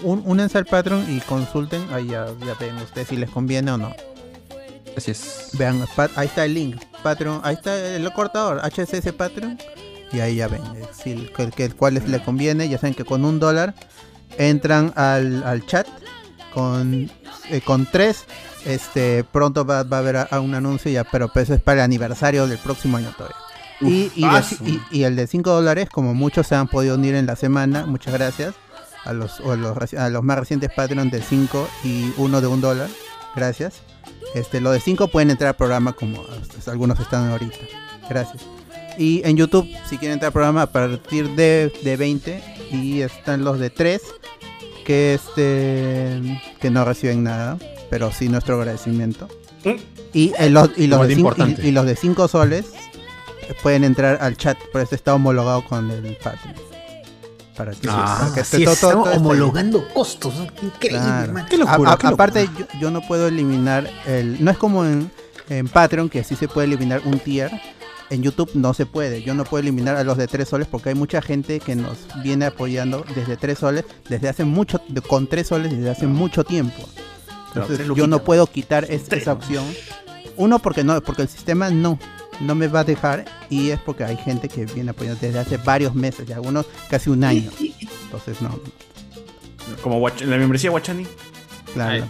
[SPEAKER 13] un- únanse al Patreon y consulten. Ahí ya, ya ven ustedes si les conviene o no.
[SPEAKER 2] Así es.
[SPEAKER 13] Vean, pa- ahí está el link. Patreon, ahí está el cortador, HSS Patreon. Y ahí ya ven eh, si el, que- que- cuál les le conviene. Ya saben que con un dólar entran al, al chat. Con, eh, con tres, este, pronto va, va a haber a, a un anuncio ya, pero pues, eso es para el aniversario del próximo año todavía. Y, y, de-
[SPEAKER 4] ah, sí.
[SPEAKER 13] y- y el de 5 dólares, como muchos se han podido unir en la semana, muchas gracias a los, o a los, reci- a los más recientes Patreon de 5 y uno de 1 dólar, gracias. Este, lo de 5 pueden entrar al programa como pues, algunos están ahorita, gracias. Y en YouTube, si quieren entrar al programa, a partir de, de 20 y están los de 3 que este que no reciben nada, pero sí nuestro agradecimiento. Y, eh, los, y,
[SPEAKER 2] Igual
[SPEAKER 13] los de
[SPEAKER 2] de
[SPEAKER 13] cin-
[SPEAKER 2] importante.
[SPEAKER 13] y- y los de 5 soles eh, pueden entrar al chat, pero este está homologado con el Patreon. Para que, para que
[SPEAKER 1] Así
[SPEAKER 13] todo-
[SPEAKER 1] es,
[SPEAKER 13] todo- todo
[SPEAKER 1] estamos
[SPEAKER 13] este esté
[SPEAKER 1] homologando costos. ¿no?
[SPEAKER 13] ahí.
[SPEAKER 1] Increíble,
[SPEAKER 13] Claro.
[SPEAKER 1] hermano.
[SPEAKER 13] A- a- aparte, yo, yo no puedo eliminar el. No es como en, en Patreon, que sí se puede eliminar un tier. En YouTube no se puede. Yo no puedo eliminar a los de 3 soles porque hay mucha gente que nos viene apoyando desde 3 soles, desde hace mucho, de- con 3 soles desde hace mucho tiempo. Entonces
[SPEAKER 1] tres
[SPEAKER 13] yo
[SPEAKER 1] luquitas.
[SPEAKER 13] no puedo quitar es- esa opción. Uno porque no, porque el sistema no, no me va a dejar y es porque hay gente que viene apoyando desde hace varios meses, ya algunos casi un año. Entonces no,
[SPEAKER 4] Como Guach- la membresía Guachani.
[SPEAKER 13] claro.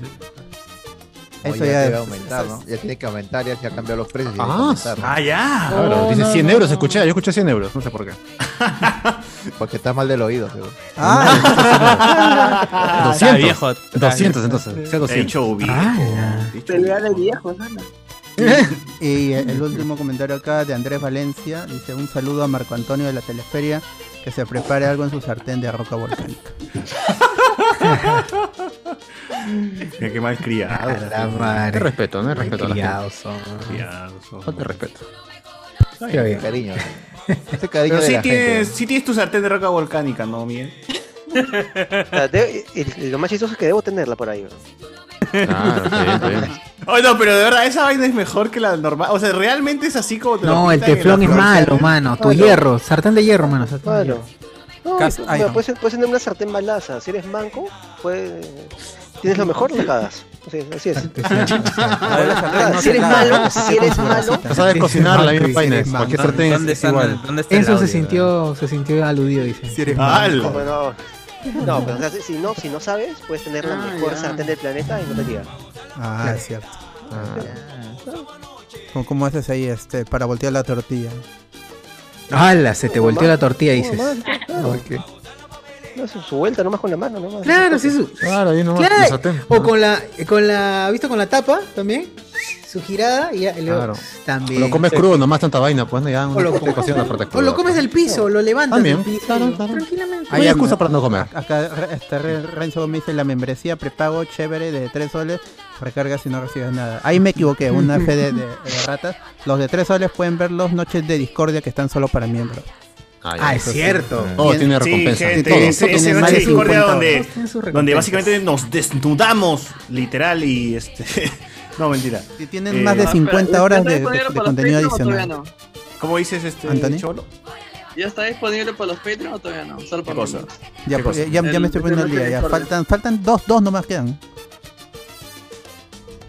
[SPEAKER 3] Oye,
[SPEAKER 13] Eso ya
[SPEAKER 3] debe
[SPEAKER 13] es-
[SPEAKER 3] aumentar, ¿no? Ya tiene que aumentar, ya se han cambiado los precios. y debe
[SPEAKER 2] Ah,
[SPEAKER 3] aumentar, ¿no?
[SPEAKER 4] ah, ya.
[SPEAKER 2] Claro,
[SPEAKER 3] Oh,
[SPEAKER 2] dice
[SPEAKER 3] no,
[SPEAKER 2] 100
[SPEAKER 3] no,
[SPEAKER 2] euros,
[SPEAKER 3] no.
[SPEAKER 2] escuché, yo escuché 100 euros, no sé por qué.
[SPEAKER 3] Porque está mal del oído, seguro.
[SPEAKER 2] Ah, 200.
[SPEAKER 6] viejo.
[SPEAKER 2] 200 entonces, sea 200.
[SPEAKER 4] Hecho viejo.
[SPEAKER 3] Ah,
[SPEAKER 15] Pelea de viejos, anda.
[SPEAKER 13] Y eh, el último comentario acá de Andrés Valencia dice un saludo a Marco Antonio de la Telesferia que se prepare algo en su sartén de roca volcánica.
[SPEAKER 4] Mira, Qué mal criado.
[SPEAKER 1] la madre.
[SPEAKER 2] Te respeto, no hay respeto a la
[SPEAKER 1] Criados
[SPEAKER 2] gente.
[SPEAKER 1] son.
[SPEAKER 2] Falta de respeto.
[SPEAKER 1] Qué bien.
[SPEAKER 3] Cariño. Ese cariño
[SPEAKER 4] Pero
[SPEAKER 3] de
[SPEAKER 4] sí
[SPEAKER 3] la gente.
[SPEAKER 4] tienes, sí tienes tu sartén de roca volcánica, ¿no, Miguel?
[SPEAKER 8] O sea, de- y- y lo más chistoso es que debo tenerla por ahí.
[SPEAKER 2] Claro, Ah, está bien, está bien.
[SPEAKER 4] Ay, no, pero de verdad, esa vaina es mejor que la normal. O sea, realmente es así como te lo
[SPEAKER 1] No, el
[SPEAKER 4] pintan en
[SPEAKER 1] teflón
[SPEAKER 4] la
[SPEAKER 1] es malo, mano. Tu
[SPEAKER 8] Claro.
[SPEAKER 1] hierro, sartén de hierro, mano. sartén de
[SPEAKER 8] Claro.
[SPEAKER 1] hierro.
[SPEAKER 8] No,
[SPEAKER 1] Cast
[SPEAKER 8] tú-
[SPEAKER 1] iron.
[SPEAKER 8] mira, puedes, puedes tener una sartén malaza. Si eres manco, puedes, tienes lo mejor, la cagas. Así, así es.
[SPEAKER 13] no
[SPEAKER 8] si
[SPEAKER 13] se
[SPEAKER 8] eres
[SPEAKER 13] caga,
[SPEAKER 8] malo,
[SPEAKER 13] se hace
[SPEAKER 8] si eres
[SPEAKER 13] con su
[SPEAKER 8] malo,
[SPEAKER 13] bracita.
[SPEAKER 2] No sabes cocinar la misma
[SPEAKER 1] Sí,
[SPEAKER 2] vaina,
[SPEAKER 1] eres man.
[SPEAKER 2] cualquier sartén es-
[SPEAKER 6] ¿Dónde
[SPEAKER 2] es
[SPEAKER 6] está-
[SPEAKER 2] igual.
[SPEAKER 6] dónde está el
[SPEAKER 1] Eso se
[SPEAKER 6] audio?
[SPEAKER 1] sintió, se sintió aludido, dice.
[SPEAKER 2] Si eres
[SPEAKER 4] ¡Hala!
[SPEAKER 8] Bueno, No, pero o sea, si- si no, si no sabes, puedes tener la
[SPEAKER 18] Ah,
[SPEAKER 8] mejor
[SPEAKER 18] ya.
[SPEAKER 8] sartén del planeta y no te digas.
[SPEAKER 13] Ah,
[SPEAKER 8] Claro.
[SPEAKER 13] es cierto.
[SPEAKER 1] Ah.
[SPEAKER 13] Ah. ¿Cómo, cómo haces ahí este para voltear la tortilla?
[SPEAKER 1] ¡Hala! Se te volteó la tortilla,
[SPEAKER 8] No,
[SPEAKER 1] dices.
[SPEAKER 8] más, claro.
[SPEAKER 1] ¿Por qué?
[SPEAKER 8] No, su, su vuelta nomás con la mano, nomás.
[SPEAKER 1] Claro, sí, su...
[SPEAKER 2] Claro, ahí nomás,
[SPEAKER 1] Claro,
[SPEAKER 2] la sartén.
[SPEAKER 1] O con la, eh, con la, ¿visto? Con la tapa también. Su girada y ya. y luego-
[SPEAKER 2] Claro.
[SPEAKER 1] También.
[SPEAKER 2] Lo comes crudo, nomás tanta vaina, pues ya
[SPEAKER 1] O lo,
[SPEAKER 2] una ocasión la parte
[SPEAKER 1] o lo
[SPEAKER 2] cruda.
[SPEAKER 1] comes del piso, lo levantas
[SPEAKER 2] También,
[SPEAKER 1] del piso.
[SPEAKER 2] claro,
[SPEAKER 1] Tranquilamente.
[SPEAKER 2] Hay excusa para no comer.
[SPEAKER 13] Acá re- este, re- Renzo me dice la membresía prepago chévere de 3 soles, recarga si no recibes nada. Ahí me equivoqué, una fe de, de- de ratas. Los de 3 soles pueden ver los noches de discordia que están solo para miembros.
[SPEAKER 1] Ah, es cierto.
[SPEAKER 2] Todo Oh, tiene
[SPEAKER 4] Sí,
[SPEAKER 2] recompensa.
[SPEAKER 4] gente,
[SPEAKER 2] Todo.
[SPEAKER 4] ese-
[SPEAKER 13] Todo
[SPEAKER 4] ese
[SPEAKER 13] tiene
[SPEAKER 4] noche
[SPEAKER 13] más
[SPEAKER 4] de
[SPEAKER 13] de
[SPEAKER 4] discordia
[SPEAKER 13] 50
[SPEAKER 4] donde,
[SPEAKER 13] dólares. Tiene sus
[SPEAKER 4] donde
[SPEAKER 13] recompensas.
[SPEAKER 4] básicamente nos desnudamos, literal, y este. no, mentira. Eh,
[SPEAKER 13] Si tienen más de 50 horas de, de- de contenido adicional.
[SPEAKER 16] no?
[SPEAKER 4] ¿Cómo dices este
[SPEAKER 13] Anthony?
[SPEAKER 4] Cholo?
[SPEAKER 16] ¿Ya está disponible para los Patreon o todavía no? Solo para los miembros.
[SPEAKER 13] Ya,
[SPEAKER 16] ¿Qué
[SPEAKER 13] pues,
[SPEAKER 16] cosa?
[SPEAKER 13] ya, ya
[SPEAKER 16] El-
[SPEAKER 13] me estoy poniendo
[SPEAKER 16] el
[SPEAKER 13] al día. Ya.
[SPEAKER 16] Discordia.
[SPEAKER 13] Faltan, faltan dos, dos nomás quedan.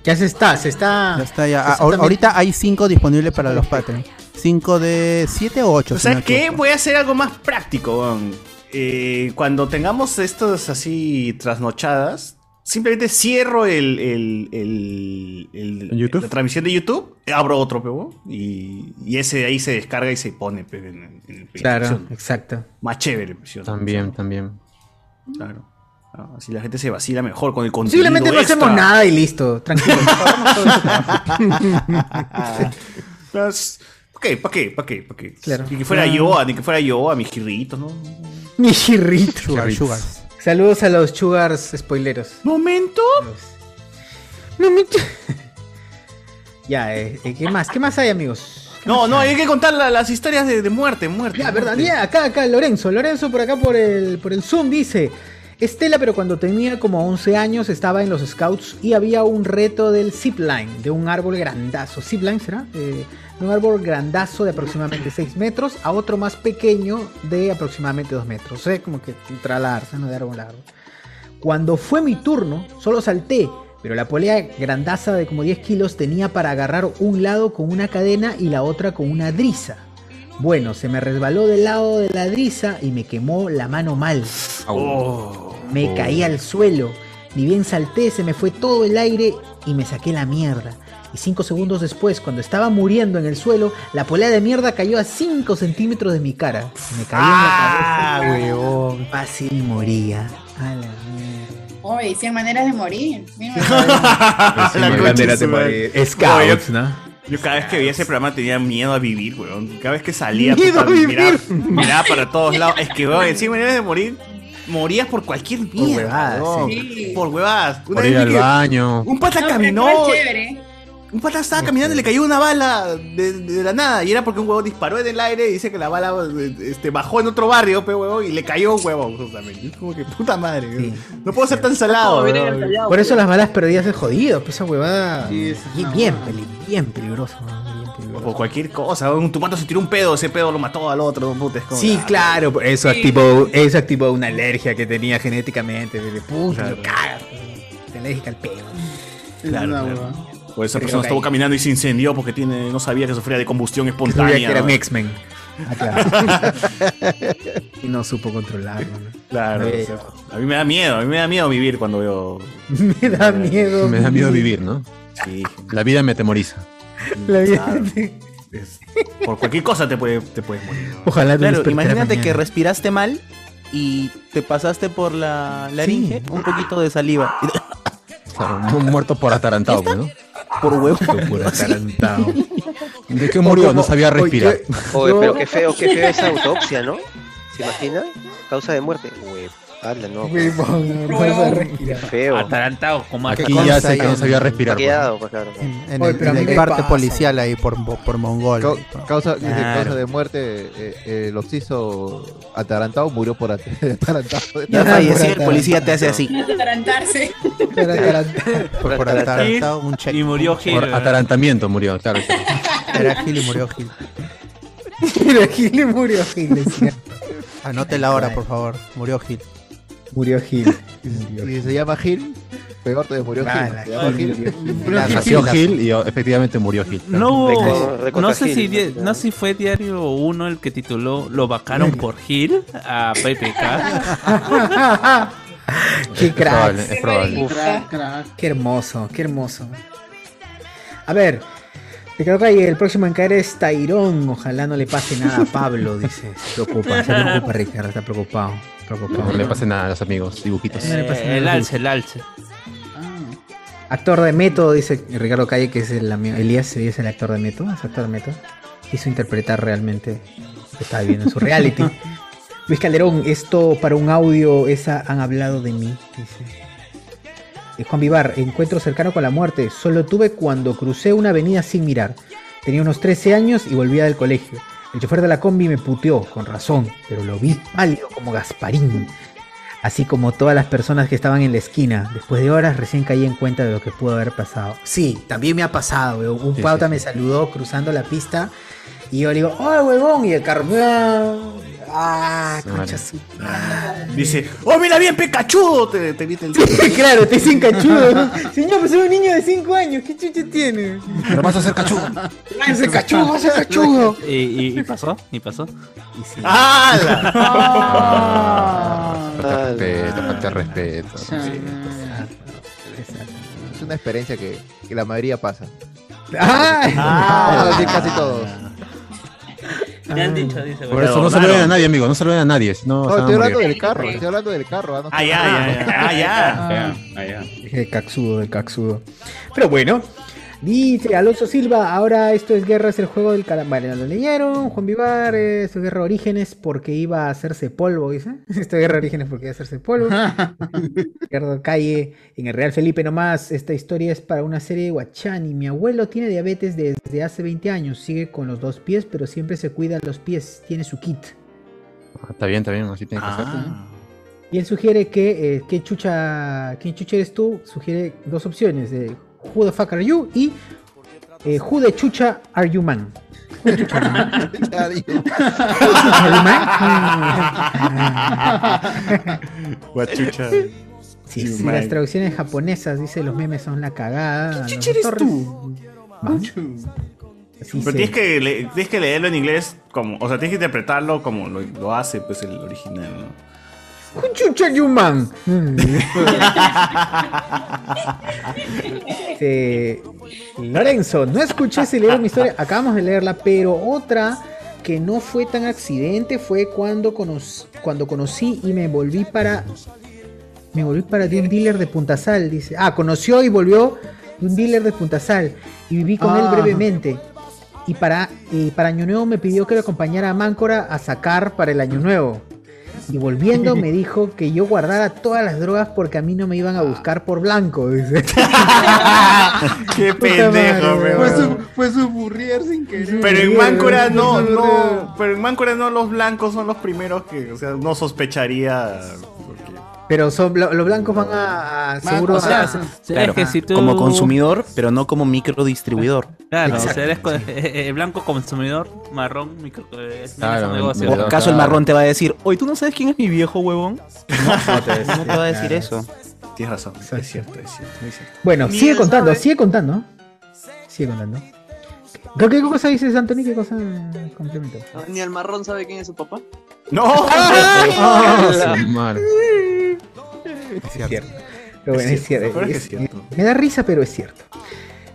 [SPEAKER 1] Ya se está, se está.
[SPEAKER 13] Ya está, ya. Ah, ahor-
[SPEAKER 1] Exactamente.
[SPEAKER 13] ahorita hay 5 disponibles para los Patreon. 5 de 7 o 8.
[SPEAKER 4] O sea, que voy a hacer algo más práctico. weón. Eh, cuando tengamos estas así trasnochadas, simplemente cierro el, el, el- el- la transmisión de YouTube, abro otro, pebo, y, y ese de ahí se descarga y se pone pe, en, en- en el
[SPEAKER 1] Claro,
[SPEAKER 4] opción.
[SPEAKER 1] exacto.
[SPEAKER 4] Más chévere, pe, ¿sí o no?
[SPEAKER 2] También, también.
[SPEAKER 4] Claro. Ah, Así la gente se vacila mejor con el contenido.
[SPEAKER 1] Posiblemente no
[SPEAKER 4] extra.
[SPEAKER 1] hacemos nada y listo. Tranquilo.
[SPEAKER 4] Las- ¿Para Pues, qué? ¿Para qué? ¿Para qué? ¿Para qué?
[SPEAKER 1] Claro.
[SPEAKER 4] Ni que fuera
[SPEAKER 1] Ah.
[SPEAKER 4] yo, a- ni que fuera yo, a mis girritos, ¿no?
[SPEAKER 1] Mi chirrito.
[SPEAKER 4] Sugar, sugar.
[SPEAKER 1] Saludos a los sugars spoileros.
[SPEAKER 4] ¿Momento?
[SPEAKER 1] Ya, eh, eh, ¿qué más? ¿Qué más hay, amigos?
[SPEAKER 4] No, no, hay que contar la- las historias de, de muerte, muerte.
[SPEAKER 1] Ya,
[SPEAKER 4] muerte.
[SPEAKER 1] verdad, ya, acá, acá, Lorenzo. Lorenzo por acá por el, por el Zoom dice. Estela, pero cuando tenía como 11 años estaba en los Scouts y había un reto del zipline, de un árbol grandazo. ¿Zipline será? Eh, de un árbol grandazo de aproximadamente 6 metros a otro más pequeño de aproximadamente 2 metros. O sea, como que trasladarse, ¿no? De árbol a árbol. Cuando fue mi turno, solo salté, pero la polea grandaza de como 10 kilos tenía para agarrar un lado con una cadena y la otra con una driza. Bueno, se me resbaló del lado de la driza y me quemó la mano mal. Me
[SPEAKER 5] Oh.
[SPEAKER 1] caí al suelo. Ni bien salté, se me fue todo el aire y me saqué la mierda. Y cinco segundos después, cuando estaba muriendo en el suelo, la polea de mierda cayó a 5 centímetros de mi cara. Me caí
[SPEAKER 7] Ah.
[SPEAKER 1] en la cabeza. Fácil moría. A la
[SPEAKER 15] Oye, Oh, y 100 maneras de morir. Mira,
[SPEAKER 4] Ah, La
[SPEAKER 19] muy
[SPEAKER 4] concha
[SPEAKER 19] bandera
[SPEAKER 4] de su
[SPEAKER 19] te
[SPEAKER 4] madre.
[SPEAKER 19] pare- Scouts,
[SPEAKER 4] Oye,
[SPEAKER 19] ¿no?
[SPEAKER 4] Yo cada vez que veía ese programa tenía miedo a vivir, weón. Cada vez que salía,
[SPEAKER 19] Miedo a vivir.
[SPEAKER 4] Miraba, miraba para todos lados. Es que, weón, encima maneras de morir, morías por cualquier mierda.
[SPEAKER 2] huevadas,
[SPEAKER 4] weón.
[SPEAKER 15] sí.
[SPEAKER 4] Por huevadas. Una
[SPEAKER 2] Por ir
[SPEAKER 4] vez
[SPEAKER 2] al
[SPEAKER 4] vi que
[SPEAKER 2] baño.
[SPEAKER 4] Un pata
[SPEAKER 15] No, pero
[SPEAKER 4] caminó.
[SPEAKER 15] estuvo chévere.
[SPEAKER 4] Un pata estaba caminando y le cayó una bala de, de la nada. Y era porque un huevo disparó en el aire y dice que la bala este, bajó en otro barrio, pe huevo, y le cayó un huevo justamente. Es como que puta madre, weón. No puedo ser tan salado,
[SPEAKER 1] mierda.
[SPEAKER 4] weón.
[SPEAKER 1] Por eso las balas perdidas es jodido, pues esa huevada.
[SPEAKER 4] Sí, esa es
[SPEAKER 1] bien,
[SPEAKER 4] una
[SPEAKER 1] bien,
[SPEAKER 4] huevada.
[SPEAKER 1] peli- bien peligroso. ¿no? Bien
[SPEAKER 4] O cualquier cosa, un tu pato se tiró un pedo, ese pedo lo mató al otro, puta, es como-
[SPEAKER 19] Sí,
[SPEAKER 4] ah,
[SPEAKER 19] claro, eso
[SPEAKER 4] Sí.
[SPEAKER 19] activó, eso activó una alergia que tenía genéticamente. de- de puta,
[SPEAKER 4] Claro.
[SPEAKER 19] lo cagas.
[SPEAKER 1] Te alérgica al pelo.
[SPEAKER 4] Claro,
[SPEAKER 1] una
[SPEAKER 4] claro.
[SPEAKER 1] huevada.
[SPEAKER 4] O Pues esa
[SPEAKER 1] Creo
[SPEAKER 4] persona
[SPEAKER 1] que
[SPEAKER 4] estuvo
[SPEAKER 1] ahí.
[SPEAKER 4] caminando y se incendió porque tiene, no sabía que sufría de combustión espontánea.
[SPEAKER 19] Sabía que era
[SPEAKER 4] ¿no?
[SPEAKER 19] un X-Men.
[SPEAKER 1] Ah, claro. y no supo controlarlo. ¿no?
[SPEAKER 4] Claro.
[SPEAKER 1] Eh,
[SPEAKER 4] o sea, a mí me da miedo, a mí me da miedo vivir cuando veo.
[SPEAKER 1] Me da miedo.
[SPEAKER 2] Me da miedo vivir, ¿no? La vida me temoriza.
[SPEAKER 1] La vida
[SPEAKER 4] Claro.
[SPEAKER 1] te-
[SPEAKER 4] Es- por cualquier cosa te, puede, te puedes morir. ¿no?
[SPEAKER 1] Ojalá te
[SPEAKER 7] Claro,
[SPEAKER 1] despertara
[SPEAKER 7] imagínate
[SPEAKER 1] mañana.
[SPEAKER 7] que respiraste mal y te pasaste por la laringe un poquito de saliva.
[SPEAKER 2] Claro, un muerto por atarantado, ¿no?
[SPEAKER 7] Por huevo.
[SPEAKER 2] Por atarantado. ¿De qué murió? No sabía respirar.
[SPEAKER 8] Oye, pero qué feo, qué feo esa autopsia, ¿no? ¿Se imagina? Causa de muerte. Uy, ala, no. pues. Qué feo.
[SPEAKER 6] Atarantado, como
[SPEAKER 2] Aquí ya sé que no sabía respirar.
[SPEAKER 8] Maquillado, pues, claro.
[SPEAKER 13] En,
[SPEAKER 8] Oye,
[SPEAKER 13] el,
[SPEAKER 8] pero a
[SPEAKER 13] en
[SPEAKER 8] mí
[SPEAKER 13] el
[SPEAKER 8] me
[SPEAKER 13] parte
[SPEAKER 8] pasa.
[SPEAKER 13] policial ahí por, por mongol.
[SPEAKER 3] Cau- causa, dice,
[SPEAKER 7] Ah,
[SPEAKER 13] Claro.
[SPEAKER 3] causa de muerte, eh, eh, los hizo atarantado, murió por at- atarantado.
[SPEAKER 7] Ya falleció, el policía te hace así.
[SPEAKER 15] atarantarse.
[SPEAKER 13] Por, por atarantado, un check. Y murió
[SPEAKER 2] Por atarantamiento murió, claro.
[SPEAKER 13] Era Gil y murió Gil.
[SPEAKER 1] Mira, Gil murió Gil, es cierto.
[SPEAKER 13] Anote la hora, por favor. Murió Gil.
[SPEAKER 1] Murió Gil.
[SPEAKER 3] Y se llama Gil. Peor te murió
[SPEAKER 1] Ah,
[SPEAKER 3] Gil.
[SPEAKER 1] la
[SPEAKER 3] Se llama
[SPEAKER 1] Gil.
[SPEAKER 2] Nació
[SPEAKER 3] Gil.
[SPEAKER 2] Gil y o, efectivamente murió Gil.
[SPEAKER 6] No hubo-
[SPEAKER 2] Recontra-
[SPEAKER 6] no sé si
[SPEAKER 2] Gil,
[SPEAKER 6] di- no sé si fue Diario 1 el que tituló Lo vacaron por Gil a PPK.
[SPEAKER 1] Qué crack.
[SPEAKER 6] probable, es probable.
[SPEAKER 18] Crack, crack.
[SPEAKER 1] Qué hermoso, qué hermoso. A ver, Ricardo Calle, el próximo en caer es Tairón. Ojalá no le pase nada a Pablo, dice. Se preocupa, se preocupa Ricardo, está preocupado. preocupado.
[SPEAKER 2] No le pase nada a los amigos, dibujitos.
[SPEAKER 1] No le pase nada.
[SPEAKER 6] el alce, el alce.
[SPEAKER 1] Actor de método, dice Ricardo Calle, que es el amigo. Elías, Elías es el actor de método, es actor de método. Quiso interpretar realmente lo que estaba viviendo en su reality. Luis Calderón, esto para un audio, esa han hablado de mí, dice. Eh, Juan Vivar, encuentro cercano con la muerte. Solo tuve cuando crucé una avenida sin mirar. Tenía unos 13 años y volvía del colegio. El chofer de la combi me puteó, con razón, pero lo vi pálido como Gasparín. Así como todas las personas que estaban en la esquina. Después de horas recién caí en cuenta de lo que pudo haber pasado. Sí, también me ha pasado, weón. Un
[SPEAKER 2] Sí,
[SPEAKER 1] pauta
[SPEAKER 2] sí,
[SPEAKER 1] me saludó cruzando la pista y yo le digo, ¡oh, huevón! Y el carro, ¡ah! ¡Ah, concha su
[SPEAKER 4] Dice, ¡oh, mira bien, pecachudo! Te, te grita el
[SPEAKER 1] claro, te dicen cachudo. ¿no? Señor, pues soy un niño de 5 años, ¿qué chucha tiene?
[SPEAKER 2] Pero vas a ser cachudo.
[SPEAKER 1] Vas a ser Ah, cachudo, vas a ser cachudo.
[SPEAKER 6] ¿Y, y, y pasó? ¿Y pasó?
[SPEAKER 1] Ah.
[SPEAKER 2] Falta respeto, falta respeto. Sí.
[SPEAKER 3] Es una experiencia que, que la mayoría pasa.
[SPEAKER 1] ¡Ay!
[SPEAKER 3] Ah, sí, casi todos.
[SPEAKER 6] Me han dicho, dice.
[SPEAKER 2] Por eso no se lo vean a nadie, amigo, no se lo vean a nadie. Si no, se
[SPEAKER 3] No,
[SPEAKER 2] van a
[SPEAKER 3] estoy hablando
[SPEAKER 2] morir.
[SPEAKER 3] del carro, estoy hablando del carro. Ah, no,
[SPEAKER 4] Ah, ya, ya, ya, ah, ya.
[SPEAKER 1] El caxudo, el caxudo. Pero bueno. Dice Alonso Silva, ahora esto es guerra, es el juego del calamar. Ya lo leyeron, Juan Vivar, eh, esto es guerra de orígenes porque iba a hacerse polvo, dice. Esto es guerra de orígenes porque iba a hacerse polvo. Ricardo Calle, en el Real Felipe nomás, esta historia es para una serie de Guachani. Mi abuelo tiene diabetes desde hace 20 años, sigue con los dos pies, pero siempre se cuida los pies, tiene su kit.
[SPEAKER 2] Ah, Está bien, está bien, así tiene que ser.
[SPEAKER 1] Ah. Y él sugiere que eh, ¿qué chucha, ¿Quién chucha eres tú? Sugiere dos opciones: de Who the fuck are you? y eh, Who the chucha are you man? Who the chucha are you man? Who the chucha are you man?
[SPEAKER 4] Guachucha.
[SPEAKER 1] Sí, sí, las traducciones japonesas, dice los memes son la cagada.
[SPEAKER 4] ¿Qué chucha eres
[SPEAKER 1] tú?
[SPEAKER 4] Pero tienes que, le- tienes que leerlo en inglés como, o sea, tienes que interpretarlo como lo, lo hace pues el original, ¿no?
[SPEAKER 1] Who chucha are you man? Mm. Este, Lorenzo, no escuché si leyeron mi historia. Acabamos de leerla, pero otra que no fue tan accidente fue cuando, conoc- cuando conocí y me volví para. Me volví para de un dealer de Puntasal, dice. Ah, conoció y volvió de un dealer de Puntasal. Y viví con él
[SPEAKER 18] Ah.
[SPEAKER 1] brevemente. Y para, y para Año Nuevo me pidió que lo acompañara a Máncora a sacar para el Año Nuevo. Y volviendo me dijo que yo guardara todas las drogas porque a mí no me iban
[SPEAKER 4] Ah.
[SPEAKER 1] a buscar por blanco. Dice.
[SPEAKER 4] Qué
[SPEAKER 1] Puta
[SPEAKER 4] pendejo,
[SPEAKER 1] madre, Pues,
[SPEAKER 4] weón.
[SPEAKER 18] Fue su burrier sin
[SPEAKER 1] Mm,
[SPEAKER 18] querer.
[SPEAKER 4] Pero en Máncora no, no, pero en Máncora no, los blancos son los primeros que, o sea, no sospecharía.
[SPEAKER 1] Pero son, bla- los blancos van a, a- ah, seguro
[SPEAKER 7] o sea,
[SPEAKER 1] a-
[SPEAKER 7] Claro, como consumidor, pero no como microdistribuidor.
[SPEAKER 6] Claro, o
[SPEAKER 7] Exacto.
[SPEAKER 6] sea, eres co- eh, eh, blanco consumidor, marrón, micro, eh, es
[SPEAKER 7] Claro,
[SPEAKER 6] un
[SPEAKER 7] ¿Acaso
[SPEAKER 6] negocio.
[SPEAKER 7] el marrón te va a decir, oye, ¿tú no sabes quién es mi viejo huevón? No,
[SPEAKER 4] no te-
[SPEAKER 7] ¿Cómo te va a decir
[SPEAKER 4] Claro.
[SPEAKER 7] eso?
[SPEAKER 4] Tienes razón, es cierto, es cierto, es cierto.
[SPEAKER 1] Bueno,
[SPEAKER 4] Ni
[SPEAKER 1] sigue
[SPEAKER 4] él
[SPEAKER 1] contando,
[SPEAKER 4] sabe.
[SPEAKER 1] sigue contando. Sigue contando. ¿Qué, qué cosa dices, Anthony? ¿Qué cosa complemento?
[SPEAKER 16] Ni el marrón sabe quién es su papá.
[SPEAKER 4] ¡No!
[SPEAKER 1] Ah,
[SPEAKER 2] su madre.
[SPEAKER 1] Es cierto. Pero bueno, es
[SPEAKER 4] cierto,
[SPEAKER 1] cierto,
[SPEAKER 4] pero es
[SPEAKER 1] es-
[SPEAKER 4] cierto.
[SPEAKER 1] Me da risa, pero es cierto.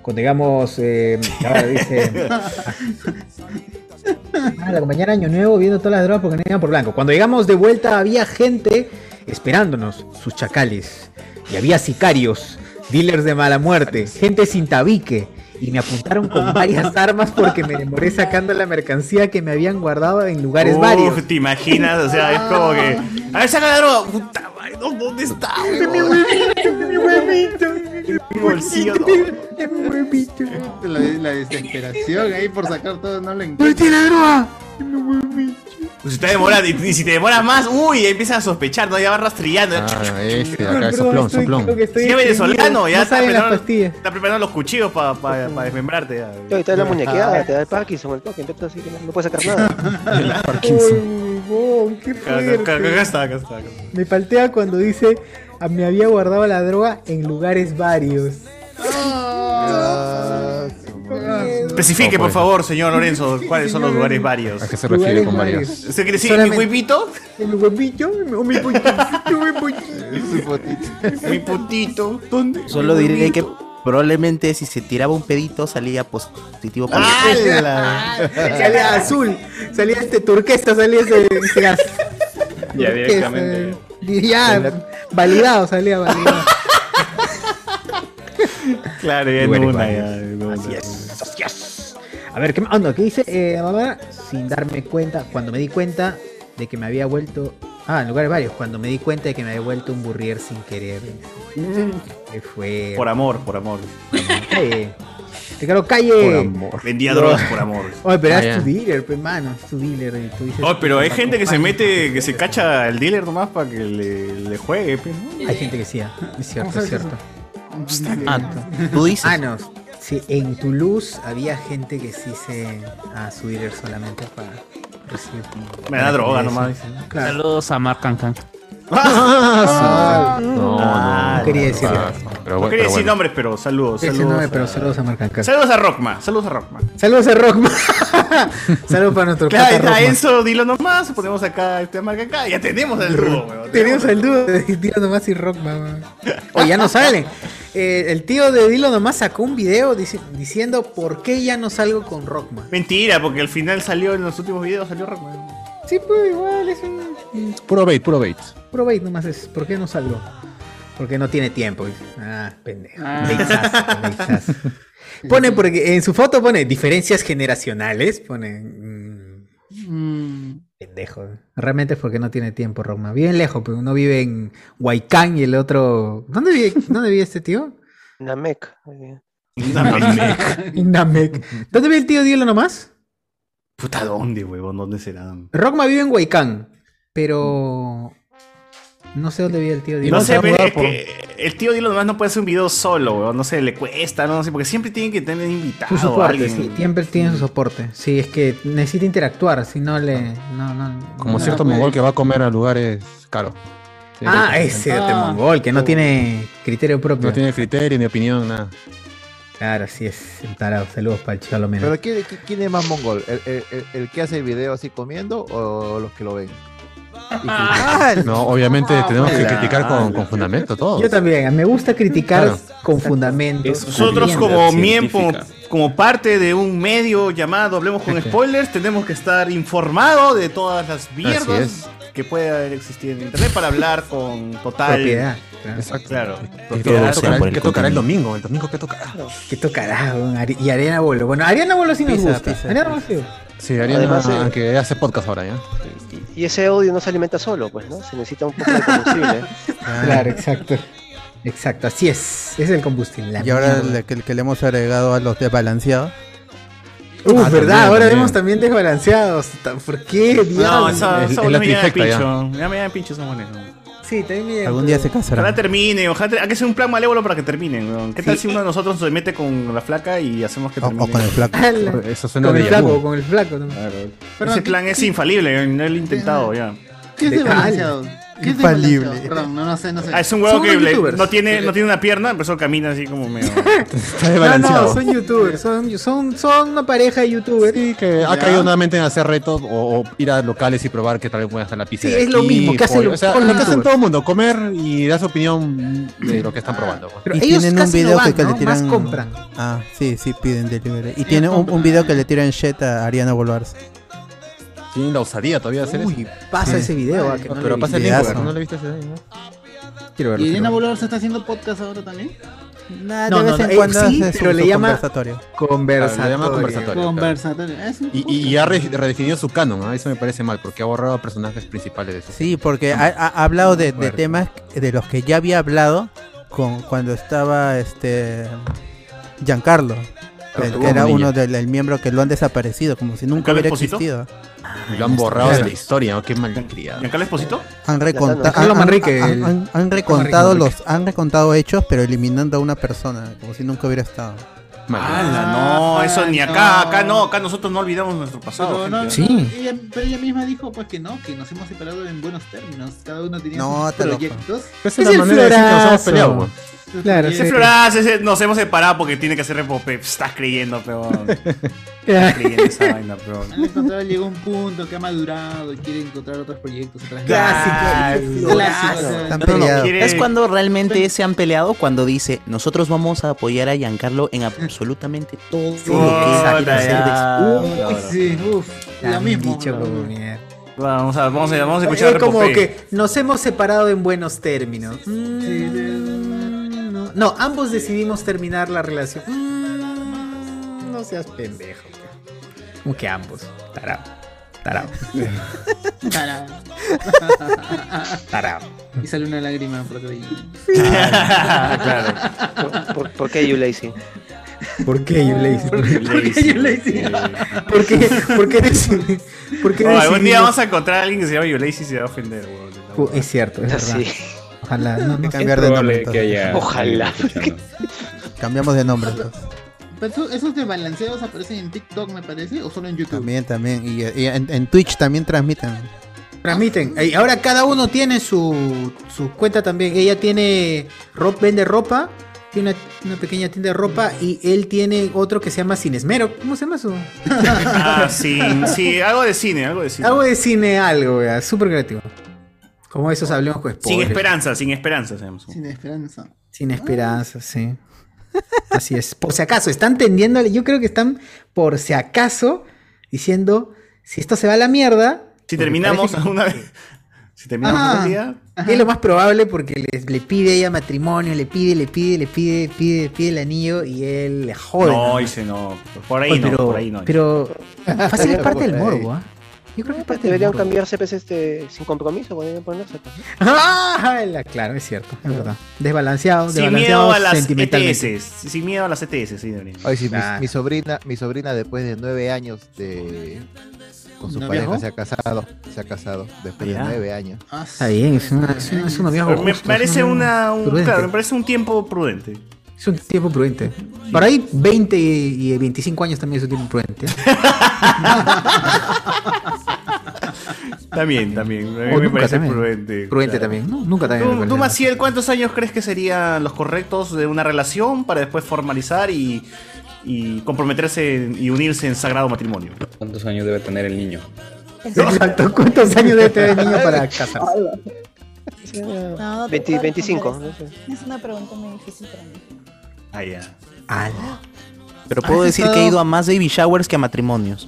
[SPEAKER 1] Cuando digamos, eh, ahora dice. Ah, la compañera Año Nuevo viendo todas las drogas porque no iban por blanco. Cuando llegamos de vuelta había gente esperándonos, sus chacales. Y había sicarios, dealers de mala muerte, gente sin tabique. Y me apuntaron con varias armas porque me demoré sacando la mercancía que me habían guardado en lugares
[SPEAKER 4] Uf,
[SPEAKER 1] varios.
[SPEAKER 4] te imaginas, o sea, es como que. A ver, saca la droga. Puta madre, ¿dó- ¿dónde está?
[SPEAKER 1] mi huevito,
[SPEAKER 4] mi bolsillo.
[SPEAKER 1] mi huevito.
[SPEAKER 18] La, la desesperación
[SPEAKER 1] ¿eh?
[SPEAKER 18] ahí por sacar todo, no le
[SPEAKER 1] ¡No tiene droga!
[SPEAKER 4] Pues si te demoras, y, y si te demoras más, uy, ya empiezas a sospechar, ¿no? Ya vas rastrillando.
[SPEAKER 2] Ah, este, acá es soplón, soplón.
[SPEAKER 4] Sí, es venezolano, ya
[SPEAKER 1] No
[SPEAKER 4] está
[SPEAKER 1] saben las
[SPEAKER 4] preparando,
[SPEAKER 1] pastillas.
[SPEAKER 4] está preparando los cuchillos para desmembrarte. ya.
[SPEAKER 8] Yo, te da la muñequeada,
[SPEAKER 4] Ah,
[SPEAKER 8] te da el Parkinson, el toque, entonces así que no, no puedes sacar nada.
[SPEAKER 1] El Parkinson. Uy, huevón, qué
[SPEAKER 4] Acá acá- acá
[SPEAKER 1] fuerte.
[SPEAKER 4] está, acá está. acá está.
[SPEAKER 1] Me paltea cuando dice "Ah, me había guardado la droga en lugares varios.
[SPEAKER 4] Especifique, por favor, señor Lorenzo, cuáles son los lugares varios. ¿A
[SPEAKER 2] qué se refiere con varios?
[SPEAKER 4] ¿Se quiere decir mi
[SPEAKER 1] Solamente-
[SPEAKER 4] huevito?
[SPEAKER 1] ¿El huevito? ¿Mi pollito? ¿Mi pollito?
[SPEAKER 4] ¿Mi putito? ¿Dónde?
[SPEAKER 7] Solo diré que probablemente si se tiraba un pedito salía positivo para
[SPEAKER 1] ¡Hala! Salía azul, salía este turquesa, salía este, ese, ese gas.
[SPEAKER 10] Ya directamente.
[SPEAKER 1] Turquesa. Ya, validado, salía validado.
[SPEAKER 4] Claro, ya en
[SPEAKER 1] Lugares
[SPEAKER 4] una,
[SPEAKER 1] varios.
[SPEAKER 4] ya en una.
[SPEAKER 1] Así es, así es. A ver, ¿qué más? Ah, no, ¿qué dice? Eh, mamá, sin darme cuenta, cuando me di cuenta de que me había vuelto. Ah, en lugares varios, cuando me di cuenta de que me había vuelto un burrier sin querer. Que fue.
[SPEAKER 4] Por amor, por amor.
[SPEAKER 1] Calle. Ricardo Calle.
[SPEAKER 4] Por amor. Vendía drogas por amor.
[SPEAKER 1] Oye, pero
[SPEAKER 4] Ah,
[SPEAKER 1] es
[SPEAKER 4] ya.
[SPEAKER 1] tu dealer, pe, mano, es tu dealer. y tú dices-
[SPEAKER 4] Oh, pero hay gente que se mete, que se cacha al dealer nomás para que le, le juegue. pe, ¿no?
[SPEAKER 1] Hay gente que sí, ah, es cierto, es cierto.
[SPEAKER 4] Ah, ¿tú dices?
[SPEAKER 1] Ah, no. Sí, en Toulouse había gente que sí se a su dealer solamente para recibir.
[SPEAKER 4] Me da droga nomás, dice.
[SPEAKER 6] Saludos a Mark Cancan.
[SPEAKER 1] Ah,
[SPEAKER 6] sí. No,
[SPEAKER 1] no, no quería decir.
[SPEAKER 6] Ah,
[SPEAKER 4] no quería decir nombres, pero saludos.
[SPEAKER 1] Ese
[SPEAKER 4] saludos
[SPEAKER 1] nombre,
[SPEAKER 4] a-
[SPEAKER 1] pero saludos a Marcanca.
[SPEAKER 4] Saludos a Rockma, saludos a Rockma.
[SPEAKER 1] Saludos a Rockman. saludos para nuestro
[SPEAKER 4] Claro, ahí
[SPEAKER 1] pata
[SPEAKER 4] está
[SPEAKER 1] Rockman.
[SPEAKER 4] Enzo, dilo nomás, ponemos acá este marca acá, ya tenemos el dúo, weón.
[SPEAKER 1] Tenemos al dúo de Dilo Nomás y Rockman. weón. O ya no salen. Eh, el tío de Dilo Nomás sacó un video dici- diciendo por qué ya no salgo con Rockman.
[SPEAKER 4] Mentira, porque al final salió en los últimos videos, salió Rockman.
[SPEAKER 1] Sí, pues igual es un
[SPEAKER 2] Puro bait, puro bait.
[SPEAKER 1] puro bait nomás es. ¿Por qué no salgo? Porque no tiene tiempo. dice. Ah, pendejo. Baitsazo, baitsazo. Pone porque en su foto pone diferencias generacionales. Pone. mm, Pendejo. Realmente es porque no tiene tiempo, Rockman. Viven lejos, pero uno vive en Huaycán y el otro. ¿Dónde vive, ¿dónde vive este tío?
[SPEAKER 8] Namek.
[SPEAKER 1] Namek. Namek. ¿Dónde vive el tío Dilo nomás?
[SPEAKER 4] Puta, ¿dónde, huevón? ¿Dónde serán?
[SPEAKER 1] Rockman vive en Huaycán, pero. No sé dónde vive el tío Dilo.
[SPEAKER 4] No sé, pero es que el tío Dilo nomás no puede hacer un video solo, weón. No sé, le cuesta, no sé, porque siempre tiene que tener
[SPEAKER 1] Su
[SPEAKER 4] invitado a
[SPEAKER 1] soporte,
[SPEAKER 4] alguien.
[SPEAKER 1] sí, siempre tiene su soporte. Sí, es que necesita interactuar, si no le. No, no,
[SPEAKER 2] Como
[SPEAKER 1] no,
[SPEAKER 2] cierto
[SPEAKER 1] no,
[SPEAKER 2] mongol que va a comer a lugares caros. Sí,
[SPEAKER 1] Ah,
[SPEAKER 2] sí,
[SPEAKER 1] ese
[SPEAKER 2] sí.
[SPEAKER 1] otro mongol que no tiene criterio propio.
[SPEAKER 2] No tiene criterio ni opinión, nada.
[SPEAKER 1] Claro, así es, el tarado. Saludos para el chalo menos.
[SPEAKER 3] ¿Pero quién, qui- quién es más mongol? ¿El, el, el- el que hace el video así comiendo o los que lo ven?
[SPEAKER 2] No, obviamente tenemos que
[SPEAKER 3] hola.
[SPEAKER 2] criticar con, con fundamento todo.
[SPEAKER 1] Yo también, me gusta criticar
[SPEAKER 2] Claro.
[SPEAKER 1] con fundamentos.
[SPEAKER 4] Nosotros
[SPEAKER 1] con
[SPEAKER 4] como
[SPEAKER 1] bien-
[SPEAKER 4] miembro, como parte de un medio llamado Hablemos con Spoilers, tenemos que estar informados de todas las mierdas que pueda existir en internet para hablar con total
[SPEAKER 1] Propiedad, claro.
[SPEAKER 4] Exacto. Claro.
[SPEAKER 2] ¿Qué
[SPEAKER 4] Propiedad.
[SPEAKER 2] tocará, qué tocará el domingo? ¿El domingo qué tocará?
[SPEAKER 1] ¿Qué tocará? weón? Ari- Y Ariana Bolo. Bueno, Ariana Bolo sí nos
[SPEAKER 2] Pizza,
[SPEAKER 1] gusta.
[SPEAKER 2] pizza.
[SPEAKER 1] Ariana Bolo sí.
[SPEAKER 2] Sí, Ariana,
[SPEAKER 8] Además, eh,
[SPEAKER 2] que hace podcast ahora ya.
[SPEAKER 8] Y ese audio no se alimenta solo, pues, ¿no? Se necesita un poco de combustible.
[SPEAKER 1] Ah. Claro, exacto. Exacto, así es. Es el combustible. la
[SPEAKER 13] Y ahora
[SPEAKER 1] mierda.
[SPEAKER 13] le- que, que le hemos agregado a los desbalanceados.
[SPEAKER 1] Uh,
[SPEAKER 13] Ah,
[SPEAKER 1] ¿verdad?
[SPEAKER 13] también,
[SPEAKER 1] Ahora
[SPEAKER 13] también.
[SPEAKER 1] vemos también desbalanceados. Ta- ¿Por qué?
[SPEAKER 4] No,
[SPEAKER 1] diablo?
[SPEAKER 4] esa,
[SPEAKER 13] El- el
[SPEAKER 4] esa buena me llama de
[SPEAKER 13] latifecta,
[SPEAKER 4] pincho. Ya me llama de pincho esa buena.
[SPEAKER 1] Sí, también me llama.
[SPEAKER 13] Algún día se casará.
[SPEAKER 4] Ojalá termine, ojalá ter- hay que hacer un plan malévolo para que terminen, weón. ¿Qué tal si uno de nosotros se mete con la flaca y hacemos que termine?
[SPEAKER 13] con el flaco.
[SPEAKER 1] Ala.
[SPEAKER 2] Eso
[SPEAKER 1] Con el flaco, con el flaco. ¿no?
[SPEAKER 4] Ese plan es infalible, weón, no lo he intentado
[SPEAKER 1] Ah.
[SPEAKER 4] ya.
[SPEAKER 18] ¿Qué es desbalanceado? ¿Qué es desbalanceado?
[SPEAKER 4] Infalible.
[SPEAKER 18] Perdón, no, no sé, no sé.
[SPEAKER 4] Ah, es un huevo que le- no, tiene, no tiene una pierna, pero solo camina así como medio.
[SPEAKER 2] Está
[SPEAKER 1] No, no,
[SPEAKER 2] desbalanceado.
[SPEAKER 1] son youtubers, son, son, son una pareja de youtubers.
[SPEAKER 2] Sí, que Ha
[SPEAKER 1] Ya.
[SPEAKER 2] caído nuevamente en hacer retos o, o ir a locales y probar que tal vez pueden hacer la pizza.
[SPEAKER 1] Sí,
[SPEAKER 2] de
[SPEAKER 1] es lo
[SPEAKER 2] aquí,
[SPEAKER 1] mismo que hacen
[SPEAKER 2] pollo.
[SPEAKER 1] los-
[SPEAKER 2] O sea,
[SPEAKER 1] con
[SPEAKER 2] lo que
[SPEAKER 1] los
[SPEAKER 2] hacen todo el mundo, comer y dar su opinión de lo que están probando. pues.
[SPEAKER 13] Y tienen un video que, que le tiran.
[SPEAKER 1] Más compran.
[SPEAKER 13] Ah, sí, sí, piden delivery. Y tiene un, un video que le tiran shit a Ariana Boluarse.
[SPEAKER 2] Tienen la osadía todavía de hacer eso.
[SPEAKER 1] Pasa
[SPEAKER 13] Sí.
[SPEAKER 1] ese video, ah, que no
[SPEAKER 2] pero
[SPEAKER 1] lo
[SPEAKER 2] pasa el
[SPEAKER 1] vi.
[SPEAKER 2] link,
[SPEAKER 1] Videazo.
[SPEAKER 2] ¿no le viste ese video?
[SPEAKER 1] Quiero
[SPEAKER 18] ¿Y Elena
[SPEAKER 1] quiero
[SPEAKER 18] Bolívar se está haciendo podcast ahora también?
[SPEAKER 13] Nada, Ah, de vez en cuando
[SPEAKER 1] sí,
[SPEAKER 13] hace su-
[SPEAKER 1] pero
[SPEAKER 13] su
[SPEAKER 1] le llama
[SPEAKER 13] conversatorio.
[SPEAKER 1] conversatorio.
[SPEAKER 2] Claro, le llama conversatorio, claro.
[SPEAKER 18] Conversatorio. Es un
[SPEAKER 2] Y, y- y ha re- redefinido su canon, ¿ah? eso me parece mal, porque ha borrado personajes principales de eso.
[SPEAKER 13] Sí, porque ha, ha- ha hablado de, de temas de los que ya había hablado con cuando estaba este Giancarlo,
[SPEAKER 7] Ah,
[SPEAKER 13] el
[SPEAKER 2] tuvo
[SPEAKER 13] que era
[SPEAKER 2] un niño.
[SPEAKER 13] uno del el miembro que lo han desaparecido, como si nunca
[SPEAKER 2] ¿Giancarlo
[SPEAKER 13] hubiera
[SPEAKER 2] Esposito?
[SPEAKER 13] existido.
[SPEAKER 2] Lo han borrado
[SPEAKER 13] Claro.
[SPEAKER 2] de la historia, ¿no? qué malcriado.
[SPEAKER 4] ¿Giancarlo Esposito?
[SPEAKER 13] Han, reconta-
[SPEAKER 2] Giancarlo
[SPEAKER 13] han- han-
[SPEAKER 2] Manrique,
[SPEAKER 13] han-
[SPEAKER 2] el-
[SPEAKER 13] han- han
[SPEAKER 2] Manrique,
[SPEAKER 13] recontado
[SPEAKER 2] Manrique.
[SPEAKER 13] los han recontado hechos, pero eliminando a una persona, como si nunca hubiera estado.
[SPEAKER 4] Ala,
[SPEAKER 1] Ah,
[SPEAKER 4] no, eso ni acá, acá no, acá nosotros no olvidamos nuestro pasado.
[SPEAKER 18] Pero, no, no,
[SPEAKER 4] gente.
[SPEAKER 18] ella, pero ella misma dijo pues que no, que nos hemos separado en buenos términos. Cada uno tenía
[SPEAKER 13] No,
[SPEAKER 18] sus
[SPEAKER 13] te lo
[SPEAKER 18] proyectos.
[SPEAKER 13] juro. Esa es la manera de decir que nos hemos peleado,
[SPEAKER 4] güey.
[SPEAKER 1] Claro,
[SPEAKER 4] ese
[SPEAKER 1] sí.
[SPEAKER 4] florazo, ese nos hemos separado porque tiene que hacer repope. Estás creyendo, peón. Estás creyendo esa vaina, peón.
[SPEAKER 18] Han encontrado, llegó un punto que ha madurado y quiere encontrar otros proyectos. otras
[SPEAKER 7] Clásico,
[SPEAKER 18] ganas.
[SPEAKER 7] clásico.
[SPEAKER 18] Clásico.
[SPEAKER 7] Ah, Están
[SPEAKER 18] No, no, no,
[SPEAKER 7] peleados.
[SPEAKER 18] quiere-
[SPEAKER 7] Es cuando realmente se han peleado cuando dice nosotros vamos a apoyar a Giancarlo en absolutamente todo lo que
[SPEAKER 4] Puta,
[SPEAKER 7] quiera hacer
[SPEAKER 4] Ah, ya.
[SPEAKER 7] después.
[SPEAKER 4] Uy,
[SPEAKER 18] sí, uff,
[SPEAKER 1] lo mismo.
[SPEAKER 4] Vamos a, vamos a, vamos a escuchar
[SPEAKER 1] Es como
[SPEAKER 4] repope.
[SPEAKER 1] que nos hemos separado en buenos términos. Mm, no, no, ambos decidimos terminar la relación. Mm, no seas pendejo. pues. Como que ambos. Tarao. Tarao.
[SPEAKER 18] Tarao.
[SPEAKER 1] Tarao.
[SPEAKER 18] Y sale una lágrima por otro día.
[SPEAKER 8] ¿Por, por, por qué you lazy?
[SPEAKER 1] ¿Por qué you lazy?
[SPEAKER 8] ¿Por qué you lazy?
[SPEAKER 1] ¿Por qué? ¿Por qué decidi- por qué
[SPEAKER 4] Oh, algún día
[SPEAKER 1] decidimos-
[SPEAKER 4] vamos a encontrar a alguien que se llama Yolacy y se va a ofender, weón.
[SPEAKER 1] Pu- Es cierto, es
[SPEAKER 4] Sí.
[SPEAKER 1] verdad. Ojalá. No, no.
[SPEAKER 4] Es Cambiar de probable nombre, que entonces. haya-
[SPEAKER 13] Ojalá. Cambiamos de nombre entonces.
[SPEAKER 18] Pero eso- esos de balanceos aparecen en TikTok, me parece, o solo en YouTube.
[SPEAKER 13] También, también. Y, y en, en Twitch también transmiten.
[SPEAKER 1] Transmiten. Y ahora cada uno tiene su, su cuenta también. Ella tiene ro- vende ropa, tiene una, una pequeña tienda de ropa y él tiene otro que se llama Sin Esmero. ¿Cómo se llama su?
[SPEAKER 4] Ah, sí, sí, algo de cine, algo de cine.
[SPEAKER 1] Algo de cine, algo, vea, súper creativo. Como esos hablemos con
[SPEAKER 4] Sin
[SPEAKER 1] spoilers.
[SPEAKER 4] esperanza, sin esperanza, sabemos.
[SPEAKER 18] Sin esperanza.
[SPEAKER 1] Sin
[SPEAKER 4] Ah.
[SPEAKER 1] esperanza, sí. Así es. Por si acaso, están tendiéndole, yo creo que están por si acaso diciendo, si esto se va a la mierda...
[SPEAKER 4] Si terminamos alguna vez. Si terminamos
[SPEAKER 1] Ajá.
[SPEAKER 4] un día.
[SPEAKER 1] Es lo más probable porque les- le pide ella matrimonio, le pide, le pide, le pide, pide, pide el anillo y él le jode.
[SPEAKER 4] no, dice no. Por ahí
[SPEAKER 1] Oye,
[SPEAKER 4] no,
[SPEAKER 1] pero-
[SPEAKER 4] por ahí no.
[SPEAKER 1] Pero fácil es parte del morbo, ¿ah? Yo creo que es parte del
[SPEAKER 8] Deberían
[SPEAKER 1] morbo.
[SPEAKER 8] cambiarse pues, este, sin compromiso, podrían ponerse. pues.
[SPEAKER 1] ¡Ah! La- Claro, es cierto, es verdad. Desbalanceado,
[SPEAKER 4] Sin miedo
[SPEAKER 1] desbalanceado
[SPEAKER 4] a las
[SPEAKER 1] sentimentalmente.
[SPEAKER 4] ETS. Sin miedo a las ETS, sí, deberían.
[SPEAKER 3] Ay, sí, mi,
[SPEAKER 4] Ah.
[SPEAKER 3] mi sobrina, mi sobrina después de nueve años de con su
[SPEAKER 1] ¿No
[SPEAKER 3] pareja
[SPEAKER 1] viajó?
[SPEAKER 3] se ha casado, se ha casado después
[SPEAKER 4] Ah,
[SPEAKER 1] Ya.
[SPEAKER 3] de nueve años.
[SPEAKER 1] Está bien, es, una, es, una- es un noviazgo
[SPEAKER 4] Pero me
[SPEAKER 1] justo, es
[SPEAKER 4] parece
[SPEAKER 1] un-
[SPEAKER 4] una. un-
[SPEAKER 1] prudente.
[SPEAKER 4] claro, me parece un tiempo prudente.
[SPEAKER 1] Es un tiempo prudente. Por ahí 20 y y 25 años también es un tiempo prudente.
[SPEAKER 4] También, también. A mí
[SPEAKER 1] O
[SPEAKER 4] me
[SPEAKER 1] nunca
[SPEAKER 4] parece
[SPEAKER 1] también.
[SPEAKER 4] prudente.
[SPEAKER 1] Prudente también, ¿no? Nunca también me
[SPEAKER 4] ¿Tú,
[SPEAKER 1] parece
[SPEAKER 4] tú
[SPEAKER 1] mal.
[SPEAKER 4] Maciel, ¿cuántos años crees que serían los correctos de una relación para después formalizar y, y comprometerse en- y unirse en sagrado matrimonio?
[SPEAKER 10] ¿Cuántos años debe tener el niño?
[SPEAKER 1] Exacto, ¿cuántos años debe tener el niño para casarse?
[SPEAKER 12] No, no te
[SPEAKER 8] 20,
[SPEAKER 12] puedo
[SPEAKER 8] 25,
[SPEAKER 12] responder eso. Es una pregunta muy difícil para mí.
[SPEAKER 4] Ah, ya.
[SPEAKER 7] Pero puedo
[SPEAKER 1] ¿Has
[SPEAKER 7] decir
[SPEAKER 1] estado-
[SPEAKER 7] que he ido a más baby showers que a matrimonios.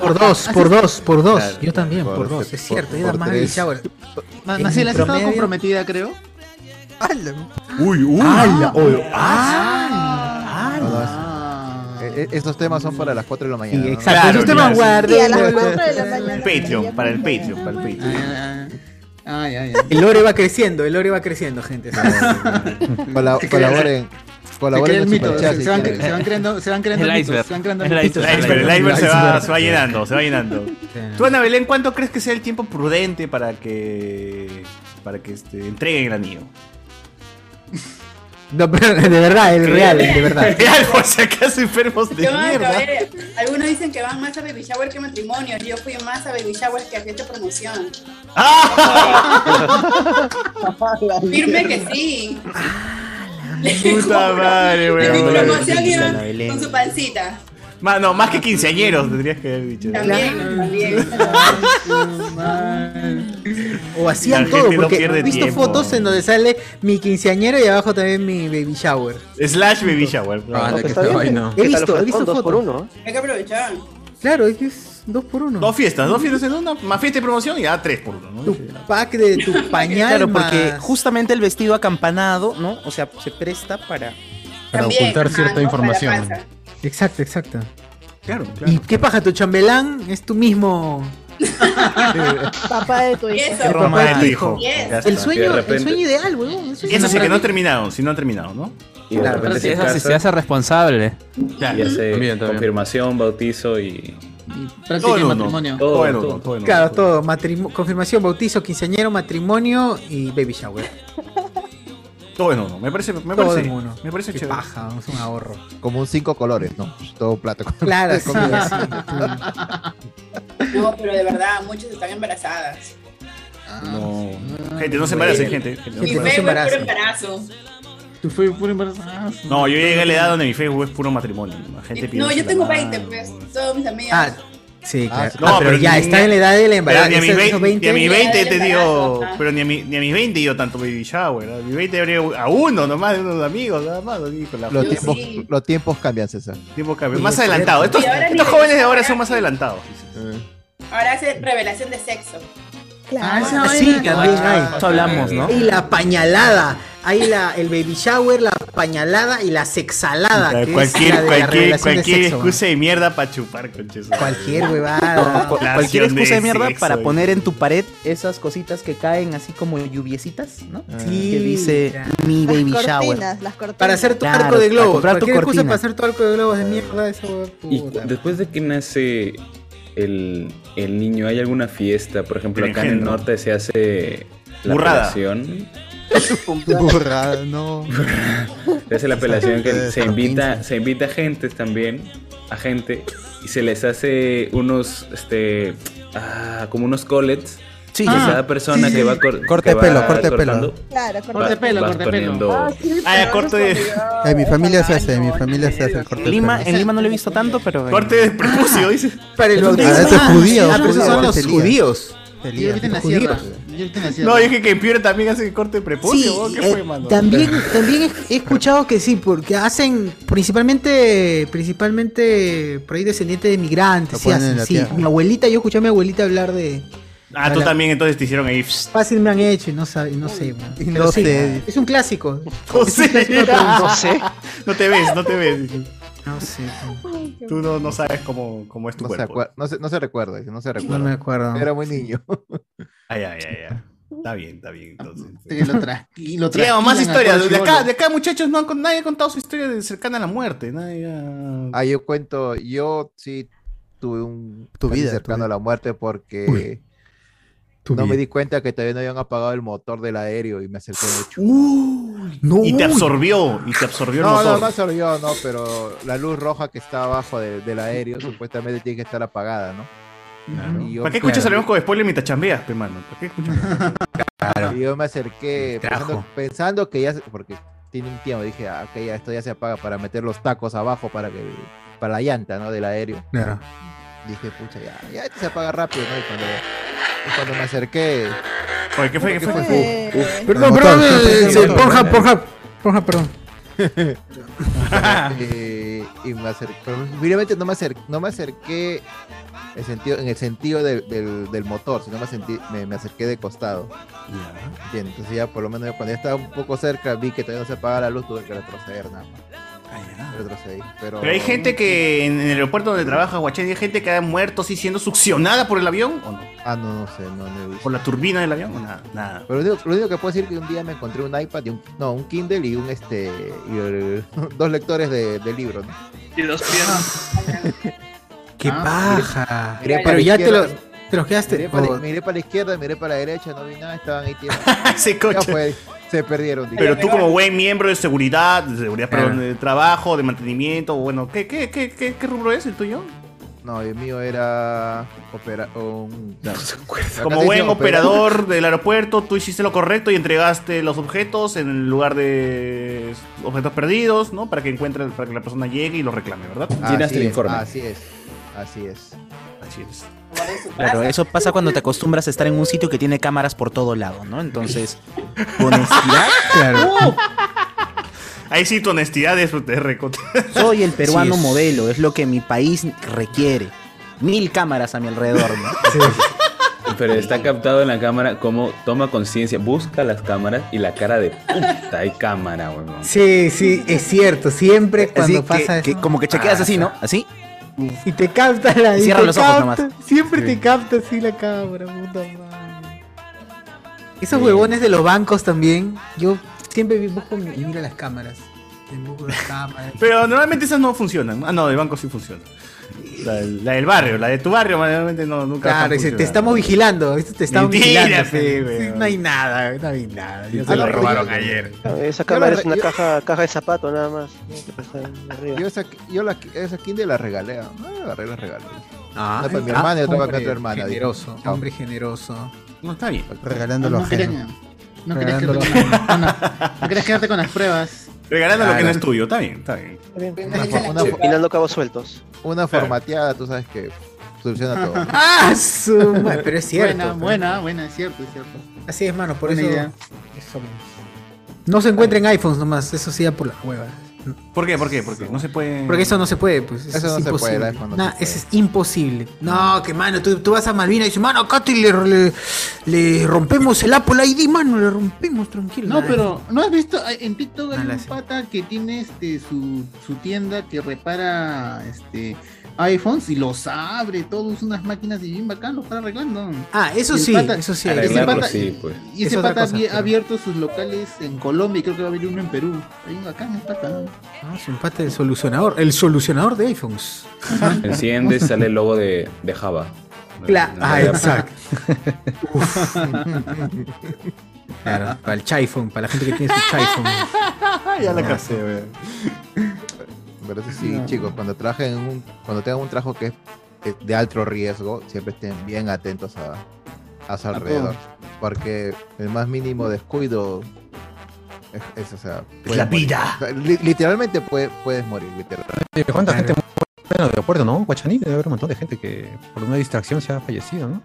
[SPEAKER 1] Por dos, por dos, por dos. yo también, por,
[SPEAKER 7] por-
[SPEAKER 1] dos. Es cierto,
[SPEAKER 7] por-
[SPEAKER 1] era
[SPEAKER 7] por
[SPEAKER 1] más
[SPEAKER 7] tres.
[SPEAKER 1] el shower.
[SPEAKER 18] Ma-
[SPEAKER 1] En
[SPEAKER 18] Maciel, ¿has estado
[SPEAKER 1] promedio-
[SPEAKER 18] comprometida, creo?
[SPEAKER 4] Uy, uy.
[SPEAKER 3] Ah,
[SPEAKER 1] ¡Hala!
[SPEAKER 3] oye,
[SPEAKER 4] Ah,
[SPEAKER 1] No,
[SPEAKER 3] no, es- eh, eh, esos temas son para las 4 de la mañana.
[SPEAKER 1] Sí,
[SPEAKER 3] ¿no?
[SPEAKER 1] exacto, Claro, esos temas claro. guarden, Y a las guarden. cuatro
[SPEAKER 3] Este,
[SPEAKER 1] de la mañana.
[SPEAKER 4] Patreon, para el Patreon, para el Patreon.
[SPEAKER 3] Ah,
[SPEAKER 18] Ay, ay,
[SPEAKER 1] El lore va creciendo, el lore va creciendo, gente.
[SPEAKER 3] Cola- colaboren,
[SPEAKER 1] Se crea- se crea
[SPEAKER 3] colaboren
[SPEAKER 1] el
[SPEAKER 3] en
[SPEAKER 1] mito,
[SPEAKER 3] Superchat
[SPEAKER 1] se-
[SPEAKER 3] si
[SPEAKER 1] se van-
[SPEAKER 3] quieren.
[SPEAKER 1] se
[SPEAKER 18] van creando- se van creando
[SPEAKER 1] El
[SPEAKER 18] mitos,
[SPEAKER 1] iceberg,
[SPEAKER 18] se van creando
[SPEAKER 1] el
[SPEAKER 18] mitos.
[SPEAKER 1] iceberg.
[SPEAKER 4] El iceberg, el iceberg se va, se va
[SPEAKER 1] Iceberg.
[SPEAKER 4] llenando, se va llenando.
[SPEAKER 1] Sí.
[SPEAKER 4] Tú, Ana Belén, ¿cuánto crees que sea el tiempo prudente para que para que este, entreguen el anillo?
[SPEAKER 1] No, pero de verdad, el real, de verdad.
[SPEAKER 4] Real, por si acaso enfermos de
[SPEAKER 15] Yo, a
[SPEAKER 4] mierda.
[SPEAKER 15] ver, algunos dicen que van más a baby shower que matrimonio. Yo fui más a baby shower que a fiesta de promoción.
[SPEAKER 4] Ah.
[SPEAKER 15] Firme que sí.
[SPEAKER 4] Puta madre,
[SPEAKER 15] Mi
[SPEAKER 4] weón.
[SPEAKER 15] promoción iba con su pancita.
[SPEAKER 4] Más, no, más que quinceañeros tendrías que haber dicho.
[SPEAKER 15] También, también.
[SPEAKER 1] O hacían
[SPEAKER 4] La
[SPEAKER 1] todo,
[SPEAKER 4] gente no
[SPEAKER 1] porque
[SPEAKER 4] pierde
[SPEAKER 1] he visto
[SPEAKER 4] tiempo.
[SPEAKER 1] fotos en donde sale mi quinceañero y abajo también mi baby shower.
[SPEAKER 4] Slash baby shower.
[SPEAKER 1] Ah,
[SPEAKER 4] No,
[SPEAKER 1] la
[SPEAKER 4] está
[SPEAKER 1] que está
[SPEAKER 4] bien.
[SPEAKER 1] vaina. He
[SPEAKER 4] ¿Qué tal
[SPEAKER 1] visto,
[SPEAKER 4] los
[SPEAKER 1] he visto
[SPEAKER 4] fotos? Dos
[SPEAKER 1] fotos.
[SPEAKER 4] por uno, ¿eh?
[SPEAKER 15] Hay que aprovechar.
[SPEAKER 1] Claro, es que es dos por uno.
[SPEAKER 4] Dos fiestas, dos fiestas en una, más fiesta de promoción y ya tres por uno. ¿no?
[SPEAKER 1] Pack de tu pañal.
[SPEAKER 7] Claro,
[SPEAKER 1] más-
[SPEAKER 7] porque justamente el vestido acampanado, ¿no? O sea, se presta para...
[SPEAKER 1] Para También, ocultar ajá, cierta ¿no? información. Para la Exacto, exacto.
[SPEAKER 4] Claro,
[SPEAKER 1] ¿Y qué paja? Tu chambelán es tu mismo.
[SPEAKER 12] Papá de tu hijo.
[SPEAKER 15] Eso.
[SPEAKER 4] El papá de tu
[SPEAKER 1] Romántico.
[SPEAKER 4] hijo.
[SPEAKER 1] Yes.
[SPEAKER 4] Ya
[SPEAKER 1] El
[SPEAKER 4] está.
[SPEAKER 1] sueño-
[SPEAKER 4] Y de
[SPEAKER 1] el
[SPEAKER 4] repente-
[SPEAKER 1] sueño ideal, weón, el sueño
[SPEAKER 4] Eso sí que no
[SPEAKER 1] ideal.
[SPEAKER 4] han terminado, si no han terminado, ¿no?
[SPEAKER 10] Y de Claro, repente pero se si es así, casan. se hace
[SPEAKER 6] responsable.
[SPEAKER 10] Y hace confirmación, bautizo y.
[SPEAKER 18] práctica
[SPEAKER 1] Todo en
[SPEAKER 10] de
[SPEAKER 1] uno.
[SPEAKER 10] matrimonio.
[SPEAKER 1] Todo
[SPEAKER 10] Todo,
[SPEAKER 1] en
[SPEAKER 10] todo,
[SPEAKER 1] uno.
[SPEAKER 10] todo en uno.
[SPEAKER 1] Claro, todo. matrimo- confirmación, bautizo, quinceañero, matrimonio y baby shower.
[SPEAKER 4] Todo en uno. Me parece, me
[SPEAKER 1] Todo
[SPEAKER 4] parece,
[SPEAKER 1] en uno.
[SPEAKER 4] me parece
[SPEAKER 1] Qué
[SPEAKER 4] chévere.
[SPEAKER 1] paja, es un ahorro.
[SPEAKER 3] Como un cinco colores, ¿no? Todo plato. con-
[SPEAKER 1] Claro, sí,
[SPEAKER 3] comida.
[SPEAKER 15] No, pero de verdad, muchas están embarazadas.
[SPEAKER 4] No. Gente, no se embaracen, gente. gente, no
[SPEAKER 15] Mi
[SPEAKER 4] se
[SPEAKER 15] fe fue por
[SPEAKER 4] embaracen.
[SPEAKER 15] embarazo.
[SPEAKER 18] Tu fue puro embarazada.
[SPEAKER 4] No, yo llegué a la edad donde mi Facebook es puro matrimonio. La gente
[SPEAKER 15] No,
[SPEAKER 4] pidiéndose
[SPEAKER 15] yo
[SPEAKER 4] la
[SPEAKER 15] tengo
[SPEAKER 4] mano.
[SPEAKER 15] 20, pues. Todas mis amigas.
[SPEAKER 1] Ah, sí, claro.
[SPEAKER 4] No,
[SPEAKER 1] Ah, pero,
[SPEAKER 4] pero
[SPEAKER 1] ya
[SPEAKER 4] ni-
[SPEAKER 1] está en la edad del embarazo.
[SPEAKER 4] Pero ni a
[SPEAKER 1] esos-
[SPEAKER 4] mis
[SPEAKER 1] esos
[SPEAKER 4] 20, ni a mis 20 he
[SPEAKER 15] Del
[SPEAKER 4] tenido.
[SPEAKER 15] embarazo, ajá.
[SPEAKER 4] Pero ni a, mi- ni a mis 20 he ido tanto baby shower. A mis 20 habría a uno nomás, de unos amigos, nada más. así, con la
[SPEAKER 3] Los
[SPEAKER 4] foto.
[SPEAKER 3] tiempos, los tiempos cambian, César.
[SPEAKER 4] Tiempo cambia. Más adelantado. Estos, estos jóvenes de ahora son más adelantados.
[SPEAKER 15] Ahora hace revelación de sexo.
[SPEAKER 1] Claro. Ah,
[SPEAKER 15] esa
[SPEAKER 1] sí,
[SPEAKER 15] vaina.
[SPEAKER 1] también hay.
[SPEAKER 7] Ah, eso hablamos, ¿no?
[SPEAKER 1] Y la pañalada. Hay la, el baby shower, la pañalada y la sexalada. que es la
[SPEAKER 4] Cualquier,
[SPEAKER 1] de la
[SPEAKER 4] cualquier,
[SPEAKER 1] revelación de
[SPEAKER 4] cualquier
[SPEAKER 1] sexo,
[SPEAKER 4] excusa de mierda para chupar, conches.
[SPEAKER 1] Cualquier huevada.
[SPEAKER 7] Cu- Cualquier excusa de mierda para poner en tu pared esas cositas que caen así como lluviecitas, ¿no?
[SPEAKER 1] Sí,
[SPEAKER 7] que dice
[SPEAKER 1] ya.
[SPEAKER 7] mi baby
[SPEAKER 1] Las
[SPEAKER 7] shower.
[SPEAKER 1] cortinas, Para hacer tu arco
[SPEAKER 7] Claro,
[SPEAKER 1] de globos.
[SPEAKER 7] Para comprar tu
[SPEAKER 1] cualquier excusa
[SPEAKER 7] cortina.
[SPEAKER 1] para hacer tu arco de globos de mierda. Eso,
[SPEAKER 10] Y
[SPEAKER 1] puta.
[SPEAKER 10] después de que nace el, el niño, ¿hay alguna fiesta? Por ejemplo,
[SPEAKER 4] El
[SPEAKER 10] acá en el
[SPEAKER 4] engendro.
[SPEAKER 10] norte se hace la
[SPEAKER 4] Burrada.
[SPEAKER 10] apelación.
[SPEAKER 13] Burrada, no.
[SPEAKER 10] Se hace la apelación que se invita, se invita gente también, a gente, y se les hace unos, este, ah, como unos collets.
[SPEAKER 7] Sí.
[SPEAKER 10] que
[SPEAKER 7] Ah,
[SPEAKER 10] cada persona
[SPEAKER 7] sí,
[SPEAKER 10] que
[SPEAKER 7] sí.
[SPEAKER 10] va cor-
[SPEAKER 13] Corte
[SPEAKER 10] que
[SPEAKER 13] de pelo,
[SPEAKER 10] va
[SPEAKER 13] corte de pelo.
[SPEAKER 10] cortando,
[SPEAKER 12] Claro,
[SPEAKER 10] va-
[SPEAKER 12] corte de pelo,
[SPEAKER 10] vas
[SPEAKER 12] corte de pelo.
[SPEAKER 10] poniendo-
[SPEAKER 4] Ah, ya, corte de.
[SPEAKER 13] En eh, mi familia se hace, en mi familia se hace el corte.
[SPEAKER 7] En Lima, en Lima no lo he visto tanto, pero.
[SPEAKER 4] Corte de prepucio, dice.
[SPEAKER 1] Para el
[SPEAKER 7] Ah,
[SPEAKER 1] bautismo.
[SPEAKER 7] eso es judío,
[SPEAKER 1] Ah, pero esos
[SPEAKER 7] judío,
[SPEAKER 1] son los
[SPEAKER 7] se lía.
[SPEAKER 1] judíos.
[SPEAKER 13] Yo
[SPEAKER 1] ahorita
[SPEAKER 18] en la
[SPEAKER 1] sierra.
[SPEAKER 4] No, dije que en Piura también hace corte de prepucio.
[SPEAKER 1] Sí,
[SPEAKER 4] ¿vos? ¿Qué
[SPEAKER 1] eh,
[SPEAKER 4] fue, mano?
[SPEAKER 1] también, también he- he escuchado que sí, porque hacen principalmente, principalmente por ahí descendientes de migrantes,
[SPEAKER 4] Lo
[SPEAKER 1] sí
[SPEAKER 4] ponen
[SPEAKER 1] hacen,
[SPEAKER 4] en la
[SPEAKER 1] sí.
[SPEAKER 4] tierra.
[SPEAKER 1] Mi abuelita, yo escuché a mi abuelita hablar de
[SPEAKER 4] Ah, tú también entonces te hicieron ahí. pss,
[SPEAKER 1] fácil me han hecho y no sabe, no sé, man. Pero
[SPEAKER 4] no
[SPEAKER 1] sí,
[SPEAKER 4] sé.
[SPEAKER 1] es un clásico.
[SPEAKER 4] No
[SPEAKER 1] Es un
[SPEAKER 4] sé.
[SPEAKER 1] clásico, pero
[SPEAKER 4] No sé. No te ves, no te ves.
[SPEAKER 1] No sé.
[SPEAKER 4] Tú no, no sabes cómo, cómo es tu
[SPEAKER 3] No se,
[SPEAKER 4] cuerpo.
[SPEAKER 3] acuer- no, se, no se recuerda, dice, no se recuerda.
[SPEAKER 1] me acuerdo.
[SPEAKER 3] Era muy niño.
[SPEAKER 4] Ay, ay, ay, ay. Está bien, está bien. Entonces.
[SPEAKER 18] Te lo tra- y lo
[SPEAKER 4] Sigamos, más
[SPEAKER 18] trasquilan a
[SPEAKER 4] historias.
[SPEAKER 18] todo
[SPEAKER 4] De acá,
[SPEAKER 18] chibolo.
[SPEAKER 4] de acá, muchachos, no han, con- nadie ha contado su historia de cercana a la muerte. Nadie ha-
[SPEAKER 3] Ah, yo cuento, yo sí tuve un
[SPEAKER 13] Tu
[SPEAKER 3] casi
[SPEAKER 13] vida, tu
[SPEAKER 3] cercano a la muerte porque
[SPEAKER 13] Tu
[SPEAKER 3] no me
[SPEAKER 13] vida.
[SPEAKER 3] di cuenta que todavía no habían apagado el motor del aéreo y me acerqué mucho.
[SPEAKER 1] Uh.
[SPEAKER 4] Y te absorbió, y te absorbió el
[SPEAKER 3] No, no,
[SPEAKER 4] motor.
[SPEAKER 3] no absorbió, no, pero la luz roja que está abajo de- del aéreo supuestamente tiene que estar apagada, ¿no? Y yo-
[SPEAKER 4] ¿Para qué escuchas Salimos con spoiler mientras chambeas, pe mano? ¿Para qué escuchas?
[SPEAKER 3] Y yo me acerqué pensando, pensando que ya, se- porque tiene un tiempo, dije, ah, ok, ya esto ya se apaga para meter los tacos abajo para que para la llanta, ¿no? Del aéreo.
[SPEAKER 1] Claro.
[SPEAKER 3] Dije, pucha, ya, ya esto se apaga rápido, ¿no? Y cuando, y cuando me acerqué...
[SPEAKER 4] Oye, ¿qué fue? ¿Qué fue?
[SPEAKER 3] Uf, uf.
[SPEAKER 1] Perdón, perdón, eh, eh, Pornhub, Pornhub, Pornhub, perdón.
[SPEAKER 3] Eh, y me acerqué, pero finalmente no me acerqué, no me acerqué en, sentido, en el sentido del, del, del motor, sino me, sentí, me, me acerqué de costado. Y entonces ya por lo menos cuando ya estaba un poco cerca vi que todavía no se apagaba la luz, tuve que retroceder nada más. Retrocedí, pero...
[SPEAKER 4] Ah, Pero hay gente que en el aeropuerto donde trabaja, Guachén, hay gente que ha muerto así siendo succionada por el avión o no.
[SPEAKER 3] Ah, no, no sé, no, no he visto.
[SPEAKER 4] ¿Por la turbina del avión o nada? Nada.
[SPEAKER 3] Pero lo único, lo único que puedo decir es que un día me encontré un iPad y un, no, un Kindle y un este y el- dos lectores de, de libro, ¿no?
[SPEAKER 16] Y dos piernas.
[SPEAKER 1] Qué
[SPEAKER 4] Ah,
[SPEAKER 18] Ah.
[SPEAKER 1] paja.
[SPEAKER 3] Miré para
[SPEAKER 1] Pero
[SPEAKER 3] la
[SPEAKER 1] ya te, lo,
[SPEAKER 3] izquierda.
[SPEAKER 1] te los quedaste.
[SPEAKER 3] Miré para, la-
[SPEAKER 1] o-
[SPEAKER 3] miré para la izquierda, miré para la derecha, no vi nada, estaban ahí tirados.
[SPEAKER 4] Se
[SPEAKER 3] Ya fue, se perdieron. dije.
[SPEAKER 4] Pero tú como buen miembro de seguridad, de seguridad,
[SPEAKER 3] Claro.
[SPEAKER 4] perdón, de trabajo, de mantenimiento, bueno, ¿qué, qué, qué, qué, qué rubro es el tuyo?
[SPEAKER 3] No, el mío era opera un no. Acá
[SPEAKER 4] Como
[SPEAKER 3] se
[SPEAKER 4] buen
[SPEAKER 3] dice
[SPEAKER 4] operador del aeropuerto, tú hiciste lo correcto y entregaste los objetos en el lugar de objetos perdidos, ¿no? Para que encuentre, para que la persona llegue y los reclame, ¿verdad?
[SPEAKER 3] Así es, así es, así es.
[SPEAKER 4] Así es.
[SPEAKER 7] Claro, eso pasa cuando te acostumbras a estar en un sitio que tiene cámaras por todo lado, ¿no? Entonces, con honestidad, ¡uh!
[SPEAKER 4] Ahí sí tu honestidad es es recota.
[SPEAKER 7] soy el peruano
[SPEAKER 4] Sí es.
[SPEAKER 7] modelo, es lo que mi país requiere. Mil cámaras a mi alrededor, ¿no?
[SPEAKER 10] Pero está captado en la cámara como toma conciencia, busca las cámaras y la cara de puta, hay cámara, weón.
[SPEAKER 1] Sí, sí, es cierto. Siempre cuando
[SPEAKER 7] que-
[SPEAKER 1] pasa
[SPEAKER 7] que
[SPEAKER 1] eso.
[SPEAKER 7] como que chequeas así, ¿no? Así.
[SPEAKER 1] Y te capta la. y
[SPEAKER 7] Cierra
[SPEAKER 1] te
[SPEAKER 7] los ojos nomás.
[SPEAKER 1] capta, Siempre
[SPEAKER 7] Sí.
[SPEAKER 1] te capta así la cámara, puta madre. Esos huevones de los bancos también. Yo siempre vi- busco y miro las cámaras. Busco las cámaras.
[SPEAKER 4] Pero normalmente esas no funcionan. Ah, no, el banco sí funciona. La, del- la del barrio, la de tu barrio, mayormente no, nunca.
[SPEAKER 1] Claro, dice, te estamos vigilando, ¿viste? te estamos
[SPEAKER 4] Mentira,
[SPEAKER 1] vigilando.
[SPEAKER 4] fe,
[SPEAKER 1] Sí,
[SPEAKER 4] weón.
[SPEAKER 1] No hay nada, no hay nada.
[SPEAKER 4] Sí,
[SPEAKER 1] Ya
[SPEAKER 4] se
[SPEAKER 1] se
[SPEAKER 4] lo
[SPEAKER 1] lo
[SPEAKER 4] robaron
[SPEAKER 1] robaron.
[SPEAKER 4] ayer.
[SPEAKER 8] Esa
[SPEAKER 3] Yo
[SPEAKER 8] cámara
[SPEAKER 3] la
[SPEAKER 8] es una
[SPEAKER 3] re- yo-
[SPEAKER 8] caja, caja de zapato nada más. Arriba.
[SPEAKER 3] Yo esa, yo la, esa Kindle la regalé. ah, No, la regalé, la regalé.
[SPEAKER 1] Ah,
[SPEAKER 3] Una para mi
[SPEAKER 1] ah,
[SPEAKER 3] hermana y otra para mi
[SPEAKER 1] hombre
[SPEAKER 3] otra hermana. dije.
[SPEAKER 1] Generoso,
[SPEAKER 3] Chao.
[SPEAKER 1] hombre generoso.
[SPEAKER 4] No está bien.
[SPEAKER 13] Regalándolo
[SPEAKER 18] Ah, No querías,
[SPEAKER 13] ajeno.
[SPEAKER 18] no querías
[SPEAKER 1] Regalándolo
[SPEAKER 18] quedarte con, no, Ah, no querías quedarte con las pruebas.
[SPEAKER 4] Regalando lo que no
[SPEAKER 3] Claro.
[SPEAKER 4] es tuyo, está bien, está bien.
[SPEAKER 3] Una, fo-
[SPEAKER 8] Finando cabos sueltos.
[SPEAKER 3] una formateada, tú sabes que soluciona todo.
[SPEAKER 1] Ah, su madre, pero es cierto.
[SPEAKER 18] Buena, buena, buena, es cierto, es cierto.
[SPEAKER 1] Así es, mano, por
[SPEAKER 18] Buena
[SPEAKER 1] eso.
[SPEAKER 18] idea.
[SPEAKER 1] eso- No se encuentra en iPhones nomás, eso sí, por la hueva.
[SPEAKER 4] ¿Por qué? ¿Por qué? Porque no se puede.
[SPEAKER 1] Porque eso no se puede, pues.
[SPEAKER 4] Eso
[SPEAKER 1] es
[SPEAKER 4] no se puede,
[SPEAKER 1] imposible.
[SPEAKER 4] el iPhone no
[SPEAKER 1] Nah,
[SPEAKER 4] se puede.
[SPEAKER 1] eso es imposible. No, que mano, tú, tú vas a Malvina y dices, mano, acá te le, le, le rompemos el Apple ID, mano, le rompemos, tranquilo.
[SPEAKER 18] No,
[SPEAKER 1] Nah,
[SPEAKER 18] pero ¿no has visto? Ay, En TikTok hay
[SPEAKER 1] Mala
[SPEAKER 18] un
[SPEAKER 1] esa.
[SPEAKER 18] pata que tiene este su, su tienda que repara este iPhones y los abre, todos unas máquinas y bien bacán, los está arreglando.
[SPEAKER 1] Ah, eso
[SPEAKER 18] Y el
[SPEAKER 1] sí,
[SPEAKER 18] pata-
[SPEAKER 1] eso sí.
[SPEAKER 18] y ese
[SPEAKER 10] Arreglarlo,
[SPEAKER 18] pata-
[SPEAKER 10] sí, pues.
[SPEAKER 18] Y
[SPEAKER 1] Es
[SPEAKER 18] ese
[SPEAKER 1] otra
[SPEAKER 18] pata
[SPEAKER 1] cosa,
[SPEAKER 18] había-
[SPEAKER 1] pero-
[SPEAKER 18] ha abierto sus locales en Colombia y creo que va a abrir uno en Perú. Está bien bacán el pata.
[SPEAKER 1] Ah, su empate del solucionador, el solucionador de iPhones.
[SPEAKER 10] Ah. Enciende, sale el logo de, de Java.
[SPEAKER 1] Cla-
[SPEAKER 10] No,
[SPEAKER 1] ah,
[SPEAKER 10] ya-
[SPEAKER 1] exacto. Uf. Claro, para el Chaifón, para la gente que tiene su Chaifón.
[SPEAKER 4] Ah, ya la casé, weón.
[SPEAKER 3] Ah. Pero eso sí,
[SPEAKER 4] No.
[SPEAKER 3] chicos, cuando trabajen en un, cuando tengan un trabajo que es eh, de alto riesgo, siempre estén bien atentos a, a su
[SPEAKER 18] A todo.
[SPEAKER 3] alrededor. Porque el más mínimo descuido es, es, o sea, puedes
[SPEAKER 2] la
[SPEAKER 3] morir.
[SPEAKER 2] vida.
[SPEAKER 3] O sea, li- literalmente puede- puedes morir,
[SPEAKER 2] Oye,
[SPEAKER 3] literalmente.
[SPEAKER 2] ¿Cuánta gente muere en el aeropuerto, no? Guachaní, debe haber un montón de gente que por una distracción se ha fallecido, ¿no?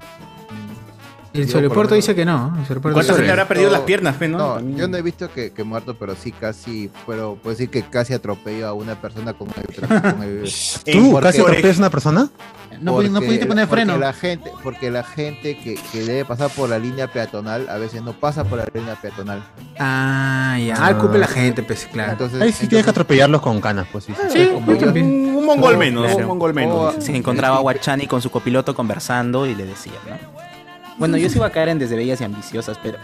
[SPEAKER 3] Yo,
[SPEAKER 1] El
[SPEAKER 3] por lo
[SPEAKER 1] Soleporto
[SPEAKER 3] menos-
[SPEAKER 1] dice que no. El Soleporto dice que-
[SPEAKER 4] fe, no?
[SPEAKER 3] No, yo no he visto que, que muerto, pero sí casi, pero puedo decir que casi atropello a una persona con el... Con el
[SPEAKER 2] ¿Tú
[SPEAKER 3] porque-
[SPEAKER 2] casi atropellas a una persona?
[SPEAKER 18] No pudi- no pudiste poner
[SPEAKER 3] porque
[SPEAKER 18] freno.
[SPEAKER 3] La gente, porque la gente que, que debe pasar por la línea peatonal a veces no pasa por la línea peatonal.
[SPEAKER 1] Ah, ya. Ah, culpe la gente, pues claro.
[SPEAKER 3] Entonces-
[SPEAKER 2] Ahí sí tienes que atropellarlos con canas, pues sí.
[SPEAKER 4] Sí, yo también. Un mongol menos,
[SPEAKER 7] Claro.
[SPEAKER 4] un mongol menos.
[SPEAKER 7] Se Oh, encontraba Guachani con su copiloto conversando y le decía, ¿no? Bueno, yo sí iba a caer en desde bellas y ambiciosas, pero.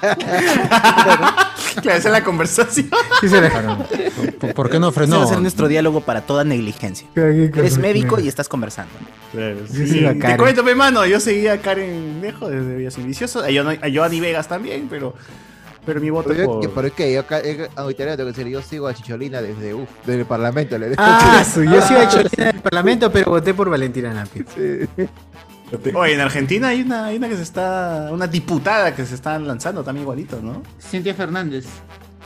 [SPEAKER 4] Claro, esa es la conversación.
[SPEAKER 2] ¿Por, por qué no
[SPEAKER 7] Ese va a
[SPEAKER 2] frenó?
[SPEAKER 7] ser nuestro diálogo para toda negligencia. Eres médico y estás conversando.
[SPEAKER 4] Sí, te cuento, mi mano, yo seguía a Karen Dejo desde Villas Inviciosos, a Johnny- a Johnny Vegas también, pero, pero mi voto
[SPEAKER 3] Pero, yo-
[SPEAKER 4] por...
[SPEAKER 3] pero es que yo acá, eh, ahorita tengo que decir, yo sigo a Chicholina desde, uf, desde el Parlamento. le-
[SPEAKER 1] Ah, su, yo sí he hecho en el Parlamento, pero voté por Valentina Napi.
[SPEAKER 4] Oye, en Argentina hay una, hay una que se está. Una diputada que se está lanzando también igualito, ¿no?
[SPEAKER 18] Cintia Fernández.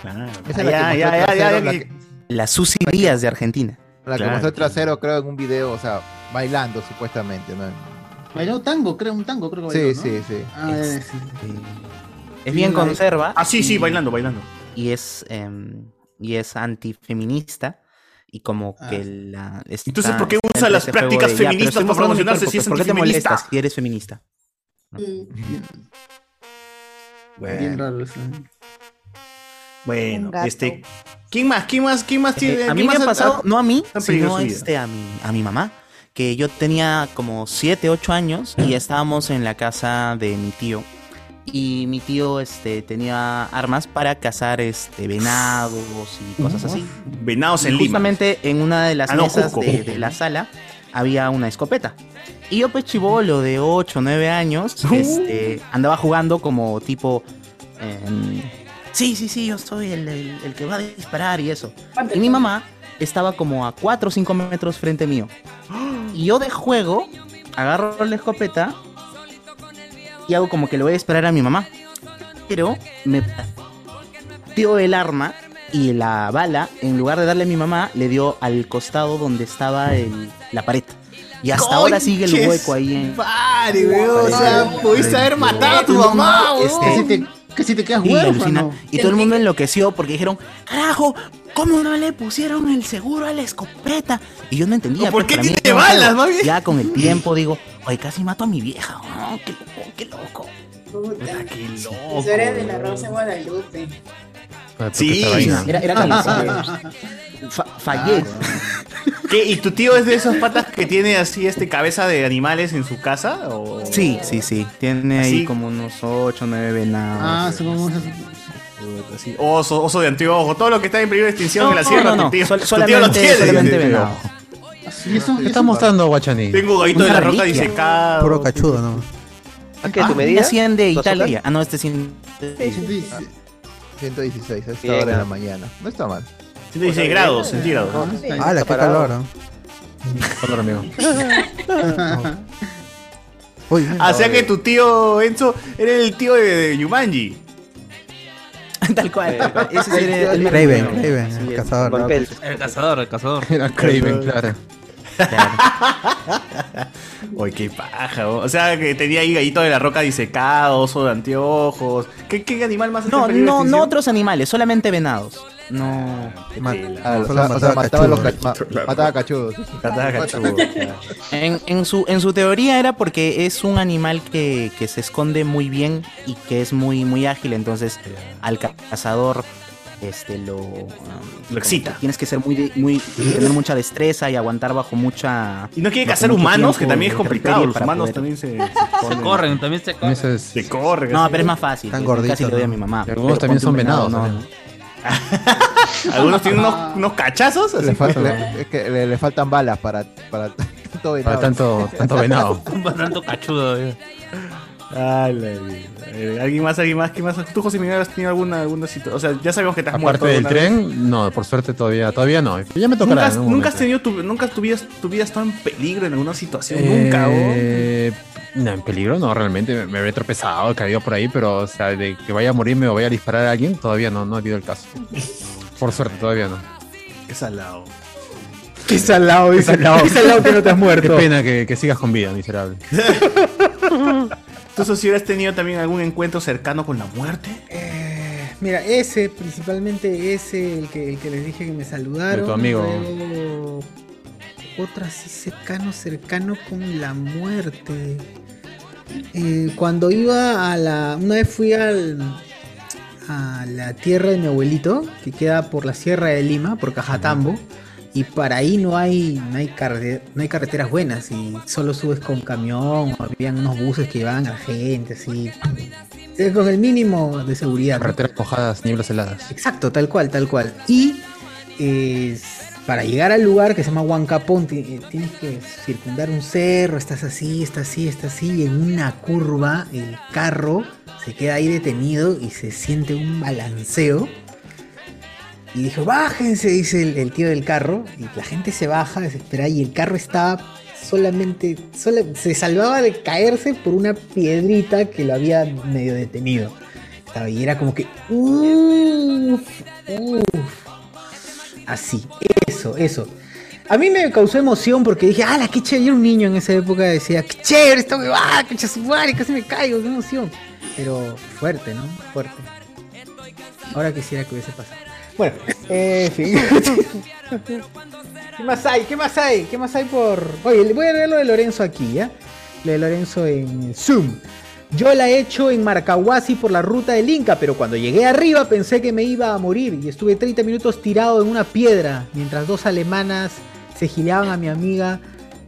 [SPEAKER 4] Claro.
[SPEAKER 3] Esa es la
[SPEAKER 2] Ah,
[SPEAKER 3] que mostró el trasero, la que-
[SPEAKER 7] Las Susi Díaz de Argentina.
[SPEAKER 3] La que mostró el trasero, creo, en un video, o sea, bailando supuestamente. ¿no?
[SPEAKER 18] Bailó tango, creo, un tango, creo que
[SPEAKER 3] Sí,
[SPEAKER 18] bailó, ¿no?
[SPEAKER 3] sí, sí.
[SPEAKER 18] Ah, eh, sí.
[SPEAKER 7] Es bien
[SPEAKER 18] Sí, la-
[SPEAKER 7] conserva.
[SPEAKER 18] Ah, sí, sí, bailando,
[SPEAKER 4] bailando.
[SPEAKER 7] Y es, em, y es antifeminista. Y como que la.
[SPEAKER 4] Ah. Entonces,
[SPEAKER 7] está-
[SPEAKER 4] ¿por qué
[SPEAKER 7] está
[SPEAKER 4] usa
[SPEAKER 7] entre
[SPEAKER 4] las
[SPEAKER 7] ese juego
[SPEAKER 4] prácticas
[SPEAKER 7] de, ya, pero
[SPEAKER 4] feministas
[SPEAKER 7] estoy
[SPEAKER 4] para
[SPEAKER 7] mostrando mi
[SPEAKER 4] promocionarse
[SPEAKER 7] cuerpo,
[SPEAKER 4] si es
[SPEAKER 7] ¿Por qué te
[SPEAKER 4] antifeminista?
[SPEAKER 7] molestas si eres feminista?
[SPEAKER 15] Mm.
[SPEAKER 18] Bien raro eso.
[SPEAKER 4] Bueno, este. ¿Quién más? ¿Quién más? ¿Quién más tiene?
[SPEAKER 7] Eh, a mí
[SPEAKER 4] ¿quién
[SPEAKER 7] me
[SPEAKER 4] más Ah,
[SPEAKER 7] ha pasado, no a mí,
[SPEAKER 4] han perdido
[SPEAKER 7] sino
[SPEAKER 4] su vida?
[SPEAKER 7] este, a, mi, a mi mamá, que yo tenía como 7, 8 años y estábamos en la casa de mi tío. Y mi tío este, tenía armas para cazar este, venados y cosas así.
[SPEAKER 4] Venados en
[SPEAKER 7] Y
[SPEAKER 4] Lima.
[SPEAKER 7] justamente en una de las
[SPEAKER 4] Ah, no,
[SPEAKER 7] mesas
[SPEAKER 4] Cusco.
[SPEAKER 7] de, de la sala había una escopeta. Y yo, pues chivolo de 8, 9 años,
[SPEAKER 4] Uh.
[SPEAKER 7] este, andaba jugando como tipo... em, sí, sí, sí, yo soy el, el- el que va a disparar y eso. Y mi mamá estaba como a 4 o 5 metros frente mío. Y yo de juego agarro la escopeta y hago como que le voy a disparar a mi mamá. Pero me dio el arma y la bala, en lugar de darle a mi mamá, le dio al costado donde estaba el- la pared. Y hasta ahora sigue el
[SPEAKER 1] ¡Conches!
[SPEAKER 7] hueco ahí en...
[SPEAKER 1] Pare, weón, o sea, pudiste haber matado a tu mamá,
[SPEAKER 7] Este,
[SPEAKER 1] weón.
[SPEAKER 18] Que si te quedas
[SPEAKER 7] Sí,
[SPEAKER 18] huérfano.
[SPEAKER 7] alucina. Y todo el mundo enloqueció porque dijeron, carajo, ¿cómo no le pusieron el seguro a la escopeta? Y yo no entendía.
[SPEAKER 4] ¿Por
[SPEAKER 7] pues,
[SPEAKER 4] qué
[SPEAKER 7] para mí
[SPEAKER 4] tiene
[SPEAKER 7] era un
[SPEAKER 4] balas,
[SPEAKER 7] juego.
[SPEAKER 4] más bien?
[SPEAKER 7] Ya con el tiempo digo, oye, casi mato a mi vieja,
[SPEAKER 15] Oh,
[SPEAKER 7] ¿no? qué loco, qué loco.
[SPEAKER 15] Puta,
[SPEAKER 4] qué
[SPEAKER 15] loco. Eso era de la Rosa de Guadalupe.
[SPEAKER 4] Sí,
[SPEAKER 7] Era, era calentura. Fa- fallé.
[SPEAKER 4] Ah, ¿Qué? ¿Y tu tío es de esos patas que tiene así este cabeza de animales en su casa? ¿O...
[SPEAKER 7] Sí, sí, sí. Tiene
[SPEAKER 4] ¿Así?
[SPEAKER 7] ahí como unos 8, 9 venados.
[SPEAKER 18] Ah, somos
[SPEAKER 4] Sí, Oso, oso de anteojo, todo lo que está en peligro de extinción
[SPEAKER 7] No,
[SPEAKER 4] en la sierra,
[SPEAKER 7] no, no,
[SPEAKER 4] tu tío.
[SPEAKER 7] sol-
[SPEAKER 4] tu tío
[SPEAKER 7] solamente-
[SPEAKER 4] lo tiene.
[SPEAKER 7] solamente venado.
[SPEAKER 2] ¿Qué estás mostrando, Guachani?
[SPEAKER 4] Tengo gallito
[SPEAKER 7] Una
[SPEAKER 4] de la roca
[SPEAKER 7] reliquia.
[SPEAKER 4] disecado.
[SPEAKER 13] Puro cachudo, ¿no?
[SPEAKER 8] ¿A
[SPEAKER 7] qué, tu medida? 100 Ah, de Italia. Ah, no, este 100.
[SPEAKER 3] 116 Ah, a esta
[SPEAKER 7] Bien,
[SPEAKER 3] hora de
[SPEAKER 7] ah.
[SPEAKER 3] la mañana. No está mal.
[SPEAKER 4] 116 grados centígrados.
[SPEAKER 1] Ah,
[SPEAKER 13] ¡Hala, qué Ah, calor! ¿no?
[SPEAKER 2] Calor, amigo.
[SPEAKER 4] Ah, O sea que tu tío Enzo era el tío de, de Yumanji. Eh,
[SPEAKER 7] Tal cual. Ese
[SPEAKER 6] sí era el-
[SPEAKER 13] Raven, Raven, el cazador. ¿no?
[SPEAKER 8] Golpel.
[SPEAKER 6] El cazador, el cazador.
[SPEAKER 2] Era Craven, claro.
[SPEAKER 4] Uy, qué paja. ¿no? O sea que tenía ahí gallito de la roca disecado, oso de anteojos. ¿Qué, qué animal más está en
[SPEAKER 7] No,
[SPEAKER 4] peligro
[SPEAKER 7] no,
[SPEAKER 4] de
[SPEAKER 7] no
[SPEAKER 4] extinción?
[SPEAKER 7] otros animales, solamente venados. No.
[SPEAKER 3] Ah, o sea, o sea, mataba a los ca- ma- mataba a cachudos.
[SPEAKER 4] Mataba cachudos,
[SPEAKER 7] En, en su, en su teoría era porque es un animal que, que se esconde muy bien y que es muy, muy ágil, entonces al ca- cazador este lo, um, como
[SPEAKER 4] excita.
[SPEAKER 7] que Tienes que ser muy, de- muy tener mucha destreza y aguantar bajo mucha
[SPEAKER 4] Y no quiere
[SPEAKER 7] bajo
[SPEAKER 4] cazar
[SPEAKER 7] mucho
[SPEAKER 4] humanos, que
[SPEAKER 7] tiempo
[SPEAKER 4] también
[SPEAKER 7] de
[SPEAKER 4] es complicado.
[SPEAKER 7] intemperie
[SPEAKER 4] Los
[SPEAKER 7] para
[SPEAKER 4] humanos
[SPEAKER 7] poder-
[SPEAKER 4] también se,
[SPEAKER 6] Se corren, también se corren.
[SPEAKER 4] Se corren.
[SPEAKER 7] No,
[SPEAKER 4] así.
[SPEAKER 7] pero es más fácil.
[SPEAKER 4] Tan
[SPEAKER 7] Tan
[SPEAKER 4] gordito,
[SPEAKER 7] Casi le doy a
[SPEAKER 4] ¿no?
[SPEAKER 7] mi mamá.
[SPEAKER 4] Y algunos
[SPEAKER 7] Pero ponte
[SPEAKER 4] también son
[SPEAKER 7] un venado,
[SPEAKER 4] venados,
[SPEAKER 7] ¿no?
[SPEAKER 3] ¿eh?
[SPEAKER 4] Algunos tienen unos, unos cachazos. así.
[SPEAKER 3] Le, fal- le- es que le- le faltan balas para, para tanto venado.
[SPEAKER 2] Para tanto, tanto venado.
[SPEAKER 6] Tanto cachudo. eh.
[SPEAKER 4] Ay, la vida. Eh, ¿Alguien más? ¿Alguien más? ¿Qué más? ¿Tú, José Miguel, has tenido alguna, alguna situación? O sea, ya sabemos que te has muerto.
[SPEAKER 2] Aparte del
[SPEAKER 4] alguna vez.
[SPEAKER 2] tren, no, por suerte todavía, todavía no. Ya me
[SPEAKER 4] ¿Nunca,
[SPEAKER 2] tocará.
[SPEAKER 4] has,
[SPEAKER 2] en algún
[SPEAKER 4] nunca has
[SPEAKER 2] momento.
[SPEAKER 4] tenido tu, nunca tu vida, tu vida ha estado en peligro en alguna situación. Nunca,
[SPEAKER 1] oh?
[SPEAKER 4] ¿o?
[SPEAKER 2] Eh, No, en peligro no, realmente me, me habré tropezado, caído por ahí, pero o sea, de que vaya a morirme o vaya a disparar a alguien, todavía no, no ha habido el caso. Por suerte, todavía no.
[SPEAKER 4] Qué salado.
[SPEAKER 19] Qué
[SPEAKER 4] Oh,
[SPEAKER 19] salado, dice. Qué salado que no te has muerto.
[SPEAKER 2] Qué pena que, que sigas con vida, miserable.
[SPEAKER 4] ¿Tú, Socio, has tenido también algún encuentro cercano con la muerte?
[SPEAKER 1] Mira, ese, principalmente ese, el que, el que les dije que me saludaron.
[SPEAKER 2] De tu amigo.
[SPEAKER 1] Luego, otro así cercano, cercano con la muerte. Eh, cuando iba a la. Una vez fui al. A la tierra de mi abuelito, que queda por la Sierra de Lima, por Cajatambo. Y para ahí no hay, no hay, carre- no hay carreteras buenas. Y solo subes con camión. o Habían unos buses que llevaban a la gente, así. Eh, Con el mínimo de seguridad. ¿no?
[SPEAKER 2] Carreteras mojadas, nieblas heladas.
[SPEAKER 1] Exacto, tal cual, tal cual. Y eh, para llegar al lugar que se llama Huancapón, ti- eh, tienes que circundar un cerro, estás así, estás así, estás así, y en una curva el carro se queda ahí detenido y se siente un balanceo. Y dijo, bájense, dice el, el tío del carro. Y la gente se baja, desesperada, y el carro estaba solamente, sola- se salvaba de caerse por una piedrita que lo había medio detenido. Estaba- Y era como que, uff, uff. Así, eso, eso. A mí me causó emoción porque dije, ¡ala, qué chévere! Yo era un niño en esa época decía, ¡qué chévere esta
[SPEAKER 15] ah,
[SPEAKER 1] huevada, qué chasumare, casi me caigo, qué emoción! Pero fuerte, ¿no? Fuerte. Ahora quisiera que hubiese pasado. Bueno, eh, en fin. ¿Qué más hay? ¿Qué más hay? ¿Qué más hay por...? Oye, le voy a leer lo de Lorenzo aquí, ¿ya? Lo de Lorenzo en Zoom. Yo la he hecho en Marcahuasi por la ruta del Inca, pero cuando llegué arriba pensé que me iba a morir y estuve 30 minutos tirado en una piedra mientras dos alemanas se gileaban a mi amiga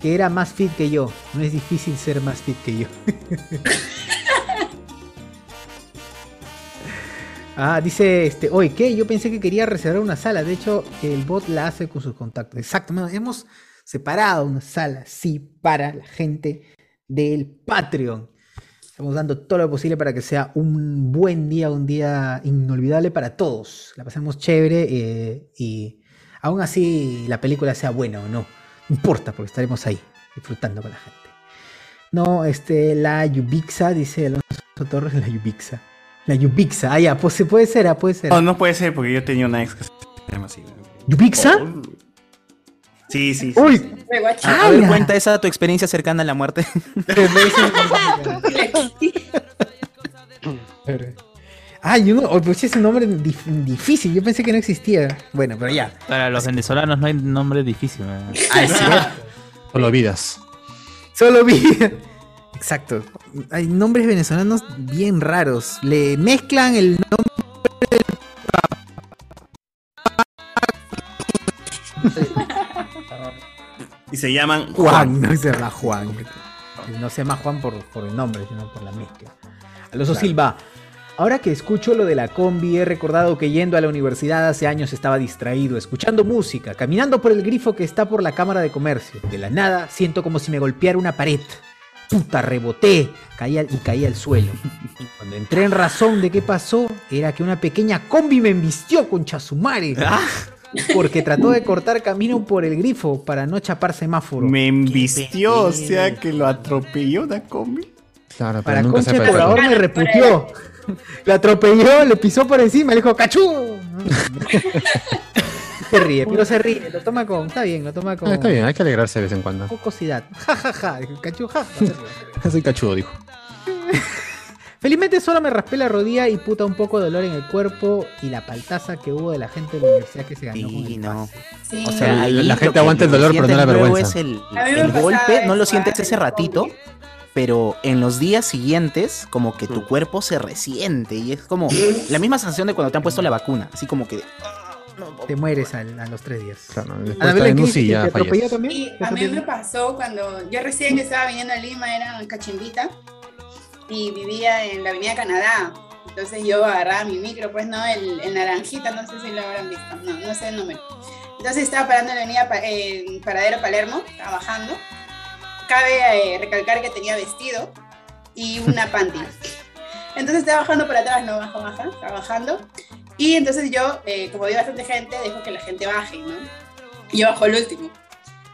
[SPEAKER 1] que era más fit que yo. No es difícil ser más fit que yo. Ah, dice este, oye, ¿qué? Yo pensé que quería reservar una sala. De hecho, el bot la hace con sus contactos. Exacto, mano, hemos separado una sala, sí, para la gente del Patreon. Estamos dando todo lo posible para que sea un buen día, un día inolvidable para todos. La pasemos chévere eh, y aún así la película sea buena o no. No importa, porque estaremos ahí disfrutando con la gente. No, este, la Yubixa, dice Alonso Torres, la Yubixa. La Yubixa, ah, ya, pues sí, puede ser, ah, puede
[SPEAKER 2] Eh.
[SPEAKER 1] ser.
[SPEAKER 4] No, no puede ser porque yo tenía una ex que se llama así.
[SPEAKER 1] ¿Yubixa?
[SPEAKER 4] Sí, sí.
[SPEAKER 1] ¡Uy!
[SPEAKER 15] Ah,
[SPEAKER 7] A ver, cuenta esa tu experiencia cercana a la muerte.
[SPEAKER 1] Ah, yo no, oh, pues ese nombre dif- difícil, yo pensé que no existía. Bueno, pero ya.
[SPEAKER 6] Para los venezolanos no hay nombre difícil. man.
[SPEAKER 2] Solo vidas.
[SPEAKER 1] Solo vi. Exacto. Hay nombres venezolanos bien raros. Le mezclan el nombre
[SPEAKER 4] Y se llaman
[SPEAKER 1] Juan, no se llama Juan. No se llama Juan por, por el nombre, sino por la mezcla. Alonso
[SPEAKER 4] Claro.
[SPEAKER 1] Silva. Ahora que escucho lo de la combi, he recordado que yendo a la universidad hace años estaba distraído, escuchando música, caminando por el grifo que está por la cámara de comercio. De la nada, siento como si me golpeara una pared. Puta, reboté caí al- y caí al suelo. Y cuando entré en razón de qué pasó, era que una pequeña combi me embistió con Chasumare.
[SPEAKER 4] Ah.
[SPEAKER 1] Porque trató de cortar camino por el grifo para no chapar semáforo.
[SPEAKER 4] Me embistió, o sea que lo atropelló una combi.
[SPEAKER 2] Claro,
[SPEAKER 1] Para Concha por ahora me reputió. La atropelló, le pisó por encima, le dijo ¡Cachú! se ríe, pero se ríe, lo toma con. Está bien, lo toma con.
[SPEAKER 2] Ah, está bien, hay que alegrarse de vez en cuando.
[SPEAKER 1] Jocosidad. Ja, ja, ja. dijo, Cachú, ja, ja.
[SPEAKER 2] Soy cachudo, dijo.
[SPEAKER 1] Felizmente solo me raspé la rodilla y puta un poco de dolor en el cuerpo y la paltaza que hubo de la gente de la universidad que se ganó con el pase.
[SPEAKER 7] Sí.
[SPEAKER 2] O sea,
[SPEAKER 7] ahí
[SPEAKER 2] la
[SPEAKER 7] lo
[SPEAKER 2] gente
[SPEAKER 7] que
[SPEAKER 2] aguanta el
[SPEAKER 7] lo
[SPEAKER 2] dolor, pero no la
[SPEAKER 7] sientes luego
[SPEAKER 2] vergüenza.
[SPEAKER 7] es el,
[SPEAKER 15] A mí me
[SPEAKER 7] el
[SPEAKER 15] pasaba
[SPEAKER 7] golpe, no lo
[SPEAKER 15] igual,
[SPEAKER 7] sientes ese ratito, pero en los días siguientes, como que
[SPEAKER 2] Mm.
[SPEAKER 7] tu cuerpo se resiente y es como la misma sensación de cuando te han puesto la vacuna, así como que
[SPEAKER 1] Te mueres al- a los tres días.
[SPEAKER 2] después está en
[SPEAKER 1] ¿qué
[SPEAKER 2] UCI,
[SPEAKER 1] dijiste?
[SPEAKER 2] ya
[SPEAKER 1] ¿Te atropelló
[SPEAKER 2] falleces.
[SPEAKER 1] también?
[SPEAKER 15] Sí,
[SPEAKER 1] ¿Te
[SPEAKER 15] a mí
[SPEAKER 1] atropelló?
[SPEAKER 15] me pasó cuando yo recién estaba viniendo a Lima, era en Cachimbita, y vivía en la Avenida Canadá. Entonces yo agarraba mi micro, pues no, el, el naranjita, no sé si lo habrán visto, no, no sé el número. Entonces estaba parando en la avenida Pa- en Paradero Palermo, estaba bajando. Cabe eh, recalcar que tenía vestido y una panty. Entonces estaba bajando para atrás, no, baja, baja, estaba bajando. Y entonces yo, eh, como había bastante gente, dejo que la gente baje, ¿no? Y yo bajo el último.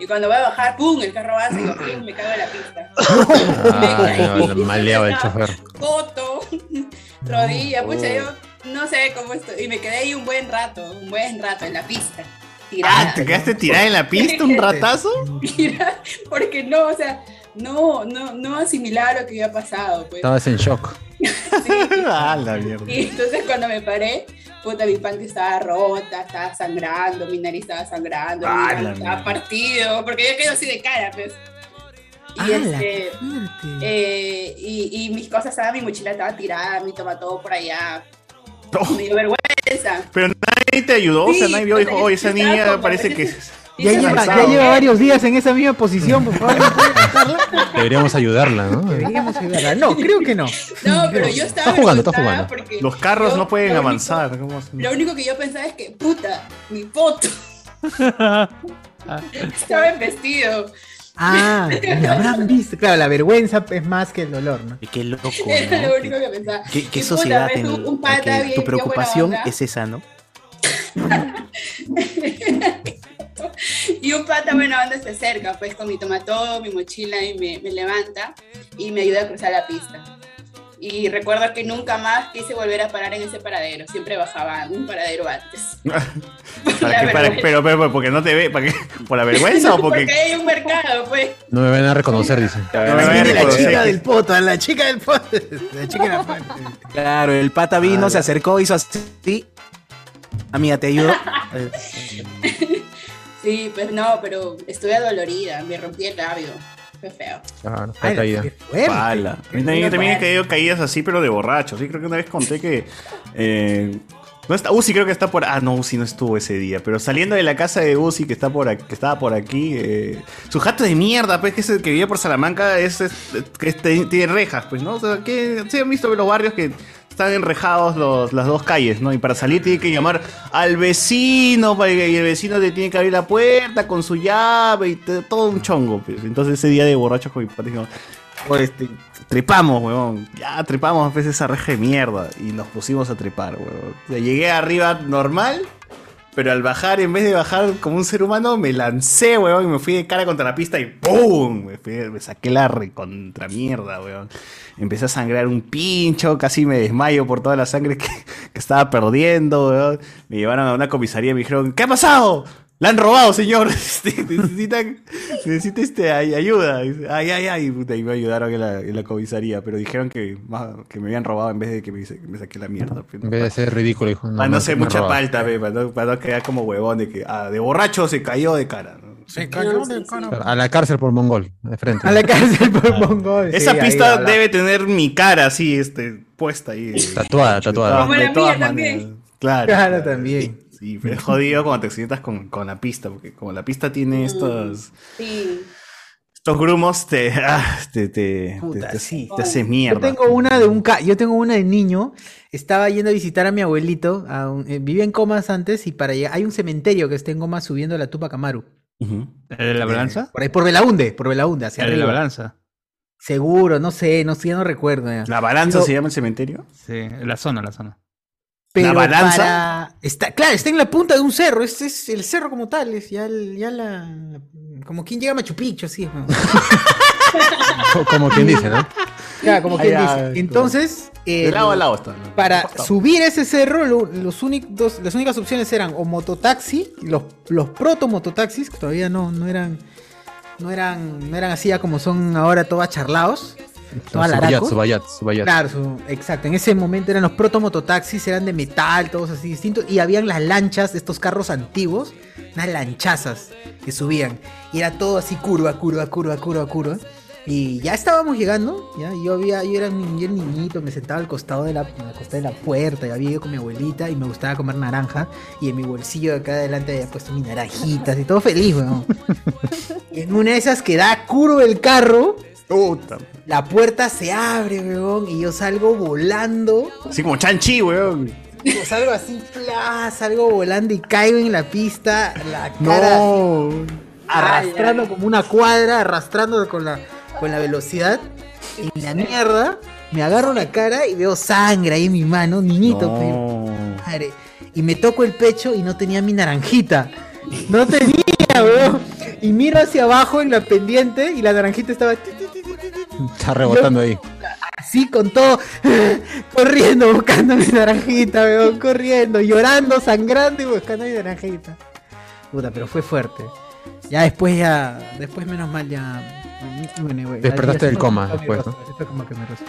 [SPEAKER 15] Y cuando voy a bajar, ¡pum! El carro avanza y yo, ¡pum! Me cago en la pista.
[SPEAKER 2] Ay, Ah, no, el maleado del chofer.
[SPEAKER 15] Coto, rodilla,
[SPEAKER 2] No.
[SPEAKER 15] pucha, yo no sé cómo estoy. Y me quedé ahí un buen rato, un buen rato en la pista. Tirada.
[SPEAKER 4] ¿Te quedaste tirada ¿Ah, en la pista un ratazo?
[SPEAKER 15] Tirada, porque no, o sea, no, no, no asimilaba lo que había pasado. Pues.
[SPEAKER 2] Estabas en shock.
[SPEAKER 4] ah, la mierda.
[SPEAKER 15] Y entonces cuando me paré, puta, mi panty estaba rota, estaba sangrando, mi nariz estaba sangrando, mi
[SPEAKER 4] Ah,
[SPEAKER 15] brazo
[SPEAKER 4] la
[SPEAKER 15] estaba
[SPEAKER 4] mierda.
[SPEAKER 15] partido, porque yo quedo así de cara, pues. Y,
[SPEAKER 1] Ah, la
[SPEAKER 15] este, eh, y, y mis cosas estaban, mi mochila estaba tirada, mi todo por allá. Me dio vergüenza.
[SPEAKER 4] Pero nadie te ayudó, o sea,
[SPEAKER 15] Sí,
[SPEAKER 4] nadie vio, dijo,
[SPEAKER 15] porque
[SPEAKER 4] oye, esa
[SPEAKER 15] yo estaba
[SPEAKER 4] niña
[SPEAKER 15] como-
[SPEAKER 4] parece que...
[SPEAKER 1] Ya lleva, ya lleva varios días en esa misma posición, por favor. ¿me puede cortarla?
[SPEAKER 2] Deberíamos ayudarla, ¿no?
[SPEAKER 1] Deberíamos ayudarla. No, creo que no.
[SPEAKER 15] No, pero yo estaba
[SPEAKER 2] Está jugando, está
[SPEAKER 15] avergonzada
[SPEAKER 2] jugando.
[SPEAKER 15] porque
[SPEAKER 4] Los carros
[SPEAKER 15] yo-
[SPEAKER 4] no pueden
[SPEAKER 15] lo único-
[SPEAKER 4] avanzar. ¿cómo hacen?
[SPEAKER 1] Mm.
[SPEAKER 15] Lo único que yo pensaba es que, puta, mi poto estaba en vestido.
[SPEAKER 1] Ah, me habrán visto. Claro, la vergüenza es más que el dolor, ¿no?
[SPEAKER 7] Qué loco,
[SPEAKER 15] Era
[SPEAKER 7] ¿no?
[SPEAKER 15] lo único que pensaba.
[SPEAKER 7] ¿Qué, qué
[SPEAKER 15] Y puta,
[SPEAKER 7] sociedad
[SPEAKER 15] ves
[SPEAKER 7] en
[SPEAKER 15] un- un
[SPEAKER 7] la
[SPEAKER 15] pata bien-
[SPEAKER 7] que tu
[SPEAKER 15] bien buena
[SPEAKER 7] preocupación
[SPEAKER 15] onda.
[SPEAKER 7] es esa, ¿no?
[SPEAKER 15] Y un pata buena onda se acerca, pues con mi tomató, mi mochila y me, me levanta y me ayuda a cruzar la pista. Y recuerdo que nunca más quise volver a parar en ese paradero, siempre bajaba un paradero antes.
[SPEAKER 4] ¿Para qué?
[SPEAKER 15] La
[SPEAKER 4] Para-
[SPEAKER 15] vergüenza.
[SPEAKER 4] pero, pero, pero, porque no te ve, ¿para qué? ¿por la vergüenza o porque
[SPEAKER 15] hay un mercado, pues.
[SPEAKER 2] No me van a reconocer, dice.
[SPEAKER 4] No me van a
[SPEAKER 2] la
[SPEAKER 4] reconocer.
[SPEAKER 2] chica
[SPEAKER 20] del poto, a la chica del poto. La chica del poto.
[SPEAKER 7] Claro, el pata vino,
[SPEAKER 2] Ah,
[SPEAKER 7] se acercó, hizo así. Amiga, te ayudo. Eh,
[SPEAKER 15] Sí, pues no, pero estuve adolorida, me rompí el labio. Fue feo.
[SPEAKER 2] Claro,
[SPEAKER 4] Ay,
[SPEAKER 2] fue caída.
[SPEAKER 4] qué Pala. A mí también, también he caído caídas así, pero de borracho. Sí, creo que una vez conté que. eh, no está, Uzi creo que está por. Ah, no, Uzi no estuvo ese día. Pero saliendo de la casa de Uzi, que, está por aquí, que estaba por aquí. eh, su jato de mierda, pues, que es el que vivía por Salamanca, es, es- que es- tiene rejas, pues, ¿no? O sea, que se han visto los barrios que. Están enrejados los- las dos calles, ¿no? Y para salir tiene que llamar al vecino, para que- y el vecino te tiene que abrir la puerta con su llave y te- todo un chongo. pues. Entonces ese día de borrachos con mi padre, dijimos, Oye, este, trepamos, weón. Ya trepamos pues, esa reja de mierda. Y nos pusimos a trepar, weón. O sea, llegué arriba normal, pero al bajar, en vez de bajar como un ser humano, me lancé, weón. Y me fui de cara contra la pista y ¡pum! Me, fui- me saqué la recontra mierda, weón. Empecé a sangrar un pincho, casi me desmayo por toda la sangre que, que estaba perdiendo, weón. Me llevaron a una comisaría y me dijeron, ¿qué ha pasado? La han robado, señor. Este, Necesitan, necesita este, ay- ayuda. Dice, Ay, ay, ay. Puta, y me ayudaron en la, en la comisaría, pero dijeron que, más- que me habían robado en vez de que me, que me saqué la mierda. pues, ¿no?
[SPEAKER 2] En vez de ser ridículo, dijo.
[SPEAKER 4] para Ah, no
[SPEAKER 2] me-
[SPEAKER 4] ser
[SPEAKER 2] me
[SPEAKER 4] mucha
[SPEAKER 2] robaron.
[SPEAKER 4] palta, pe, para no, para no quedar como huevón de que ah, de borracho se cayó de cara. ¿no?
[SPEAKER 20] Se cayó de cara.
[SPEAKER 2] A la cárcel por mongol, de frente.
[SPEAKER 20] A la cárcel
[SPEAKER 2] Ah.
[SPEAKER 20] por mongol.
[SPEAKER 4] Esa
[SPEAKER 20] sí, ahí
[SPEAKER 4] pista
[SPEAKER 20] va la-
[SPEAKER 4] debe tener mi cara así, este, puesta ahí.
[SPEAKER 2] Tatuada, tatuada.
[SPEAKER 4] De todas maneras. Claro.
[SPEAKER 20] Claro, también.
[SPEAKER 4] Sí, pero es jodido cuando te accidentas con, con la pista, porque como la pista tiene estas.
[SPEAKER 15] Sí.
[SPEAKER 4] Estos grumos te, ah, te, te, te- te- te hace mierda.
[SPEAKER 1] Yo tengo una de un ca- yo tengo una de niño. Estaba yendo a visitar a mi abuelito. a un- eh, vivía en Comas antes y para llegar hay un cementerio que está en Comas subiendo la Tupac Amaru.
[SPEAKER 6] ¿El de la balanza?
[SPEAKER 1] Por ahí, por Belaunde, por Belaunde, hacia
[SPEAKER 6] ¿El de la
[SPEAKER 1] arriba.
[SPEAKER 6] balanza?
[SPEAKER 1] Seguro, no sé, no sé, ya no recuerdo. ya.
[SPEAKER 4] ¿La balanza
[SPEAKER 1] Yo-
[SPEAKER 4] se llama el cementerio?
[SPEAKER 6] Sí, la zona, la zona.
[SPEAKER 1] Pero
[SPEAKER 4] ¿La balanza?
[SPEAKER 1] para- Está, claro, está en la punta de un cerro. Es, es el cerro como tal. Es ya, el- ya la, la- Como quien llega a Machu Picchu, así. ¿no?
[SPEAKER 2] Como quien dice, ¿no?
[SPEAKER 1] Ya, como quien
[SPEAKER 2] Ahí,
[SPEAKER 1] dice.
[SPEAKER 2] ah,
[SPEAKER 1] Entonces.
[SPEAKER 4] De
[SPEAKER 1] el-
[SPEAKER 4] lado a lado está.
[SPEAKER 1] Para subir ese cerro, lo- los únicos, las únicas opciones eran o mototaxi, los, los proto mototaxis, que todavía no, no eran. No eran, no eran así ya como son ahora todas charlados. Todas
[SPEAKER 2] Subayat,
[SPEAKER 1] laracos.
[SPEAKER 2] Subayat, Subayat.
[SPEAKER 1] Claro, su- exacto. En ese momento eran los protomototaxis, eran de metal, todos así distintos. Y habían las lanchas, de estos carros antiguos, unas lanchazas que subían. Y era todo así curva, curva, curva, curva, curva. Y ya estábamos llegando, ya yo había, yo era ni- yo era niñito, me sentaba al costado de la, al costado de la puerta, y había ido con mi abuelita y me gustaba comer naranja, y en mi bolsillo de acá adelante había puesto mis naranjitas y todo feliz, weón. Y en una de esas que da curva el carro, la puerta se abre, weón, y yo salgo volando.
[SPEAKER 4] Así como chanchi, weón.
[SPEAKER 1] Yo salgo así, pla, salgo volando y caigo en la pista, la cara así, arrastrando como una cuadra, arrastrando con la, con la velocidad. En la mierda, me agarro la cara y veo sangre ahí en mi mano, niñito, pe, madre. Y me toco el pecho y no tenía mi naranjita. No tenía, weón. Y miro hacia abajo en la pendiente y la naranjita estaba ti, ti, ti, ti, ti, ti,
[SPEAKER 2] Está rebotando ahí.
[SPEAKER 1] así con todo, corriendo, buscando mi naranjita, weón, corriendo, llorando, sangrando y buscando mi naranjita. Puta, pero fue fuerte. Ya después ya, después menos mal ya... bueno, güey,
[SPEAKER 2] Despertaste
[SPEAKER 1] ya-
[SPEAKER 2] del coma
[SPEAKER 1] Esto
[SPEAKER 2] después,
[SPEAKER 1] me
[SPEAKER 2] ¿no?
[SPEAKER 1] pasó, esto como que me pasó.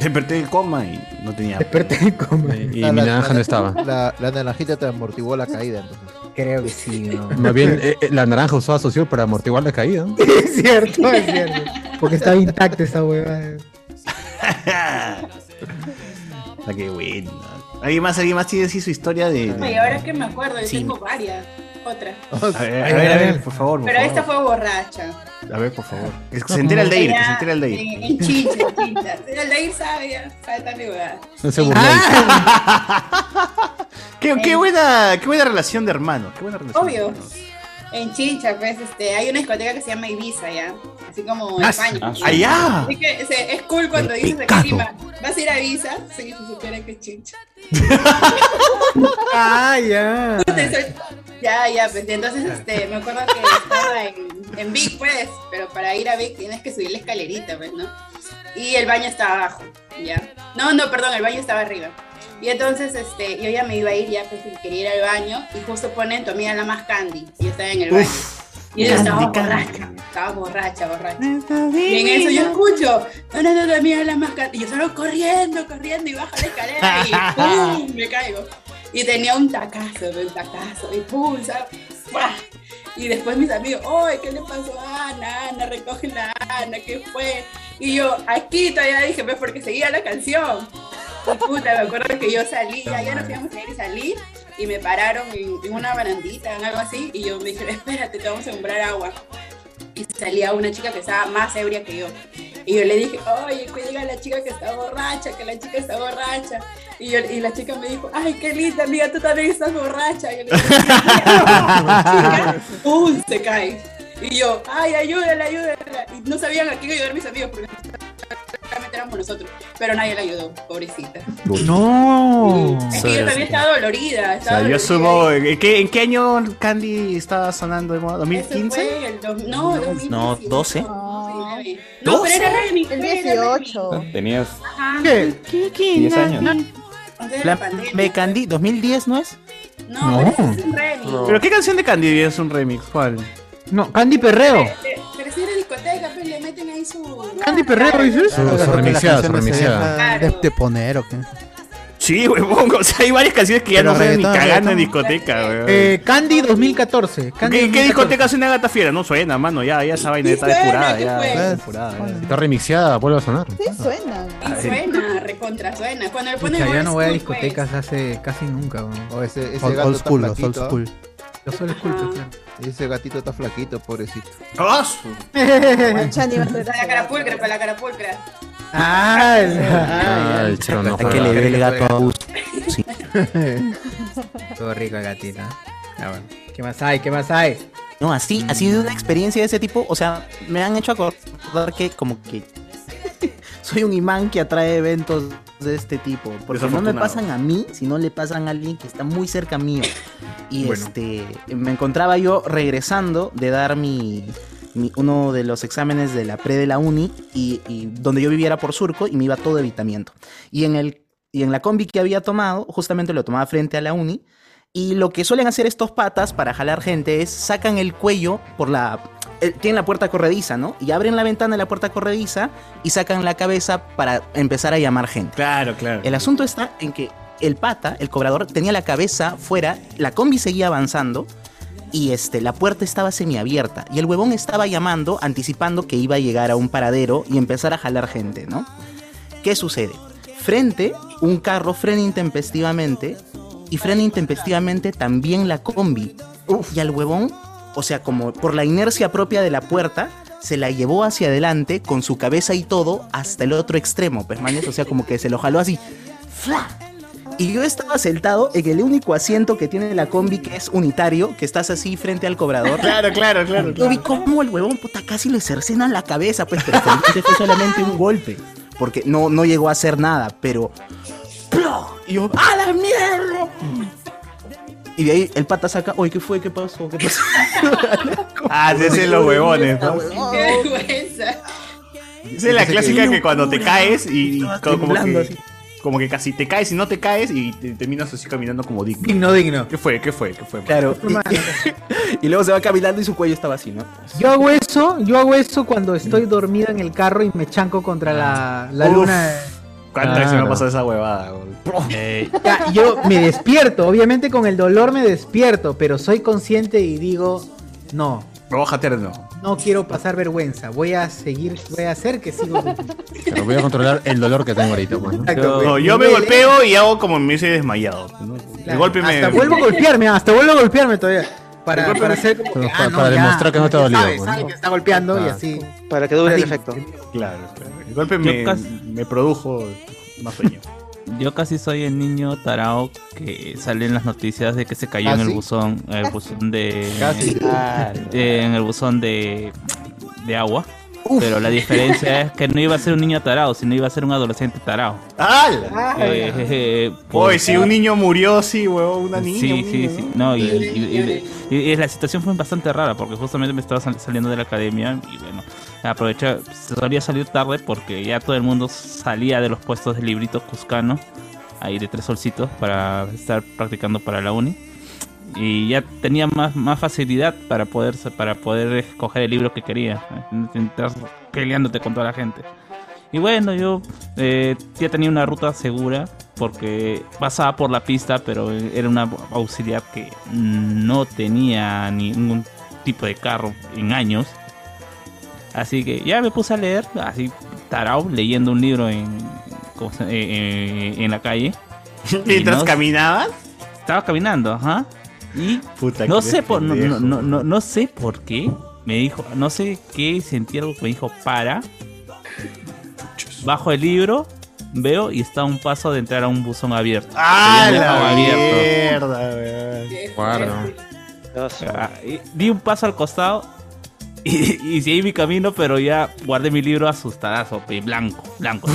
[SPEAKER 4] Desperté del coma y no tenía.
[SPEAKER 1] Desperté del coma.
[SPEAKER 2] Y mi naranja no estaba.
[SPEAKER 3] La, la naranjita te amortiguó la caída, entonces.
[SPEAKER 1] Creo que sí, ¿no?
[SPEAKER 2] Más bien, eh, eh, la naranja usó asociación para amortiguar la caída. ¿no?
[SPEAKER 1] Es cierto, es cierto. Porque estaba intacta esa hueva.
[SPEAKER 4] Ah, qué buena. ¿Alguien más, alguien más tiene así su historia de. de-
[SPEAKER 15] Oye, ahora que me acuerdo, yo
[SPEAKER 4] Sí.
[SPEAKER 15] tengo varias. Otra.
[SPEAKER 4] A ver, a ver, a ver, por favor. por
[SPEAKER 15] Pero esta
[SPEAKER 4] favor.
[SPEAKER 15] fue borracha.
[SPEAKER 4] A ver, por favor. Que se entera el de ir, que se entera el de
[SPEAKER 15] Era En,
[SPEAKER 4] ir.
[SPEAKER 15] en chincha, en chincha. El de ir sabe, ya, sabe tan lugar.
[SPEAKER 2] No se
[SPEAKER 15] Ah.
[SPEAKER 4] Qué, qué buena, qué buena relación de hermanos. Qué buena relación. de
[SPEAKER 15] Obvio.
[SPEAKER 4] hermanos.
[SPEAKER 15] En Chincha, pues, este, hay una discoteca que se llama Ibiza, ya. Así como
[SPEAKER 4] Ah,
[SPEAKER 15] España.
[SPEAKER 4] ah, sí. Allá.
[SPEAKER 15] Así que se- es cool cuando dices acá
[SPEAKER 4] Pecado.
[SPEAKER 15] encima, vas a ir a Ibiza, sí, si supieras que es Chincha.
[SPEAKER 1] Ah, ya.
[SPEAKER 15] Entonces, ya, ya, pues, entonces, este, me acuerdo que estaba en, en Vic, pues, pero para ir a Vic tienes que subir la escalerita, pues, ¿no? Y el baño estaba abajo, ya. No, no, perdón, el baño estaba arriba. Y entonces, este, yo ya me iba a ir, ya, pues, quería ir al baño, y justo ponen tu amiga la más Candy, y yo estaba en el baño. Y yo estaba borracha, estaba borracha, borracha. Y en eso yo escucho, no, no, no, no, mira la máscara. Y yo salgo corriendo, corriendo y bajo la escalera y ¡pum! me caigo. Y tenía un tacazo, un tacazo, y pum, ¿sabes? ¡Buah! Y después mis amigos, ¡ay, qué le pasó a Ana! Ana, recoge la Ana, ¿qué fue? Y yo, aquí todavía dije, pues porque seguía la canción. Y puta, me acuerdo que yo salí, ya, ya nos íbamos a ir y salí, y me pararon en, en una barandita, en algo así, y yo me dijeron, espérate, te vamos a comprar agua y salía una chica que estaba más ebria que yo. Y yo le dije, oye, cuida a la chica que está borracha, que la chica está borracha. Y, yo- y la chica me dijo, ay, qué linda, amiga, tú también estás borracha. Y yo le dije, chica, ¡pum! se cae. Y yo, ay, ayúdala, ayúdala. Y no sabían a quién ayudar mis amigos porque solamente éramos nosotros. Pero nadie la ayudó, pobrecita.
[SPEAKER 1] No.
[SPEAKER 15] Es que yo también estaba dolorida.
[SPEAKER 4] O
[SPEAKER 15] Estaba
[SPEAKER 4] sea,
[SPEAKER 15] dolorida.
[SPEAKER 4] yo sumo. ¿en qué, ¿En qué año Candy estaba sonando de moda?
[SPEAKER 15] Eso
[SPEAKER 4] ¿2015?
[SPEAKER 15] fue el dos- no, 2019.
[SPEAKER 7] No, 12.
[SPEAKER 15] No, pero era remix.
[SPEAKER 12] El
[SPEAKER 15] pero era remix.
[SPEAKER 12] 18.
[SPEAKER 21] Tenías
[SPEAKER 15] Ajá.
[SPEAKER 7] ¿Qué?
[SPEAKER 21] 10 años.
[SPEAKER 15] Antes de la
[SPEAKER 7] Plan
[SPEAKER 15] pandemia.
[SPEAKER 7] B Candy, 2010, ¿no es?
[SPEAKER 15] No,
[SPEAKER 4] No.
[SPEAKER 15] pero es un remix.
[SPEAKER 4] ¿Pero qué canción de Candy es un remix? ¿Cuál?
[SPEAKER 1] No, Candy Perreo.
[SPEAKER 15] Pero- Pero si era discoteca, pues le meten ahí su.
[SPEAKER 1] Candy Perreo, dices.
[SPEAKER 2] Su, su remixeada, su remixeada.
[SPEAKER 13] De, de poner o qué.
[SPEAKER 4] Sí, huevón. O sea, hay varias canciones que ya
[SPEAKER 13] Pero
[SPEAKER 4] no suenan ni
[SPEAKER 13] reggaetón,
[SPEAKER 4] cagando en
[SPEAKER 13] reggaetón.
[SPEAKER 4] discoteca, weón.
[SPEAKER 1] Eh, Candy 2014. Candy
[SPEAKER 4] ¿Qué, qué
[SPEAKER 1] 2014.
[SPEAKER 4] discoteca suena gata fiera? No suena, mano. Ya, ya esa vaina está depurada.
[SPEAKER 15] ¿qué
[SPEAKER 4] Ya,
[SPEAKER 15] fue?
[SPEAKER 4] está depurada, ya.
[SPEAKER 2] Está remixeada, vuelve a sonar.
[SPEAKER 12] Sí, suena.
[SPEAKER 15] Y suena, recontra suena. Cuando le ponen
[SPEAKER 1] Pucha, ya
[SPEAKER 15] old
[SPEAKER 1] no voy a
[SPEAKER 15] school, pues.
[SPEAKER 1] discotecas hace casi nunca. weón.
[SPEAKER 3] O ese, ese
[SPEAKER 1] Old-
[SPEAKER 3] gato
[SPEAKER 1] old
[SPEAKER 3] tan
[SPEAKER 1] school, los
[SPEAKER 3] flaquito,
[SPEAKER 1] old school.
[SPEAKER 22] Yo soy el culpa, claro.
[SPEAKER 3] Ah. Ese gatito está flaquito, pobrecito.
[SPEAKER 15] Chani, la carapulcra, para la carapulcra.
[SPEAKER 22] Ah,
[SPEAKER 7] Ah, el chino no que le ve el gato a Gus. Sí.
[SPEAKER 22] Todo rico el gatito. ¿eh? Ah, bueno. ¿Qué más hay? ¿Qué más hay? Mm.
[SPEAKER 7] No, así, así de una experiencia de ese tipo, o sea, me han hecho acordar que como que soy un imán que atrae eventos de este tipo. Porque no me
[SPEAKER 22] Desafortunado.
[SPEAKER 7] pasan a mí, sino le pasan a alguien que está muy cerca mío. Y
[SPEAKER 22] Bueno.
[SPEAKER 7] este, me encontraba yo regresando de dar mi, mi- uno de los exámenes de la pre de la uni, y, y donde yo viviera por surco, y me iba todo evitamiento. Y en, el, y en la combi que había tomado, justamente lo tomaba frente a la uni, y lo que suelen hacer estos patas para jalar gente es sacan el cuello por la. eh, Tienen la puerta corrediza, ¿no? Y abren la ventana de la puerta corrediza y sacan la cabeza para empezar a llamar gente.
[SPEAKER 4] Claro, claro.
[SPEAKER 7] El asunto está en que el pata, el cobrador, tenía la cabeza fuera, la combi seguía avanzando y este, la puerta estaba semiabierta. Y el huevón estaba llamando, anticipando que iba a llegar a un paradero y empezar a jalar gente, ¿no? ¿Qué sucede? Frente, un carro frena intempestivamente y frena intempestivamente también la combi. Y al huevón, o sea, como por la inercia propia de la puerta, se la llevó hacia adelante con su cabeza y todo hasta el otro extremo, pues manes, o sea, como que se lo jaló así. ¡Fla!
[SPEAKER 22] ¿eh?
[SPEAKER 7] Y yo estaba sentado en el único asiento que tiene la combi que es unitario, que estás así frente al cobrador.
[SPEAKER 4] Claro, claro, claro,
[SPEAKER 7] Yo
[SPEAKER 4] claro.
[SPEAKER 7] vi cómo el huevón puta casi le cercenan la cabeza, pues, pero felizmente fue solamente un golpe, porque no, no llegó a hacer nada, pero ¡Plo! Y yo, ¡a la mierda! Y de ahí el pata saca, oye, ¿qué fue? ¿Qué pasó? ¿Qué pasó?
[SPEAKER 4] Ah, se hacen los huevones, ¿no?
[SPEAKER 15] Qué vergüenza.
[SPEAKER 4] Esa es la
[SPEAKER 7] Entonces,
[SPEAKER 4] clásica
[SPEAKER 7] que-
[SPEAKER 4] que cuando te caes y, y
[SPEAKER 7] Estaba
[SPEAKER 4] co- como,
[SPEAKER 7] temblando
[SPEAKER 4] que,
[SPEAKER 7] así.
[SPEAKER 4] como que casi te caes y no te caes y te- terminas así caminando como digno.
[SPEAKER 22] Digno, digno.
[SPEAKER 4] ¿Qué fue? ¿Qué fue? ¿Qué fue?
[SPEAKER 7] Claro. Y luego se va caminando y su cuello estaba así, ¿no?
[SPEAKER 22] Yo hago eso, yo hago eso cuando estoy dormida en el carro y me chanco contra la, la
[SPEAKER 4] Uf.
[SPEAKER 22] luna.
[SPEAKER 4] ¿Cuántas veces me ha
[SPEAKER 22] Claro.
[SPEAKER 4] pasado esa huevada?
[SPEAKER 22] Ya, yo me despierto, obviamente con el dolor me despierto, pero soy consciente y digo, no,
[SPEAKER 4] Roja terno.
[SPEAKER 22] no quiero pasar vergüenza, voy a seguir, voy a hacer que sigo.
[SPEAKER 2] Pero voy a controlar el dolor que tengo ahorita, pues, ¿no?
[SPEAKER 4] Yo, no, yo me golpeo y hago como me hubiese desmayado. ¿no? El golpe me.
[SPEAKER 22] Hasta vuelvo a golpearme, hasta vuelvo a golpearme todavía. Para, para hacer como que, ah, no, ya, ya sabes, sabes que está golpeando y así.
[SPEAKER 8] Para que dure el
[SPEAKER 22] Así.
[SPEAKER 8] efecto.
[SPEAKER 4] Ah. Claro, claro. El golpe
[SPEAKER 6] Yo
[SPEAKER 4] me,
[SPEAKER 6] casi-
[SPEAKER 4] me produjo más sueño.
[SPEAKER 6] Yo casi soy el niño tarao que sale en las noticias de que se cayó
[SPEAKER 4] ¿Ah,
[SPEAKER 6] en el
[SPEAKER 4] sí?
[SPEAKER 6] buzón, el buzón de,
[SPEAKER 4] Casi. Ah,
[SPEAKER 6] de- en el buzón de, de agua. Pero la diferencia es que no iba a ser un niño tarao, sino iba a ser un adolescente tarao.
[SPEAKER 4] ¡Hala!
[SPEAKER 6] Eh, eh,
[SPEAKER 4] Oye,
[SPEAKER 6] por-
[SPEAKER 4] si un niño murió, sí, huevón, una niña.
[SPEAKER 6] Sí,
[SPEAKER 4] un
[SPEAKER 6] sí,
[SPEAKER 4] niño,
[SPEAKER 6] sí.
[SPEAKER 4] ¿no?
[SPEAKER 6] No, y, y- y- y- y la situación fue bastante rara porque justamente me estaba sal- saliendo de la academia y bueno, aproveché, solía salir tarde porque ya todo el mundo salía de los puestos de libritos cuscano, ahí de tres solcitos, para estar practicando para la uni. Y ya tenía más, más facilidad para poder, para poder escoger el libro que quería, ¿eh? sin estar peleándote con toda la gente. Y bueno, yo eh, ya tenía una ruta segura porque pasaba por la pista, pero era una auxiliar que no tenía ningún tipo de carro en años. Así que ya me puse a leer, así tarao, leyendo un libro en, ¿cómo se- eh, eh, en la calle.
[SPEAKER 4] ¿Mientras caminabas?
[SPEAKER 6] Estaba caminando, ajá. Y
[SPEAKER 4] Puta,
[SPEAKER 6] no
[SPEAKER 4] qué
[SPEAKER 6] sé por no,
[SPEAKER 4] pendejo.
[SPEAKER 6] no, no, no- no sé por qué me dijo, no sé qué sentí algo que me dijo para. Bajo el libro, veo y está a un paso de entrar a un buzón abierto.
[SPEAKER 4] ¡Ah,
[SPEAKER 6] Tenía un agua
[SPEAKER 4] la
[SPEAKER 6] abierto.
[SPEAKER 4] mierda, weón!
[SPEAKER 6] Ah, y di un paso al costado y, y seguí mi camino, pero ya guardé mi libro asustadazo, pe, blanco, blanco.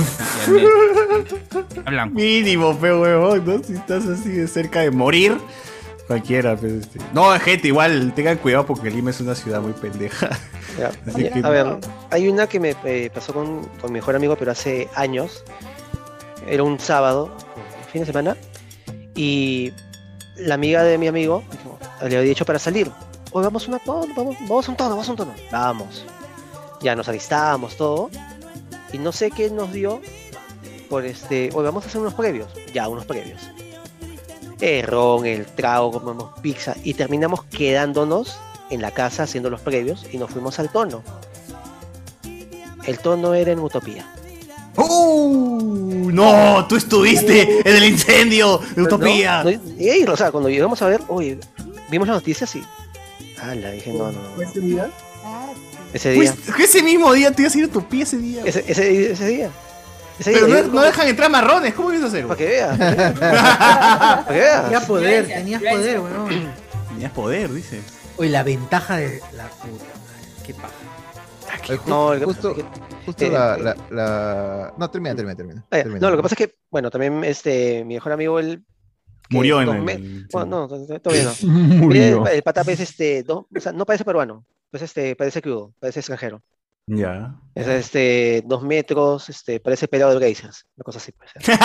[SPEAKER 6] Blanco.
[SPEAKER 4] Mínimo, pe huevón, ¿no? Si estás así de cerca de morir, cualquiera, pues, este. No, gente, igual, tengan cuidado porque Lima es una ciudad muy pendeja.
[SPEAKER 8] Ya.
[SPEAKER 4] Así
[SPEAKER 8] Ya,
[SPEAKER 4] que-
[SPEAKER 8] A ver, hay una que me eh, pasó con, con mi mejor amigo, pero hace años. Era un sábado, fin de semana, y la amiga de mi amigo dijo- le había dicho para salir. Hoy vamos a una vamos, vamos, vamos a un tono, vamos a un tono. Vamos. Ya nos alistábamos todo. Y no sé qué nos dio por este. Hoy vamos a hacer unos previos. Ya, unos previos. El ron, el trago, comemos pizza. Y terminamos quedándonos en la casa haciendo los previos y nos fuimos al tono. El tono era en Utopía.
[SPEAKER 4] ¡Uh! ¡No! ¡Tú estuviste en el incendio de
[SPEAKER 8] No,
[SPEAKER 4] Utopía!
[SPEAKER 8] no, y, o sea, cuando llegamos a ver, oye, vimos las noticias y. Ah, la dije, no, no. no.
[SPEAKER 16] ¿Ese día?
[SPEAKER 8] Ese día.
[SPEAKER 4] Pues, ese mismo día te ibas a ir a tu pie ese día.
[SPEAKER 8] Ese, ese, ese día. Ese
[SPEAKER 4] Pero
[SPEAKER 8] día,
[SPEAKER 4] no,
[SPEAKER 8] yo-
[SPEAKER 4] no dejan entrar marrones, ¿cómo ibas a hacer? Para
[SPEAKER 8] que veas. Para que veas.
[SPEAKER 1] Tenías poder, tenías poder, weón.
[SPEAKER 4] Tenías poder, dice.
[SPEAKER 1] Oye, la ventaja de la puta. madre, Qué paja.
[SPEAKER 3] Oye, ju-
[SPEAKER 8] No, el-
[SPEAKER 3] justo, justo
[SPEAKER 8] eh,
[SPEAKER 3] la, la- la- No, termina, termina, termina.
[SPEAKER 8] Ah, ya.
[SPEAKER 3] termina.
[SPEAKER 8] No, lo que pasa es que, bueno, también este, mi mejor amigo, él. que
[SPEAKER 3] Murió en
[SPEAKER 8] dos
[SPEAKER 3] el-
[SPEAKER 8] me-
[SPEAKER 3] sí.
[SPEAKER 8] Bueno, no, to- todavía no.
[SPEAKER 3] Murió.
[SPEAKER 8] El, el patap es este. dos- o sea, no parece peruano, pues este, parece crudo, parece extranjero.
[SPEAKER 4] Ya.
[SPEAKER 8] Es este, dos metros, este, parece pelado de geysers, una cosa así. pues.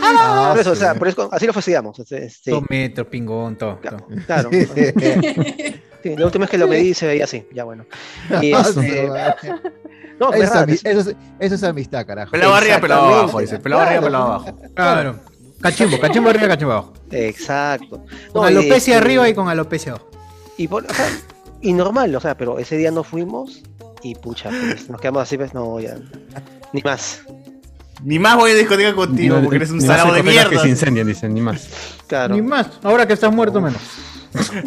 [SPEAKER 3] Ah,
[SPEAKER 8] por eso, o sea, por eso, así lo fastidiamos. Este, este,
[SPEAKER 22] Dos metros, pingón, todo.
[SPEAKER 8] Claro. Sí, la última vez que lo medí se veía así, ya bueno. Y,
[SPEAKER 3] Ah,
[SPEAKER 8] este,
[SPEAKER 3] su madre.
[SPEAKER 8] no,
[SPEAKER 3] eso, es
[SPEAKER 8] verdad,
[SPEAKER 3] ami-
[SPEAKER 8] es-
[SPEAKER 3] eso es- eso es amistad, carajo.
[SPEAKER 4] Pelado arriba, pelado abajo, dice. Pelado
[SPEAKER 8] Claro.
[SPEAKER 4] arriba, pelado abajo.
[SPEAKER 22] Claro. Cachimbo, cachimbo arriba, cachimbo abajo.
[SPEAKER 8] Exacto.
[SPEAKER 22] Con
[SPEAKER 8] No, y,
[SPEAKER 22] alopecia
[SPEAKER 8] este,
[SPEAKER 22] arriba y con alopecia abajo.
[SPEAKER 8] Y, por- o sea, y normal, o sea, pero ese día no fuimos y pucha, pues, nos quedamos así, pues no, ya. Ni más.
[SPEAKER 4] Ni más voy a discoteca contigo porque eres un
[SPEAKER 2] Ni más
[SPEAKER 4] salado de
[SPEAKER 2] discotecas
[SPEAKER 4] mierda.
[SPEAKER 2] que se incendian, dicen, ni más.
[SPEAKER 8] Claro.
[SPEAKER 22] Ni más. Ahora que estás muerto, menos.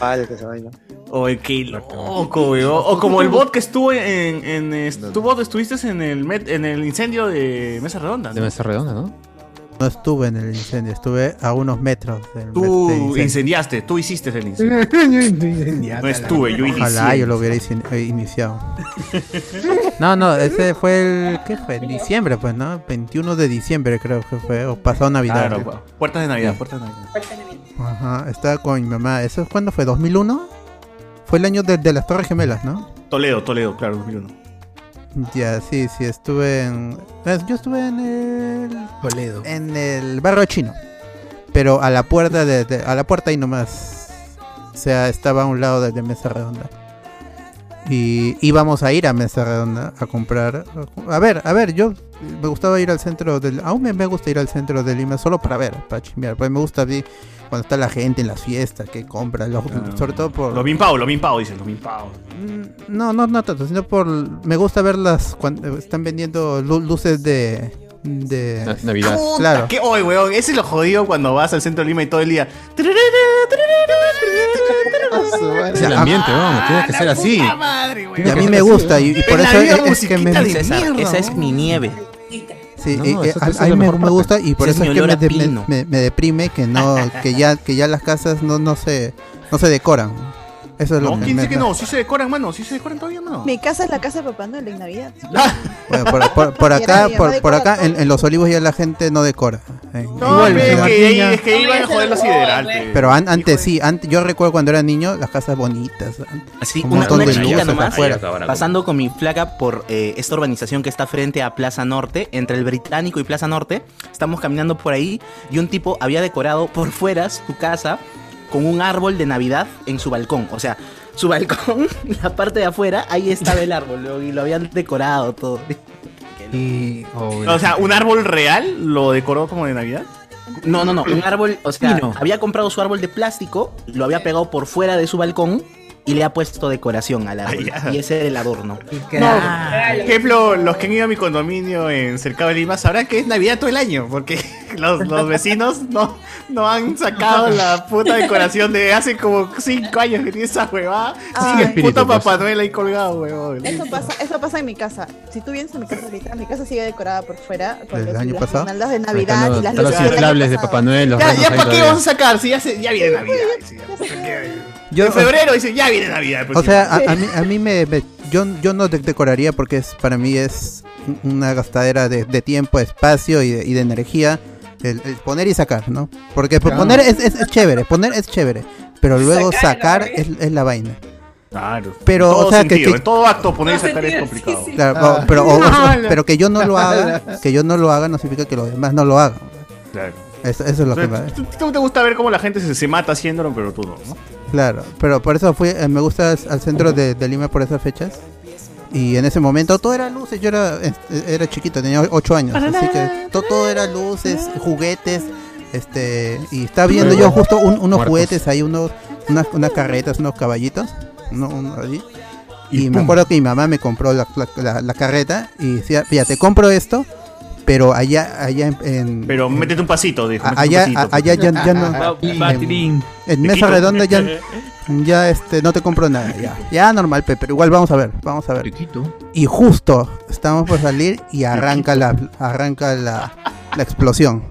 [SPEAKER 8] Vale, que se vaina.
[SPEAKER 4] Oye, qué loco, weón. O como el bot que estuvo en. en est- tu bot estuviste en el, met- en el incendio de Mesa Redonda.
[SPEAKER 2] De
[SPEAKER 4] ¿no?
[SPEAKER 2] mesa redonda, ¿no?
[SPEAKER 13] No estuve en el incendio, estuve a unos metros del
[SPEAKER 4] Tú
[SPEAKER 13] del incendio.
[SPEAKER 4] incendiaste, tú hiciste el incendio. No estuve, yo inicié.
[SPEAKER 13] Ojalá yo lo hubiera inici- eh, iniciado. No, no, ese fue el. ¿Qué fue? En diciembre, pues, ¿no? 21 de diciembre, creo que fue. O pasado Navidad.
[SPEAKER 4] Claro, pues. pu- puertas de Navidad, puertas de Navidad.
[SPEAKER 13] Ajá, estaba con mi mamá. ¿Eso cuándo fue? ¿2001? Fue el año de, de las Torres Gemelas, ¿no?
[SPEAKER 4] Toledo, Toledo, claro, 2001.
[SPEAKER 13] Ya, sí, sí, estuve en. es- Yo estuve en el.
[SPEAKER 1] Toledo.
[SPEAKER 13] En el barrio chino. Pero a la puerta de, de- a la puerta y nomás. O sea, estaba a un lado de, de Mesa Redonda. Y íbamos a ir a Mesa Redonda a comprar. A ver, a ver, yo me gustaba ir al centro del. Aún me, me gusta ir al centro de Lima solo para ver, para chismear. Pues me gusta ver cuando está la gente en las fiestas, que compra, los- sobre todo por.
[SPEAKER 4] Los Mimpao, los Mimpao, dicen, los Mimpao.
[SPEAKER 13] No, no, no tanto, sino por. Me gusta verlas cuando eh, están vendiendo lu- luces de. de
[SPEAKER 2] Na- Navidad.
[SPEAKER 4] Puta,
[SPEAKER 13] Claro.
[SPEAKER 4] ¿Qué hoy, weón? Ese es lo jodido cuando vas al centro de Lima y todo el día.
[SPEAKER 3] Ah,
[SPEAKER 2] Es
[SPEAKER 4] ah,
[SPEAKER 2] el ambiente, vamos,
[SPEAKER 7] Ah,
[SPEAKER 2] tiene que ser así.
[SPEAKER 13] Ah, Y a mí me gusta, y, y por
[SPEAKER 7] Es la
[SPEAKER 13] eso
[SPEAKER 7] vida
[SPEAKER 13] es, es que me.
[SPEAKER 7] musiquita de César, mierda, esa es ¿no? mi nieve.
[SPEAKER 13] Sí,
[SPEAKER 7] No,
[SPEAKER 13] eh,
[SPEAKER 7] eso-
[SPEAKER 13] eh,
[SPEAKER 7] eso
[SPEAKER 13] a,
[SPEAKER 7] es
[SPEAKER 13] a mí
[SPEAKER 7] la
[SPEAKER 13] me,
[SPEAKER 7] mejor
[SPEAKER 13] me gusta
[SPEAKER 7] parte.
[SPEAKER 13] y por
[SPEAKER 7] Ese
[SPEAKER 13] eso
[SPEAKER 7] es
[SPEAKER 13] es
[SPEAKER 7] mi
[SPEAKER 13] que me,
[SPEAKER 7] olor a
[SPEAKER 13] de- me-
[SPEAKER 7] pino.
[SPEAKER 13] me- me deprime que no que ya que ya las casas no no se no se decoran. Eso es lo
[SPEAKER 4] No,
[SPEAKER 13] que
[SPEAKER 4] ¿quién
[SPEAKER 13] me-
[SPEAKER 4] dice que
[SPEAKER 13] me-
[SPEAKER 4] no? Sí se decoran, mano, sí se decoran todavía, mano.
[SPEAKER 12] Mi casa es la casa de Papá Noel en Navidad.
[SPEAKER 13] Bueno, por, por- por acá por, por acá en, en los olivos ya la gente no decora. En-
[SPEAKER 4] No,
[SPEAKER 13] igual,
[SPEAKER 4] pe,
[SPEAKER 13] en
[SPEAKER 4] que
[SPEAKER 13] Martiña.
[SPEAKER 4] ahí- es que ahí van a joder los siderales.
[SPEAKER 13] Pero an- antes sí, antes, yo recuerdo cuando era niño las casas bonitas,
[SPEAKER 7] Así,
[SPEAKER 13] un
[SPEAKER 7] una,
[SPEAKER 13] montón
[SPEAKER 7] una
[SPEAKER 13] de
[SPEAKER 7] chiquita
[SPEAKER 13] luces
[SPEAKER 7] nomás,
[SPEAKER 13] afuera.
[SPEAKER 7] pasando con mi placa por eh, esta urbanización que está frente a Plaza Norte, entre el Británico y Plaza Norte, estamos caminando por ahí y un tipo había decorado por fuera su casa con un árbol de Navidad en su balcón, o sea, su balcón, la parte de afuera, ahí estaba el árbol luego, y lo habían decorado todo.
[SPEAKER 22] Y, oh,
[SPEAKER 4] O sea, un árbol real lo decoró como de Navidad.
[SPEAKER 7] No, no, no, un árbol, o sea,
[SPEAKER 4] Pino.
[SPEAKER 7] había comprado su árbol de plástico, lo había pegado por fuera de su balcón y le ha puesto decoración al árbol. Y ese era el adorno.
[SPEAKER 4] No, por ejemplo, los que han ido a mi condominio en Cercado de Lima sabrán que es Navidad todo el año, porque los, los vecinos no, no han sacado la puta decoración de hace como 5 años que tiene esa huevada. Sigue el puto
[SPEAKER 13] pues.
[SPEAKER 4] Papá Noel ahí colgado, huevón.
[SPEAKER 12] Eso pasa, eso pasa en mi casa. Si tú vienes a mi casa ahorita, mi casa sigue decorada por fuera con
[SPEAKER 2] ¿Desde el
[SPEAKER 12] los-
[SPEAKER 2] año
[SPEAKER 12] las
[SPEAKER 2] pasado?
[SPEAKER 12] guirnaldas de
[SPEAKER 2] Ahí están
[SPEAKER 12] Navidad
[SPEAKER 2] los-
[SPEAKER 12] y las
[SPEAKER 2] están los
[SPEAKER 12] luces del año
[SPEAKER 2] inflables de
[SPEAKER 12] pasado.
[SPEAKER 2] Papá Noel, los
[SPEAKER 4] Ya,
[SPEAKER 2] renos
[SPEAKER 4] ya,
[SPEAKER 2] ahí
[SPEAKER 4] ¿para qué
[SPEAKER 2] todavía.
[SPEAKER 4] vamos a sacar? Si ya, se- ya viene Navidad. sí, ya,
[SPEAKER 13] Yo-
[SPEAKER 4] en febrero dice, ya viene Navidad. pues,
[SPEAKER 13] O
[SPEAKER 4] sí.
[SPEAKER 13] sea, a, a mí, a mí me, me- yo, yo no de- decoraría porque es para mí es un- una gastadera de, de tiempo, espacio y de, y de energía el, el poner y sacar, ¿no? Porque pues,
[SPEAKER 4] Claro.
[SPEAKER 13] poner es, es- es chévere, poner es chévere, pero luego sacar es, es la vaina.
[SPEAKER 4] Claro.
[SPEAKER 13] Pero,
[SPEAKER 4] En todo
[SPEAKER 13] o sea, que-
[SPEAKER 4] sentido,
[SPEAKER 13] que-
[SPEAKER 4] en todo acto poner y sacar es complicado.
[SPEAKER 13] Claro,
[SPEAKER 4] Ah.
[SPEAKER 13] o- pero, o- o- pero que yo no lo haga, que yo no lo haga no significa que los demás no lo hagan.
[SPEAKER 4] Claro.
[SPEAKER 13] Eso, eso es lo
[SPEAKER 4] O sea,
[SPEAKER 13] que me...
[SPEAKER 4] tú- tú te gusta ver cómo la gente se, se mata haciéndolo, pero tú no, ¿no?
[SPEAKER 13] Claro, pero por eso fui, eh, me gusta al- al centro de, de Lima por esas fechas. Y en ese momento todo era luces, yo era, eh, era chiquito, tenía 8 años, así que to- todo era luces, juguetes, este, y estaba viendo yo justo un- unos
[SPEAKER 2] Muertos.
[SPEAKER 13] juguetes ahí, unos, unas, unas carretas, unos caballitos, uno, uno así.
[SPEAKER 2] Y
[SPEAKER 13] Y, me
[SPEAKER 2] pum.
[SPEAKER 13] acuerdo que mi mamá me compró la, la- la- la carreta y decía, mira, te compro esto, pero allá, allá en, en-
[SPEAKER 4] Pero métete un pasito, dijo.
[SPEAKER 13] a-
[SPEAKER 4] métete un
[SPEAKER 13] allá,
[SPEAKER 4] pasito.
[SPEAKER 13] a- allá ya, ya no. En, en mesa redonda ya, ya este, no te compro nada. Ya, ya normal, pe, pero igual vamos a ver, vamos a ver. Y justo estamos por salir y arranca la, arranca la, la explosión.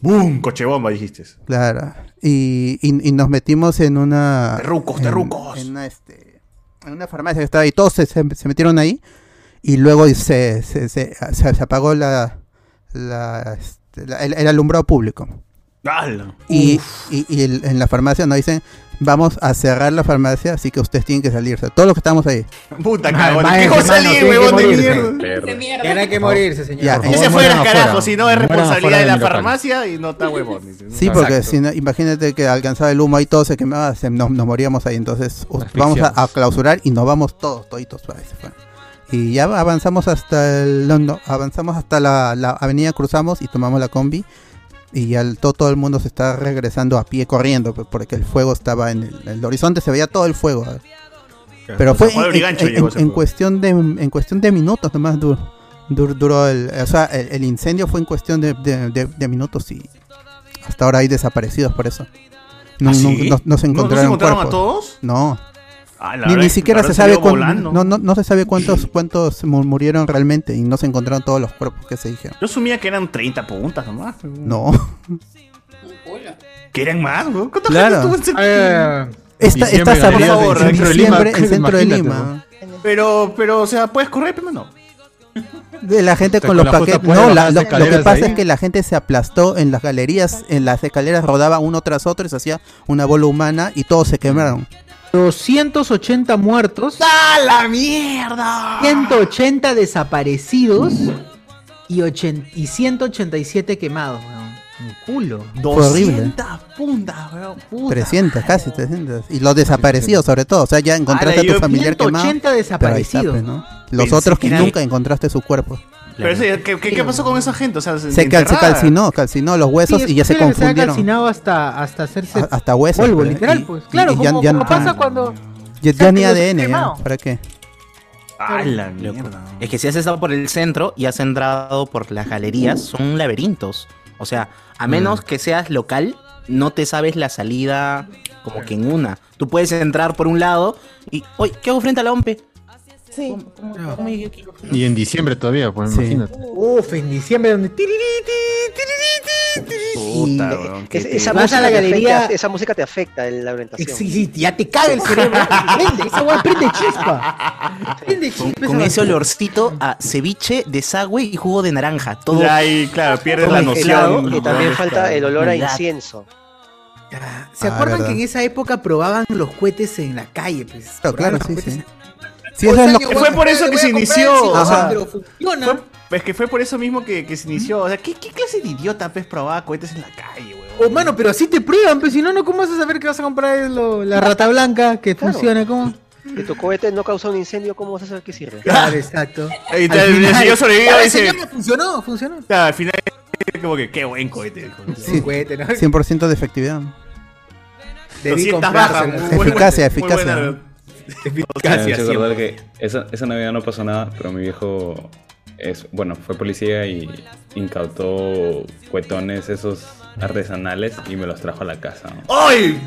[SPEAKER 4] ¡Bum! Coche bomba, dijiste.
[SPEAKER 13] Ah, Claro. Y, y- y nos metimos en una.
[SPEAKER 4] Terrucos,
[SPEAKER 13] en-
[SPEAKER 4] terrucos.
[SPEAKER 13] En, una, este, en una farmacia que estaba ahí. Todos se, se- se metieron ahí. Y luego se, se, se- se- se apagó la, la, este, la- el, el alumbrado público.
[SPEAKER 4] ¡Hala!
[SPEAKER 13] Y, y- y el- en la farmacia nos dicen: Vamos a cerrar la farmacia, así que ustedes tienen que salirse. Todos los que estamos ahí.
[SPEAKER 4] Puta
[SPEAKER 1] cagón,
[SPEAKER 4] cagón.
[SPEAKER 1] ¿qué
[SPEAKER 4] ¿Qué
[SPEAKER 1] cosa
[SPEAKER 4] cosa
[SPEAKER 1] leí,
[SPEAKER 4] leí,
[SPEAKER 1] huevón
[SPEAKER 4] huevón
[SPEAKER 1] de
[SPEAKER 4] de
[SPEAKER 1] mierda?
[SPEAKER 4] mierda?
[SPEAKER 1] Tiene que morirse, señor.
[SPEAKER 13] Ya,
[SPEAKER 1] Por
[SPEAKER 13] que
[SPEAKER 1] favor.
[SPEAKER 13] se
[SPEAKER 4] Fuera,
[SPEAKER 13] Mueran
[SPEAKER 4] carajo,
[SPEAKER 13] afuera.
[SPEAKER 4] si no es
[SPEAKER 13] Mueran
[SPEAKER 4] responsabilidad
[SPEAKER 13] afuera
[SPEAKER 4] de
[SPEAKER 13] de
[SPEAKER 4] la
[SPEAKER 13] mi local.
[SPEAKER 4] farmacia y no está huevón. dice.
[SPEAKER 13] Sí, porque si no, imagínate que alcanzaba el humo ahí todo se quemaba, se- nos, nos moríamos ahí. Entonces us- vamos a, a clausurar y nos vamos todos, toditos. para ahí se fueron. Y ya avanzamos hasta el no, no, avanzamos hasta la, la avenida, cruzamos y tomamos la combi. Y ya el- todo, todo el mundo se está regresando a pie corriendo pe- porque el fuego estaba en el, en el horizonte, se veía todo el fuego. ¿eh? Pero
[SPEAKER 4] O sea,
[SPEAKER 13] fue
[SPEAKER 4] fue de
[SPEAKER 13] en,
[SPEAKER 4] Brigancho
[SPEAKER 13] en-
[SPEAKER 4] llegó
[SPEAKER 13] en-
[SPEAKER 4] ese
[SPEAKER 13] en
[SPEAKER 4] fuego.
[SPEAKER 13] cuestión de en cuestión de minutos nomás duró, duró, el, o sea, el, el incendio fue en cuestión de, de- de- de minutos y hasta ahora hay desaparecidos por eso. No, no-
[SPEAKER 4] ¿Ah, sí?
[SPEAKER 13] no- no se
[SPEAKER 4] ¿No- no se
[SPEAKER 13] encontraron,
[SPEAKER 4] encontraron
[SPEAKER 13] cuerpos.
[SPEAKER 4] a todos?
[SPEAKER 13] No.
[SPEAKER 4] Ah, la
[SPEAKER 13] Ni,
[SPEAKER 4] verdad
[SPEAKER 13] ni
[SPEAKER 4] es que
[SPEAKER 13] siquiera se
[SPEAKER 4] habrán
[SPEAKER 13] sabe
[SPEAKER 4] salido
[SPEAKER 13] cuán-
[SPEAKER 4] volando.
[SPEAKER 13] no, no, no se sabe cuántos cuántos mu- murieron realmente y no se encontraron todos los cuerpos que se dijeron.
[SPEAKER 4] Yo asumía que eran 30 puntas nomás.
[SPEAKER 13] No.
[SPEAKER 4] Que eran más, weón. ¿Cuánta
[SPEAKER 13] Claro.
[SPEAKER 4] gente estuvo en
[SPEAKER 13] Ah, Esta-
[SPEAKER 4] Eh, Diciembre,
[SPEAKER 13] estas
[SPEAKER 4] Galería
[SPEAKER 13] abrieron
[SPEAKER 4] del
[SPEAKER 13] en
[SPEAKER 4] Centro de
[SPEAKER 13] diciembre
[SPEAKER 4] Lima.
[SPEAKER 13] en centro de
[SPEAKER 4] Imagínate,
[SPEAKER 13] Lima.
[SPEAKER 4] Pero, pero, o sea, puedes correr, pero no.
[SPEAKER 13] De la gente
[SPEAKER 4] Puta,
[SPEAKER 13] con
[SPEAKER 4] con
[SPEAKER 13] los
[SPEAKER 4] la justa
[SPEAKER 13] paquetes.
[SPEAKER 4] puede
[SPEAKER 13] No,
[SPEAKER 4] bajar
[SPEAKER 13] la-
[SPEAKER 4] las
[SPEAKER 13] lo, lo que
[SPEAKER 4] escaleras
[SPEAKER 13] pasa
[SPEAKER 4] ahí.
[SPEAKER 13] es que la gente se aplastó en las galerías, en las escaleras rodaba uno tras otro y se hacía una bola humana y todos se quemaron.
[SPEAKER 22] 280 muertos.
[SPEAKER 4] ¡A la mierda!
[SPEAKER 22] 180 desaparecidos y, 80 y 187 quemados, weón. Un culo.
[SPEAKER 13] Fue horrible.
[SPEAKER 4] puntas, weón. Puta.
[SPEAKER 13] 300, casi 300. Y los desaparecidos, sobre todo. O sea, ya encontraste
[SPEAKER 4] Ahora,
[SPEAKER 13] a tu
[SPEAKER 4] yo-
[SPEAKER 13] familiar
[SPEAKER 4] 180
[SPEAKER 13] quemado. pero ahí
[SPEAKER 4] desaparecidos.
[SPEAKER 13] pues, ¿no? Los
[SPEAKER 4] Pensé
[SPEAKER 13] otros que,
[SPEAKER 4] que era-
[SPEAKER 13] nunca encontraste sus cuerpos.
[SPEAKER 4] Pero ese- ¿qué, qué, qué pasó con esa gente? O sea,
[SPEAKER 13] Se, cal- se
[SPEAKER 4] enterrada.
[SPEAKER 13] calcinó, calcinó los huesos
[SPEAKER 22] Sí, es
[SPEAKER 13] y ya se
[SPEAKER 22] posible que haya
[SPEAKER 13] confundieron.
[SPEAKER 22] calcinado hasta, hasta hacerse
[SPEAKER 13] A- Hasta huesos.
[SPEAKER 22] polvo,
[SPEAKER 13] pues,
[SPEAKER 22] literal,
[SPEAKER 13] y-
[SPEAKER 22] pues. Claro,
[SPEAKER 13] y ya-
[SPEAKER 22] como,
[SPEAKER 13] ya
[SPEAKER 22] como
[SPEAKER 13] no-
[SPEAKER 22] pasa cuando...
[SPEAKER 13] Ya, ya ni
[SPEAKER 22] Exacto,
[SPEAKER 13] ADN, ya.
[SPEAKER 22] quemado.
[SPEAKER 13] ¿Para qué?
[SPEAKER 4] Ah, la mierda.
[SPEAKER 7] Es que si has estado por el centro y has entrado por las galerías,
[SPEAKER 4] Uh.
[SPEAKER 7] son laberintos. O sea, a menos
[SPEAKER 4] Mm.
[SPEAKER 7] que seas local, no te sabes la salida como que en una. Tú puedes entrar por un lado y, oye, ¿qué hago frente a la OMPE?
[SPEAKER 12] Sí.
[SPEAKER 2] Y en diciembre todavía, pues imagínate.
[SPEAKER 22] Uf, en diciembre donde... tiriri,
[SPEAKER 2] Puta, weón.
[SPEAKER 22] que
[SPEAKER 8] Es-
[SPEAKER 22] te
[SPEAKER 8] esa,
[SPEAKER 22] vas
[SPEAKER 8] música
[SPEAKER 22] a la
[SPEAKER 8] te
[SPEAKER 22] galería-
[SPEAKER 8] afecta, esa música te afecta en la orientación.
[SPEAKER 22] Sí, sí, ya te caga el cerebro. Prende, esa weá prende chispa. Prende chispa. esa
[SPEAKER 7] Con
[SPEAKER 22] vaina.
[SPEAKER 7] ese olorcito a ceviche, desagüe y jugo de naranja. Todo.
[SPEAKER 4] Ya, y claro, pierdes
[SPEAKER 7] todo
[SPEAKER 4] la
[SPEAKER 7] mezclado.
[SPEAKER 4] noción.
[SPEAKER 8] Y también
[SPEAKER 4] Ah,
[SPEAKER 8] falta el olor a
[SPEAKER 22] verdad.
[SPEAKER 8] incienso.
[SPEAKER 22] ¿Se
[SPEAKER 13] Ah,
[SPEAKER 22] acuerdan
[SPEAKER 13] verdad.
[SPEAKER 22] que en esa época probaban los cohetes en la calle? Pues,
[SPEAKER 13] Claro, claro,
[SPEAKER 22] Probaban
[SPEAKER 13] sí,
[SPEAKER 22] los
[SPEAKER 13] sí.
[SPEAKER 22] cohetes.
[SPEAKER 13] Sí,
[SPEAKER 22] Pues
[SPEAKER 13] eso es lo que-
[SPEAKER 4] Fue por eso que se inició.
[SPEAKER 13] Ajá.
[SPEAKER 22] Pero funciona.
[SPEAKER 4] Fue- es que fue por eso mismo que, que se inició. O sea, ¿qué, qué clase de idiota pez probaba cohetes en la calle, weón?
[SPEAKER 22] Oh, mano, pero así te prueban, pues si no, no, ¿cómo vas a saber que vas a comprar lo- la rata blanca que
[SPEAKER 8] Claro.
[SPEAKER 22] funciona? ¿Cómo?
[SPEAKER 8] Que tu cohete no causa un incendio, ¿cómo vas a saber que sirve?
[SPEAKER 22] Claro, exacto.
[SPEAKER 4] Y
[SPEAKER 22] Al
[SPEAKER 4] tal-
[SPEAKER 22] final-
[SPEAKER 4] el señor sobrevivió
[SPEAKER 22] Ah,
[SPEAKER 4] y dice-
[SPEAKER 22] señor, Funcionó, funcionó.
[SPEAKER 4] O sea, al final, como que qué buen cohete. dijo.
[SPEAKER 13] Sí,
[SPEAKER 22] cohete, ¿no?
[SPEAKER 13] 100% de efectividad.
[SPEAKER 4] Debí
[SPEAKER 13] 200
[SPEAKER 4] comprárselo.
[SPEAKER 13] bajas, muy Eficacia, buena- eficacia. muy buena-
[SPEAKER 10] Gracias. Me
[SPEAKER 4] Eficacia,
[SPEAKER 10] hace
[SPEAKER 4] siempre.
[SPEAKER 10] acordar que esa, esa Navidad no pasó nada, pero mi viejo es, bueno, fue policía y incautó cuetones esos artesanales y me los trajo a la casa. ¿no?
[SPEAKER 4] ¡Ay!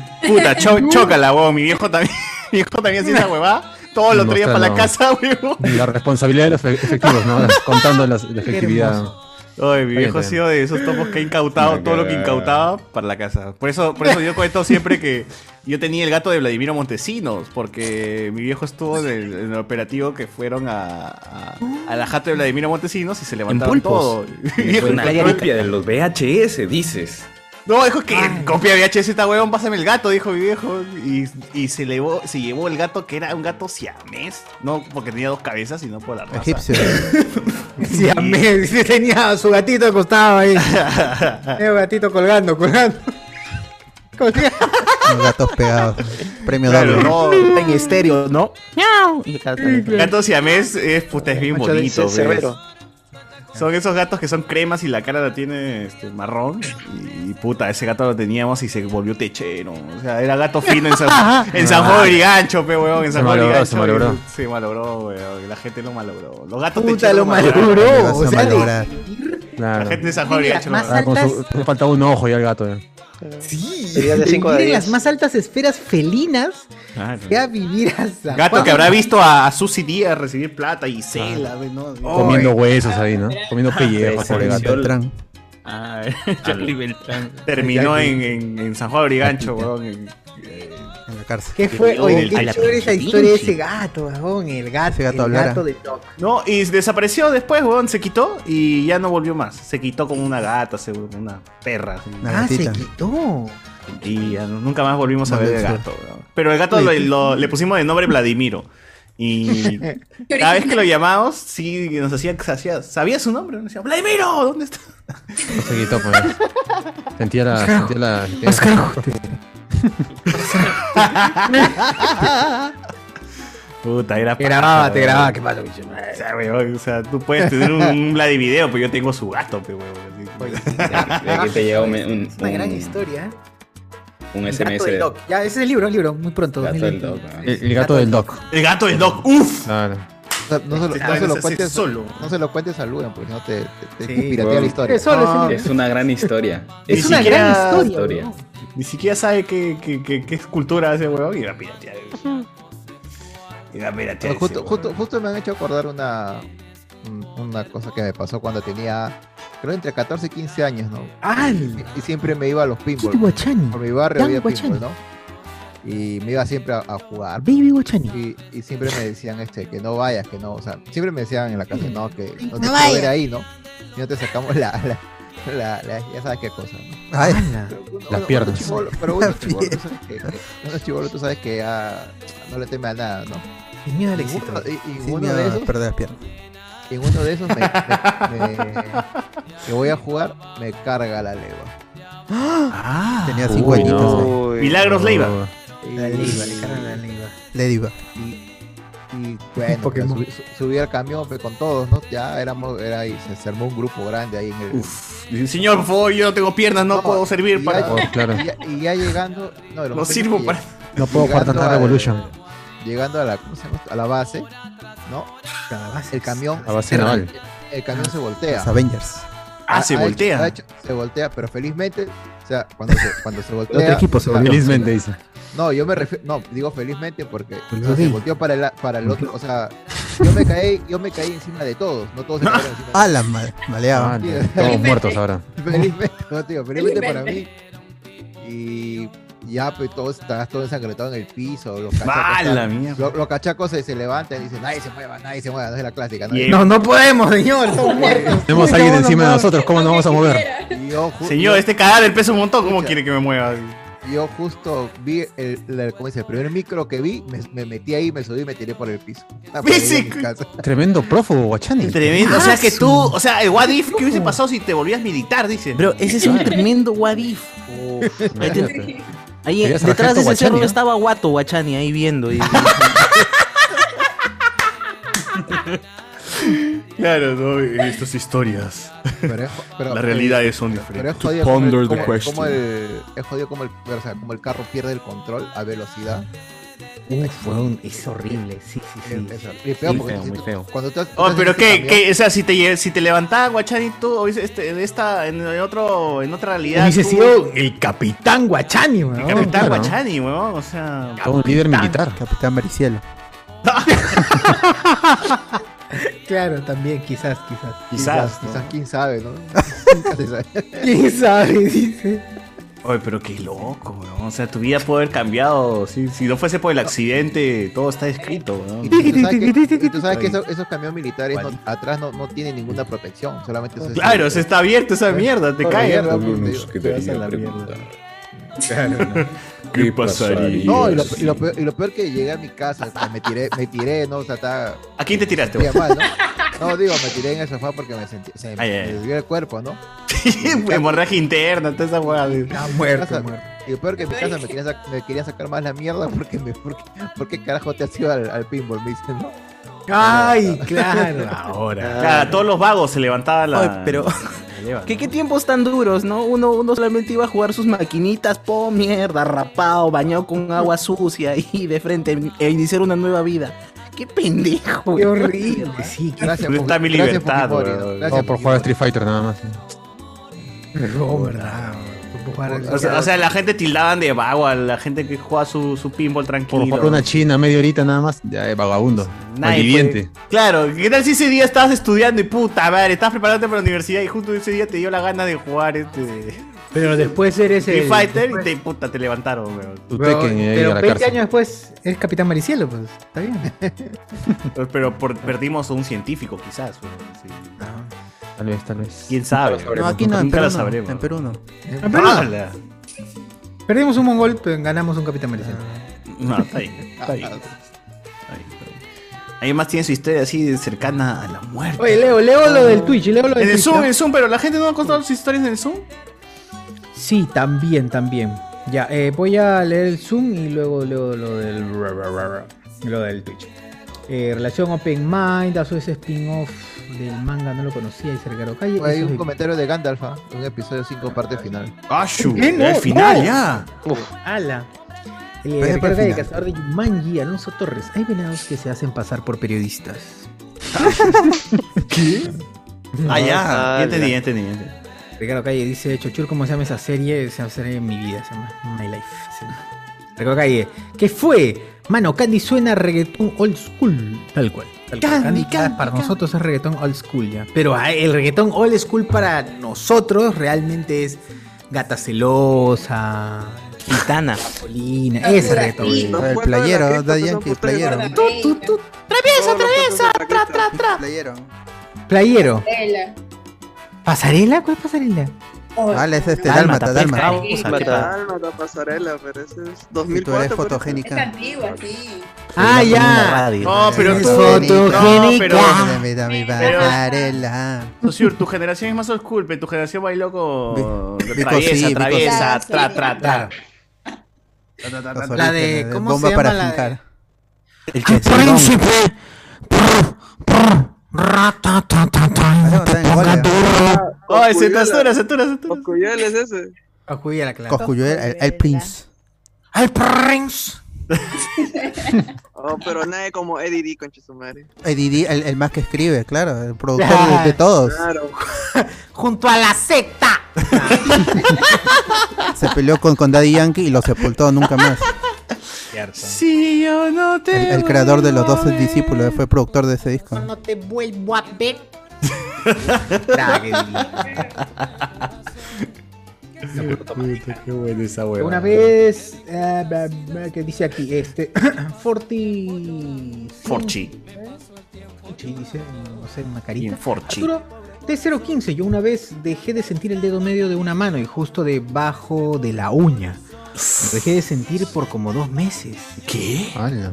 [SPEAKER 4] Puta, cho- chócala, weón. Mi viejo también, mi viejo también hacía esa huevada. Todos los
[SPEAKER 2] No,
[SPEAKER 4] traía
[SPEAKER 2] está,
[SPEAKER 4] para la
[SPEAKER 2] no.
[SPEAKER 4] casa, weón.
[SPEAKER 2] La responsabilidad de los efe- efectivos, ¿no? Contando las- la efectividad.
[SPEAKER 4] Ay, mi
[SPEAKER 2] Está bien,
[SPEAKER 4] viejo ha
[SPEAKER 2] está bien.
[SPEAKER 4] sido de esos topos que ha incautado
[SPEAKER 2] Una
[SPEAKER 4] todo lo que
[SPEAKER 2] cagada.
[SPEAKER 4] incautaba para la casa. Por eso, por eso yo cuento siempre que yo tenía el gato de Vladimiro Montesinos, porque mi viejo estuvo en el, en el operativo que fueron a, a, a la jata de Vladimiro Montesinos y se levantaron
[SPEAKER 10] Pulpos.
[SPEAKER 4] todo. Mi viejo-
[SPEAKER 10] Una copia de los VHS, dices.
[SPEAKER 4] No, dijo que copia VHS esta huevón, pásame el gato, dijo mi viejo. Y, y se, llevó, se llevó el gato que era un gato siamés. No porque tenía dos cabezas, sino por la raza.
[SPEAKER 13] Egipcio.
[SPEAKER 22] Sí, a mí, sí, tenía a su gatito acostado ahí. Tenía un gatito colgando, colgando. Colgando.
[SPEAKER 13] Los gatos pegados. Premio
[SPEAKER 4] Claro,
[SPEAKER 13] doble.
[SPEAKER 4] no.
[SPEAKER 7] En estéreo, ¿no? ¡Miau! Y acá también.
[SPEAKER 4] Gato siamés es, eh, puta, es bien
[SPEAKER 7] Macho de
[SPEAKER 4] bonito. pues.
[SPEAKER 7] ese
[SPEAKER 4] ¿ves?
[SPEAKER 7] cerbero.
[SPEAKER 4] Son esos gatos que son cremas y la cara la tiene este, marrón. Y, y, puta, ese gato lo teníamos y se volvió techero. O sea, era gato fino en San, en San
[SPEAKER 7] Ah.
[SPEAKER 4] Juan de Brigancho, pe, weón. En
[SPEAKER 2] Se
[SPEAKER 4] San Juan de
[SPEAKER 2] malogró,
[SPEAKER 4] Brigancho.
[SPEAKER 2] se malogró.
[SPEAKER 4] y- Se malogró, weón. y La gente lo malogró. Los gatos
[SPEAKER 22] Puta, lo
[SPEAKER 4] malograron.
[SPEAKER 22] malogró. O sea, de-
[SPEAKER 2] Claro.
[SPEAKER 4] La gente de San Juan habría hecho lo
[SPEAKER 2] Ah, con
[SPEAKER 4] mismo.
[SPEAKER 2] su- Le falta un ojo ya al gato. ya.
[SPEAKER 1] Sí.
[SPEAKER 2] Sería de cinco de
[SPEAKER 1] Vivir en
[SPEAKER 2] diez.
[SPEAKER 1] las más altas esferas felinas ya vivir a San
[SPEAKER 4] Gato
[SPEAKER 1] Juan.
[SPEAKER 4] que habrá visto a, a Susi Díaz recibir plata y cela, ve, ¿no?
[SPEAKER 2] Ah. Comiendo huesos ahí, ¿no? Comiendo
[SPEAKER 4] Ah,
[SPEAKER 2] pellejos,
[SPEAKER 4] ese
[SPEAKER 2] pobre gato.
[SPEAKER 4] Beltrán.
[SPEAKER 6] Ah, Charlie Beltrán.
[SPEAKER 4] Terminó
[SPEAKER 6] Jackie.
[SPEAKER 4] en, en, en San Juan Brigancho, weón. En, eh,
[SPEAKER 13] en la cárcel.
[SPEAKER 1] ¿Qué fue? Oye, qué chévere esa historia de ese gato, weón. El gato, el
[SPEAKER 4] hablara.
[SPEAKER 1] gato de Doc.
[SPEAKER 4] No, y desapareció después, weón. Se quitó y ya no volvió más. Se quitó con una gata, seguro, con una perra. así.
[SPEAKER 1] Ah, se quitó.
[SPEAKER 4] Y ya no- nunca más volvimos a
[SPEAKER 1] Vale,
[SPEAKER 4] ver el
[SPEAKER 1] eso.
[SPEAKER 4] gato, weón. Pero el gato lo-
[SPEAKER 1] Oye,
[SPEAKER 4] lo- le pusimos de nombre Vladimiro. Y cada vez que lo llamamos, sí, nos hacía, hacía- sabía su nombre. Nos decía, Vladimiro, ¿dónde está?
[SPEAKER 2] No se quitó, pues. Sentía la.
[SPEAKER 4] Carajo.
[SPEAKER 2] Sentía la. sentía-
[SPEAKER 4] Más carajo. Puta, era
[SPEAKER 22] Te grababa, te grababa, ¿qué
[SPEAKER 4] pasa, bicho? O sea, weón, o sea, tú puedes tener un, un Vladivideo, pero yo tengo su gato, pe, weón.
[SPEAKER 10] De aquí te llega un, un,
[SPEAKER 1] Es una gran
[SPEAKER 10] un-
[SPEAKER 1] historia. ¿eh?
[SPEAKER 10] un
[SPEAKER 1] El gato
[SPEAKER 10] SMS.
[SPEAKER 1] del
[SPEAKER 10] de-
[SPEAKER 1] Doc. Ya, ese es el libro, el libro. Muy pronto.
[SPEAKER 10] Gato del
[SPEAKER 1] 2021.
[SPEAKER 10] Doc,
[SPEAKER 2] El, el gato del doc.
[SPEAKER 4] El gato del Pues, doc, uff.
[SPEAKER 2] Claro.
[SPEAKER 3] No, no se lo,
[SPEAKER 10] Esta
[SPEAKER 3] no se
[SPEAKER 10] vaina
[SPEAKER 3] lo
[SPEAKER 10] se hace
[SPEAKER 3] cuentes
[SPEAKER 10] solo.
[SPEAKER 3] No se lo cuentes a Lugan, porque no te, te, te
[SPEAKER 4] Sí,
[SPEAKER 3] piratea
[SPEAKER 10] Wow.
[SPEAKER 3] la historia.
[SPEAKER 10] Ah, es una gran historia.
[SPEAKER 4] Es
[SPEAKER 10] Ni
[SPEAKER 4] una
[SPEAKER 10] siquiera
[SPEAKER 4] gran historia, Ni siquiera sabe qué, qué, qué, qué escultura hace, weón, y la piratear. Y la piratear.
[SPEAKER 3] Pero justo, justo, justo me han hecho acordar una, un- una cosa que me pasó cuando tenía, creo entre 14 y 15 años, ¿no? Y siempre me iba a los pinball.
[SPEAKER 1] Kid Guachani.
[SPEAKER 3] Por mi barrio
[SPEAKER 1] Dan
[SPEAKER 3] había
[SPEAKER 1] Guachani.
[SPEAKER 3] pinball, ¿no? Y me iba siempre a, a jugar.
[SPEAKER 1] Baby Guachani.
[SPEAKER 3] Y, y siempre me decían este, que no vayas, que no, o sea, siempre me decían en la casa, no, que no te quiero
[SPEAKER 1] vayas.
[SPEAKER 3] ver ahí, ¿no? Y no te sacamos la, la, la- la- ya sabes qué cosa, ¿no?
[SPEAKER 13] Ay,
[SPEAKER 3] Uno-
[SPEAKER 13] las
[SPEAKER 3] uno
[SPEAKER 13] piernas.
[SPEAKER 3] chibolo- pero uno chibolo, tú sabes que- que- uno chibolo, tú sabes que ya no le teme a nada, ¿no?
[SPEAKER 1] Y miedo
[SPEAKER 3] al
[SPEAKER 1] éxito.
[SPEAKER 3] Y, y
[SPEAKER 13] Sin
[SPEAKER 3] uno
[SPEAKER 13] miedo
[SPEAKER 3] de
[SPEAKER 13] a
[SPEAKER 3] esos,
[SPEAKER 13] perder las piernas.
[SPEAKER 3] en uno de esos me, me- me- que voy a jugar, me carga la leva.
[SPEAKER 1] Ah,
[SPEAKER 13] Tenía cinco añitos, ¿eh?
[SPEAKER 4] Milagros Leiva.
[SPEAKER 1] La lengua, le cargan la lengua.
[SPEAKER 13] Le diva.
[SPEAKER 3] Y bueno, pues, subí, su- subí al camión pues, con todos, ¿no? Ya éramos, era ahí, se- se armó un grupo grande ahí en el.
[SPEAKER 4] Dice, Señor, por favor, yo no tengo piernas, no, puedo servir para.
[SPEAKER 3] ya- y, ya, y ya llegando. No, lo
[SPEAKER 4] No
[SPEAKER 3] que pasa es
[SPEAKER 4] sirvo
[SPEAKER 3] que
[SPEAKER 4] para-
[SPEAKER 3] lleg-
[SPEAKER 2] No puedo jugar
[SPEAKER 3] llegando
[SPEAKER 2] tanta
[SPEAKER 3] al-
[SPEAKER 2] Revolution.
[SPEAKER 3] Llegando a la, ¿cómo se llama esto? a la base, ¿no? El camión.
[SPEAKER 2] La base
[SPEAKER 3] el-
[SPEAKER 2] naval.
[SPEAKER 3] El camión se voltea.
[SPEAKER 13] Los Avengers.
[SPEAKER 4] Ah, se voltea.
[SPEAKER 3] ha hecho- se voltea, pero felizmente, o sea, cuando se, cuando se voltea.
[SPEAKER 2] Otro equipo se
[SPEAKER 3] o sea,
[SPEAKER 2] volvió. Felizmente, dice.
[SPEAKER 3] No, yo me refiero, no, digo felizmente porque o sea,
[SPEAKER 2] Pero
[SPEAKER 3] se
[SPEAKER 2] sí.
[SPEAKER 3] volteó para el, para el otro, o sea, yo me caí, yo me caí encima de todos, no todos se cayeron encima de mí.
[SPEAKER 13] A la madre, maleado.
[SPEAKER 3] Ah, ya.
[SPEAKER 2] Todos muertos ahora.
[SPEAKER 3] Felizmente, no, tío, felizmente para mí.
[SPEAKER 13] Felizmente.
[SPEAKER 3] Y ya, pues todos estabas todo ensangrentado en el piso. Los cachacos,
[SPEAKER 4] ¡Ah, la
[SPEAKER 3] estaban-
[SPEAKER 4] mierda!
[SPEAKER 3] lo- los cachacos se, se levantan y dicen: Nadie se mueva, nadie se mueva. No es la clásica.
[SPEAKER 4] Y-
[SPEAKER 1] No, no podemos, señor. Estamos muertos.
[SPEAKER 2] Tenemos
[SPEAKER 3] Uy,
[SPEAKER 2] alguien
[SPEAKER 3] no, no,
[SPEAKER 2] encima de
[SPEAKER 3] no.
[SPEAKER 2] nosotros, ¿cómo nos vamos a mover?
[SPEAKER 3] Yo ju-
[SPEAKER 4] Señor,
[SPEAKER 3] yo-
[SPEAKER 4] este cadáver pesa un montón, ¿cómo
[SPEAKER 3] Escucha.
[SPEAKER 4] quiere que me mueva?
[SPEAKER 3] Yo justo vi el, el- ¿cómo dice? el primer micro que vi, me, me metí ahí, me subí y me tiré por el piso. Ah, por ahí en mi casa.
[SPEAKER 2] Tremendo prófugo, Guachani.
[SPEAKER 4] Tremendo, o sea que tú, o sea, el what if, ¿qué hubiese pasado si te volvías militar? Dice.
[SPEAKER 7] Bro, ese es un tremendo wadif. Ahí, te- ahí
[SPEAKER 2] Sería
[SPEAKER 7] detrás de
[SPEAKER 2] sargento
[SPEAKER 7] ese
[SPEAKER 2] Guachani,
[SPEAKER 7] cerro
[SPEAKER 2] ¿no?
[SPEAKER 7] estaba Guato Guachani ahí viendo. y-
[SPEAKER 4] Claro, no, estas historias.
[SPEAKER 3] pero- eh,
[SPEAKER 4] Las realidades son
[SPEAKER 3] Pero
[SPEAKER 4] diferentes.
[SPEAKER 3] es jodido como, el, como-
[SPEAKER 4] question.
[SPEAKER 3] como el- es jodido como el, o sea, como el carro pierde el control a velocidad.
[SPEAKER 1] Uf, weón, Uh, es horrible. Sí, sí, sí.
[SPEAKER 3] Es horrible, peor
[SPEAKER 1] Muy
[SPEAKER 3] porque
[SPEAKER 1] feo,
[SPEAKER 3] si
[SPEAKER 1] muy
[SPEAKER 3] tú-
[SPEAKER 1] feo.
[SPEAKER 3] Cuando tú-
[SPEAKER 4] Oh,
[SPEAKER 3] tú
[SPEAKER 4] pero
[SPEAKER 3] haces ese
[SPEAKER 4] que,
[SPEAKER 3] camión-
[SPEAKER 4] que, o sea, si te, lle- si te levantaba Guachani tú, o este, en esta, en, otro, en otra realidad.
[SPEAKER 1] Hubiese
[SPEAKER 4] tú-
[SPEAKER 1] sido el capitán Guachani, weón.
[SPEAKER 4] el capitán
[SPEAKER 1] Claro.
[SPEAKER 4] Guachani, weón, o sea.
[SPEAKER 2] Todo un líder militar.
[SPEAKER 13] Capitán Maricielo.
[SPEAKER 1] Claro, también, quizás, quizás.
[SPEAKER 3] Quizás, quizás, quién sabe, ¿no? Nunca se sabe.
[SPEAKER 1] ¿Quién sabe? Dice.
[SPEAKER 4] Oye, pero qué loco, weón. O sea, tu vida puede haber cambiado. Si, si no fuese por el accidente, todo está escrito,
[SPEAKER 3] Y
[SPEAKER 4] weón.
[SPEAKER 3] tú sabes que, y tú sabes que eso- esos camiones militares no- atrás no, no tienen ninguna protección, solamente se-
[SPEAKER 4] Claro, se está abierto esa mierda, te
[SPEAKER 3] Todo
[SPEAKER 4] cae.
[SPEAKER 3] abierto,
[SPEAKER 10] Nos quedaría preguntar. ¿Qué pasaría?
[SPEAKER 3] No, y lo, y
[SPEAKER 10] si-
[SPEAKER 3] lo peor, y lo peor que llegué a mi casa, o sea, me tiré, me tiré, ¿no? O sea, estaba...
[SPEAKER 4] ¿A quién te tiraste,
[SPEAKER 3] sentía mal,
[SPEAKER 4] weón?
[SPEAKER 3] ¿no? No, digo, me tiré en el sofá porque me sentí, se me,
[SPEAKER 4] Ay, ay, ay.
[SPEAKER 3] me dio el cuerpo, ¿no?
[SPEAKER 4] Hemorragia interna, toda esa weá.
[SPEAKER 1] Ah,
[SPEAKER 4] Está
[SPEAKER 3] muerto, Y lo peor que en mi casa me quería, sac- me quería sacar más la mierda porque me, porque, porque carajo te has ido al, al pinball, me dicen, ¿no? Ah,
[SPEAKER 1] Ay, claro.
[SPEAKER 4] Ahora. Claro, todos los vagos se levantaban la.
[SPEAKER 7] Oye, pero- ¿Qué, qué tiempos tan duros, ¿no? Uno, uno solamente iba a jugar sus maquinitas, po mierda, rapado, bañado con agua sucia y de frente e iniciar una nueva vida.
[SPEAKER 15] Qué pendejo.
[SPEAKER 7] Qué horrible. Sí, qué
[SPEAKER 3] Gracias,
[SPEAKER 7] horrible.
[SPEAKER 3] Está mi gracias libertad, por Fujimori,
[SPEAKER 2] weón.
[SPEAKER 3] gracias,
[SPEAKER 2] No, por jugar a Street Fighter nada más.
[SPEAKER 7] No, verdad. por jugar al-
[SPEAKER 4] O sea, o sea, la gente tildaban de vago a la gente que juega su, su pinball tranquilo.
[SPEAKER 2] Por jugar una china media horita nada más. Ya, eh, vagabundo.
[SPEAKER 4] Nadie
[SPEAKER 2] Malviviente.
[SPEAKER 4] puede- Claro, ¿qué tal si ese día estabas estudiando y puta madre, estabas preparándote para la universidad y justo ese día te dio la gana de jugar este
[SPEAKER 1] Pero después eres
[SPEAKER 4] Street
[SPEAKER 1] el-
[SPEAKER 4] Fighter y te puta te levantaron, weón.
[SPEAKER 1] Pero, pero 20 años después es Capitán Maricielo, pues. Está bien.
[SPEAKER 4] Pero, por- perdimos a un científico quizás, weón. sí.
[SPEAKER 2] Tal vez, tal vez.
[SPEAKER 4] ¿Quién sabe?
[SPEAKER 13] No, aquí no, en
[SPEAKER 4] Nunca
[SPEAKER 13] Perú no,
[SPEAKER 4] lo sabremos.
[SPEAKER 13] en Perú no.
[SPEAKER 1] En Perú no.
[SPEAKER 4] ¡Hala!
[SPEAKER 1] Perdimos un mongol, pero ganamos un Capitán Maricielo.
[SPEAKER 4] Ah, No, está bien, está bien. Está bien, está bien. Además tiene su historia así cercana a la muerte. Oh.
[SPEAKER 1] Oye, Leo, leo lo del Twitch, leo lo del
[SPEAKER 4] En el
[SPEAKER 1] Twitch,
[SPEAKER 4] Zoom,
[SPEAKER 1] ¿no?
[SPEAKER 4] en el Zoom, pero la gente no ha contado sus historias en el Zoom.
[SPEAKER 1] Sí, también, también. Ya, eh, voy a leer el Zoom y luego leo lo del, lo del Twitch. Eh, relación Open Mind, a su vez spin-off del manga, no lo conocía y se regaló calle.
[SPEAKER 3] Hay
[SPEAKER 1] Eso
[SPEAKER 3] un
[SPEAKER 1] es-
[SPEAKER 3] comentario de Gandalf, ¿ah? un episodio 5, parte final.
[SPEAKER 4] ¡Ashu!
[SPEAKER 1] ¿Qué? No,
[SPEAKER 4] El final,
[SPEAKER 1] no.
[SPEAKER 4] ya.
[SPEAKER 1] ¡Ala! El
[SPEAKER 3] Vaya para
[SPEAKER 1] recarga de
[SPEAKER 3] final.
[SPEAKER 1] cazador Eh, de Yumanji, Alonso Torres. Hay venados que se hacen pasar por periodistas.
[SPEAKER 4] ¿Qué? Ah, ya. Ya entendí, ya entendí. ya entendí.
[SPEAKER 1] Ricardo Calle dice, Chochur, ¿cómo se llama esa serie? Esa serie mi vida, se llama My Life. se llama. Ricardo Calle, ¿qué fue? Mano, Candy suena a reggaetón old school. Tal cual. Tal cual. Candy, para nosotros es reggaetón old school ya. Pero ah, el reggaetón old school para nosotros realmente es gata celosa.
[SPEAKER 15] Gitana.
[SPEAKER 1] Polina. Ese reggaetón.
[SPEAKER 13] El playero, Da Yankee, el playero.
[SPEAKER 15] ¡Traviesa,
[SPEAKER 13] traviesa!
[SPEAKER 15] ¡Tra, tra, tra!
[SPEAKER 13] Playero.
[SPEAKER 1] Playero.
[SPEAKER 23] Ela.
[SPEAKER 1] ¿Pasarela? ¿Cuál es pasarela?
[SPEAKER 13] Vale, es este,
[SPEAKER 1] Dálmata,
[SPEAKER 13] Dálmata,
[SPEAKER 1] Dálmata.
[SPEAKER 13] Dálmata.
[SPEAKER 1] Vamos a ver.
[SPEAKER 12] Alma, pasarela, pero ese es
[SPEAKER 13] Y
[SPEAKER 12] 2004.
[SPEAKER 13] tú eres
[SPEAKER 12] pero-
[SPEAKER 13] fotogénica.
[SPEAKER 12] Es antigua, sí.
[SPEAKER 1] Ah, ya.
[SPEAKER 4] No, pero
[SPEAKER 13] Es
[SPEAKER 4] tú. No,
[SPEAKER 13] fotogénica.
[SPEAKER 4] pero.
[SPEAKER 13] Dame, dame,
[SPEAKER 4] pero-
[SPEAKER 13] pasarela.
[SPEAKER 4] Sosur, tu generación es más old school, pero tu generación bailó con.
[SPEAKER 13] Bi-
[SPEAKER 4] Traviesa,
[SPEAKER 13] Bicosí,
[SPEAKER 4] traviesa,
[SPEAKER 13] Bicosí.
[SPEAKER 4] tra, tra, tra.
[SPEAKER 13] La de- ¿cómo Bomba se llama para la de- fincar.
[SPEAKER 15] El
[SPEAKER 13] príncipe.
[SPEAKER 4] Ay, se tastura, se tastura, se tastura.
[SPEAKER 12] Cuyuel es ese.
[SPEAKER 1] Coscuyuela, claro.
[SPEAKER 13] Coscuyuel, el, el Prince.
[SPEAKER 1] ¡El Prince!
[SPEAKER 12] Oh, pero nadie como Eddie D, concha su madre.
[SPEAKER 13] El, Didi, el, el más que escribe, claro, el productor
[SPEAKER 12] Claro.
[SPEAKER 13] de, de todos.
[SPEAKER 12] Claro.
[SPEAKER 1] Junto a la secta.
[SPEAKER 13] Se peleó con, con Daddy Yankee y lo sepultó nunca más.
[SPEAKER 4] Si yo no te.
[SPEAKER 13] El, el creador de los 12 discípulos fue productor de ese disco.
[SPEAKER 1] No te vuelvo a ver.
[SPEAKER 4] Qué buena esa hueva.
[SPEAKER 1] Una vez eh, ba- ba- que dice aquí, este Forti.
[SPEAKER 4] Forchi.
[SPEAKER 1] Forchi dice, no sé, una carita.
[SPEAKER 4] Bien, Forchi.
[SPEAKER 1] Arturo, T015, yo una vez dejé de sentir el dedo medio de una mano y justo debajo de la uña. Lo dejé de sentir por como dos meses. ¿Qué?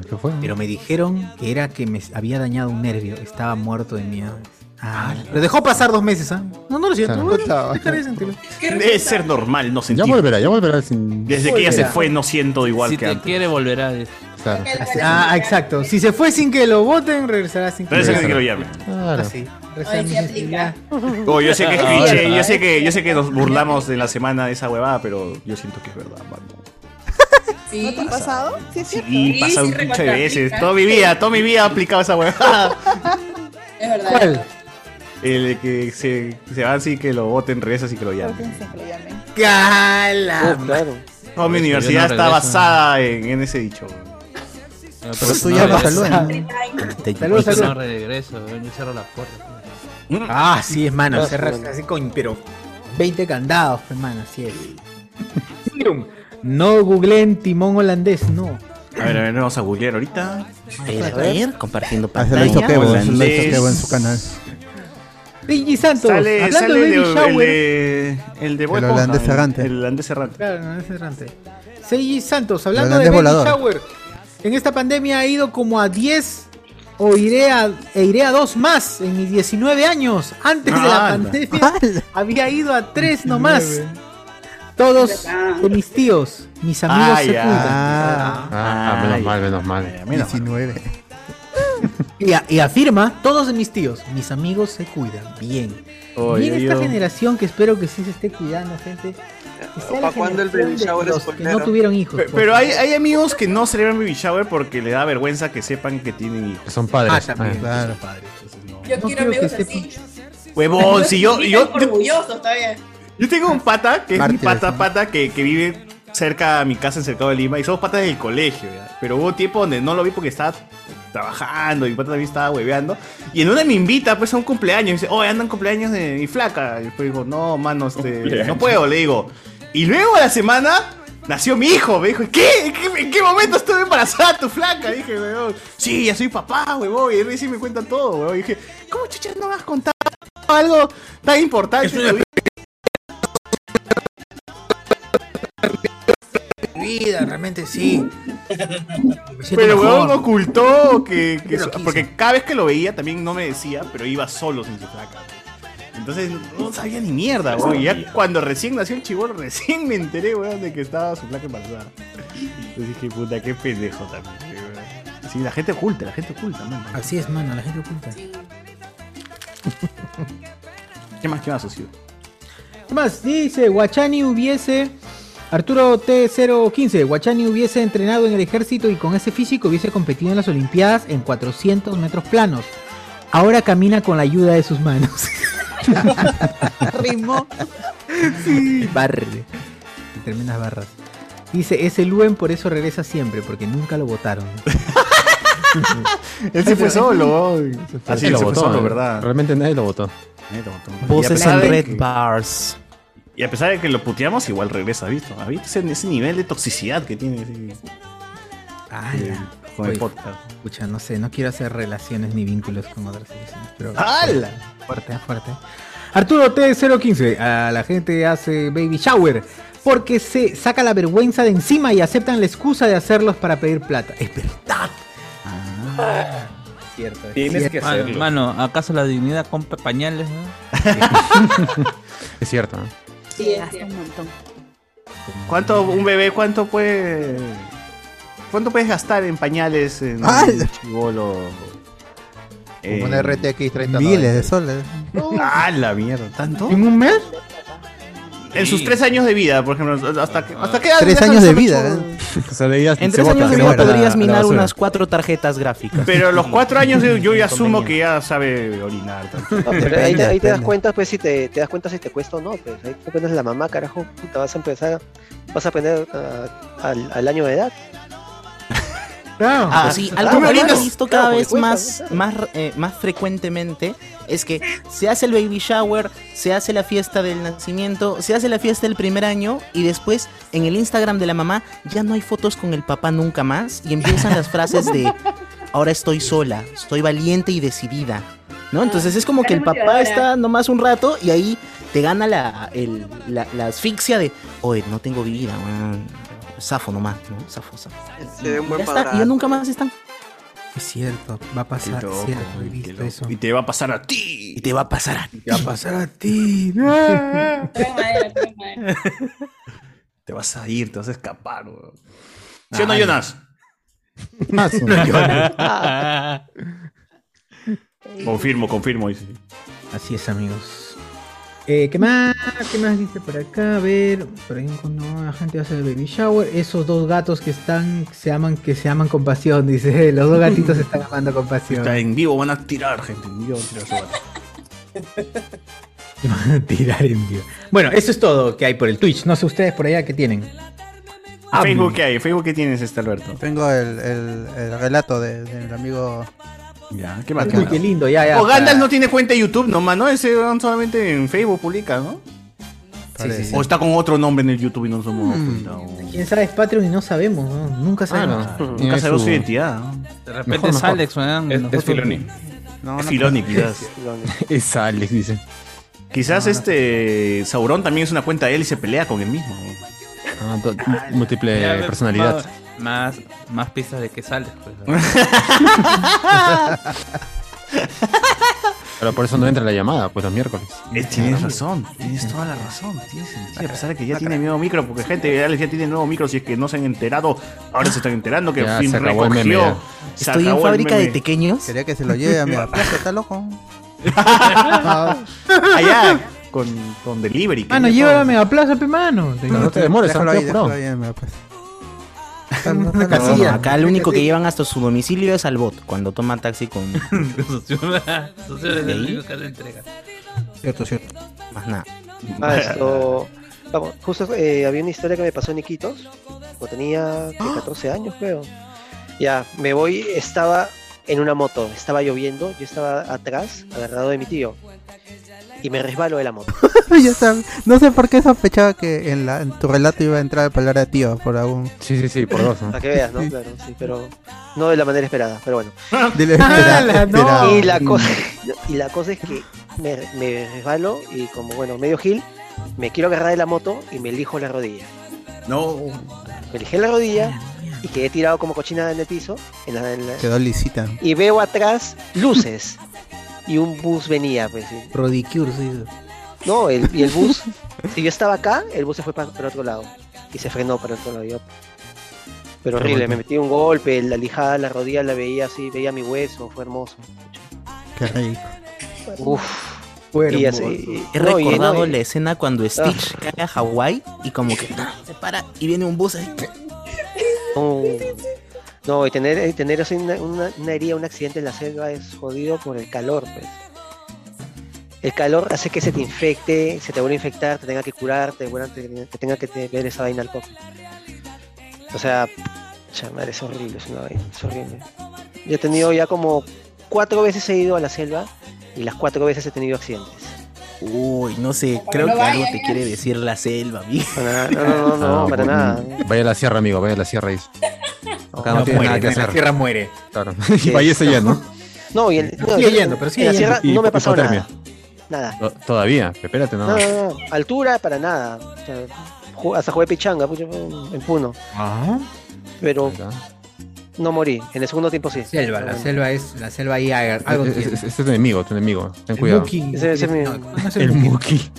[SPEAKER 2] ¿Qué fue?
[SPEAKER 1] Pero me dijeron que era que me había dañado un nervio, estaba muerto de miedo. Ah, lo dejó pasar dos meses, ¿ah? No, no lo siento.
[SPEAKER 2] Claro.
[SPEAKER 1] no, no, dejaré de sentirlo.
[SPEAKER 4] Debe ser normal no
[SPEAKER 2] Ya
[SPEAKER 4] sentir.
[SPEAKER 2] volverá, ya volverá. sin-
[SPEAKER 4] Desde que ella se fue, no siento igual
[SPEAKER 2] Si
[SPEAKER 4] que
[SPEAKER 2] te
[SPEAKER 4] antes.
[SPEAKER 6] Quiere volver a des-
[SPEAKER 2] Claro.
[SPEAKER 1] Ah, exacto. Si se fue sin que lo voten, regresará sin que
[SPEAKER 4] Pero ese que quiero llame.
[SPEAKER 1] Ah, sí. Regresará
[SPEAKER 12] Hoy sí
[SPEAKER 1] sin
[SPEAKER 12] aplica.
[SPEAKER 1] necesidad.
[SPEAKER 4] Oh, yo sé que es
[SPEAKER 1] Ah,
[SPEAKER 4] cliché,
[SPEAKER 1] ¿verdad?
[SPEAKER 4] yo sé que, yo sé que nos burlamos de la semana de esa huevada, pero yo siento que es verdad, mano.
[SPEAKER 24] ¿No te ha pasado? Sí, es cierto.
[SPEAKER 4] Y pasa un pinche de veces. Toda mi vida, toda mi vida he aplicado esa huevada.
[SPEAKER 23] Es verdad.
[SPEAKER 1] ¿Cuál?
[SPEAKER 4] El que se, se van sin que lo voten, regresa sin que lo llamen. Oh,
[SPEAKER 1] ¡Cala!
[SPEAKER 4] Toda mi
[SPEAKER 1] Yo Pues, no
[SPEAKER 4] universidad está
[SPEAKER 1] regreso.
[SPEAKER 4] basada en, en ese dicho.
[SPEAKER 1] Ah,
[SPEAKER 6] pero tú ya no
[SPEAKER 1] saludan.
[SPEAKER 6] Yo
[SPEAKER 1] Saludos,
[SPEAKER 6] no
[SPEAKER 1] saludos.
[SPEAKER 6] regreso, yo cierro la puerta.
[SPEAKER 1] Ah, sí, hermano.
[SPEAKER 6] Claro,
[SPEAKER 1] Cerras
[SPEAKER 6] Mm. bueno.
[SPEAKER 1] así con, pero 20 candados, pues, hermano, así es. Serum, No googleen timón holandés, no.
[SPEAKER 4] A ver, a ver, vamos a googlear ahorita.
[SPEAKER 1] ver, a ver,
[SPEAKER 15] compartiendo
[SPEAKER 13] Ah, se lo hizo Kevo, se lo hizo Kevo en su canal.
[SPEAKER 1] Benji Santos,
[SPEAKER 4] Sale,
[SPEAKER 1] hablando
[SPEAKER 4] sale
[SPEAKER 1] de
[SPEAKER 4] el,
[SPEAKER 1] Baby
[SPEAKER 4] de- el
[SPEAKER 1] Shower.
[SPEAKER 4] de. El de Bob
[SPEAKER 13] El
[SPEAKER 4] Esponja,
[SPEAKER 13] holandés
[SPEAKER 4] el-
[SPEAKER 13] errante.
[SPEAKER 4] El holandés errante.
[SPEAKER 1] Claro, no es errante. Seiji Santos, hablando
[SPEAKER 13] holandés
[SPEAKER 1] de Baby
[SPEAKER 13] volador.
[SPEAKER 1] Shower. En esta pandemia ha ido como a 10 o iré a, e iré a dos más en mis 19 años. Antes de la
[SPEAKER 13] Ah, anda.
[SPEAKER 1] pandemia había ido a tres nomás. Todos de mis tíos, mis amigos
[SPEAKER 2] Ah,
[SPEAKER 1] se
[SPEAKER 2] ya.
[SPEAKER 1] cuidan.
[SPEAKER 2] Ah, ah, menos mal, menos mal.
[SPEAKER 13] 19.
[SPEAKER 1] Y, a- y afirma, todos de mis tíos, mis amigos se cuidan bien.
[SPEAKER 2] Oye,
[SPEAKER 1] bien esta
[SPEAKER 2] yo-
[SPEAKER 1] generación que espero que sí se esté cuidando, gente.
[SPEAKER 25] sea la
[SPEAKER 12] ¿Para cuándo el
[SPEAKER 25] generación
[SPEAKER 12] baby
[SPEAKER 25] de
[SPEAKER 12] shower es
[SPEAKER 25] los que no
[SPEAKER 12] soltero?
[SPEAKER 25] tuvieron hijos.
[SPEAKER 1] pues.
[SPEAKER 4] Pe- Pero hay, hay amigos que no celebran baby shower porque le da vergüenza que sepan que tienen hijos.
[SPEAKER 2] Son padres.
[SPEAKER 4] Ah, también.
[SPEAKER 2] Ah, claro.
[SPEAKER 4] Son padres. entonces no.
[SPEAKER 15] Yo quiero amigos así.
[SPEAKER 4] Huevón, si yo, yo,
[SPEAKER 15] Orgulloso, está bien.
[SPEAKER 4] yo tengo un pata, que es mi
[SPEAKER 15] Mártires,
[SPEAKER 4] pata, pata, que, que vive cerca a mi casa en Cercado de Lima, y somos patas del colegio, ya. Pero hubo tiempo donde no lo vi porque estaba trabajando, y mi pata también estaba hueveando, y en una me invita, pues, a un cumpleaños, y dice, oh, andan cumpleaños de mi flaca, y después digo, no, mano, este,
[SPEAKER 26] Cumpleaños.
[SPEAKER 4] no puedo, le digo. Y luego a la semana... Nació mi hijo, me dijo, ¿qué? ¿En qué, en qué momento estuve embarazada tu flaca? Dije, weón, sí, ya soy papá, weón, y recién me cuenta todo, weón. Y dije, ¿cómo chuchas no vas a contar algo tan importante?
[SPEAKER 25] Vida, realmente sí.
[SPEAKER 4] Pero weón
[SPEAKER 25] mejor.
[SPEAKER 4] ocultó que, que
[SPEAKER 25] Pero
[SPEAKER 4] su-
[SPEAKER 25] quiso.
[SPEAKER 4] porque cada vez que lo veía también no me decía, pero iba solo sin su flaca. Entonces no sabía ni mierda, weón. Y ya cuando recién nació el chivolo, recién me enteré, weón, de que estaba su flaca embarazada. Entonces dije, puta, qué pendejo también, weón. Sí, la gente oculta, la gente oculta, man.
[SPEAKER 25] Así es, mano, la gente oculta.
[SPEAKER 4] ¿Qué más, qué más, socio?
[SPEAKER 1] ¿Qué más? Dice, Guachani hubiese... Arturo T015, Guachani hubiese entrenado en el ejército y con ese físico hubiese competido en las Olimpiadas en 400 metros planos. Ahora camina con la ayuda de sus manos.
[SPEAKER 27] Ritmo.
[SPEAKER 1] Sí. Barre. Y Terminas barras. Dice, ese Luen por eso regresa siempre, porque nunca lo votaron.
[SPEAKER 4] Él se fue solo, weón.
[SPEAKER 2] Así lo
[SPEAKER 4] se fue
[SPEAKER 2] votó,
[SPEAKER 4] solo,
[SPEAKER 2] ¿eh?
[SPEAKER 4] ¿verdad?
[SPEAKER 2] Realmente nadie lo votó.
[SPEAKER 4] Y a pesar de que-
[SPEAKER 7] Bars.
[SPEAKER 4] Y a pesar de que lo puteamos, igual regresa, ¿visto? ¿Has visto ese, ese nivel de toxicidad que tiene ese- eh, con el
[SPEAKER 1] Ah, Oye,
[SPEAKER 4] podcast?
[SPEAKER 1] Escucha, no sé, no quiero hacer relaciones ni vínculos con otras relaciones, pero...
[SPEAKER 4] ¡Hala!
[SPEAKER 1] Fuerte, fuerte. Arturo T015, a la gente hace baby shower porque se saca la vergüenza de encima y aceptan la excusa de hacerlos para pedir plata. Es verdad.
[SPEAKER 6] Ah,
[SPEAKER 1] Cierto.
[SPEAKER 6] Tienes que
[SPEAKER 1] hacerlo.
[SPEAKER 6] Mano, ¿acaso la dignidad compra pañales?
[SPEAKER 2] es cierto. ¿eh?
[SPEAKER 27] Sí, gasta un montón.
[SPEAKER 4] ¿Cuánto, un bebé, cuánto puede. ¿Cuánto puedes gastar en pañales en un chivolo?
[SPEAKER 3] Como una RTX 30.
[SPEAKER 13] Miles de soles.
[SPEAKER 4] ¡Ah, la mierda! ¿Tanto?
[SPEAKER 13] ¿En un mes?
[SPEAKER 4] En sus tres años de vida, por ejemplo. ¿Hasta qué hasta qué edad?
[SPEAKER 13] Tres
[SPEAKER 4] dejan
[SPEAKER 13] años de
[SPEAKER 4] solo
[SPEAKER 13] vida.
[SPEAKER 4] chivolo?
[SPEAKER 13] ¿eh?
[SPEAKER 2] O sea, de ellas
[SPEAKER 7] En
[SPEAKER 2] se
[SPEAKER 7] tres
[SPEAKER 2] vota,
[SPEAKER 7] años de
[SPEAKER 2] se
[SPEAKER 7] vida
[SPEAKER 2] vota la-
[SPEAKER 7] podrías
[SPEAKER 2] la
[SPEAKER 7] minar
[SPEAKER 2] basura.
[SPEAKER 7] unas cuatro tarjetas gráficas.
[SPEAKER 4] Pero a los cuatro años yo, yo ya asumo que ya sabe orinar. tanto.
[SPEAKER 8] No, pero ahí, te- ahí te das cuenta, pues, si te, te das cuenta si te cuesta o no, pues, ahí te cuentas la mamá, carajo, puta, vas a empezar, vas a aprender ah, al, al año de edad.
[SPEAKER 7] Ah,
[SPEAKER 8] pues,
[SPEAKER 7] sí,
[SPEAKER 8] ah,
[SPEAKER 7] algo
[SPEAKER 8] me
[SPEAKER 7] que he
[SPEAKER 8] orinas.
[SPEAKER 7] visto
[SPEAKER 8] Claro,
[SPEAKER 7] cada
[SPEAKER 8] porque
[SPEAKER 7] vez
[SPEAKER 8] cuenta,
[SPEAKER 7] más, más, eh, más frecuentemente es que se hace el baby shower, se hace la fiesta del nacimiento, se hace la fiesta del primer año y después en el Instagram de la mamá ya no hay fotos con el papá nunca más y empiezan las frases de ahora estoy sola, estoy valiente y decidida. ¿No? Entonces es como que el papá está nomás un rato y ahí te gana la, el- la, la asfixia de, oye, no tengo vida, weón. Zafo nomás, ¿no? Zafo, zafo.
[SPEAKER 12] Se ve un buen
[SPEAKER 7] Ya está, y ya nunca más están.
[SPEAKER 1] Es cierto, va a
[SPEAKER 4] Qué
[SPEAKER 1] pasar.
[SPEAKER 4] loco,
[SPEAKER 1] cierto, he
[SPEAKER 4] güey, qué
[SPEAKER 1] visto
[SPEAKER 4] loco.
[SPEAKER 1] eso.
[SPEAKER 4] Y te va a pasar a ti.
[SPEAKER 7] Y te va a pasar a ti.
[SPEAKER 1] Te va a pasar a ti.
[SPEAKER 4] Te vas a ir, te vas a escapar, weón. ¿Sí o no, Jonas?
[SPEAKER 13] Más o menos.
[SPEAKER 4] confirmo, confirmo. dice.
[SPEAKER 1] Así es, amigos. Eh, ¿Qué más? ¿Qué más dice por acá? A ver, por ahí cuando la gente hace el baby shower, esos dos gatos que están, se aman, que se aman con pasión, dice. Eh, Los dos gatitos se están amando con pasión.
[SPEAKER 4] Está en vivo, van a tirar, gente. En vivo van a tirar su bata.
[SPEAKER 1] Tirar en vivo. Bueno, eso es todo que hay por el Twitch. No sé ustedes por allá qué tienen.
[SPEAKER 13] Ah,
[SPEAKER 1] Hablen.
[SPEAKER 4] Ah, Facebook, ¿qué hay? Facebook, ¿qué tienes, este Alberto?
[SPEAKER 13] Tengo el, el- el relato de- del amigo.
[SPEAKER 4] Ya,
[SPEAKER 13] qué
[SPEAKER 4] más, qué más?
[SPEAKER 1] Qué lindo, ya, ya.
[SPEAKER 4] o Oh, Gandalf no tiene cuenta de YouTube nomás, ¿no? Ese weón solamente en Facebook publica, ¿no?
[SPEAKER 13] Parece.
[SPEAKER 4] O está con otro nombre en el YouTube y no somos.
[SPEAKER 1] Mm. ¿Quién sabe es Patreon y no sabemos? Ah, ¿no? Nunca sabemos.
[SPEAKER 4] Nunca sabemos su identidad.
[SPEAKER 6] De repente es Alex, weón. Nosotros- No,
[SPEAKER 4] es
[SPEAKER 6] no
[SPEAKER 4] Filoni,
[SPEAKER 6] creo.
[SPEAKER 4] quizás.
[SPEAKER 2] es Alex, dice.
[SPEAKER 4] Quizás este Sauron también es una cuenta de él y se pelea con él mismo.
[SPEAKER 2] Ah, do- múltiple
[SPEAKER 6] Ya,
[SPEAKER 2] eh, personalidad.
[SPEAKER 6] Más, más pistas de que sales, pues.
[SPEAKER 2] Pero por eso no entra la llamada, pues los miércoles. Ah,
[SPEAKER 4] Eh, tienes razón, tienes toda la razón, tienes sentido. A pesar de que ya tiene nuevo micro, porque gente, Alex ya tiene nuevo micro, si es que no se han enterado, ahora se están enterando que
[SPEAKER 2] Ya,
[SPEAKER 4] Finn
[SPEAKER 2] se acabó el meme,
[SPEAKER 4] recogió.
[SPEAKER 2] ya.
[SPEAKER 4] se
[SPEAKER 7] Estoy en
[SPEAKER 4] acabó el
[SPEAKER 7] fábrica de
[SPEAKER 4] meme.
[SPEAKER 7] pequeños.
[SPEAKER 1] Ah,
[SPEAKER 13] Quería que se lo lleve a mi papá, está loco.
[SPEAKER 4] Allá, con, con delivery. que
[SPEAKER 13] Ah,
[SPEAKER 22] Mano,
[SPEAKER 4] ya todo-
[SPEAKER 22] llévame a Plaza, pe, mano.
[SPEAKER 4] no te demores,
[SPEAKER 22] Déjalo
[SPEAKER 4] Santiago,
[SPEAKER 22] ahí,
[SPEAKER 4] apurado.
[SPEAKER 22] déjalo ahí,
[SPEAKER 13] hermano, pues.
[SPEAKER 22] Una casilla.
[SPEAKER 7] Ah, No, acá lo único que
[SPEAKER 22] Casilla.
[SPEAKER 7] llevan hasta su domicilio es al bot cuando toma taxi con.
[SPEAKER 14] Entonces,
[SPEAKER 7] ¿De
[SPEAKER 14] el
[SPEAKER 7] ahí?
[SPEAKER 14] único que hace entrega.
[SPEAKER 22] Cierto, cierto.
[SPEAKER 7] Más nada.
[SPEAKER 8] Ah, esto. Vamos, justo eh, había una historia que me pasó en Iquitos, cuando tenía ¿qué, 14 años, creo. Ya, me voy, estaba en una moto, estaba lloviendo, yo estaba atrás, agarrado de mi tío, y me resbalo de la moto.
[SPEAKER 13] Ya sabe, No sé por qué sospechaba que en, la, en tu relato iba a entrar la palabra tío por algún.
[SPEAKER 2] Sí, sí, sí, por dos.
[SPEAKER 8] Para que veas, ¿no? Claro, sí, pero no de la manera esperada, pero bueno.
[SPEAKER 13] Dile, espera, ¡Hala, Ah, no! espera.
[SPEAKER 8] Y la cosa, y la cosa es que me, me resbalo y como, bueno, medio gil, me quiero agarrar de la moto y me elijo la rodilla.
[SPEAKER 4] No.
[SPEAKER 8] Me lijé la rodilla y quedé tirado como cochina en el piso. en la- en la-
[SPEAKER 13] Quedó lisita.
[SPEAKER 8] y veo atrás luces. y un bus venía, pues. y-
[SPEAKER 1] Rodicure, sí.
[SPEAKER 8] No, el, y el bus. si yo estaba acá, el bus se fue para, para otro lado. Y se frenó para otro lado. yo- pero horrible, me metí un golpe, la lijada, la rodilla la veía así, veía mi hueso, fue hermoso.
[SPEAKER 13] Qué rico.
[SPEAKER 8] Uf.
[SPEAKER 7] Bueno,
[SPEAKER 8] Y así-
[SPEAKER 7] He
[SPEAKER 8] no, y-
[SPEAKER 7] recordado
[SPEAKER 8] no, y- Ah.
[SPEAKER 7] la escena cuando Stitch cae a Hawái y como que ah, se para y viene un bus ahí.
[SPEAKER 8] No, Oh. no y tener, y tener así una, una- una herida, un accidente en la selva es jodido por el calor, pues. El calor hace que se te infecte, se te vuelva a infectar, te tenga que curar, te, vuelvan- te, te tenga que te- ver esa vaina al coco. O sea, pucha madre, es horrible, es una vaina, es horrible. Yo he tenido ya como cuatro veces he ido a la selva y las cuatro veces he tenido accidentes.
[SPEAKER 7] Uy, no sé, creo
[SPEAKER 8] no
[SPEAKER 7] que algo
[SPEAKER 8] vaya,
[SPEAKER 7] te
[SPEAKER 8] ya.
[SPEAKER 7] quiere decir la selva, amigo. Ah,
[SPEAKER 8] No, no, no, no, para nada.
[SPEAKER 2] Ah, Vaya a la sierra, amigo, vaya a la sierra. dice. Acá no,
[SPEAKER 1] no
[SPEAKER 2] tiene
[SPEAKER 1] muere,
[SPEAKER 2] nada que
[SPEAKER 1] en la
[SPEAKER 2] hacer.
[SPEAKER 1] sierra muere.
[SPEAKER 2] Claro. Y váyase ya, ¿no?
[SPEAKER 8] No, y el, no,
[SPEAKER 1] Sigue
[SPEAKER 8] yo-
[SPEAKER 1] yendo, pero sigue
[SPEAKER 8] en la
[SPEAKER 1] yendo.
[SPEAKER 8] sierra no me pasó
[SPEAKER 2] hipotermia.
[SPEAKER 8] nada. Nada.
[SPEAKER 2] No, Todavía, espérate, no.
[SPEAKER 8] No, no, no. Altura para nada. O sea, ju- hasta jugué pichanga pucha, en Puno.
[SPEAKER 2] Ajá.
[SPEAKER 8] Pero no morí. En el segundo tiempo sí.
[SPEAKER 22] Selva, la selva es. La selva ahí
[SPEAKER 1] ah,
[SPEAKER 22] hay algo.
[SPEAKER 2] Es-
[SPEAKER 22] tiene.
[SPEAKER 2] es- Este es tu enemigo, tu enemigo. Ten cuidado.
[SPEAKER 22] Muki.
[SPEAKER 8] Ese debe ser mi-
[SPEAKER 2] El Muki.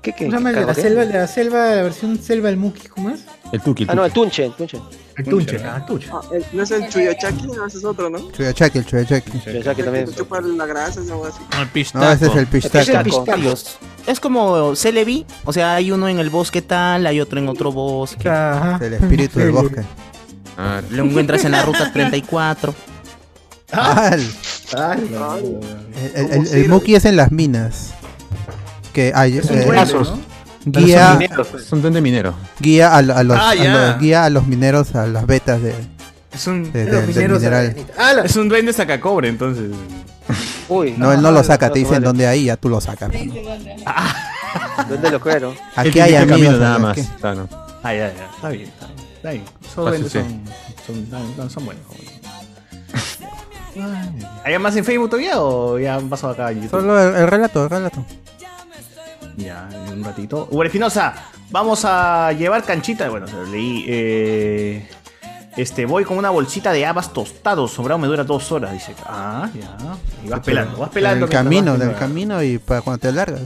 [SPEAKER 8] ¿Qué, qué,
[SPEAKER 1] ¿Cómo se llama el de la
[SPEAKER 8] cago, qué?
[SPEAKER 1] selva? La selva, la versión selva del Muki, ¿cómo es?
[SPEAKER 2] El Tuki.
[SPEAKER 8] Ah, no, el Tunche. El Tunche.
[SPEAKER 1] El Tunche, ah, Tunche.
[SPEAKER 16] Ah, el- no es el Chuyachaki, no, ese es otro, ¿no?
[SPEAKER 13] Chuyachaki, el Chuyachaki.
[SPEAKER 8] Chuyachaki
[SPEAKER 16] Que te chupa la grasa, esa hueá así.
[SPEAKER 1] Ah,
[SPEAKER 13] No, ese es el pistaco.
[SPEAKER 7] Varios. Es como eh, Celebi, o sea, hay uno en el bosque tal, hay otro en otro bosque.
[SPEAKER 13] El espíritu del bosque.
[SPEAKER 7] Lo encuentras en la ruta 34.
[SPEAKER 13] ¡Al! El, el- el Muki es en las minas. Que hay.
[SPEAKER 2] Es un
[SPEAKER 13] eh,
[SPEAKER 2] duende, ¿no?
[SPEAKER 13] Guía,
[SPEAKER 2] Es un duende minero.
[SPEAKER 13] guía, a, a los,
[SPEAKER 2] Ah,
[SPEAKER 13] a
[SPEAKER 2] ya.
[SPEAKER 13] los- guía a los mineros a las vetas de,
[SPEAKER 4] Es un,
[SPEAKER 13] de- de- del mineral.
[SPEAKER 4] Es un duende sacacobre, entonces.
[SPEAKER 8] Uy.
[SPEAKER 13] No, él no lo saca, te dicen dónde hay, ya tú lo sacas.
[SPEAKER 2] Ah.
[SPEAKER 8] ¿Dónde lo cuero?
[SPEAKER 13] Aquí
[SPEAKER 2] Él
[SPEAKER 13] hay
[SPEAKER 2] indica Este camino
[SPEAKER 13] amigos.
[SPEAKER 2] nada
[SPEAKER 13] ¿sabes
[SPEAKER 2] más.
[SPEAKER 13] qué?
[SPEAKER 2] Claro.
[SPEAKER 4] Ah, ya, ya. Está bien, está bien. Está bien. Esos
[SPEAKER 2] Fácil,
[SPEAKER 4] duendes
[SPEAKER 2] sí.
[SPEAKER 4] son, son, no, no, son buenos. ¿Hay más en Facebook todavía o ya han pasado acá a YouTube?
[SPEAKER 13] Solo el, el relato, el relato.
[SPEAKER 4] Ya, en un ratito. Hugo Espinosa, vamos a llevar canchita. Bueno, se lo leí. eh, este, voy con una bolsita de habas tostados. Sobrado me dura dos horas, dice. Ah, ya. Y vas pelando, vas pelando.
[SPEAKER 13] Del camino, del
[SPEAKER 4] del
[SPEAKER 13] camino y para cuando te largas.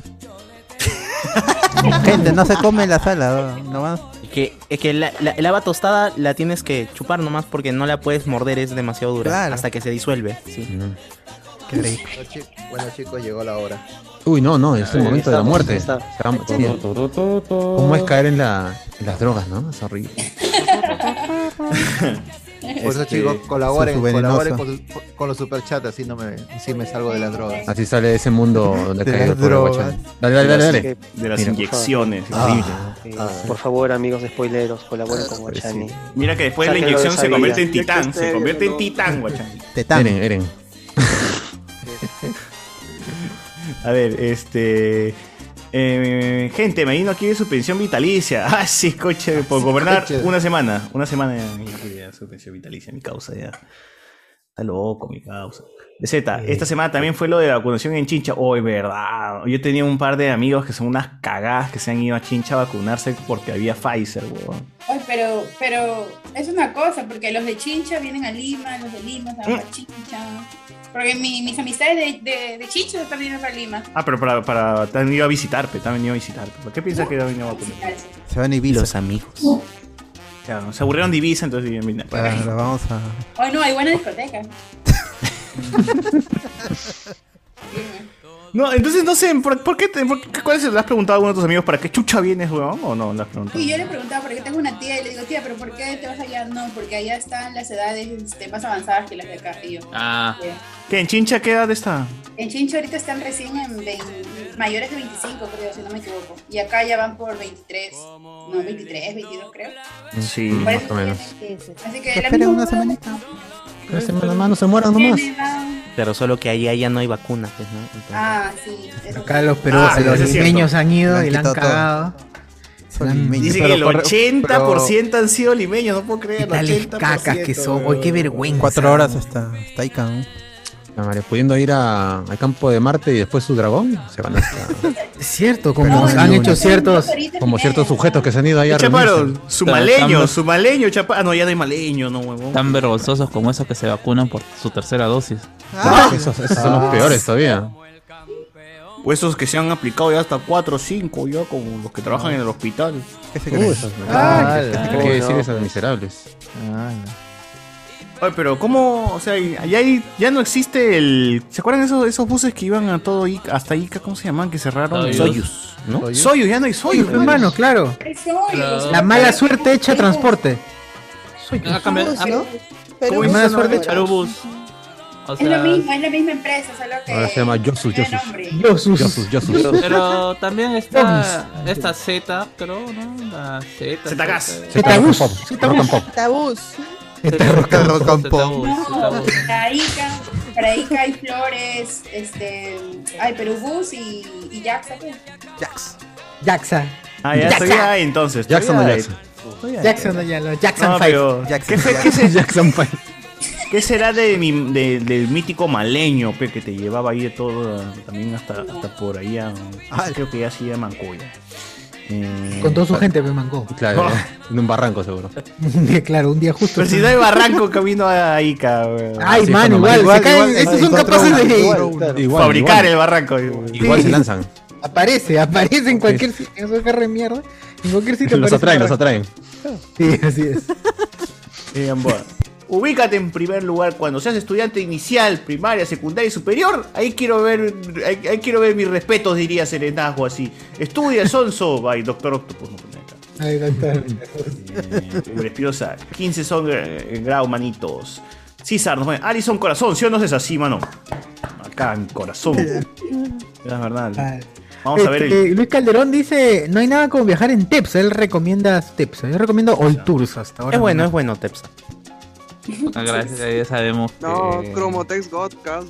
[SPEAKER 13] Gente, no se come en la sala, ¿no? nomás.
[SPEAKER 7] Es que, es que la, la, el haba tostada la tienes que chupar nomás porque no la puedes morder, es demasiado dura.
[SPEAKER 3] Claro.
[SPEAKER 7] Hasta que se disuelve. Sí. Qué rico.
[SPEAKER 3] Bueno, chi- Bueno chicos, llegó la hora.
[SPEAKER 2] Uy, no, no,
[SPEAKER 8] Eh,
[SPEAKER 2] es el
[SPEAKER 3] Ahí
[SPEAKER 2] momento de la
[SPEAKER 3] estamos, ahí
[SPEAKER 2] muerte.
[SPEAKER 3] está.
[SPEAKER 2] Se va- ¿Cómo es caer en, la, en las drogas, no? Es horrible.
[SPEAKER 4] Eh,
[SPEAKER 3] Por eso
[SPEAKER 2] Este,
[SPEAKER 3] chicos, colaboren,
[SPEAKER 2] su venenoso.
[SPEAKER 3] colaboren con, su- con los superchats, así no me, así me salgo de las drogas.
[SPEAKER 2] Así sale de ese mundo donde
[SPEAKER 3] De
[SPEAKER 2] cae el
[SPEAKER 3] las
[SPEAKER 2] pobre
[SPEAKER 3] drogas.
[SPEAKER 2] guachán. Dale, dale, dale. dale.
[SPEAKER 4] De las
[SPEAKER 2] Mira.
[SPEAKER 4] inyecciones,
[SPEAKER 2] Ah, pues
[SPEAKER 4] horrible.
[SPEAKER 8] Eh, por favor, amigos de spoileros, colaboren con Guachani.
[SPEAKER 4] Mira que después de la
[SPEAKER 8] Sáquenlo
[SPEAKER 4] inyección
[SPEAKER 8] esa
[SPEAKER 4] se
[SPEAKER 8] vida.
[SPEAKER 4] convierte en titán. Se convierte en titán, guachán.
[SPEAKER 2] Eren, Eren.
[SPEAKER 4] A ver, este. eh, gente, Marino quiere su pensión vitalicia. Ah, sí, coche, por gobernar
[SPEAKER 5] coche.
[SPEAKER 4] una semana. Una semana ya, Merino quiere ya su pensión vitalicia, mi causa ya. Está loco, mi causa. Z, esta semana también fue lo de la vacunación en Chincha. Hoy, verdad. Yo tenía un par de amigos que son unas cagadas que se han ido a Chincha a vacunarse porque había Pfizer, weón.
[SPEAKER 15] Ay, Pues, pero, pero es una cosa, porque los de Chincha vienen a Lima, los de Lima se van a Chincha. Porque mi- mis amistades de, de, de Chincha están viendo para Lima.
[SPEAKER 4] Ah, pero para, para, te han ido a visitar, pe, te han venido a visitar. pe. ¿Por qué piensas que te han venido a vacunar?
[SPEAKER 13] Se van a Ibiza.
[SPEAKER 7] Los amigos.
[SPEAKER 4] Claro, se aburrieron de Ibiza, entonces vienen para acá.
[SPEAKER 13] Claro, vamos a.
[SPEAKER 15] Ay, no, hay buena discoteca.
[SPEAKER 4] No, entonces no sé, ¿por, por qué, te, por qué- cuál es- ¿Le has preguntado a alguno de tus amigos para qué chucha vienes, weón? ¿O no le has preguntado?
[SPEAKER 15] Y yo le preguntaba, porque tengo una tía, y le digo, tía, ¿pero por qué te vas allá? No, porque allá están las edades este, más avanzadas que las de acá. Y yo,
[SPEAKER 4] Ah.
[SPEAKER 15] "Ya".
[SPEAKER 4] ¿Qué, en Chincha qué edad está?
[SPEAKER 15] En Chincho ahorita están recién en 20 mayores de 25, creo, si no me equivoco. Y acá ya van por 23, no, 23, 22, creo.
[SPEAKER 2] Sí,
[SPEAKER 15] Por
[SPEAKER 4] Pues,
[SPEAKER 2] más
[SPEAKER 15] eso
[SPEAKER 2] o menos.
[SPEAKER 15] tienen que- Así que la
[SPEAKER 13] Espera
[SPEAKER 15] misma
[SPEAKER 13] una
[SPEAKER 15] huevada,
[SPEAKER 13] semanita.
[SPEAKER 7] Una semana más, no se mueran nomás.
[SPEAKER 15] tiene la-
[SPEAKER 7] Pero solo que allá ya no hay vacunas, pues, ¿no? Entonces-
[SPEAKER 15] Ah, sí. eso
[SPEAKER 1] Acá los
[SPEAKER 15] sí.
[SPEAKER 1] pero
[SPEAKER 7] Ah,
[SPEAKER 1] los
[SPEAKER 7] eso es cierto.
[SPEAKER 1] niños han ido
[SPEAKER 7] Le han
[SPEAKER 1] y la han
[SPEAKER 7] quitado todo.
[SPEAKER 1] cagado. Se la han-
[SPEAKER 4] Dice que
[SPEAKER 1] pero
[SPEAKER 4] el
[SPEAKER 1] por-
[SPEAKER 4] 80% han sido limeños, no puedo creer.
[SPEAKER 1] Tales
[SPEAKER 4] 80%,
[SPEAKER 1] cacas que son, oye, qué vergüenza.
[SPEAKER 13] Cuatro horas hasta, hasta Ica, ¿no?
[SPEAKER 2] La madre, pudiendo ir a- al campo de Marte y después su dragón, se van hasta.
[SPEAKER 1] Es cierto, como han hecho ciertos.
[SPEAKER 2] Como ciertos sujetos que se han ido ahí a
[SPEAKER 4] Chaparro,
[SPEAKER 2] reunirse.
[SPEAKER 4] su maleño,
[SPEAKER 6] Tan-
[SPEAKER 4] su maleño, chapa. Ah, no, ya no hay maleño, no, huevón.
[SPEAKER 6] Tan vergonzosos como esos que se vacunan por su tercera dosis.
[SPEAKER 4] Ah.
[SPEAKER 2] Esos, esos son los peores todavía.
[SPEAKER 4] O esos que se han aplicado ya hasta 4 o 5, ya como los que trabajan en el hospital.
[SPEAKER 2] creen? Ay, Ah, ¿qué te crees? Decir esas miserables.
[SPEAKER 4] Ay, pero ¿cómo? O sea, allá hay- ya no existe el... ¿Se acuerdan esos, esos buses que iban a todo Ica, hasta Ica? ¿Cómo se llamaban? Que cerraron.
[SPEAKER 1] Soyuz.
[SPEAKER 4] Soyuz, ¿no?
[SPEAKER 1] Soyuz.
[SPEAKER 4] Soyuz. ya no hay Soyuz.
[SPEAKER 1] Soyuz, hermano, claro. La mala suerte hecha transporte.
[SPEAKER 6] Ha cambiado-
[SPEAKER 15] Bus,
[SPEAKER 6] ha-
[SPEAKER 15] Ah, ¿no? Pero
[SPEAKER 6] ¿Cómo
[SPEAKER 15] bus
[SPEAKER 6] dice?
[SPEAKER 15] no
[SPEAKER 6] Suerte,
[SPEAKER 15] ahora.
[SPEAKER 6] Charubus. O
[SPEAKER 15] Es
[SPEAKER 6] sea,
[SPEAKER 15] lo mismo, es la misma empresa, solo que.
[SPEAKER 2] Ahora se llama Yosus,
[SPEAKER 15] tiene
[SPEAKER 2] Yosus.
[SPEAKER 15] nombre.
[SPEAKER 1] Yosus.
[SPEAKER 2] Yosus, Yosus.
[SPEAKER 6] Pero también está esta Z, creo, ¿no? La Z.
[SPEAKER 4] Zetagas.
[SPEAKER 1] Zetabús.
[SPEAKER 2] Rock and
[SPEAKER 1] Zetabús.
[SPEAKER 2] pop.
[SPEAKER 12] Tabús.
[SPEAKER 13] Rock and pop.
[SPEAKER 15] No, para Ica, para Ica hay flores, este. Hay Perubús y, y Jax. ¿sabes?
[SPEAKER 1] Jax. Jackson.
[SPEAKER 4] Ah, ya estoy ahí entonces.
[SPEAKER 2] Jackson
[SPEAKER 4] estoy
[SPEAKER 2] o
[SPEAKER 4] ahí.
[SPEAKER 2] Jackson.
[SPEAKER 1] Jackson, ya, los Jackson
[SPEAKER 4] No,
[SPEAKER 1] Five.
[SPEAKER 4] pero-
[SPEAKER 1] Jackson
[SPEAKER 4] ¿Qué fue-
[SPEAKER 1] Five.
[SPEAKER 4] qué se- ¿Qué será de mi- de- del mítico maleño pe, que te llevaba ahí de todo, también hasta, hasta por ahí? a- creo que ya sí a Mancoya. Eh,
[SPEAKER 1] Con toda su gente, pues, Manco.
[SPEAKER 2] Claro, en un barranco seguro.
[SPEAKER 1] claro, un día justo.
[SPEAKER 4] Pero si no hay barranco camino a Ica. weón.
[SPEAKER 1] Ay, Así es, mano, cuando igual,
[SPEAKER 2] igual- se caen, igual, estos
[SPEAKER 1] son capaces de-
[SPEAKER 2] igual,
[SPEAKER 4] fabricar
[SPEAKER 2] igual.
[SPEAKER 4] el barranco.
[SPEAKER 2] Igual se lanzan.
[SPEAKER 1] Aparece, aparece en cualquier sitio. En su carro de mierda. En cualquier sitio.
[SPEAKER 2] Los
[SPEAKER 1] aparece
[SPEAKER 2] atraen,
[SPEAKER 1] un
[SPEAKER 2] los atraen.
[SPEAKER 1] Sí, así es.
[SPEAKER 4] Eh, Gamboa. Ubícate en primer lugar cuando seas estudiante inicial, primaria, secundaria y superior. Ahí quiero ver, ahí, ahí quiero ver mis respetos, diría Serenazgo así. Estudia, Sonso. Bye, Doctor Octopus. No eh, pone acá.
[SPEAKER 1] Ahí está.
[SPEAKER 4] Respiosa. 15 son eh, grado, manitos. César nos pone, Alison Corazón, ¿sí o no es así, mano? Acá en corazón. Es verdad. Vamos a ver el.
[SPEAKER 1] Este, Luis Calderón dice: No hay nada como viajar en Tepsa. Él recomienda Tepsa. Yo recomiendo All Tours hasta ahora.
[SPEAKER 7] Es bueno, es bueno, Tepsa.
[SPEAKER 6] Ah, Gracias, ya ya sabemos. que-
[SPEAKER 16] No, Chromotex God, casa.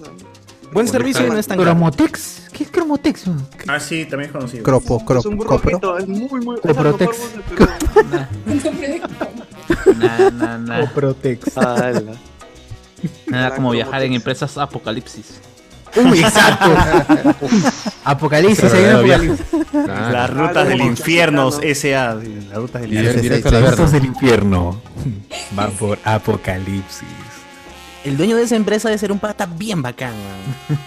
[SPEAKER 7] Buen
[SPEAKER 6] servicio y
[SPEAKER 1] este
[SPEAKER 6] no es tan caro.
[SPEAKER 1] ¿Cromotex? ¿Qué es Cromotex? man?
[SPEAKER 4] Ah, sí, también es conocido.
[SPEAKER 13] Cropo,
[SPEAKER 16] Es un
[SPEAKER 13] cropo,
[SPEAKER 16] burro
[SPEAKER 13] copro.
[SPEAKER 16] frito, es muy, muy. es el mejor
[SPEAKER 1] Coprotex.
[SPEAKER 16] bus de Perú.
[SPEAKER 6] na, na,
[SPEAKER 1] Oh,
[SPEAKER 6] na.
[SPEAKER 1] Coprotex.
[SPEAKER 6] Nada como viajar en empresas apocalipsis.
[SPEAKER 1] Uy, exacto. Apocalipsis,
[SPEAKER 6] Pero
[SPEAKER 1] hay un
[SPEAKER 6] no había-
[SPEAKER 1] apocalipsis.
[SPEAKER 2] Claro.
[SPEAKER 4] Las rutas
[SPEAKER 2] Algo
[SPEAKER 4] del
[SPEAKER 2] como
[SPEAKER 4] infierno, S.A. sí, Las rutas del
[SPEAKER 2] Directo-
[SPEAKER 4] infierno.
[SPEAKER 2] directo a la verga.
[SPEAKER 19] del infierno van por apocalipsis.
[SPEAKER 7] El dueño de esa empresa debe ser un pata bien bacán, weón.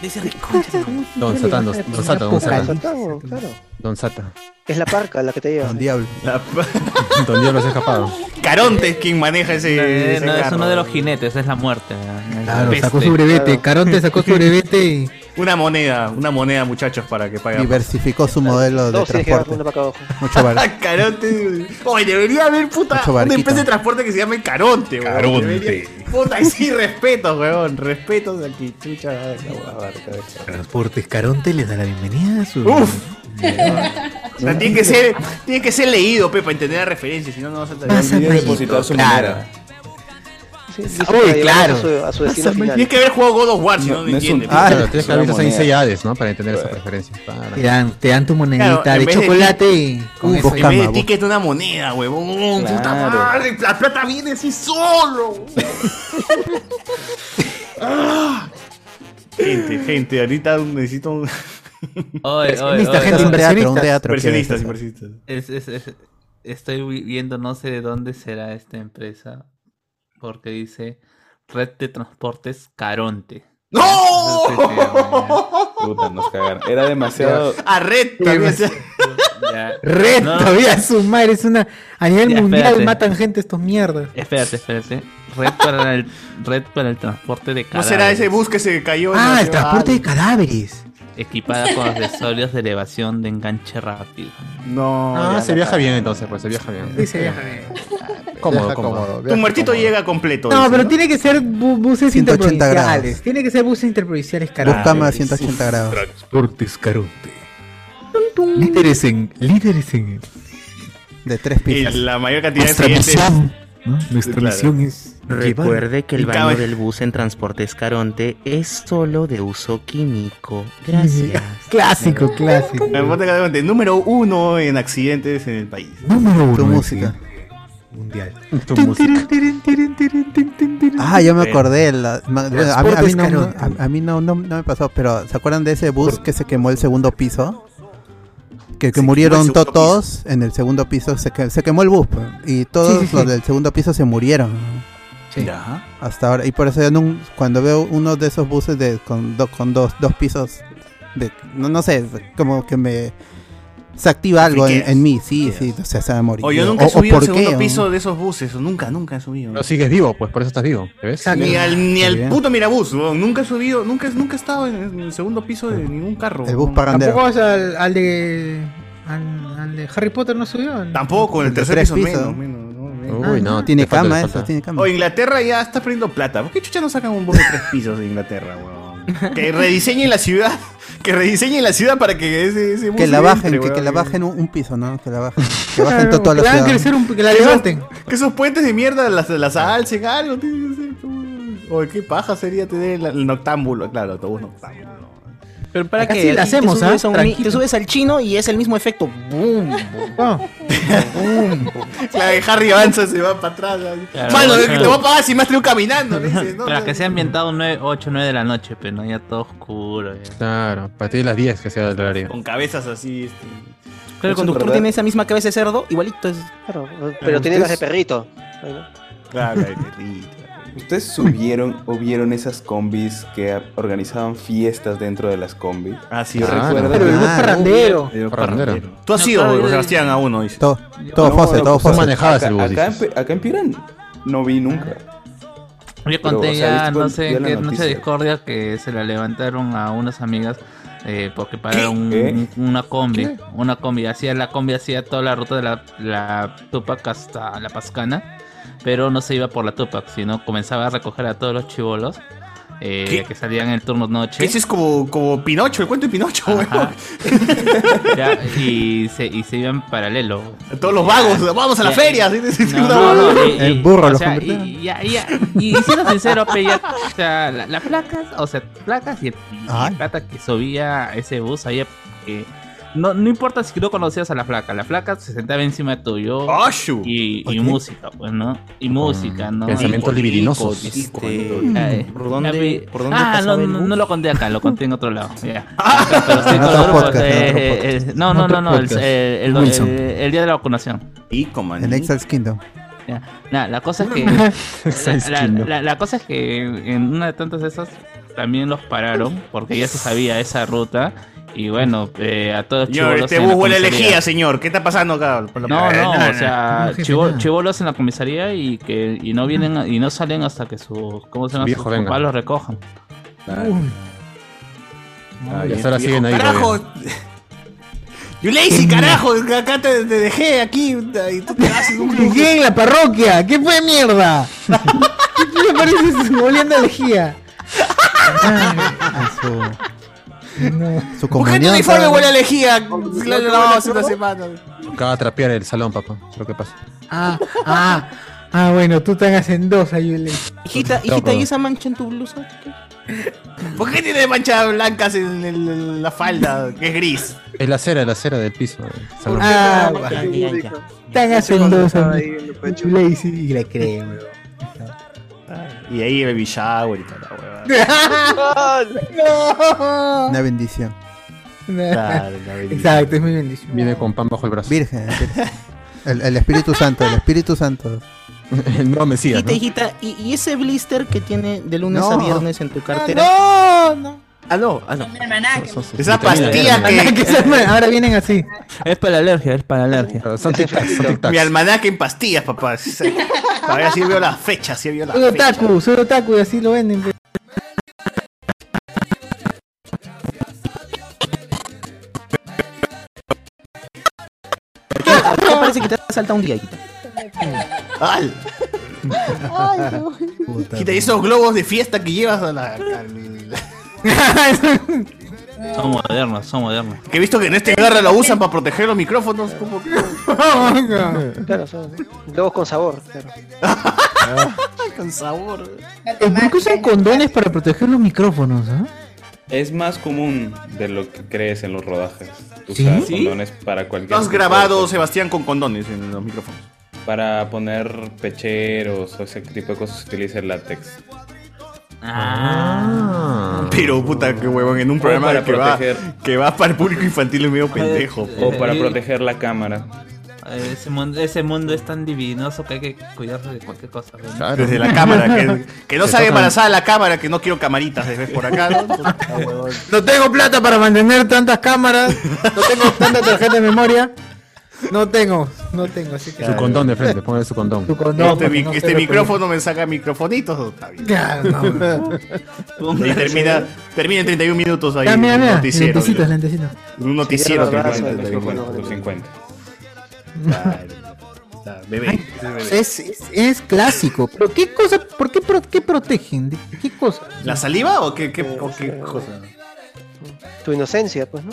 [SPEAKER 7] Dice reconcha.
[SPEAKER 2] Don Satán, Don Don Sata, Don Sata.
[SPEAKER 8] Claro, claro.
[SPEAKER 2] Don Sata.
[SPEAKER 8] Es la parca la que te lleva.
[SPEAKER 13] Don Diablo.
[SPEAKER 2] Don Diablo se ha escapado.
[SPEAKER 4] Caronte es quien maneja ese.
[SPEAKER 6] Eh,
[SPEAKER 4] ese
[SPEAKER 6] no, es
[SPEAKER 4] carro.
[SPEAKER 6] uno de los jinetes, es la muerte. ¿verdad?
[SPEAKER 1] Claro,
[SPEAKER 6] Peste.
[SPEAKER 1] Ah, sacó su brevete. Caronte sacó su brevete y.
[SPEAKER 4] Una moneda, una moneda, muchachos, para que paguen.
[SPEAKER 13] Diversificó su modelo de
[SPEAKER 4] Dos tienes que llevar
[SPEAKER 13] transporte.
[SPEAKER 4] una para acá abajo.
[SPEAKER 13] Mucho bar.
[SPEAKER 4] Caronte. Oye, debería haber puta
[SPEAKER 13] Mucho
[SPEAKER 4] una
[SPEAKER 13] barquito.
[SPEAKER 4] empresa de transporte que se llame Caronte, weón.
[SPEAKER 17] Caronte.
[SPEAKER 4] Debería- Puta, y sí, respetos, weón. Respetos aquí, chucha. ay, la weá, barca, barca.
[SPEAKER 19] Transportes Caronte les da la bienvenida a su.
[SPEAKER 4] Uf. O sea, tiene que ser, tiene que ser leído, Pepa, entender la referencia, si no, no vas a
[SPEAKER 19] Pásame,
[SPEAKER 4] Tienes que
[SPEAKER 19] hijito,
[SPEAKER 4] claro.
[SPEAKER 19] claro.
[SPEAKER 8] Sí, dice
[SPEAKER 4] Uy,
[SPEAKER 8] que la lleva
[SPEAKER 4] claro.
[SPEAKER 8] A su, a su destino
[SPEAKER 4] Pásame.
[SPEAKER 8] final.
[SPEAKER 4] Tienes que haber jugado God of War, si no, no, entiendes.
[SPEAKER 2] Ah, claro, tienes que haber visto seis
[SPEAKER 19] moneda.
[SPEAKER 2] Hades, ¿no? Para entender esa preferencia. Claro.
[SPEAKER 1] Te dan, te dan tu monedita
[SPEAKER 4] Claro, en
[SPEAKER 1] de
[SPEAKER 4] vez de
[SPEAKER 1] chocolate y. con
[SPEAKER 4] Uf,
[SPEAKER 1] eso
[SPEAKER 4] en
[SPEAKER 1] ya.
[SPEAKER 4] vez de ticket, una moneda, huevón.
[SPEAKER 1] Claro.
[SPEAKER 4] Puta madre, la plata viene así solo. Ah. gente, gente, ahorita necesito un.
[SPEAKER 6] Oye, oye,
[SPEAKER 13] Inversionista,
[SPEAKER 6] oye,
[SPEAKER 13] gente,
[SPEAKER 6] oye.
[SPEAKER 13] Un teatro, inversionista. un teatro,
[SPEAKER 4] Inversionistas,
[SPEAKER 13] ¿qué
[SPEAKER 4] inversionistas.
[SPEAKER 6] Es- es- es- estoy vi- viendo, no sé de dónde será esta empresa, porque dice Red de Transportes Caronte.
[SPEAKER 4] ¡No!
[SPEAKER 10] Puta, nos cagaron. Era demasiado.
[SPEAKER 6] Ah,
[SPEAKER 4] A red también.
[SPEAKER 6] Ya.
[SPEAKER 1] Red,
[SPEAKER 6] No.
[SPEAKER 1] todavía su madre. Es una. A nivel
[SPEAKER 6] Ya,
[SPEAKER 1] mundial
[SPEAKER 6] espérate.
[SPEAKER 1] matan gente estos mierdas.
[SPEAKER 6] Espérate, espérate. Red para el, red para el transporte de
[SPEAKER 4] ¿No
[SPEAKER 6] cadáveres.
[SPEAKER 4] será ese bus que se cayó? en
[SPEAKER 1] Ah,
[SPEAKER 4] la
[SPEAKER 1] el
[SPEAKER 4] ciudad?
[SPEAKER 1] transporte de cadáveres.
[SPEAKER 6] equipada con accesorios de elevación de enganche rápido.
[SPEAKER 2] No.
[SPEAKER 6] ya
[SPEAKER 2] Ah, se
[SPEAKER 6] la
[SPEAKER 2] viaja
[SPEAKER 6] cagué.
[SPEAKER 2] bien entonces, pues se viaja bien.
[SPEAKER 1] Sí, se viaja bien.
[SPEAKER 2] Cómodo,
[SPEAKER 3] Viaja
[SPEAKER 2] cómodo.
[SPEAKER 3] cómodo,
[SPEAKER 4] Tu muertito llega completo.
[SPEAKER 1] No,
[SPEAKER 4] dice,
[SPEAKER 1] pero tiene que ser bu- buses
[SPEAKER 13] 180
[SPEAKER 1] interprovinciales.
[SPEAKER 13] grados.
[SPEAKER 1] Tiene que ser buses interprovinciales, carajo.
[SPEAKER 13] Busca más 180 grados.
[SPEAKER 19] Transportes Caronte. Líderes en. Líderes en.
[SPEAKER 13] De tres
[SPEAKER 4] Y
[SPEAKER 13] pisos.
[SPEAKER 4] la mayor cantidad de
[SPEAKER 13] Nuestra
[SPEAKER 4] clientes.
[SPEAKER 13] misión, ¿no?
[SPEAKER 4] Nuestra
[SPEAKER 13] misión es
[SPEAKER 7] Recuerde que el
[SPEAKER 4] Y
[SPEAKER 7] baño
[SPEAKER 4] cabe-
[SPEAKER 7] del bus en Transportes Caronte es solo de uso químico. Gracias.
[SPEAKER 13] Clásico,
[SPEAKER 4] clásico. Número uno en accidentes en el país.
[SPEAKER 13] Número uno. Tu música.
[SPEAKER 4] Mundial.
[SPEAKER 13] Ah, yo me acordé. la- ma- bueno, a, mí, a mí
[SPEAKER 19] Transportes
[SPEAKER 13] no, no-
[SPEAKER 19] Caronte.
[SPEAKER 13] a- a mí no- no- no me pasó, pero ¿se acuerdan de ese bus que se quemó el segundo piso? Que, que
[SPEAKER 19] quemó el
[SPEAKER 13] murieron to-
[SPEAKER 19] segundo piso.
[SPEAKER 13] todos en el segundo piso. Se, que- se quemó el bus pues, y todos
[SPEAKER 19] Sí, sí,
[SPEAKER 13] los
[SPEAKER 19] sí.
[SPEAKER 13] del segundo piso se murieron.
[SPEAKER 19] Ya.
[SPEAKER 13] Hasta ahora. Y por eso yo nun- cuando veo uno de esos buses de, con, do- con dos, dos pisos, de, no, no sé, como que me... Se activa algo en, en mí, sí, sí, o sea, se va a morir.
[SPEAKER 4] O yo nunca he subido
[SPEAKER 13] ¿por
[SPEAKER 4] al segundo
[SPEAKER 13] qué?
[SPEAKER 4] piso de esos buses. o Nunca, nunca he subido.
[SPEAKER 2] Pero sigues vivo, pues por eso estás vivo. ¿te ves?
[SPEAKER 4] Ni al, ni
[SPEAKER 2] Está
[SPEAKER 4] al
[SPEAKER 2] bien.
[SPEAKER 4] puto Mirabús, weón. nunca he subido, nunca, nunca he estado en, en el segundo piso de ningún carro.
[SPEAKER 13] El bus
[SPEAKER 4] weón.
[SPEAKER 13] pagandero.
[SPEAKER 1] Tampoco vas al, al de. Al, al de Harry Potter no subió.
[SPEAKER 4] Tampoco, en el tercer
[SPEAKER 13] tres
[SPEAKER 4] piso,
[SPEAKER 13] pisos.
[SPEAKER 4] menos, menos, no, menos.
[SPEAKER 13] Uy, no,
[SPEAKER 4] Ah,
[SPEAKER 13] tiene
[SPEAKER 4] te falta,
[SPEAKER 13] cama
[SPEAKER 4] te
[SPEAKER 13] eso,
[SPEAKER 4] falta.
[SPEAKER 13] tiene cama.
[SPEAKER 4] O Inglaterra ya está perdiendo plata. ¿Por qué chucha no sacan un bus de tres pisos de Inglaterra, weón? Que rediseñen la ciudad, que rediseñen la ciudad para que ese, ese bus
[SPEAKER 13] Que la
[SPEAKER 4] entre,
[SPEAKER 13] bajen, que,
[SPEAKER 4] weón.
[SPEAKER 13] que la bajen un, un piso, ¿no? Que la bajen. Que bajen to- toda la
[SPEAKER 4] Que hagan
[SPEAKER 13] ciudad.
[SPEAKER 4] crecer un- que la
[SPEAKER 13] Que esos-
[SPEAKER 4] levanten. Que esos puentes de mierda las, las alcen algo, tiene que ser, weón. Oye, qué paja sería tener el, el noctámbulo, claro, autobús noctámbulo.
[SPEAKER 7] Pero para
[SPEAKER 4] Acá
[SPEAKER 7] que
[SPEAKER 4] sí la
[SPEAKER 7] aquí
[SPEAKER 4] hacemos,
[SPEAKER 7] te, subes
[SPEAKER 4] ¿ah?
[SPEAKER 7] a un-
[SPEAKER 4] Tranquilo.
[SPEAKER 7] te subes al chino y es el mismo efecto. Boom, boom, boom, boom.
[SPEAKER 4] La de Harry avanza, se va para atrás. así.
[SPEAKER 6] Claro,
[SPEAKER 4] Mano,
[SPEAKER 6] claro.
[SPEAKER 4] te voy a pagar si me has traído caminando. le dice, ¿no?
[SPEAKER 6] Para que sea ambientado 9, 8, 9 de la noche, pero no ya todo oscuro. ya.
[SPEAKER 2] Claro, a partir de las 10 que sea el horario.
[SPEAKER 4] Con cabezas así. Este.
[SPEAKER 7] Pero el conductor tiene esa misma cabeza de cerdo, igualito es. Claro,
[SPEAKER 8] Pero tiene las de perrito. Bueno.
[SPEAKER 4] Claro,
[SPEAKER 28] ¿Ustedes subieron o vieron esas combis que a- organizaban fiestas dentro de las combis?
[SPEAKER 4] Ah, sí,
[SPEAKER 28] yo
[SPEAKER 4] claro.
[SPEAKER 28] recuerdo.
[SPEAKER 4] Pero el bus Ah, parrandero.
[SPEAKER 28] El bus
[SPEAKER 4] Parrandero. Tú has No, ido, claro, Sebastián, a uno, dice.
[SPEAKER 13] Todo, todo
[SPEAKER 28] No,
[SPEAKER 13] fose,
[SPEAKER 28] no,
[SPEAKER 13] todo
[SPEAKER 28] pues,
[SPEAKER 13] fose.
[SPEAKER 28] acá- Acá, en Pe- acá en Piran no vi nunca.
[SPEAKER 6] Yo
[SPEAKER 28] Pero,
[SPEAKER 6] conté
[SPEAKER 28] o sea,
[SPEAKER 6] ya,
[SPEAKER 28] ¿viste
[SPEAKER 6] no
[SPEAKER 28] cuál-
[SPEAKER 6] sé
[SPEAKER 28] ya
[SPEAKER 6] en
[SPEAKER 28] la
[SPEAKER 6] qué noche
[SPEAKER 28] noticia?
[SPEAKER 6] de discordia que se la levantaron a unas amigas eh, porque pararon un- una combi.
[SPEAKER 28] ¿Qué?
[SPEAKER 6] Una combi. Hacía la combi, hacía toda la ruta de la, la Tupac hasta la Pascana. Pero no se iba por la Tupac, sino comenzaba a recoger a todos los chivolos eh, que salían en el turno noche.
[SPEAKER 4] Ese es como, como Pinocho, el cuento de Pinocho, weón.
[SPEAKER 6] Ya, y, se, y se iban paralelo.
[SPEAKER 4] Todos los vagos, vamos a la
[SPEAKER 6] Ya,
[SPEAKER 4] feria. así, así,
[SPEAKER 6] no,
[SPEAKER 4] una-
[SPEAKER 6] no, no, y-
[SPEAKER 13] En
[SPEAKER 6] y-
[SPEAKER 13] burro
[SPEAKER 6] o
[SPEAKER 13] los
[SPEAKER 6] sea,
[SPEAKER 13] convirtieron.
[SPEAKER 6] y, y- ya- ya- y siendo sincero, pe, ya, o sea, la- las placas, o sea, placas y el, y el plata que subía ese bus ahí, eh, no, no importa si no conocías a la placa, la placa se sentaba encima tuyo y, y música, pues, ¿no? Y música, ¿no?
[SPEAKER 2] pensamientos
[SPEAKER 6] Y-
[SPEAKER 2] libidinosos.
[SPEAKER 6] este,
[SPEAKER 2] Mm.
[SPEAKER 6] ay,
[SPEAKER 7] ¿Por dónde-
[SPEAKER 6] ya,
[SPEAKER 7] por dónde
[SPEAKER 6] ah,
[SPEAKER 7] pasaba
[SPEAKER 6] no,
[SPEAKER 7] el
[SPEAKER 6] no,
[SPEAKER 7] bus?
[SPEAKER 6] no lo conté acá, lo conté en otro lado. ya. Pero sí,
[SPEAKER 7] En
[SPEAKER 6] con
[SPEAKER 7] otro
[SPEAKER 6] los grupos,
[SPEAKER 7] podcast, en
[SPEAKER 6] eh,
[SPEAKER 7] otro
[SPEAKER 6] eh,
[SPEAKER 7] podcast.
[SPEAKER 6] eh, no, no, no, no, el,
[SPEAKER 7] Otro
[SPEAKER 6] eh, el-
[SPEAKER 7] podcast.
[SPEAKER 6] el- el día de la vacunación.
[SPEAKER 4] Y como
[SPEAKER 13] En Excel's Kingdom.
[SPEAKER 6] ya. Nah, la cosa es que.
[SPEAKER 13] Estáis
[SPEAKER 6] la,
[SPEAKER 13] chino.
[SPEAKER 6] la- la cosa es que en una de tantas de esas también los pararon porque ya se sabía esa ruta. Y bueno, eh, a todos
[SPEAKER 4] Señor,
[SPEAKER 6] chibolos
[SPEAKER 4] este
[SPEAKER 6] en la
[SPEAKER 4] bus huele a
[SPEAKER 6] comisaría.
[SPEAKER 4] lejía, señor. ¿Qué está pasando acá? Por la-
[SPEAKER 6] No, no,
[SPEAKER 4] Eh,
[SPEAKER 6] o sea,
[SPEAKER 4] jefe,
[SPEAKER 6] chivo-
[SPEAKER 4] nada.
[SPEAKER 6] chibolos en la comisaría y que y no vienen y no salen hasta que sus ¿cómo se llama?
[SPEAKER 2] Viejo
[SPEAKER 6] sus
[SPEAKER 2] venga.
[SPEAKER 6] papás los recojan.
[SPEAKER 2] Ah, y hasta ahora siguen ahí.
[SPEAKER 4] Carajo.
[SPEAKER 2] todavía.
[SPEAKER 4] You lazy, carajo. Acá te, te dejé aquí y tú te haces un
[SPEAKER 1] Llegué en la parroquia? ¿Qué fue mierda? ¿Qué te parece volviendo a lejía? Ah,
[SPEAKER 13] Su, su
[SPEAKER 4] ¿Por qué tu
[SPEAKER 13] comunión.
[SPEAKER 4] uniforme
[SPEAKER 13] ¿sabes?
[SPEAKER 4] huele a lejía? Claro, no, hace una semana.
[SPEAKER 2] Acaba de trapear el salón, papá. Es lo que pasa.
[SPEAKER 1] Ah, ah, ah, bueno, tú tan hacendosa, Yule.
[SPEAKER 7] Hijita,
[SPEAKER 2] No,
[SPEAKER 7] hijita,
[SPEAKER 2] perdón.
[SPEAKER 7] ¿y esa mancha en tu blusa?
[SPEAKER 4] ¿Por qué tiene manchas blancas en, el- en la falda? Que es gris.
[SPEAKER 2] Es la cera, la cera del piso. del salón.
[SPEAKER 1] Ah, bueno. Tan hacendosa. Lazy y le creo.
[SPEAKER 4] Y ahí baby shower y toda la huevada.
[SPEAKER 1] no.
[SPEAKER 13] Una bendición.
[SPEAKER 4] Claro, la bendición.
[SPEAKER 1] Exacto, es mi bendición.
[SPEAKER 2] Viene con pan bajo el brazo.
[SPEAKER 13] Virgen. El, el Espíritu Santo, el Espíritu Santo.
[SPEAKER 2] no, Mesías.
[SPEAKER 7] Hijita, hijita, ¿y, y ese blister que tiene de lunes
[SPEAKER 13] No.
[SPEAKER 7] a viernes en tu cartera?
[SPEAKER 1] Ah, No, no.
[SPEAKER 7] Ah, no, ah, no.
[SPEAKER 4] Esa pastilla que.
[SPEAKER 1] Ahora vienen así.
[SPEAKER 6] Es para la alergia, es para la alergia.
[SPEAKER 2] Son tic-tacs, son
[SPEAKER 4] Mi almanaque en pastillas, papá. Todavía sí veo las fechas, sí veo las
[SPEAKER 1] Soy
[SPEAKER 4] fechas.
[SPEAKER 1] otaku, soy otaku y así lo venden. pe.
[SPEAKER 7] salta un día, Quita.
[SPEAKER 4] ¡Al! Quita esos globos de fiesta que llevas a la.
[SPEAKER 6] Son modernos, son modernos.
[SPEAKER 4] que he visto que en este garra lo usan para proteger los micrófonos. Como que...
[SPEAKER 8] Claro, son globos con sabor.
[SPEAKER 4] Con sabor.
[SPEAKER 1] Eh,
[SPEAKER 22] ¿Por qué usan condones para proteger los micrófonos? ah?
[SPEAKER 10] Es más común de lo que crees en los rodajes.
[SPEAKER 22] ¿Sí?
[SPEAKER 10] Usar
[SPEAKER 22] ¿Sí?
[SPEAKER 10] condones para cualquier.
[SPEAKER 4] Lo has
[SPEAKER 10] tipo de
[SPEAKER 4] grabado,
[SPEAKER 10] cosa.
[SPEAKER 4] Sebastián, con condones en los micrófonos.
[SPEAKER 10] Para poner pecheros o ese tipo de cosas se utiliza el látex.
[SPEAKER 22] Ah.
[SPEAKER 4] Pero puta, qué huevón, en un
[SPEAKER 10] O
[SPEAKER 4] programa
[SPEAKER 10] para
[SPEAKER 4] que va,
[SPEAKER 10] proteger.
[SPEAKER 4] que va para el público infantil es medio pendejo. pues.
[SPEAKER 10] O para proteger la cámara.
[SPEAKER 6] Ese mundo, ese mundo es tan divinoso que hay que cuidarse de cualquier cosa. ¿no?
[SPEAKER 4] Desde la cámara, que, que no
[SPEAKER 6] Te
[SPEAKER 4] salga
[SPEAKER 6] tocan-
[SPEAKER 4] embarazada la cámara, que no quiero camaritas desde por acá. ¿no?
[SPEAKER 22] No tengo plata para mantener tantas cámaras. No tengo tanta tarjeta de memoria.
[SPEAKER 1] No tengo, no tengo, así que.
[SPEAKER 2] Su condón de frente, ponle su condón.
[SPEAKER 1] Su condón.
[SPEAKER 4] este
[SPEAKER 1] porque
[SPEAKER 4] mi-
[SPEAKER 1] no sé
[SPEAKER 4] este
[SPEAKER 1] lo que-
[SPEAKER 4] micrófono me saca microfonitos. Está bien.
[SPEAKER 1] Claro,
[SPEAKER 4] Y termina, termina en 31 minutos ahí.
[SPEAKER 22] Ya, mira,
[SPEAKER 4] en un
[SPEAKER 22] mira.
[SPEAKER 4] noticiero.
[SPEAKER 22] Lentecitos, lentecitos.
[SPEAKER 4] Un noticiero.
[SPEAKER 22] Cierra los
[SPEAKER 4] termina en
[SPEAKER 22] brazos,
[SPEAKER 4] 31
[SPEAKER 22] los
[SPEAKER 4] minutos. Está,
[SPEAKER 22] Ay,
[SPEAKER 4] Bebé. ese bebé.
[SPEAKER 22] Es, es- es clásico. ¿Pero qué cosa? ¿Por qué, pro- qué protegen? ¿De ¿Qué cosa?
[SPEAKER 4] ¿La saliva o qué, qué, o qué cosa?
[SPEAKER 8] Tu inocencia, pues, ¿no?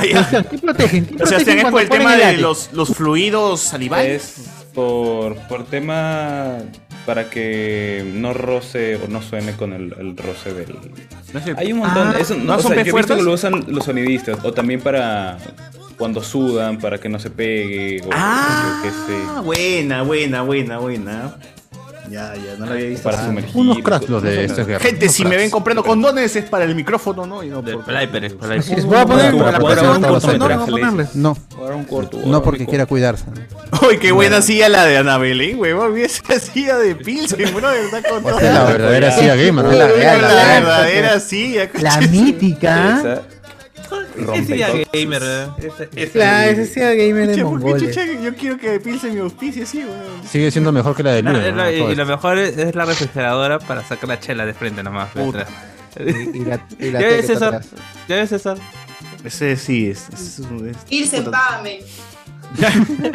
[SPEAKER 22] Sebastián, ¿Qué protegen? ¿Qué
[SPEAKER 4] O sea,
[SPEAKER 22] protegen
[SPEAKER 4] es por el
[SPEAKER 22] cuando
[SPEAKER 4] tema
[SPEAKER 22] ponen
[SPEAKER 4] de
[SPEAKER 22] látex?
[SPEAKER 4] los, los fluidos salivales.
[SPEAKER 10] Es por, por tema para que no roce o no suene con el, el roce del. Hay un montón.
[SPEAKER 4] Ah,
[SPEAKER 10] eso, no,
[SPEAKER 4] ¿no
[SPEAKER 10] o
[SPEAKER 4] son
[SPEAKER 10] sea, yo he visto
[SPEAKER 4] P-fuertes?
[SPEAKER 10] que lo usan los sonidistas o también para cuando sudan para que no se pegue o ah, qué
[SPEAKER 4] Ah,
[SPEAKER 10] sé.
[SPEAKER 4] buena, buena, buena, buena. Ya, ya, no la había visto.
[SPEAKER 10] Para
[SPEAKER 4] Ah.
[SPEAKER 10] sumergir. Unos cracks los de estas guerras,
[SPEAKER 4] Gente,
[SPEAKER 10] unos
[SPEAKER 4] si me
[SPEAKER 10] cracks.
[SPEAKER 4] ven comprando condones es para el micrófono, ¿no? Y no por-
[SPEAKER 6] Spliper,
[SPEAKER 4] Así es,
[SPEAKER 6] Spliper.
[SPEAKER 4] voy a poner-
[SPEAKER 13] Tú,
[SPEAKER 4] para-
[SPEAKER 13] por
[SPEAKER 4] para-
[SPEAKER 13] cierto,
[SPEAKER 4] un
[SPEAKER 13] no,
[SPEAKER 4] cortometraje,
[SPEAKER 13] no,
[SPEAKER 4] le
[SPEAKER 13] ponerles. No, no porque quiera cuidarse.
[SPEAKER 4] Uy, qué buena silla la de ¿eh? Ana Belén, huevón. Vi esa silla de Pilsen, bro. Está con todo.
[SPEAKER 2] Esta es la verdadera silla gamer, ¿no?
[SPEAKER 4] Uy,
[SPEAKER 2] La
[SPEAKER 4] La,
[SPEAKER 2] real, la real.
[SPEAKER 4] verdadera silla.
[SPEAKER 22] La mítica.
[SPEAKER 6] Ese día gamer, ¿eh? Ese- ese-
[SPEAKER 1] Claro, ese sí era gamer de
[SPEAKER 4] Chucha, ¿por qué
[SPEAKER 1] mongoles.
[SPEAKER 4] chucha? Yo quiero que Pilsen me auspicie, sí, huevón.
[SPEAKER 2] Sigue siendo mejor que la de
[SPEAKER 6] No,
[SPEAKER 2] Luna.
[SPEAKER 6] es la-
[SPEAKER 2] ¿no?
[SPEAKER 6] y lo mejor es, es la refrigeradora para sacar la chela de frente nomás. de
[SPEAKER 4] Puta.
[SPEAKER 6] atrás.
[SPEAKER 3] Y- y la- y la
[SPEAKER 6] ya
[SPEAKER 3] tele
[SPEAKER 6] ves,
[SPEAKER 3] está
[SPEAKER 6] César.
[SPEAKER 3] atrás.
[SPEAKER 6] Ya ves, César.
[SPEAKER 4] Ese sí es. es, es-
[SPEAKER 15] Irse,
[SPEAKER 4] puta.
[SPEAKER 15] págame.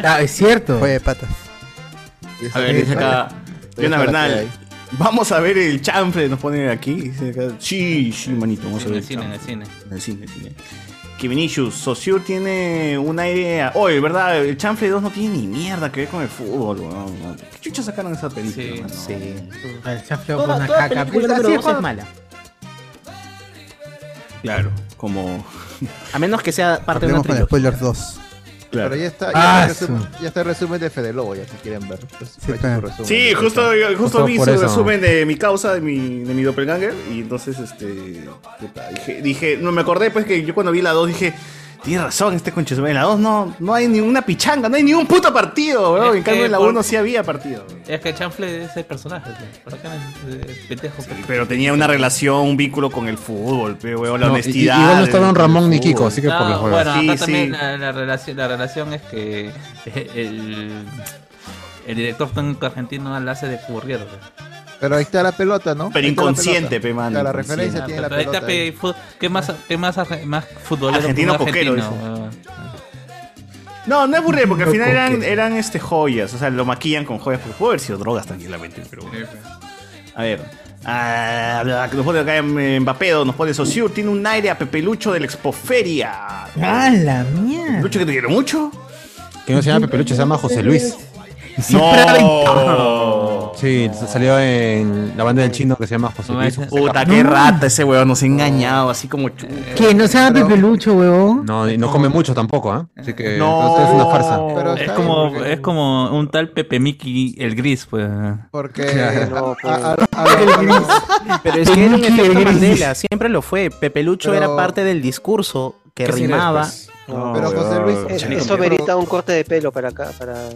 [SPEAKER 22] Ah, es cierto.
[SPEAKER 13] Fue de patas.
[SPEAKER 4] A ver, dice acá. Diana Bernal. Vamos a ver el chanfle, nos pone aquí. Dice acá, Sí, sí, manito, vamos a
[SPEAKER 6] En
[SPEAKER 4] ver.
[SPEAKER 6] el cine, en el cine.
[SPEAKER 4] En el cine, en el cine. Kivinicius, Saussure tiene una idea. Oye, ¿verdad? El chanfle 2 no tiene ni mierda que ver con el fútbol, weón. ¿Qué chucha sacaron esa película, mano?
[SPEAKER 22] El chanfle
[SPEAKER 7] Toda-
[SPEAKER 22] con una
[SPEAKER 7] toda
[SPEAKER 22] caca.
[SPEAKER 7] película
[SPEAKER 22] Pues,
[SPEAKER 7] número
[SPEAKER 22] así
[SPEAKER 7] dos
[SPEAKER 22] es,
[SPEAKER 7] es mala.
[SPEAKER 4] Claro, como.
[SPEAKER 7] A menos que sea parte de
[SPEAKER 13] Hablemos
[SPEAKER 7] una
[SPEAKER 13] con
[SPEAKER 7] trilogía.
[SPEAKER 13] spoilers 2.
[SPEAKER 3] Pero ya está, ya,
[SPEAKER 13] Ah,
[SPEAKER 3] está el
[SPEAKER 13] su- Ah.
[SPEAKER 3] resumen, ya está el resumen de Fede Lobo, ya si quieren ver. Pues, ahí está su resumen.
[SPEAKER 4] Sí, justo, eh, justo
[SPEAKER 3] Justo
[SPEAKER 4] vi
[SPEAKER 3] por
[SPEAKER 4] su
[SPEAKER 3] eso.
[SPEAKER 4] resumen de mi causa, de mi, de mi doppelganger, y entonces, este, puta, dije, dije, no me acordé, pues que yo cuando vi la 2 dije, tiene razón este conche, en la 2 no, no hay ninguna pichanga, no hay ningún puto partido, bro,
[SPEAKER 6] Es
[SPEAKER 4] en cambio
[SPEAKER 6] que
[SPEAKER 4] en la
[SPEAKER 6] por-
[SPEAKER 4] 1 sí había partido.
[SPEAKER 6] Es que Chanfle es el personaje. ¿no? Por acá es eh, pendejo.
[SPEAKER 4] Pero tenía una relación, un vínculo con el fútbol, pero, weón, la
[SPEAKER 2] No, y- y-
[SPEAKER 4] honestidad.
[SPEAKER 2] igual no
[SPEAKER 4] del-
[SPEAKER 2] estaban
[SPEAKER 4] del
[SPEAKER 2] Ramón ni
[SPEAKER 4] fútbol. Ah,
[SPEAKER 2] Kiko, así que por las
[SPEAKER 6] No, bueno,
[SPEAKER 2] huevas.
[SPEAKER 6] acá
[SPEAKER 4] Sí,
[SPEAKER 6] también
[SPEAKER 4] sí.
[SPEAKER 6] La, la relación, la relación es que el, el director técnico argentino la hace de curriero.
[SPEAKER 3] Pero ahí está la pelota, ¿no?
[SPEAKER 4] Pero
[SPEAKER 3] Ahí está la
[SPEAKER 4] inconsciente,
[SPEAKER 3] pelota.
[SPEAKER 4] pe, mano,
[SPEAKER 3] Claro, La
[SPEAKER 4] inconsciente.
[SPEAKER 3] referencia
[SPEAKER 4] Ah,
[SPEAKER 3] tiene
[SPEAKER 4] pero
[SPEAKER 3] la
[SPEAKER 6] Pero ahí está,
[SPEAKER 3] pelota. ahí.
[SPEAKER 6] pe, fu- ¿qué más, qué más, arge- más futbolero que un
[SPEAKER 4] Argentino coquero,
[SPEAKER 6] argentino, Ah.
[SPEAKER 4] No, no es burré, porque al
[SPEAKER 6] No,
[SPEAKER 4] final
[SPEAKER 6] ¿por
[SPEAKER 4] eran,
[SPEAKER 6] qué?
[SPEAKER 4] eran este, joyas. O sea, lo maquillan con joyas. Porque puede haber sido drogas tranquilamente, pero bueno. A ver. ah, bla, que nos pone acá en Mbapedo, nos pone Sociur, tiene un aire a Pepelucho de la Expoferia.
[SPEAKER 22] Ah, la mierda.
[SPEAKER 4] ¿Pepelucho que te quiero mucho?
[SPEAKER 2] Que no se llama Pepeluche, se llama José Luis.
[SPEAKER 4] No.
[SPEAKER 2] Sí, salió en la banda del chino que se llama José Luis.
[SPEAKER 4] Puta, qué rata ese weón, nos ha engañado, así como chucha.
[SPEAKER 22] Que no sea pepelucho, huevón.
[SPEAKER 2] No, y no come mucho tampoco, ¿ah? Así que
[SPEAKER 4] No.
[SPEAKER 2] entonces es una farsa.
[SPEAKER 6] es, como, es como un tal Pepe Miki el gris, pues.
[SPEAKER 3] Porque.
[SPEAKER 7] Claro.
[SPEAKER 3] a- a- a- a-
[SPEAKER 7] Pero es que era un
[SPEAKER 6] Pinky
[SPEAKER 7] efecto
[SPEAKER 6] Gris.
[SPEAKER 7] Mandela, siempre lo fue. Pepelucho
[SPEAKER 3] Pero-
[SPEAKER 7] era parte del discurso que
[SPEAKER 3] ¿Qué sigue
[SPEAKER 7] rimaba.
[SPEAKER 3] después? No, Pero José weón. Luis-
[SPEAKER 7] eh,
[SPEAKER 8] Es-
[SPEAKER 3] Chanito,
[SPEAKER 8] eso
[SPEAKER 3] pero-
[SPEAKER 8] merita un corte de pelo para acá, para.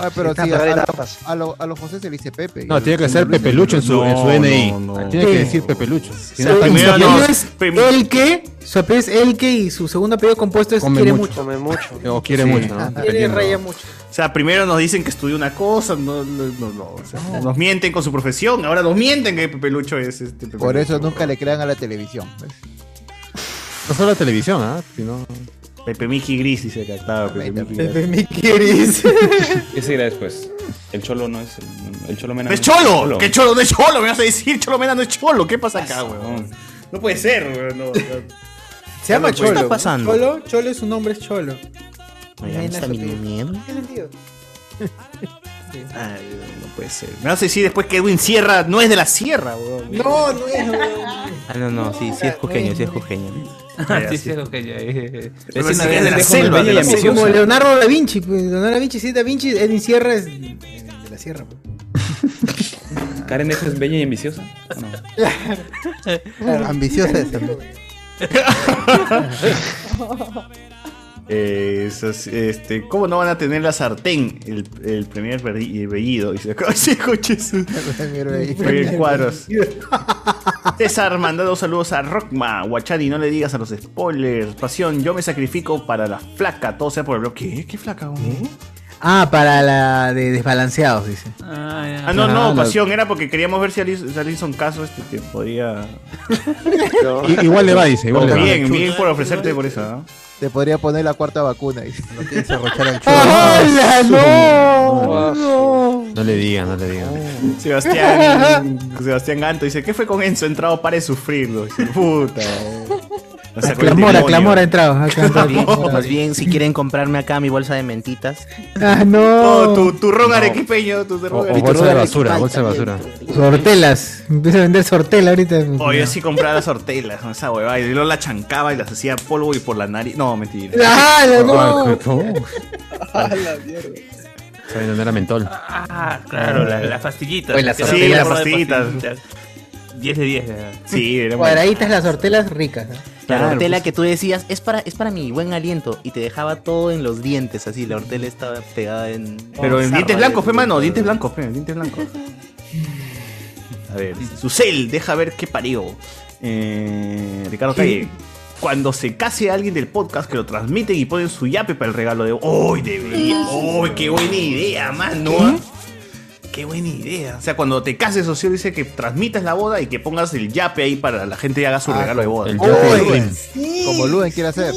[SPEAKER 3] Ah, pero sí, a,
[SPEAKER 8] Para
[SPEAKER 3] a,
[SPEAKER 8] etapas.
[SPEAKER 3] a lo- a los José se le dice Pepe.
[SPEAKER 2] No, tiene que ser Pepelucho en su, en su DNI. Tiene que decir Pepelucho. Tiene
[SPEAKER 22] Su-
[SPEAKER 2] que-
[SPEAKER 22] su apellido es el que, su apellido es el que y su segundo apellido compuesto es
[SPEAKER 2] Come
[SPEAKER 22] quiere
[SPEAKER 2] mucho.
[SPEAKER 22] mucho.
[SPEAKER 8] Come mucho.
[SPEAKER 2] O quiere
[SPEAKER 4] Sí.
[SPEAKER 2] mucho, ¿no?
[SPEAKER 22] Quiere
[SPEAKER 2] Dependiendo.
[SPEAKER 22] raya mucho.
[SPEAKER 4] O sea, primero nos dicen que estudió una cosa, no, no, no, no, o sea, nos mienten con su profesión, ahora nos mienten que Pepelucho es este Pepelucho.
[SPEAKER 3] Por eso nunca le crean a la televisión. ¿ves?
[SPEAKER 2] No solo la televisión, ¿ah? Sino-
[SPEAKER 4] Pepe Miki Gris dice que estaba Pepe Miki
[SPEAKER 1] Pepe Miki Gris.
[SPEAKER 10] Ese irá después. El cholo no es. El, el cholo mena.
[SPEAKER 4] ¡No es cholo! ¡Que cholo no es cholo! Me vas a decir, cholo mena no es cholo. ¿Qué pasa acá, weón? No puede ser, weón. no, no.
[SPEAKER 1] Se llama
[SPEAKER 4] ¿Qué
[SPEAKER 1] Cholo.
[SPEAKER 4] está pasando?
[SPEAKER 1] Cholo, Cholo es su nombre es Cholo.
[SPEAKER 4] Oigan,
[SPEAKER 1] Mena
[SPEAKER 4] ¿está
[SPEAKER 1] es
[SPEAKER 4] mi
[SPEAKER 1] apellido.
[SPEAKER 4] miedo?
[SPEAKER 1] Tiene sentido.
[SPEAKER 4] Ay, no puede ser. Me vas a decir después que Edwin Sierra no es de la Sierra, weón.
[SPEAKER 1] No, no es.
[SPEAKER 7] Ah, no, no, sí, sí es coqueño, sí es coqueño.
[SPEAKER 6] Ah, sí, sí, ok, ya, eh, eh.
[SPEAKER 7] Pero
[SPEAKER 6] Vecina
[SPEAKER 7] sí,
[SPEAKER 6] de
[SPEAKER 7] es de la
[SPEAKER 6] Alejo
[SPEAKER 7] selva,
[SPEAKER 6] Melilla
[SPEAKER 7] de la
[SPEAKER 6] y
[SPEAKER 7] selva.
[SPEAKER 6] Ambiciosa.
[SPEAKER 1] Como Leonardo da Vinci, pues, Leonardo da Vinci, sí, da Vinci, Edwin Sierra es eh, de la Sierra. pues.
[SPEAKER 10] Karen Ejo es bella y ambiciosa. ¿O no?
[SPEAKER 13] Ambiciosa es
[SPEAKER 4] Eh, eso es- este, ¿Cómo no van a tener la sartén? El, el primer verdi- bellido. Dice, ese coche es un- Oye, cuadros. César mandando saludos a Rockma. Guachari, no le digas a los spoilers. Pasión, yo me sacrifico para la flaca. Todo sea por el blog. ¿Qué? ¿Qué flaca? weón?
[SPEAKER 1] Ah, para la de desbalanceados, dice.
[SPEAKER 4] Ah, no, no, pasión. Era porque queríamos ver si Alison Alison Caso este, que podía.
[SPEAKER 2] I- igual le va, dice, igual le va.
[SPEAKER 4] Bien, bien por ofrecerte por eso. ¿no?
[SPEAKER 3] Eh, Te podría poner la cuarta vacuna. No
[SPEAKER 13] quieres arrochar al
[SPEAKER 4] ¡Hala, no!
[SPEAKER 2] No le digan, no le
[SPEAKER 1] Oh.
[SPEAKER 2] digan.
[SPEAKER 4] Sebastián, Sebastián Ganto dice, ¿qué fue con Enzo? Entrado para de sufrirlo. Dice, puta. eh". O sea, con el
[SPEAKER 7] Clamora,
[SPEAKER 4] demonio.
[SPEAKER 7] clamora,
[SPEAKER 1] entrado.
[SPEAKER 7] Más bien, más bien, si quieren comprarme acá mi bolsa de mentitas.
[SPEAKER 1] Ah, no.
[SPEAKER 4] No, tu, tu ron
[SPEAKER 7] No.
[SPEAKER 4] arequipeño, tu
[SPEAKER 7] O-
[SPEAKER 4] ron
[SPEAKER 7] o
[SPEAKER 1] Y tu
[SPEAKER 4] arequipeño.
[SPEAKER 1] rueda
[SPEAKER 7] basura,
[SPEAKER 1] de
[SPEAKER 7] bolsa de
[SPEAKER 1] basura. Sortelas. Empieza a vender sortela ahorita.
[SPEAKER 4] Oh, yo sí compraba las hortelas, ¿no? esa huevada. Y luego la chancaba y las hacía polvo y por la nariz. No, mentira.
[SPEAKER 1] ¡Ah, la
[SPEAKER 2] no!
[SPEAKER 4] Ah, ¿cómo?
[SPEAKER 2] Saben dónde era mentol.
[SPEAKER 6] Ah, claro, la- las pastillitas.
[SPEAKER 2] Oye, las
[SPEAKER 6] Que
[SPEAKER 2] pastillas,
[SPEAKER 6] eran
[SPEAKER 2] las
[SPEAKER 6] forma de
[SPEAKER 2] pastillitas.
[SPEAKER 6] pastillitas. 10 de 10. ya.
[SPEAKER 4] Sí, era
[SPEAKER 1] Cuadraditas las hortelas ricas. ¿eh?
[SPEAKER 7] La
[SPEAKER 1] Claro,
[SPEAKER 7] hortela
[SPEAKER 1] pues.
[SPEAKER 7] que tú decías es para, es para mi buen aliento y te dejaba todo en los dientes, así la hortela estaba pegada en...
[SPEAKER 4] Pero en
[SPEAKER 7] zarra
[SPEAKER 4] dientes
[SPEAKER 7] de-
[SPEAKER 4] blancos, fe, mano. Dientes blancos, fe, dientes blancos. A ver, Susel, deja ver qué parió. Eh, Ricardo Calle. Cuando se case alguien del podcast que lo transmiten y ponen su yape para el regalo de. ¡Uy, debería! ¡Uy, qué buena idea, mano! ¿Qué? buena idea! O sea, cuando te cases, socio dice que transmitas la boda y que pongas el yape ahí para la gente y haga su regalo de boda.
[SPEAKER 3] el
[SPEAKER 4] ¡Uy!
[SPEAKER 3] yape Luden. Como Luden quiere hacer.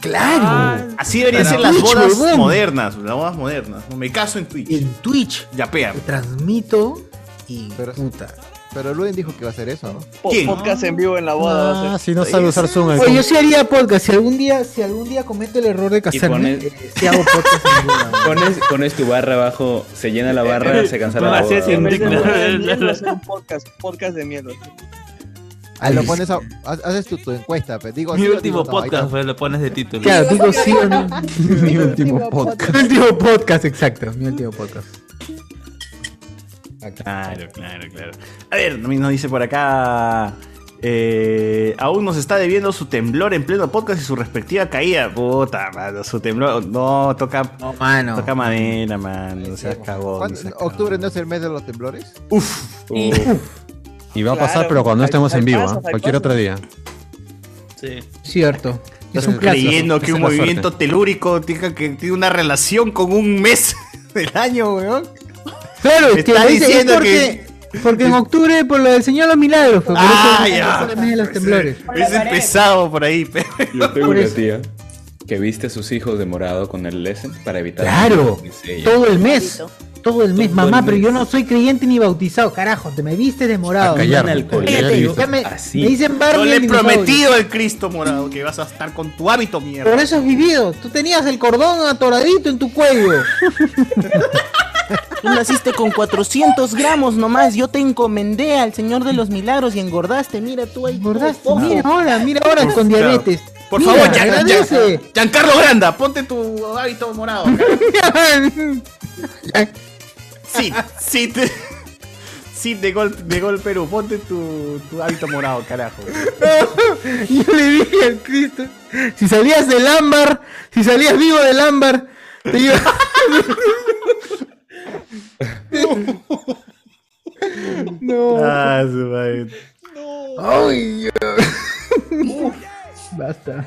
[SPEAKER 1] ¡Claro!
[SPEAKER 4] Ah, Así deberían ser las
[SPEAKER 1] Twitch,
[SPEAKER 4] bodas
[SPEAKER 1] huevón.
[SPEAKER 4] modernas, las bodas modernas. No, Me caso en Twitch. En
[SPEAKER 1] Twitch.
[SPEAKER 4] Yapear.
[SPEAKER 1] Transmito y
[SPEAKER 3] puta. Pero Luden dijo que va a hacer eso, ¿no?
[SPEAKER 16] Po-
[SPEAKER 4] ¿Quién?
[SPEAKER 16] Podcast en vivo en la boda. va a
[SPEAKER 2] Ah,
[SPEAKER 16] ser.
[SPEAKER 2] si no sabe usar Zoom.
[SPEAKER 1] Oye, yo sí haría podcast. Si algún día, si algún día cometo el error de casarme,
[SPEAKER 10] pones-
[SPEAKER 1] eh, sí hago podcast. en vivo.
[SPEAKER 10] Pones, pones tu barra abajo, se llena la barra, se cancela la
[SPEAKER 16] Así
[SPEAKER 10] boda.
[SPEAKER 16] es, en vez de
[SPEAKER 10] ¿no?
[SPEAKER 16] hablar de mierda, hacer un podcast, podcast de mierda.
[SPEAKER 3] Ah, lo pones a- ha- haces tu, tu encuesta, pues. digo
[SPEAKER 6] Mi
[SPEAKER 3] sí o
[SPEAKER 6] último
[SPEAKER 3] digo no, ahí
[SPEAKER 6] podcast,
[SPEAKER 3] está.
[SPEAKER 6] pues, lo pones de título.
[SPEAKER 1] Claro, digo sí o no. Mi último podcast. Mi último podcast, exacto. Mi último podcast.
[SPEAKER 4] Ah, Claro, claro, claro. A ver, nos dice por acá. eh, aún nos está debiendo su temblor en pleno podcast y su respectiva caída. Puta, mano, su temblor. No, toca.
[SPEAKER 1] mano.
[SPEAKER 4] Toca madera, mano. No seas cagón.
[SPEAKER 1] Oh,
[SPEAKER 3] ¿Cuándo-
[SPEAKER 4] no seas
[SPEAKER 3] ¿Octubre no es el mes de los temblores?
[SPEAKER 4] Uf.
[SPEAKER 2] Y va a pasar, pero cuando no estemos en vivo, ¿ah? cualquier otro día.
[SPEAKER 1] Cierto. Es un clásico.
[SPEAKER 4] creyendo que
[SPEAKER 2] Esa
[SPEAKER 4] un
[SPEAKER 2] es la
[SPEAKER 4] movimiento telúrico tenga que tiene una relación con un mes del año, weón.
[SPEAKER 1] Claro,
[SPEAKER 4] Me
[SPEAKER 1] que
[SPEAKER 4] está
[SPEAKER 1] lo dice- es
[SPEAKER 4] diciendo
[SPEAKER 1] porque, porque en octubre por lo del Señor los Milagros. fue por
[SPEAKER 4] Ah,
[SPEAKER 1] eso
[SPEAKER 4] ya.
[SPEAKER 1] es el mes de los temblores.
[SPEAKER 4] Es empezado por ahí, pero.
[SPEAKER 10] Yo tengo
[SPEAKER 1] Por
[SPEAKER 10] una
[SPEAKER 1] eso.
[SPEAKER 10] tía que viste a sus hijos de morado con el lesson para evitar.
[SPEAKER 1] Claro,
[SPEAKER 10] que se ella.
[SPEAKER 1] Todo el mes. Todo el mes,
[SPEAKER 10] Todo
[SPEAKER 1] mamá,
[SPEAKER 10] el
[SPEAKER 1] pero
[SPEAKER 10] mes.
[SPEAKER 1] yo no soy creyente ni bautizado, carajo, te me viste de morado.
[SPEAKER 10] A callar,
[SPEAKER 1] Ya
[SPEAKER 10] alcohol,
[SPEAKER 1] me-
[SPEAKER 10] ya le he visto.
[SPEAKER 1] ya me,
[SPEAKER 10] Así.
[SPEAKER 1] me dicen Barbie.
[SPEAKER 4] Yo le he
[SPEAKER 1] el dinosaurio.
[SPEAKER 4] prometido al Cristo morado que vas a estar con tu hábito, mierda.
[SPEAKER 1] Por eso has vivido. Tú tenías el cordón atoradito en tu cuello.
[SPEAKER 7] Tú naciste con 400 gramos nomás, yo te encomendé al Señor de los Milagros y engordaste, mira tú ahí. Engordaste,
[SPEAKER 1] Mira ahora, mira ahora con diabetes.
[SPEAKER 4] Por
[SPEAKER 1] Mira,
[SPEAKER 4] favor, Gian-
[SPEAKER 1] agradece.
[SPEAKER 4] Gian- Giancarlo Granda, ponte tu hábito morado. Sí, sí, te- sí, de gol, de gol Perú, ponte tu, tu hábito morado, carajo.
[SPEAKER 1] Yo le dije al Cristo, si salías del ámbar, si salías vivo del ámbar, te iba... no.
[SPEAKER 4] Ah, su madre.
[SPEAKER 1] Ay, Basta.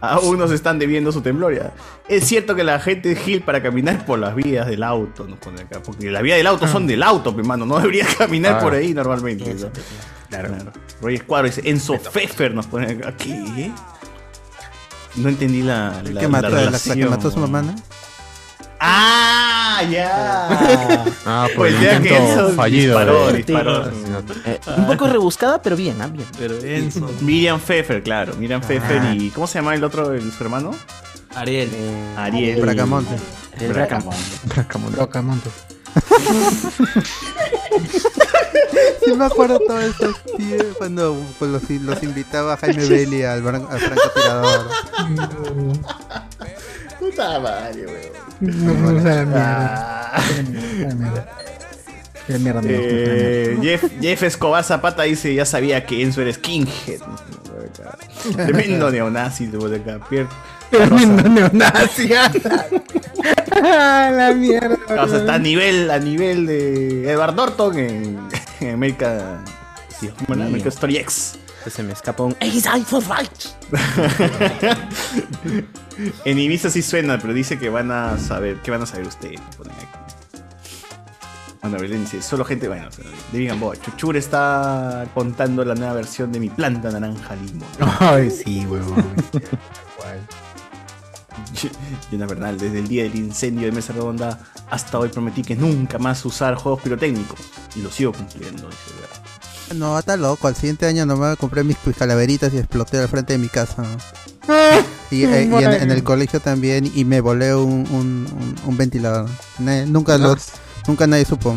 [SPEAKER 4] Aún nos están debiendo su temblor ya. Es cierto que la gente es gil para caminar por las vías del auto, nos pone acá, porque las vías del auto
[SPEAKER 13] Ah.
[SPEAKER 4] son del auto, mi hermano, no deberías caminar
[SPEAKER 2] Claro.
[SPEAKER 4] por ahí normalmente. ¿no? Claro, claro. Roy Escuadro dice, Enzo Pfeffer nos pone acá. ¿Qué? No entendí la. la
[SPEAKER 13] que mató,
[SPEAKER 4] la
[SPEAKER 13] la, la que
[SPEAKER 4] relación,
[SPEAKER 13] mató a su
[SPEAKER 4] weón.
[SPEAKER 13] mamá, ¿no?
[SPEAKER 4] ¡Ah! ¡Ya!
[SPEAKER 2] Ah,
[SPEAKER 4] por el día que
[SPEAKER 2] intento
[SPEAKER 4] Enzo
[SPEAKER 2] fallido de-
[SPEAKER 4] Disparó, disparó.
[SPEAKER 7] Eh, un poco rebuscada, pero Ah. bien, ah, bien.
[SPEAKER 4] Pero Enzo. Miriam Pfeffer, claro. Miriam Pfeffer y. ¿Cómo se llama el otro, el, su hermano? Eh,
[SPEAKER 7] Ariel.
[SPEAKER 1] Ah,
[SPEAKER 4] Ariel.
[SPEAKER 13] Bracamonte.
[SPEAKER 4] Ariel Bracamonte.
[SPEAKER 1] Bracamonte. Bracamonte.
[SPEAKER 13] Sí me acuerdo todo eso, tío, cuando pues, los, los invitaba a Jaime Bailey al, bran- al francotirador.
[SPEAKER 3] Puta madre, weón.
[SPEAKER 1] No, o sea, la mierda.
[SPEAKER 4] Ah.
[SPEAKER 1] La mierda. La mierda, me gusta, la mierda.
[SPEAKER 4] Eh, Jeff, Jeff Escobar Zapata dice: Ya sabía que Enzo era skinhead. Tremendo neonazi, de por acá. Pier-
[SPEAKER 1] Tremendo neonazi. Ah, la mierda.
[SPEAKER 4] O sea, está a nivel, a nivel de Edward Norton en, en América. Sí, ¿cómo era?
[SPEAKER 7] mío.
[SPEAKER 4] American Story X.
[SPEAKER 7] Se me escapó un. "Hey, I'm for right".
[SPEAKER 4] En Ibiza sí suena, pero dice que van a saber, que van a saber ustedes. Ponen aquí. Ana Belén dice, solo gente, bueno, o sea, de Vegan Boy. Chuchur está contando la nueva versión de mi planta naranja limón.
[SPEAKER 1] Ay, sí, huevón.
[SPEAKER 4] Yona Bernal, desde el día del incendio de Mesa Redonda hasta hoy prometí que nunca más usar juegos pirotécnicos. Y lo sigo cumpliendo. dice, "Ya".
[SPEAKER 13] No, está loco. Al siguiente año nomás compré mis pues, calaveritas y exploté al frente de mi casa. ¿no? Y, eh, y en, en el colegio también. Y me volé un, un- un- un ventilador. Ne- nunca, lo, nunca nadie supo.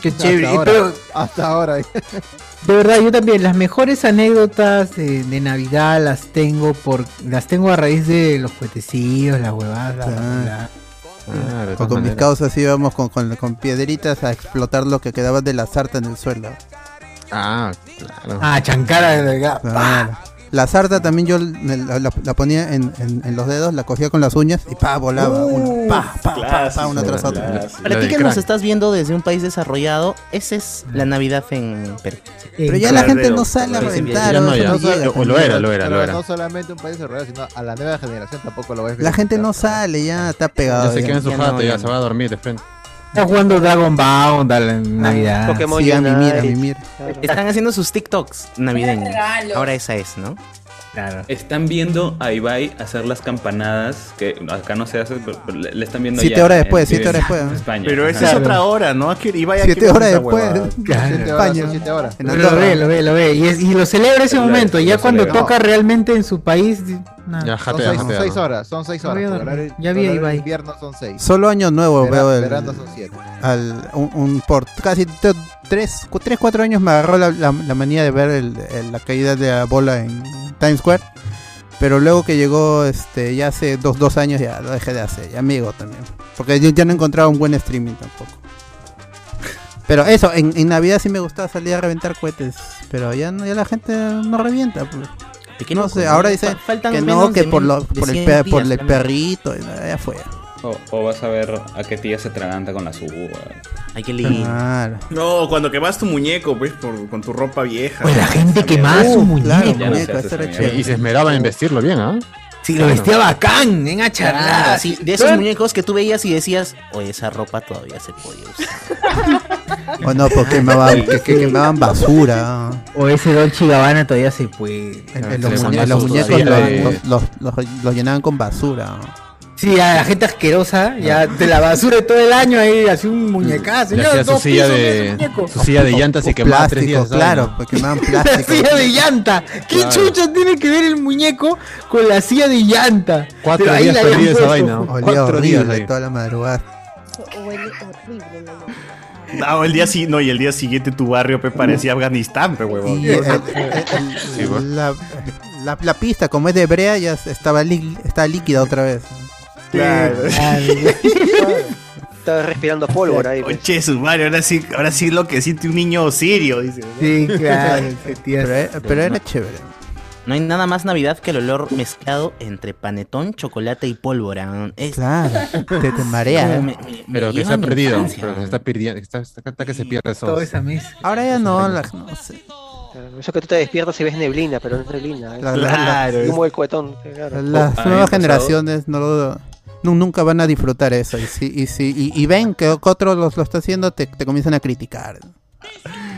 [SPEAKER 1] Qué chévere.
[SPEAKER 13] Hasta ahora.
[SPEAKER 1] Pero,
[SPEAKER 13] Hasta ahora.
[SPEAKER 1] De verdad, yo también. Las mejores anécdotas de, de Navidad las tengo por las tengo a raíz de los cuetecillos, las huevadas. la- la-
[SPEAKER 2] Ah,
[SPEAKER 13] O
[SPEAKER 1] de todas
[SPEAKER 13] con mis
[SPEAKER 1] maneras.
[SPEAKER 13] causas íbamos con, con, con piedritas a explotar lo que quedaba de la sarta en el suelo.
[SPEAKER 2] Ah, claro.
[SPEAKER 1] Ah, chancara de Ah. la
[SPEAKER 13] Claro. La sarta también yo la, la- la ponía en, en- en los dedos, la cogía con las uñas y pa,
[SPEAKER 2] Uh,
[SPEAKER 1] Uh,
[SPEAKER 13] volaba. una, pa, pa, pa, pa, una tras otra.
[SPEAKER 7] Para ti que nos estás viendo desde un país desarrollado, esa es la Navidad en Perú.
[SPEAKER 13] Pero ya la gente no sale a reventar. o eso no llega.
[SPEAKER 3] Pero No solamente un país desarrollado, sino a la nueva generación tampoco lo voy a
[SPEAKER 13] La gente no sale, ya está pegado.
[SPEAKER 2] Ya se queda en su
[SPEAKER 13] Ah, Ya
[SPEAKER 2] jato,
[SPEAKER 13] no,
[SPEAKER 2] ya,
[SPEAKER 13] ya
[SPEAKER 2] se
[SPEAKER 13] no.
[SPEAKER 2] va a dormir de frente.
[SPEAKER 1] Está jugando Dragon Ball en Navidad.
[SPEAKER 7] Pokémon
[SPEAKER 1] Sí, a mimir,
[SPEAKER 7] Unite.
[SPEAKER 1] a mimir.
[SPEAKER 7] Están haciendo sus TikToks navideños.
[SPEAKER 10] Regalos.
[SPEAKER 7] Ahora esa es, ¿no?
[SPEAKER 10] Están viendo a Ibai hacer las campanadas, que acá no se hace, pero pero le, le están viendo
[SPEAKER 13] Siete
[SPEAKER 10] ya
[SPEAKER 13] horas
[SPEAKER 10] en-
[SPEAKER 13] después,
[SPEAKER 10] en
[SPEAKER 13] siete horas después,
[SPEAKER 10] en
[SPEAKER 13] ¿no?
[SPEAKER 10] España.
[SPEAKER 4] Pero esa es
[SPEAKER 10] Ajá.
[SPEAKER 4] otra hora, ¿no? Aquí, Ibai, aquí
[SPEAKER 13] Siete
[SPEAKER 4] no
[SPEAKER 13] horas
[SPEAKER 4] usa
[SPEAKER 13] después.
[SPEAKER 4] huevada.
[SPEAKER 13] Siete horas, son siete horas. En
[SPEAKER 1] Pero lo
[SPEAKER 13] Andorra.
[SPEAKER 1] ve, lo ve, lo ve. Y, es- y lo celebra ese
[SPEAKER 13] Lo-
[SPEAKER 1] momento.
[SPEAKER 13] lo
[SPEAKER 1] ya cuando
[SPEAKER 13] celebra.
[SPEAKER 1] toca realmente en su país. di- nah.
[SPEAKER 2] Ya
[SPEAKER 3] Son
[SPEAKER 2] jatea,
[SPEAKER 3] seis,
[SPEAKER 2] jatea,
[SPEAKER 3] seis
[SPEAKER 2] ¿no?
[SPEAKER 3] horas, son seis
[SPEAKER 1] Ya
[SPEAKER 3] horas.
[SPEAKER 1] voy a
[SPEAKER 3] por
[SPEAKER 1] dormir.
[SPEAKER 3] horario-
[SPEAKER 1] Ya
[SPEAKER 3] por
[SPEAKER 1] vi a
[SPEAKER 3] horario
[SPEAKER 1] Ibai.
[SPEAKER 3] invierno son seis.
[SPEAKER 13] Solo año nuevo
[SPEAKER 3] Vera-
[SPEAKER 13] veo el-
[SPEAKER 3] verano son siete.
[SPEAKER 13] al- un, un por casi 3, 4 años me agarró la, la- la manía de ver el- el- la caída de la bola en Times Square. Pero luego que llegó este ya hace 2 dos, dos años ya lo dejé de hacer, ya amigo también. Porque yo ya no encontraba un buen streaming tampoco. Pero eso, en, en Navidad sí me gustaba salir a reventar cohetes, pero ya, no- ya la gente no revienta. pues.
[SPEAKER 7] Qué
[SPEAKER 13] No
[SPEAKER 7] loco,
[SPEAKER 13] sé, ahora
[SPEAKER 7] Fa-
[SPEAKER 13] dicen
[SPEAKER 7] faltan
[SPEAKER 13] que
[SPEAKER 7] menos
[SPEAKER 13] no, que
[SPEAKER 7] de
[SPEAKER 13] por,
[SPEAKER 7] mil-
[SPEAKER 13] lo-
[SPEAKER 7] de
[SPEAKER 13] por el,
[SPEAKER 7] 100
[SPEAKER 13] pe-
[SPEAKER 7] días,
[SPEAKER 13] por el
[SPEAKER 7] la mitad.
[SPEAKER 13] perrito, y nada, ya fue.
[SPEAKER 10] O, o vas a ver a qué tía se traganta con las uvas.
[SPEAKER 7] Hay que
[SPEAKER 13] Claro.
[SPEAKER 4] No, cuando quemas tu muñeco, pues, por, con tu ropa vieja. Uh,
[SPEAKER 1] Pues la gente quemaba su muñeco.
[SPEAKER 2] Y, y se esmeraba en vestirlo bien, ¿ah?
[SPEAKER 1] Sí, lo vestía bacán, en
[SPEAKER 7] Claro,
[SPEAKER 1] acharrada.
[SPEAKER 7] sí, de esos muñecos que tú veías y decías, oye, esa ropa todavía se puede usar.
[SPEAKER 13] O Oh, no, porque quemaban, que, que quemaban basura.
[SPEAKER 2] Ah,
[SPEAKER 1] O ese Dolce y Gabbana todavía se puede.
[SPEAKER 13] En los, Ah, muñe- los muñecos los, los- los- los- los llenaban con basura.
[SPEAKER 1] Sí, a la gente asquerosa, ya de la basura de todo el año ahí, así un muñecazo.
[SPEAKER 2] Le
[SPEAKER 1] Ya,
[SPEAKER 2] hacía su
[SPEAKER 1] Ah, dos
[SPEAKER 2] silla
[SPEAKER 1] pisos de
[SPEAKER 2] de,
[SPEAKER 1] ese muñeco.
[SPEAKER 2] su silla de llantas y
[SPEAKER 13] O
[SPEAKER 2] quemaba tres
[SPEAKER 13] plástico,
[SPEAKER 2] días. ¿sabes?
[SPEAKER 13] claro, pues quemaban
[SPEAKER 1] La
[SPEAKER 13] plástico.
[SPEAKER 1] silla de llanta. ¿Qué
[SPEAKER 2] Claro.
[SPEAKER 1] chucha tiene que ver el muñeco con la silla de llanta?
[SPEAKER 2] Cuatro
[SPEAKER 1] Pero ahí
[SPEAKER 2] días
[SPEAKER 1] la habían
[SPEAKER 2] perdido esa
[SPEAKER 1] puesto.
[SPEAKER 2] vaina.
[SPEAKER 13] Olía
[SPEAKER 2] Cuatro días
[SPEAKER 13] horrible
[SPEAKER 2] ahí.
[SPEAKER 13] toda la madrugada.
[SPEAKER 12] Huele horrible la llanta.
[SPEAKER 4] Ah, o el día sí, no, y el día siguiente tu barrio pe, parecía Afganistán, pe, huevón.
[SPEAKER 13] Y, eh, eh, eh,
[SPEAKER 4] Sí, pues.
[SPEAKER 13] la, la- la pista, como es de brea, ya estaba, lí- estaba líquida otra vez.
[SPEAKER 4] Claro.
[SPEAKER 1] Ah,
[SPEAKER 8] Estaba respirando pólvora ahí. pues.
[SPEAKER 4] Oye, su madre, ahora sí, ahora sí lo que siente un niño sirio, dice.
[SPEAKER 1] Sí,
[SPEAKER 13] Pero, eh, pero era chévere.
[SPEAKER 7] No hay nada más Navidad que el olor mezclado entre panetón, chocolate y pólvora. Es-
[SPEAKER 13] Claro, te, te marea.
[SPEAKER 7] Me- me- me
[SPEAKER 2] Pero que
[SPEAKER 7] lleva
[SPEAKER 2] se
[SPEAKER 7] a
[SPEAKER 2] ha
[SPEAKER 7] mi
[SPEAKER 2] perdido.
[SPEAKER 7] infancia.
[SPEAKER 2] Pero se está perdiendo. Está, está- está que se pierde eso.
[SPEAKER 1] Toda esa mezcla.
[SPEAKER 13] Ahora ya no, la- no sé.
[SPEAKER 8] Eso que tú te despiertas y ves neblina, pero no es neblina. Es
[SPEAKER 13] Claro, claro.
[SPEAKER 8] el humo del cohetón. claro.
[SPEAKER 13] Las
[SPEAKER 8] Oh,
[SPEAKER 13] nuevas
[SPEAKER 8] ah, el pasado.
[SPEAKER 13] generaciones no lo- nu- nunca van a disfrutar eso. Y, si, y, si, y, y ven que otro lo, lo está haciendo, te, te comienzan a criticar.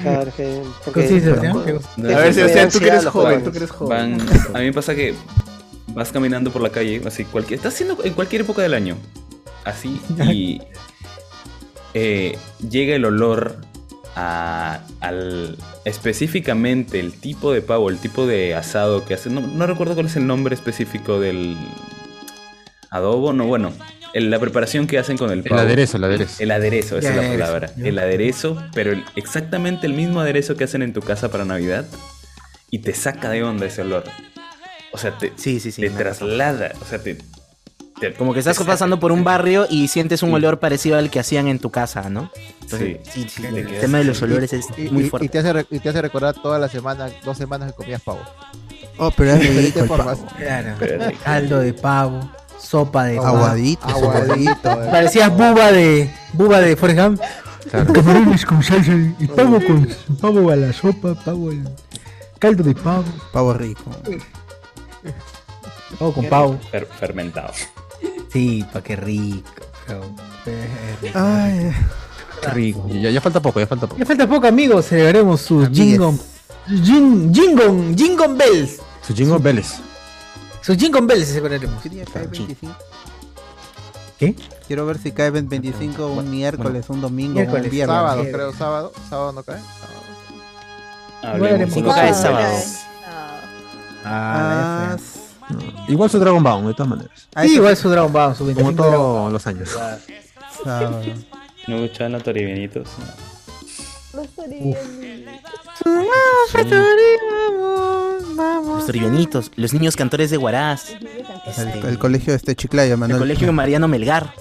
[SPEAKER 8] Claro, que- porque-
[SPEAKER 13] Cosas, ¿no?
[SPEAKER 8] porque-
[SPEAKER 13] A
[SPEAKER 10] pues.
[SPEAKER 8] porque
[SPEAKER 13] ver,
[SPEAKER 8] me
[SPEAKER 13] Sebastián,
[SPEAKER 8] da
[SPEAKER 13] tú que
[SPEAKER 8] ansiedad
[SPEAKER 13] eres
[SPEAKER 8] los
[SPEAKER 13] joven,
[SPEAKER 8] jóvenes.
[SPEAKER 13] tú que eres
[SPEAKER 10] Van- a mí me pasa que vas caminando por la calle, así cualquier, estás haciendo en cualquier época del año, así y eh, llega el olor a- al específicamente el tipo de pavo, el tipo de asado que hacen, no, no recuerdo cuál es el nombre específico del adobo, no bueno, el- la preparación que hacen con el
[SPEAKER 2] El
[SPEAKER 10] pavo.
[SPEAKER 2] aderezo, el aderezo.
[SPEAKER 10] El aderezo, esa
[SPEAKER 2] Ya,
[SPEAKER 10] es la
[SPEAKER 2] ya, ya.
[SPEAKER 10] palabra. El aderezo, pero el- exactamente el mismo aderezo que hacen en tu casa para Navidad y te saca de onda ese olor. O sea, te, te traslada, o sea, te,
[SPEAKER 7] Como que estás pasando por un barrio y sientes un olor parecido al que hacían en tu casa, ¿no?
[SPEAKER 10] Entonces,
[SPEAKER 7] sí, sí, el tema de los olores es este.
[SPEAKER 3] Y-
[SPEAKER 7] muy
[SPEAKER 3] y-
[SPEAKER 7] fuerte.
[SPEAKER 3] Y te hace, re- y te hace recordar todas las semanas, dos semanas que comías pavo.
[SPEAKER 13] Oh, pero es
[SPEAKER 3] De
[SPEAKER 13] rico
[SPEAKER 3] diferentes
[SPEAKER 13] el
[SPEAKER 3] formas.
[SPEAKER 13] pavo.
[SPEAKER 1] Claro.
[SPEAKER 13] Pero rico.
[SPEAKER 1] Caldo de pavo, sopa de pavo.
[SPEAKER 13] Aguadito. Aguadito, eh.
[SPEAKER 1] Parecías buba de buba de Forrest Gump.
[SPEAKER 9] Camarones con salsa y pavo con pavo a la sopa, pavo al caldo de pavo.
[SPEAKER 13] Pavo rico.
[SPEAKER 1] Pavo con pavo.
[SPEAKER 10] fer- fermentado.
[SPEAKER 1] Sí, pa' qué rico. pero-
[SPEAKER 13] Ay.
[SPEAKER 2] Qué rico. Ya, ya falta poco, ya falta poco.
[SPEAKER 1] Ya falta poco, amigos. Celebraremos sus Jingon. Jin- Jingon. Jingon Bells.
[SPEAKER 2] Su chingo Vélez.
[SPEAKER 1] Sus Jingon Bells celebraremos. ¿Qué?
[SPEAKER 13] Quiero ver si cae 25 un miércoles, un domingo,
[SPEAKER 1] Miércoles,
[SPEAKER 13] un viernes.
[SPEAKER 1] sábado,
[SPEAKER 3] Creo sábado, sábado no cae.
[SPEAKER 13] Hablemos
[SPEAKER 2] Bueno,
[SPEAKER 13] de
[SPEAKER 2] cae
[SPEAKER 13] los
[SPEAKER 2] sábado.
[SPEAKER 13] jueves.
[SPEAKER 2] Ah, Igual su Dragon Ball, de todas maneras.
[SPEAKER 1] Sí, igual su Dragon Ball, su
[SPEAKER 2] Como
[SPEAKER 1] 25 Dragon
[SPEAKER 2] todos los años.
[SPEAKER 7] Ah,
[SPEAKER 10] ¿No escuchaban los toribenitos?
[SPEAKER 7] Los trillonitos, los niños cantores de Huaraz. este,
[SPEAKER 13] El, el colegio de este Chiclayo,
[SPEAKER 7] el
[SPEAKER 13] Manuel.
[SPEAKER 7] colegio Mariano Melgar.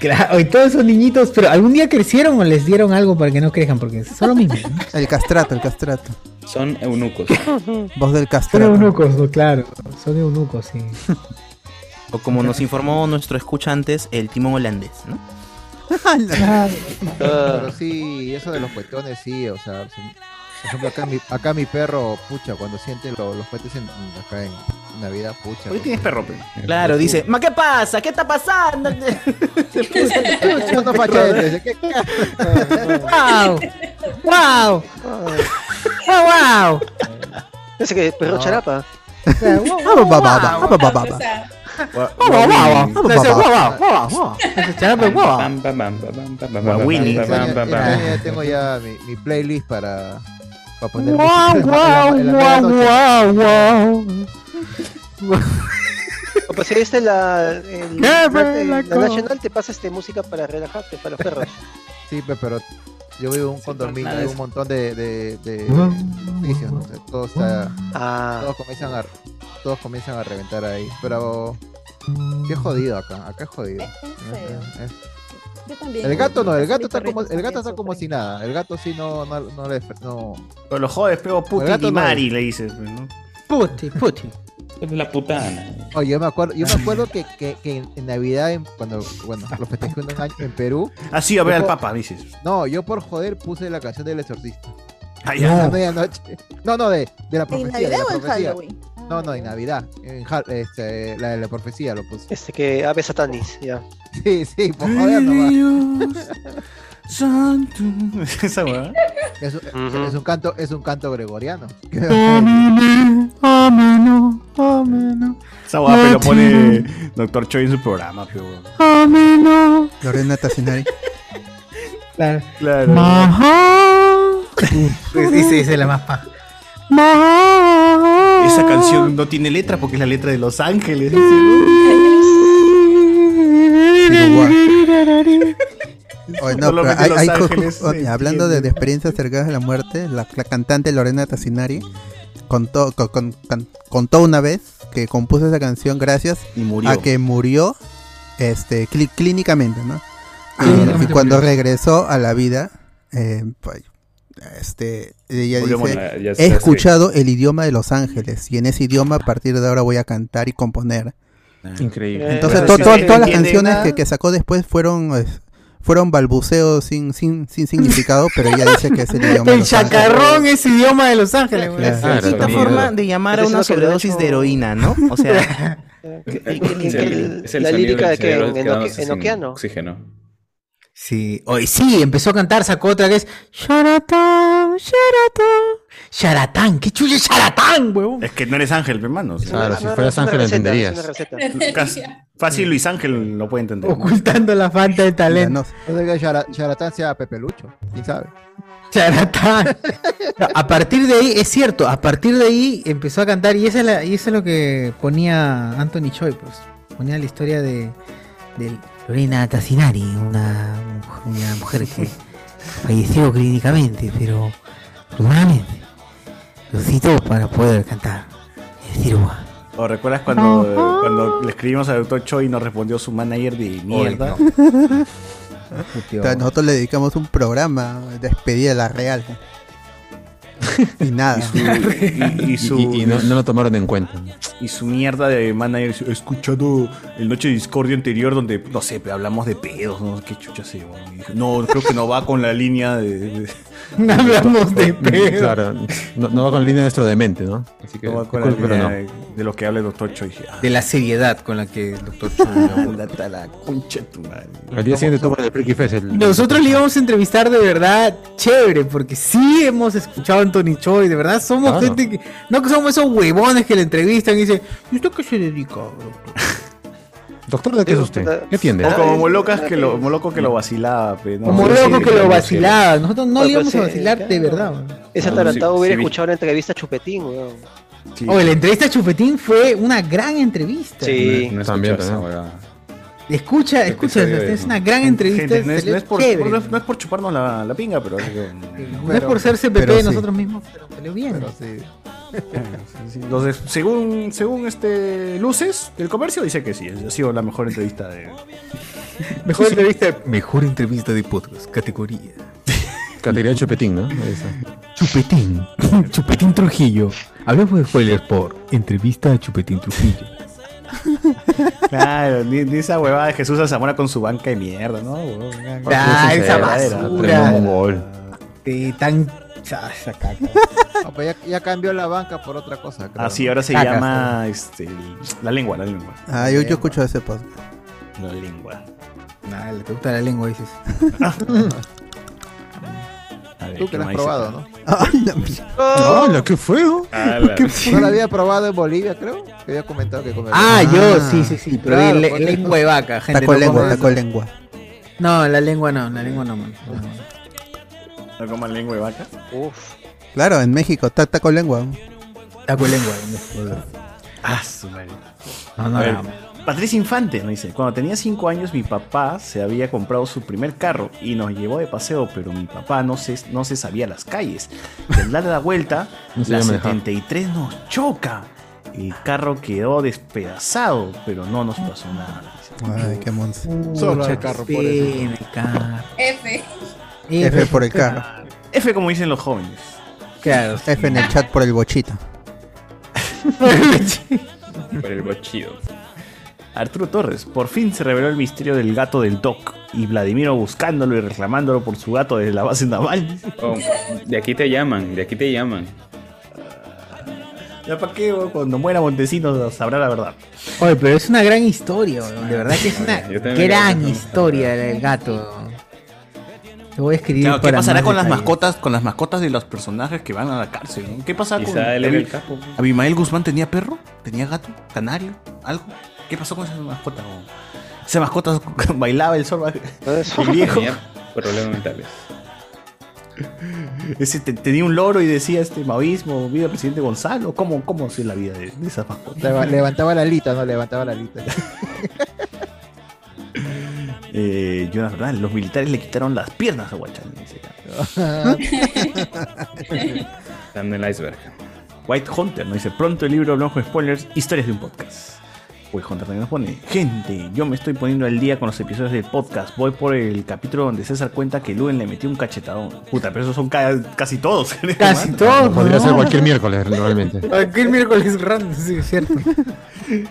[SPEAKER 1] Claro, y todos esos niñitos, pero algún día crecieron o les dieron algo para que no crezcan, porque son lo mismo. ¿no?
[SPEAKER 13] El castrato, el castrato.
[SPEAKER 10] Son eunucos.
[SPEAKER 13] Voz del
[SPEAKER 1] Son
[SPEAKER 13] castrato.
[SPEAKER 1] eunucos, ¿no? claro. Son eunucos, sí.
[SPEAKER 7] O como nos informó nuestro escucha antes, el timón holandés, ¿no?
[SPEAKER 3] Pero sí, eso de los cuetones, sí, o sea, sí. por ejemplo, acá mi, acá mi perro, pucha, cuando siente lo- los cuetes en, acá en Navidad, pucha.
[SPEAKER 4] ¿Por qué tienes perro, pe?
[SPEAKER 7] Claro, dice, ¿ma qué pasa? ¿Qué está pasando?
[SPEAKER 3] No, fachete, ¿qué-
[SPEAKER 1] ¡Wow! ¡Wow! ¡Wow!
[SPEAKER 8] Ah, Ese que perro
[SPEAKER 1] No.
[SPEAKER 8] charapa.
[SPEAKER 13] Ah, Abba, baba, abba, baba, baba.
[SPEAKER 8] Guau, guau, guau.
[SPEAKER 13] Abba, baba.
[SPEAKER 10] Pam, pam, pam, pam, pam, pam, pam,
[SPEAKER 3] Guau,
[SPEAKER 10] pam,
[SPEAKER 3] Willy.
[SPEAKER 10] pam, pam, pam, pam.
[SPEAKER 3] Ya tengo ya mi, mi playlist para, para poner
[SPEAKER 9] Guau,
[SPEAKER 3] en la-
[SPEAKER 9] guau,
[SPEAKER 3] en la
[SPEAKER 9] guau, guau,
[SPEAKER 3] medianoche.
[SPEAKER 9] guau.
[SPEAKER 8] O pues si viste la, el-
[SPEAKER 3] Ya,
[SPEAKER 8] la,
[SPEAKER 3] ve la
[SPEAKER 8] la
[SPEAKER 3] cosa.
[SPEAKER 8] Nacional te pasa este música para relajarte, para los perros.
[SPEAKER 3] Sí, pe- pero yo vivo en un condominio
[SPEAKER 8] nada
[SPEAKER 3] de
[SPEAKER 8] de
[SPEAKER 3] un
[SPEAKER 8] eso.
[SPEAKER 3] montón de, de, de
[SPEAKER 8] Guau,
[SPEAKER 3] edificios, ¿no? O sea, todo está-
[SPEAKER 8] Ah.
[SPEAKER 3] todos comienzan a todos comienzan a reventar ahí, pero qué jodido acá, acá es jodido. Ajá, es- ¿eh?
[SPEAKER 11] Yo también.
[SPEAKER 3] El gato no, el gato está
[SPEAKER 11] Mi
[SPEAKER 3] como el
[SPEAKER 11] perrito
[SPEAKER 3] gato está
[SPEAKER 11] también
[SPEAKER 3] como si nada, el gato sí no no no le no
[SPEAKER 4] Pero lo jodes, pego
[SPEAKER 3] El
[SPEAKER 4] puti
[SPEAKER 3] gato
[SPEAKER 4] y
[SPEAKER 3] no.
[SPEAKER 4] mari, le dices, pues, ¿no?
[SPEAKER 1] Puti, puti.
[SPEAKER 10] La putana.
[SPEAKER 3] Oye, yo me acuerdo, yo me acuerdo que, que, que en en Navidad, en- cuando bueno, lo festejé un año en Perú.
[SPEAKER 4] Así Ah, a ver
[SPEAKER 3] yo
[SPEAKER 4] al
[SPEAKER 3] por-
[SPEAKER 4] papa, dices.
[SPEAKER 3] No, yo por joder puse la canción del exorcista.
[SPEAKER 4] Ah, ya.
[SPEAKER 3] A medianoche. No, no, de, de la profecía.
[SPEAKER 11] Navidad
[SPEAKER 3] de
[SPEAKER 11] o
[SPEAKER 3] la
[SPEAKER 11] en
[SPEAKER 3] profecía.
[SPEAKER 11] Halloween? Ah.
[SPEAKER 3] No, no, en Navidad. En Hal- este, la de la profecía lo puse.
[SPEAKER 8] Este que Aves Satanis, ya.
[SPEAKER 3] Sí, sí, por joder nomás.
[SPEAKER 4] Santo. Esa weá.
[SPEAKER 3] Es, un- es un canto, es un canto gregoriano.
[SPEAKER 4] Oh,
[SPEAKER 9] Ameno, ameno,
[SPEAKER 4] Esa weá, pero lo pone Doctor Choi en su programa, pero.
[SPEAKER 9] ameno.
[SPEAKER 13] Lorena Tassinari.
[SPEAKER 1] Claro.
[SPEAKER 9] Maha,
[SPEAKER 1] Esa es la más paja.
[SPEAKER 9] maha.
[SPEAKER 4] Esa canción no tiene letra porque es la letra de Los Ángeles.
[SPEAKER 13] Oye, no, pero
[SPEAKER 4] Solamente
[SPEAKER 13] hay-
[SPEAKER 4] Los
[SPEAKER 13] hay ju-
[SPEAKER 4] Ángeles
[SPEAKER 13] ju- oye,
[SPEAKER 4] se
[SPEAKER 13] hablando de,
[SPEAKER 4] entiende.
[SPEAKER 13] de experiencias cercanas a la muerte, la, la cantante Lorena Tassinari contó, co- con- can- contó una vez que compuso esa canción gracias a que murió este clí- clínicamente, ¿no? Y- y
[SPEAKER 1] Clínicamente
[SPEAKER 13] cuando regresó a la vida, eh, pues, este, ella
[SPEAKER 10] Murió
[SPEAKER 13] dice,
[SPEAKER 10] mono- ya- ya
[SPEAKER 13] he
[SPEAKER 10] sé".
[SPEAKER 13] escuchado el idioma de Los Ángeles y en ese idioma a partir de ahora voy a cantar y componer.
[SPEAKER 1] Ah.
[SPEAKER 2] Increíble.
[SPEAKER 13] Entonces,
[SPEAKER 2] Eh,
[SPEAKER 13] to-
[SPEAKER 2] sí,
[SPEAKER 13] to-
[SPEAKER 2] sí,
[SPEAKER 13] todas las
[SPEAKER 2] entiende
[SPEAKER 13] canciones
[SPEAKER 2] nada.
[SPEAKER 13] que, que sacó después fueron, eh, fueron balbuceos sin, sin, sin significado, pero ella dice que es el idioma. de
[SPEAKER 1] El
[SPEAKER 13] Los Ángeles.
[SPEAKER 1] chacarrón es idioma de Los Ángeles, güey.
[SPEAKER 13] Claro. Claro,
[SPEAKER 7] Cierta
[SPEAKER 13] también.
[SPEAKER 7] forma de llamar a
[SPEAKER 13] Ese es
[SPEAKER 7] una
[SPEAKER 13] lo que le ha
[SPEAKER 7] sobredosis
[SPEAKER 13] hecho-
[SPEAKER 7] de heroína, ¿no? O sea,
[SPEAKER 8] Es el-
[SPEAKER 10] Es el
[SPEAKER 8] la
[SPEAKER 10] sonido
[SPEAKER 8] lírica
[SPEAKER 10] del
[SPEAKER 8] de que
[SPEAKER 10] cerebro
[SPEAKER 8] en
[SPEAKER 10] quedándose
[SPEAKER 8] enoque-
[SPEAKER 10] sin
[SPEAKER 8] enoqueano.
[SPEAKER 10] Oxígeno.
[SPEAKER 1] Sí, hoy sí, empezó a cantar, sacó otra que es
[SPEAKER 9] Shut up, shut up,
[SPEAKER 1] Charatán, ¿qué chulo es Charatán, huevón?
[SPEAKER 4] Es que no eres Ángel, hermano.
[SPEAKER 2] Claro, si fueras Ángel lo entenderías.
[SPEAKER 4] Casi- Fácil Luis Ángel lo puede entender.
[SPEAKER 1] Ocultando la falta de
[SPEAKER 3] talento. No sé que Shara- Sharatán sea Pepe Lucho, quién sabe.
[SPEAKER 1] Charatán. No, A partir de ahí, es cierto, a partir de ahí empezó a cantar y eso es, la- y esa es lo que ponía Anthony Choi, pues. Ponía la historia de, de Lorena Tassinari, una, muj- una mujer que falleció clínicamente, pero afortunadamente citó para poder cantar. Es decir, guau.
[SPEAKER 4] ¿O recuerdas cuando, eh, cuando le escribimos al doctor Choi y nos respondió su manager de mierda?
[SPEAKER 13] O sea, Nosotros le dedicamos un programa despedida de la Real. Y nada.
[SPEAKER 4] y, su-
[SPEAKER 2] Y no, no lo tomaron en cuenta.
[SPEAKER 4] Y su mierda de manager. He escuchado el Noche de Discordia anterior donde, no sé, pe, hablamos de pedos, ¿no? ¿Qué chucha se llevó? Y dije, No, creo que no va con la línea de... de-
[SPEAKER 1] No hablamos de pedos.
[SPEAKER 2] Claro, no, no va con la línea de nuestro demente, ¿no? Así que,
[SPEAKER 4] no va con la
[SPEAKER 2] disculpe, pero
[SPEAKER 4] línea
[SPEAKER 2] no.
[SPEAKER 4] de, de lo que habla el doctor Choi. Dije, ah,
[SPEAKER 19] De la seriedad con la que el doctor
[SPEAKER 4] Andate a la concha de tu madre.
[SPEAKER 2] Al día siguiente tuvo el Pricky Fest. el-
[SPEAKER 1] Nosotros le íbamos a entrevistar de verdad chévere, porque sí hemos escuchado a Anthony Choi, de verdad somos
[SPEAKER 2] Claro.
[SPEAKER 1] gente que. No que somos esos huevones que le entrevistan y dicen, ¿y usted qué se dedica? doctor?"
[SPEAKER 2] Doctor, ¿de qué es usted? ¿Qué atiende?
[SPEAKER 4] O como Molocas que lo, Moloco que lo vacilaba, pe, ¿no?
[SPEAKER 1] Como
[SPEAKER 4] Sí,
[SPEAKER 1] loco
[SPEAKER 4] sí,
[SPEAKER 1] que
[SPEAKER 4] sí,
[SPEAKER 1] lo
[SPEAKER 4] sí.
[SPEAKER 1] vacilaba. Nosotros no
[SPEAKER 8] Pero
[SPEAKER 1] le íbamos a
[SPEAKER 8] pues, eh,
[SPEAKER 1] vacilar de verdad. man.
[SPEAKER 8] Ese
[SPEAKER 1] Ah,
[SPEAKER 8] atarantado
[SPEAKER 1] sí,
[SPEAKER 8] hubiera
[SPEAKER 1] sí, vi.
[SPEAKER 8] escuchado la entrevista a Chupetín, weón.
[SPEAKER 1] Oye, Oh, la entrevista a Chupetín fue una gran entrevista.
[SPEAKER 8] Sí.
[SPEAKER 2] No, también,
[SPEAKER 10] escuchado
[SPEAKER 2] también.
[SPEAKER 1] Escucha, escucha,
[SPEAKER 4] episodio de-
[SPEAKER 1] es una gran entrevista.
[SPEAKER 4] Este, Gente, no, es,
[SPEAKER 1] salió
[SPEAKER 4] no es por,
[SPEAKER 1] chévere.
[SPEAKER 4] no es- no es por chuparnos la, la pinga, pero...
[SPEAKER 1] No es por ser CPP de nosotros mismos, pero salió bien.
[SPEAKER 4] Los de- según según este Luces del comercio dice que sí, ha sido la mejor entrevista de
[SPEAKER 19] Mejor entrevista, mejor entrevista de podcast, categoría.
[SPEAKER 2] Categoría Chupetín, ¿no?
[SPEAKER 19] Chupetín, Chupetín Trujillo. Hablamos de spoilers por entrevista a Chupetín Trujillo.
[SPEAKER 4] Claro, ni, ni esa huevada de Jesús Zamora con su banca de mierda, ¿no? Huevón,
[SPEAKER 1] Ah,
[SPEAKER 4] Jesús
[SPEAKER 1] esa
[SPEAKER 4] Zamora,
[SPEAKER 1] basura.
[SPEAKER 4] tremendo
[SPEAKER 1] Sí, tan. ah, esa caca.
[SPEAKER 3] No, pues ya, ya cambió la banca por otra cosa. creo,
[SPEAKER 4] Ah, sí,
[SPEAKER 3] ¿no?
[SPEAKER 4] ahora se
[SPEAKER 3] Caca,
[SPEAKER 4] llama este, el- la lengua, la lengua.
[SPEAKER 13] Ah, yo, yo escucho ese podcast.
[SPEAKER 4] La lengua.
[SPEAKER 1] Nah, le te gusta la lengua, dices.
[SPEAKER 4] A ver,
[SPEAKER 3] Tú que
[SPEAKER 4] ¿qué
[SPEAKER 3] lo has
[SPEAKER 4] más
[SPEAKER 3] probado,
[SPEAKER 4] dice acá?
[SPEAKER 3] ¿no?
[SPEAKER 1] pues,
[SPEAKER 2] ¡Ah, la que fue! oh? ¿Qué fue?
[SPEAKER 3] No lo había probado en Bolivia, creo. Que había comentado que comía.
[SPEAKER 1] Ah, yo, sí, sí, sí. Pero
[SPEAKER 3] Claro,
[SPEAKER 1] di le-
[SPEAKER 3] porque-
[SPEAKER 1] lengua de vaca, gente.
[SPEAKER 13] Taco
[SPEAKER 1] no
[SPEAKER 13] lengua,
[SPEAKER 1] coman
[SPEAKER 13] taco
[SPEAKER 1] eso.
[SPEAKER 13] lengua.
[SPEAKER 1] No, la lengua no, la lengua no, man.
[SPEAKER 4] ¿No coman lengua de vaca?
[SPEAKER 8] Uf.
[SPEAKER 13] Claro, en México, ta- taco lengua.
[SPEAKER 1] Taco lengua.
[SPEAKER 4] Ah, su madre.
[SPEAKER 1] No, no,
[SPEAKER 4] A ver,
[SPEAKER 1] no.
[SPEAKER 4] Patricia Infante nos dice, cuando tenía 5 años mi papá se había comprado su primer carro y nos llevó de paseo, pero mi papá no se, no se sabía las calles. Y Al dar la vuelta,
[SPEAKER 2] No sabía
[SPEAKER 4] la
[SPEAKER 2] manejar.
[SPEAKER 4] 73 nos choca. El carro quedó despedazado, pero no nos pasó nada.
[SPEAKER 13] Ay, qué monza.
[SPEAKER 4] Solo al carro, por eso.
[SPEAKER 1] Sí, me cago.
[SPEAKER 15] F.
[SPEAKER 13] F por el carro.
[SPEAKER 4] F como dicen los jóvenes.
[SPEAKER 1] Claro.
[SPEAKER 13] F en el chat por el bochito.
[SPEAKER 10] Por el bochido.
[SPEAKER 4] Arturo Torres, por fin se reveló el misterio del gato del Doc y Vladimiro buscándolo y reclamándolo por su gato desde la base naval.
[SPEAKER 10] Oh, de aquí te llaman, de aquí te llaman.
[SPEAKER 4] Ya para qué, weón? cuando muera Montesinos sabrá la verdad.
[SPEAKER 1] Oye, pero es una gran historia, weón, de verdad que es una
[SPEAKER 4] Yo también creo
[SPEAKER 1] gran
[SPEAKER 4] que es una
[SPEAKER 1] historia la del gato. Te voy a escribir.
[SPEAKER 4] Claro, ¿qué
[SPEAKER 1] para
[SPEAKER 4] pasará
[SPEAKER 1] más
[SPEAKER 4] con las
[SPEAKER 1] detalles.
[SPEAKER 4] mascotas, con las mascotas de los personajes que van a la cárcel? ¿no? ¿Qué pasará
[SPEAKER 10] Quizá
[SPEAKER 4] con
[SPEAKER 10] él era
[SPEAKER 4] Abi-
[SPEAKER 10] el capo.
[SPEAKER 4] Abimael Guzmán tenía perro, tenía gato, canario, algo? ¿Qué pasó con esa mascota? weón? Esa mascota bailaba el sol el viejo.
[SPEAKER 10] Tenía problemas mentales.
[SPEAKER 4] Ese te- tenía un loro y decía este maoísmo, viva presidente Gonzalo. ¿Cómo, cómo es la vida de, de esa mascota?
[SPEAKER 3] Leva- levantaba la alita, no, levantaba la alita.
[SPEAKER 4] Eh, yo, la verdad, los militares le quitaron las piernas a Huachani. dice acá.
[SPEAKER 10] Dando el iceberg.
[SPEAKER 4] White Hunter nos dice: Pronto el libro Blanco de Spoilers, historias de un podcast. White Hunter también nos pone: Gente, yo me estoy poniendo al día con los episodios del podcast. Voy por el capítulo donde César cuenta que Luen le metió un cachetadón. Puta, pero esos son ca- casi todos.
[SPEAKER 1] Casi todos, ¿no?
[SPEAKER 2] Podría ser cualquier miércoles, realmente.
[SPEAKER 1] Aquel miércoles random, sí, es cierto.
[SPEAKER 4] Aquel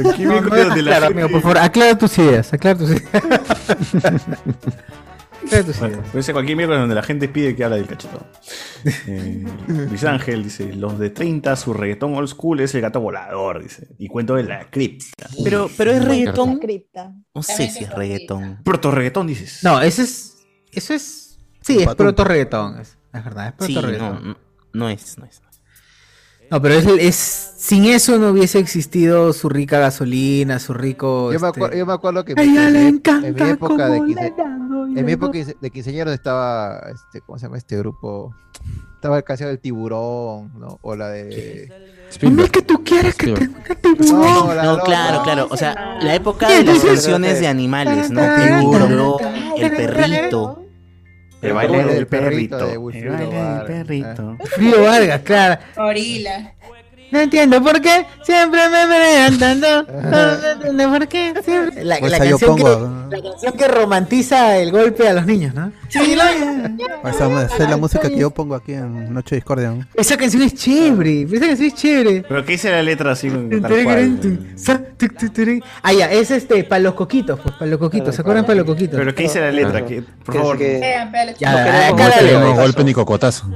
[SPEAKER 1] no, no
[SPEAKER 4] miércoles de la
[SPEAKER 1] aclara,
[SPEAKER 4] gente-
[SPEAKER 1] amigo, por favor, aclara tus ideas, aclara tus ideas.
[SPEAKER 4] Bueno, puede ser cualquier miércoles donde la gente pide que habla del cachetón. Eh, Luis Ángel dice: Los de 30, su reggaetón old school es el gato volador, dice. Y cuento de la cripta.
[SPEAKER 7] Pero, pero es reggaetón.
[SPEAKER 12] cripta.
[SPEAKER 7] No sé si es reggaetón.
[SPEAKER 4] Proto reggaetón, dices.
[SPEAKER 1] No, ese es. Eso es. Sí, es proto reggaetón. Es, es verdad, es
[SPEAKER 7] Sí,
[SPEAKER 1] proto reggaetón.
[SPEAKER 7] no, no, No es, no es.
[SPEAKER 1] No, pero es, es sin eso no hubiese existido su rica gasolina, su rico.
[SPEAKER 3] Yo me,
[SPEAKER 1] este,
[SPEAKER 3] acuer- yo me acuerdo que
[SPEAKER 1] A ella le encanta
[SPEAKER 3] en mi época de
[SPEAKER 1] cómo
[SPEAKER 3] quince-
[SPEAKER 1] le dan,
[SPEAKER 3] en mi
[SPEAKER 1] oye,
[SPEAKER 3] época
[SPEAKER 1] no.
[SPEAKER 3] quince- de quinceañeros estaba este, ¿cómo se llama este grupo? Estaba el canción del tiburón, ¿no? O la de
[SPEAKER 1] que tú quieres
[SPEAKER 3] que
[SPEAKER 1] Pues
[SPEAKER 7] No, claro, claro. O sea, la época de las canciones de animales, ¿no? Tiburón, el perrito.
[SPEAKER 3] El baile
[SPEAKER 7] Tiburón,
[SPEAKER 3] del perrito de
[SPEAKER 7] El baile del
[SPEAKER 4] ¿eh?
[SPEAKER 7] perrito.
[SPEAKER 1] Frío Vargas, claro.
[SPEAKER 15] Gorila.
[SPEAKER 1] No entiendo por qué siempre me menean tanto. No, no entiendo por qué siempre. La,
[SPEAKER 13] Pues
[SPEAKER 1] la
[SPEAKER 13] ahí yo
[SPEAKER 1] canción que,
[SPEAKER 13] pongo.
[SPEAKER 1] la canción que romantiza el golpe a los niños, ¿no? Sí,
[SPEAKER 13] Esa esa es la música que yo pongo aquí en Noche Discordia. ¿no?
[SPEAKER 1] Esa canción es chévere. Esa canción es chévere.
[SPEAKER 4] Pero ¿qué dice la letra así? con tal cual?
[SPEAKER 1] Ah, ya, es este, para los coquitos, pues, para los coquitos. ¿Se acuerdan para los coquitos?
[SPEAKER 4] ¿Pero qué dice la letra?
[SPEAKER 1] Claro.
[SPEAKER 4] Que, por
[SPEAKER 1] Que-
[SPEAKER 4] favor.
[SPEAKER 1] que-
[SPEAKER 15] Pea, pea, le-
[SPEAKER 1] Ya,
[SPEAKER 4] No
[SPEAKER 1] acá
[SPEAKER 4] queremos
[SPEAKER 1] la
[SPEAKER 4] golpe,
[SPEAKER 1] leo.
[SPEAKER 4] no
[SPEAKER 2] golpe ni cocotazo.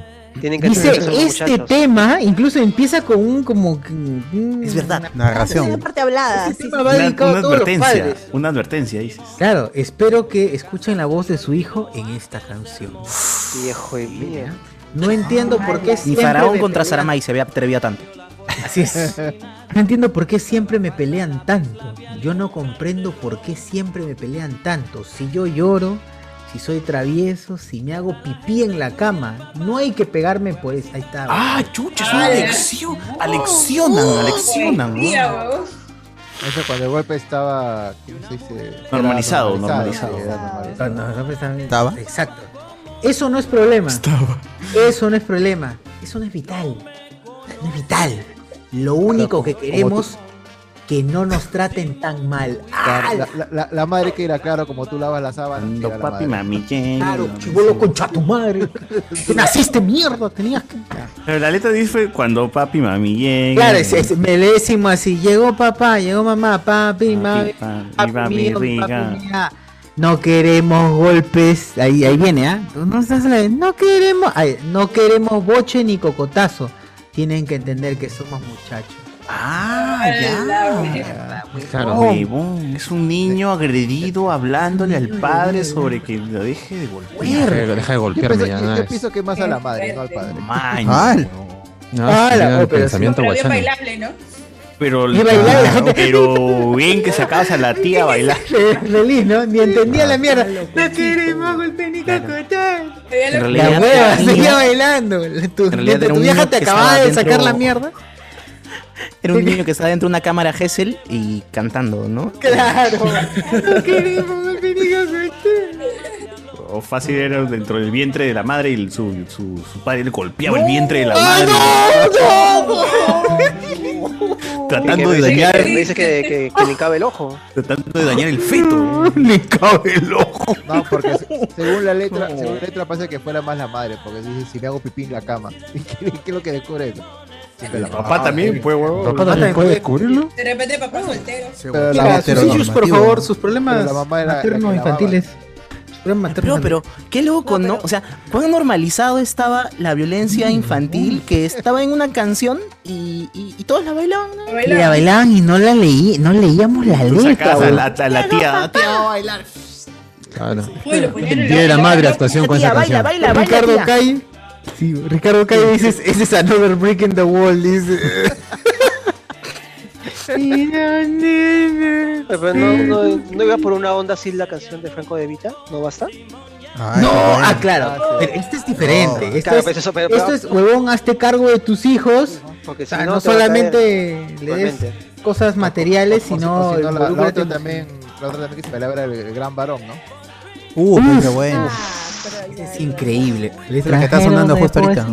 [SPEAKER 8] Tienen
[SPEAKER 1] Dice,
[SPEAKER 8] hacer eso,
[SPEAKER 1] este
[SPEAKER 8] muchachos.
[SPEAKER 1] tema incluso empieza con un como... Es verdad.
[SPEAKER 13] Narración.
[SPEAKER 12] parte hablada.
[SPEAKER 1] Ese tema va dedicado
[SPEAKER 4] una
[SPEAKER 1] a todos los
[SPEAKER 4] advertencia.
[SPEAKER 1] padres.
[SPEAKER 4] Una advertencia, dices.
[SPEAKER 1] Claro, espero que escuchen la voz de su hijo en esta canción.
[SPEAKER 8] Viejo de mierda.
[SPEAKER 1] No entiendo por qué
[SPEAKER 7] Ni
[SPEAKER 1] siempre
[SPEAKER 7] Faraón
[SPEAKER 1] me
[SPEAKER 7] contra
[SPEAKER 1] pelean-
[SPEAKER 7] Saramay se ve atrevido tanto.
[SPEAKER 1] Así es. No entiendo por qué siempre me pelean tanto. Yo no comprendo por qué siempre me pelean tanto. Si yo lloro, si soy travieso, si me hago pipí en la cama, no hay que pegarme por eso. Ahí está.
[SPEAKER 29] Ah,
[SPEAKER 1] chucha,
[SPEAKER 29] es una
[SPEAKER 3] alección.
[SPEAKER 7] Aleccionan,
[SPEAKER 3] Uh,
[SPEAKER 7] aleccionan, ¿no?
[SPEAKER 3] Eso cuando el golpe estaba ¿cómo se dice?
[SPEAKER 4] Normalizado,
[SPEAKER 3] Era
[SPEAKER 4] normalizado.
[SPEAKER 3] sí, era normalizado.
[SPEAKER 1] ¿Estaba? pues, Exacto. Eso no es problema. Eso no es problema. Eso no es vital. No es vital. Lo único que queremos que no nos traten tan mal.
[SPEAKER 3] Claro,
[SPEAKER 1] ¡Ah!
[SPEAKER 3] La, la- la- la madre que era claro como tú lavas la sábana.
[SPEAKER 4] Cuando papi, mami,
[SPEAKER 1] Claro, chivolo concha tu madre. Tú naciste mierda, tenías que.
[SPEAKER 4] Pero la letra dice fue cuando papi, mami, lleguen.
[SPEAKER 1] Claro, es, es melésimo así. Llegó papá, llegó mamá, papi, mami.
[SPEAKER 4] papi,
[SPEAKER 1] papi
[SPEAKER 4] papi,
[SPEAKER 1] mío, papi
[SPEAKER 4] rica.
[SPEAKER 1] mía. No queremos golpes. Ahí, ahí viene, ¿ah? Tú No, estás a la- no queremos. ay, no queremos boche ni cocotazo. Tienen que entender que somos muchachos. Ah,
[SPEAKER 15] ya.
[SPEAKER 4] Claro,
[SPEAKER 1] Oh.
[SPEAKER 4] huevón, es un niño agredido hablándole al padre sobre que lo deje de golpear.
[SPEAKER 2] Deja de- deja de
[SPEAKER 3] Yo,
[SPEAKER 2] golpearme
[SPEAKER 3] pienso,
[SPEAKER 2] ya,
[SPEAKER 3] yo-
[SPEAKER 2] nada
[SPEAKER 3] yo
[SPEAKER 2] es-
[SPEAKER 3] pienso que más a la madre, no al padre.
[SPEAKER 4] Maño,
[SPEAKER 2] No,
[SPEAKER 4] Ah,
[SPEAKER 2] sí,
[SPEAKER 4] la-
[SPEAKER 2] era
[SPEAKER 4] oh,
[SPEAKER 2] el
[SPEAKER 4] pero
[SPEAKER 2] pensamiento
[SPEAKER 15] Pero bien
[SPEAKER 2] guachano.
[SPEAKER 15] bailable, ¿no?
[SPEAKER 4] Pero,
[SPEAKER 1] Y bailar, la gente-
[SPEAKER 4] pero bien que sacabas a la tía a bailar.
[SPEAKER 1] Feliz, ¿no? Ni entendía la mierda. No queremos golpes ni cocotazo. La hueva, seguía bailando. Tu,
[SPEAKER 7] En realidad
[SPEAKER 1] tu-
[SPEAKER 7] era
[SPEAKER 1] tu
[SPEAKER 7] un
[SPEAKER 1] vieja
[SPEAKER 7] niño
[SPEAKER 1] te
[SPEAKER 7] que
[SPEAKER 1] acababa
[SPEAKER 7] estaba
[SPEAKER 1] de sacar
[SPEAKER 7] dentro-
[SPEAKER 1] la mierda.
[SPEAKER 7] Era un niño que estaba dentro de una cámara Gesell y cantando, ¿no?
[SPEAKER 1] Claro. No queremos golpes ni cocotazo.
[SPEAKER 4] O fácil era dentro del vientre de la madre y su, su, su padre le golpeaba el vientre de la
[SPEAKER 1] ¡Ah,
[SPEAKER 4] madre. Tratando de
[SPEAKER 8] Me dice que-
[SPEAKER 4] dañar
[SPEAKER 8] Me dice que, que, que le cabe el ojo.
[SPEAKER 4] Tratando de dañar el feto.
[SPEAKER 1] Le cabe el ojo.
[SPEAKER 3] No, porque se- según la letra, según la letra pasa que fuera más la madre, porque dice si me hago pipí en la cama. ¿Y qué, qué es lo que descubre eso? Siempre la
[SPEAKER 4] Papá
[SPEAKER 3] mamá,
[SPEAKER 4] también,
[SPEAKER 3] sí.
[SPEAKER 4] pues, huevón.
[SPEAKER 2] Papá también puede descubrirlo.
[SPEAKER 15] De repente papá soltero.
[SPEAKER 3] Pero la-
[SPEAKER 1] Mira, Ah, sus
[SPEAKER 3] Ah, pero
[SPEAKER 1] issues, por
[SPEAKER 3] normativo.
[SPEAKER 1] favor, sus problemas
[SPEAKER 3] Pero la mamá era la que
[SPEAKER 1] maternos
[SPEAKER 3] lavaba.
[SPEAKER 1] infantiles.
[SPEAKER 7] Pero, pero, qué loco, ¿no? O sea, cuán normalizado estaba la
[SPEAKER 1] Mm.
[SPEAKER 7] violencia infantil que estaba en una canción y, y- y todos la bailaban, ¿no?
[SPEAKER 1] Y la bailaban y no la leí, no leíamos la
[SPEAKER 4] Tú
[SPEAKER 1] letra.
[SPEAKER 4] sacabas a la,
[SPEAKER 1] güey.
[SPEAKER 4] a la tía.
[SPEAKER 7] Tía, va a bailar.
[SPEAKER 2] Claro.
[SPEAKER 7] Uy, lo ponían en la
[SPEAKER 2] Día de la
[SPEAKER 7] boca,
[SPEAKER 2] madre
[SPEAKER 7] la
[SPEAKER 2] actuación con
[SPEAKER 7] tía,
[SPEAKER 2] esa
[SPEAKER 7] baila,
[SPEAKER 2] canción.
[SPEAKER 7] baila, baila,
[SPEAKER 1] Ricardo
[SPEAKER 7] tía.
[SPEAKER 1] Calle. Sí, Ricardo Calle dice, ese es another brick in the wall, dice.
[SPEAKER 8] Pero no, no, no iba por una onda así la canción de Franco de Vita, ¿no basta?
[SPEAKER 1] no, ah, claro. Pero este es diferente.
[SPEAKER 8] No,
[SPEAKER 1] esto,
[SPEAKER 8] claro,
[SPEAKER 1] es,
[SPEAKER 8] pues eso, pero- pero-
[SPEAKER 1] esto es, huevón, hazte cargo de tus hijos.
[SPEAKER 8] Porque
[SPEAKER 1] O sea,
[SPEAKER 8] si
[SPEAKER 1] no,
[SPEAKER 8] no, te va a
[SPEAKER 1] solamente
[SPEAKER 8] caer.
[SPEAKER 1] le des
[SPEAKER 8] Igualmente.
[SPEAKER 1] cosas materiales, sino...
[SPEAKER 3] O si no, la, la
[SPEAKER 1] involúcrate
[SPEAKER 3] otra
[SPEAKER 1] en-
[SPEAKER 3] también, la otra también que se peleaba era el, el gran varón, ¿no?
[SPEAKER 13] Uh,
[SPEAKER 1] Uf. Ah,
[SPEAKER 13] qué bueno.
[SPEAKER 1] Es increíble.
[SPEAKER 13] Es la que está sonando justo ahorita.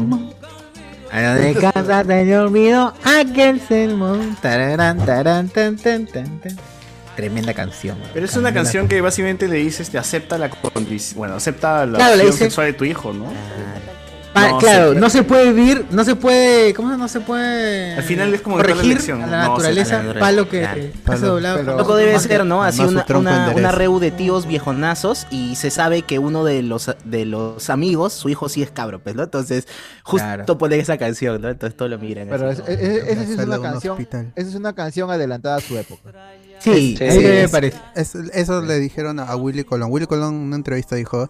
[SPEAKER 1] A la de casa del olvido, aquel sermón. Tararán, tarán, tan, tan, tan, tan. Tremenda canción.
[SPEAKER 4] Pero es una canción que básicamente le dice, este, acepta la condic- bueno, acepta la
[SPEAKER 1] Claro, le
[SPEAKER 4] opción
[SPEAKER 1] dice-
[SPEAKER 4] sexual de tu hijo, ¿no?
[SPEAKER 1] Pa-
[SPEAKER 4] No,
[SPEAKER 1] claro,
[SPEAKER 4] sí.
[SPEAKER 1] no se puede vivir, no se puede. ¿Cómo no se puede?
[SPEAKER 4] Al final es como que toda la
[SPEAKER 1] corregir
[SPEAKER 4] elección,
[SPEAKER 1] a la
[SPEAKER 4] ¿no?
[SPEAKER 1] naturaleza,
[SPEAKER 4] Sí, claro.
[SPEAKER 1] palo que
[SPEAKER 4] Claro.
[SPEAKER 1] te hace
[SPEAKER 4] Palo,
[SPEAKER 1] doblado.
[SPEAKER 4] pero-
[SPEAKER 7] Loco debe ser, ¿no? Así
[SPEAKER 1] Además, su
[SPEAKER 7] una,
[SPEAKER 1] tronco
[SPEAKER 7] una,
[SPEAKER 1] endereza.
[SPEAKER 7] una reu de tíos viejonazos y se sabe que uno de los, de los amigos, su hijo sí es cabro, pues, ¿no? Entonces, justo pone esa canción, ¿no? Entonces todos lo miran.
[SPEAKER 3] Pero
[SPEAKER 7] así,
[SPEAKER 3] es-
[SPEAKER 7] ¿no?
[SPEAKER 3] es- es- Pues, e, esa sí es
[SPEAKER 13] Abrazarla a
[SPEAKER 3] una
[SPEAKER 13] un
[SPEAKER 3] canción,
[SPEAKER 13] hospital.
[SPEAKER 3] esa es una canción adelantada a su época.
[SPEAKER 1] Sí,
[SPEAKER 13] Sí,
[SPEAKER 1] ahí me
[SPEAKER 13] es-
[SPEAKER 1] parece.
[SPEAKER 13] es- eso le dijeron a Willy Colón. Willy Colón en una entrevista dijo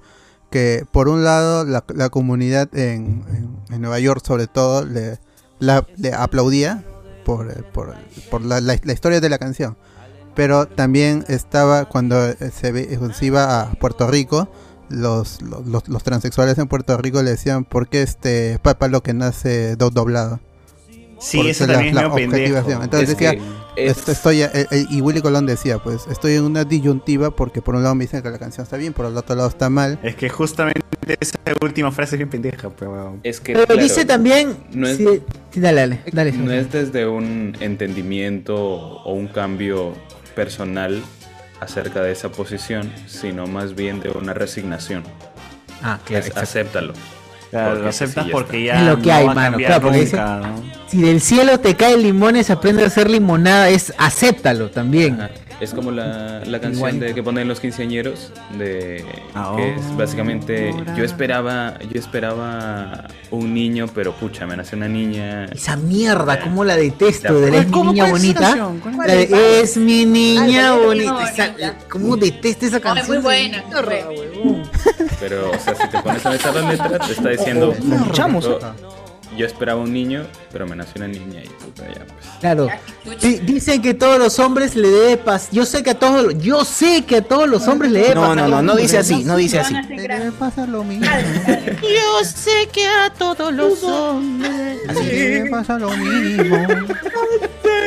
[SPEAKER 13] que por un lado la, la comunidad en, en- en Nueva York sobre todo le, la- le aplaudía por, eh, por, por la, la- la historia de la canción. Pero también estaba cuando eh, se, ve- eh, se iba a Puerto Rico, los, los, los- los transexuales en Puerto Rico le decían, ¿por qué este papá lo que nace do- doblado?
[SPEAKER 4] Sí,
[SPEAKER 13] Por
[SPEAKER 4] eso
[SPEAKER 13] la-
[SPEAKER 4] también es
[SPEAKER 13] la
[SPEAKER 4] medio pendejo.
[SPEAKER 13] objetivación. Entonces
[SPEAKER 4] Es
[SPEAKER 13] decía,
[SPEAKER 4] que es-
[SPEAKER 13] "Esto- estoy, eh, eh, y Willy Colón decía, pues estoy en una disyuntiva porque por un lado me dicen que la canción está bien, por el otro lado está mal.
[SPEAKER 4] Es que justamente esa última frase es bien pendeja, pero...
[SPEAKER 10] Es que,
[SPEAKER 1] Pero
[SPEAKER 10] claro,
[SPEAKER 1] dice también.
[SPEAKER 10] no es-
[SPEAKER 1] sí, sí, dale, dale, dale.
[SPEAKER 10] No es desde un entendimiento o un cambio personal acerca de esa posición, sino más bien de una resignación.
[SPEAKER 1] Ah,
[SPEAKER 10] Que es acéptalo.
[SPEAKER 4] Claro,
[SPEAKER 10] Porque
[SPEAKER 4] lo aceptas
[SPEAKER 10] así
[SPEAKER 4] porque
[SPEAKER 10] está.
[SPEAKER 4] ya
[SPEAKER 1] es lo que
[SPEAKER 4] no
[SPEAKER 1] hay,
[SPEAKER 4] va a
[SPEAKER 1] mano.
[SPEAKER 4] cambiar
[SPEAKER 1] Claro, porque dice,
[SPEAKER 4] nunca, ¿no?
[SPEAKER 1] si del cielo te caen limones, aprende a hacer limonada. Es acéptalo también.
[SPEAKER 10] Es como la, la canción
[SPEAKER 1] Igualito.
[SPEAKER 10] de, que ponen los quinceañeros, de,
[SPEAKER 4] Ah,
[SPEAKER 10] que es
[SPEAKER 4] oh.
[SPEAKER 1] Ahora.
[SPEAKER 10] básicamente, yo esperaba, yo esperaba un niño, pero pucha, me nació una niña.
[SPEAKER 1] Esa mierda,
[SPEAKER 10] Ya.
[SPEAKER 1] cómo la detesto.
[SPEAKER 10] Ya.
[SPEAKER 1] De la es mi
[SPEAKER 10] ¿Cómo?
[SPEAKER 1] niña
[SPEAKER 10] ¿Cuál es esa
[SPEAKER 1] bonita.
[SPEAKER 10] canción? ¿Cuál
[SPEAKER 1] La de
[SPEAKER 10] es esa?
[SPEAKER 1] es mi niña
[SPEAKER 12] Ay, la niña
[SPEAKER 1] bonita. Esa-
[SPEAKER 12] bonita.
[SPEAKER 1] ¿Cómo detesto esa
[SPEAKER 12] Ay,
[SPEAKER 1] canción?
[SPEAKER 12] muy buena.
[SPEAKER 6] Ah,
[SPEAKER 10] Pero, o sea, si te pones a analizar la letra, te está diciendo.
[SPEAKER 1] Ojo, la escuchamos
[SPEAKER 10] yo,
[SPEAKER 1] acá.
[SPEAKER 10] yo esperaba un niño, pero me nació una niña y puta, ya, pues.
[SPEAKER 1] Claro. Di- dicen que todos los hombres le debe paz. Yo sé que a todos, los- yo sé que a todos los hombres le debe
[SPEAKER 7] No,
[SPEAKER 1] pasar
[SPEAKER 7] no,
[SPEAKER 1] lo
[SPEAKER 7] no, no
[SPEAKER 1] mismo.
[SPEAKER 7] dice así, no dice así.
[SPEAKER 13] Debe pasar lo mismo.
[SPEAKER 7] Yo sé que a todos los hombres
[SPEAKER 13] Debe pasar lo mismo.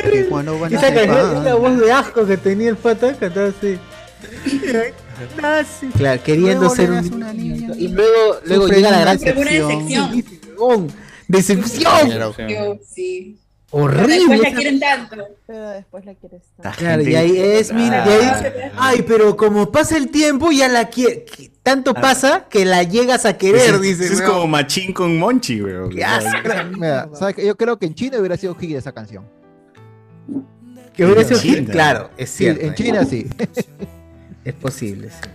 [SPEAKER 13] Que cuando van a
[SPEAKER 1] Esa
[SPEAKER 13] hacer
[SPEAKER 1] canción es
[SPEAKER 13] pan.
[SPEAKER 1] la voz de asco que tenía el pata cantaba así. Nazi. Claro, queriendo
[SPEAKER 13] Luego le
[SPEAKER 1] ser
[SPEAKER 13] das
[SPEAKER 1] un.
[SPEAKER 13] una niña.
[SPEAKER 1] Y luego, luego
[SPEAKER 13] Sufre
[SPEAKER 1] llega la
[SPEAKER 13] una
[SPEAKER 1] gran
[SPEAKER 12] decepción.
[SPEAKER 1] Sí, sí, huevón. Decepción.
[SPEAKER 12] Yo, sí. Pero
[SPEAKER 1] Horrible.
[SPEAKER 12] después la
[SPEAKER 1] esa-
[SPEAKER 12] quieren tanto.
[SPEAKER 30] Pero después la quieres tanto.
[SPEAKER 1] Claro, y ahí es mi. y ahí dice, Ay, pero como pasa el tiempo, ya la quiere. Tanto pasa que la llegas a querer,
[SPEAKER 4] Eso es-
[SPEAKER 1] dice.
[SPEAKER 4] eso es
[SPEAKER 1] huevón.
[SPEAKER 4] como machín con monchi, weón.
[SPEAKER 3] Mira, ¿sabes qué? Yo creo que en China hubiera sido hit esa canción.
[SPEAKER 1] Que hubiera sido
[SPEAKER 3] China.
[SPEAKER 1] hit, claro, es
[SPEAKER 3] Sí,
[SPEAKER 1] cierto. ¿eh?
[SPEAKER 3] en China sí.
[SPEAKER 1] Es posible, sí.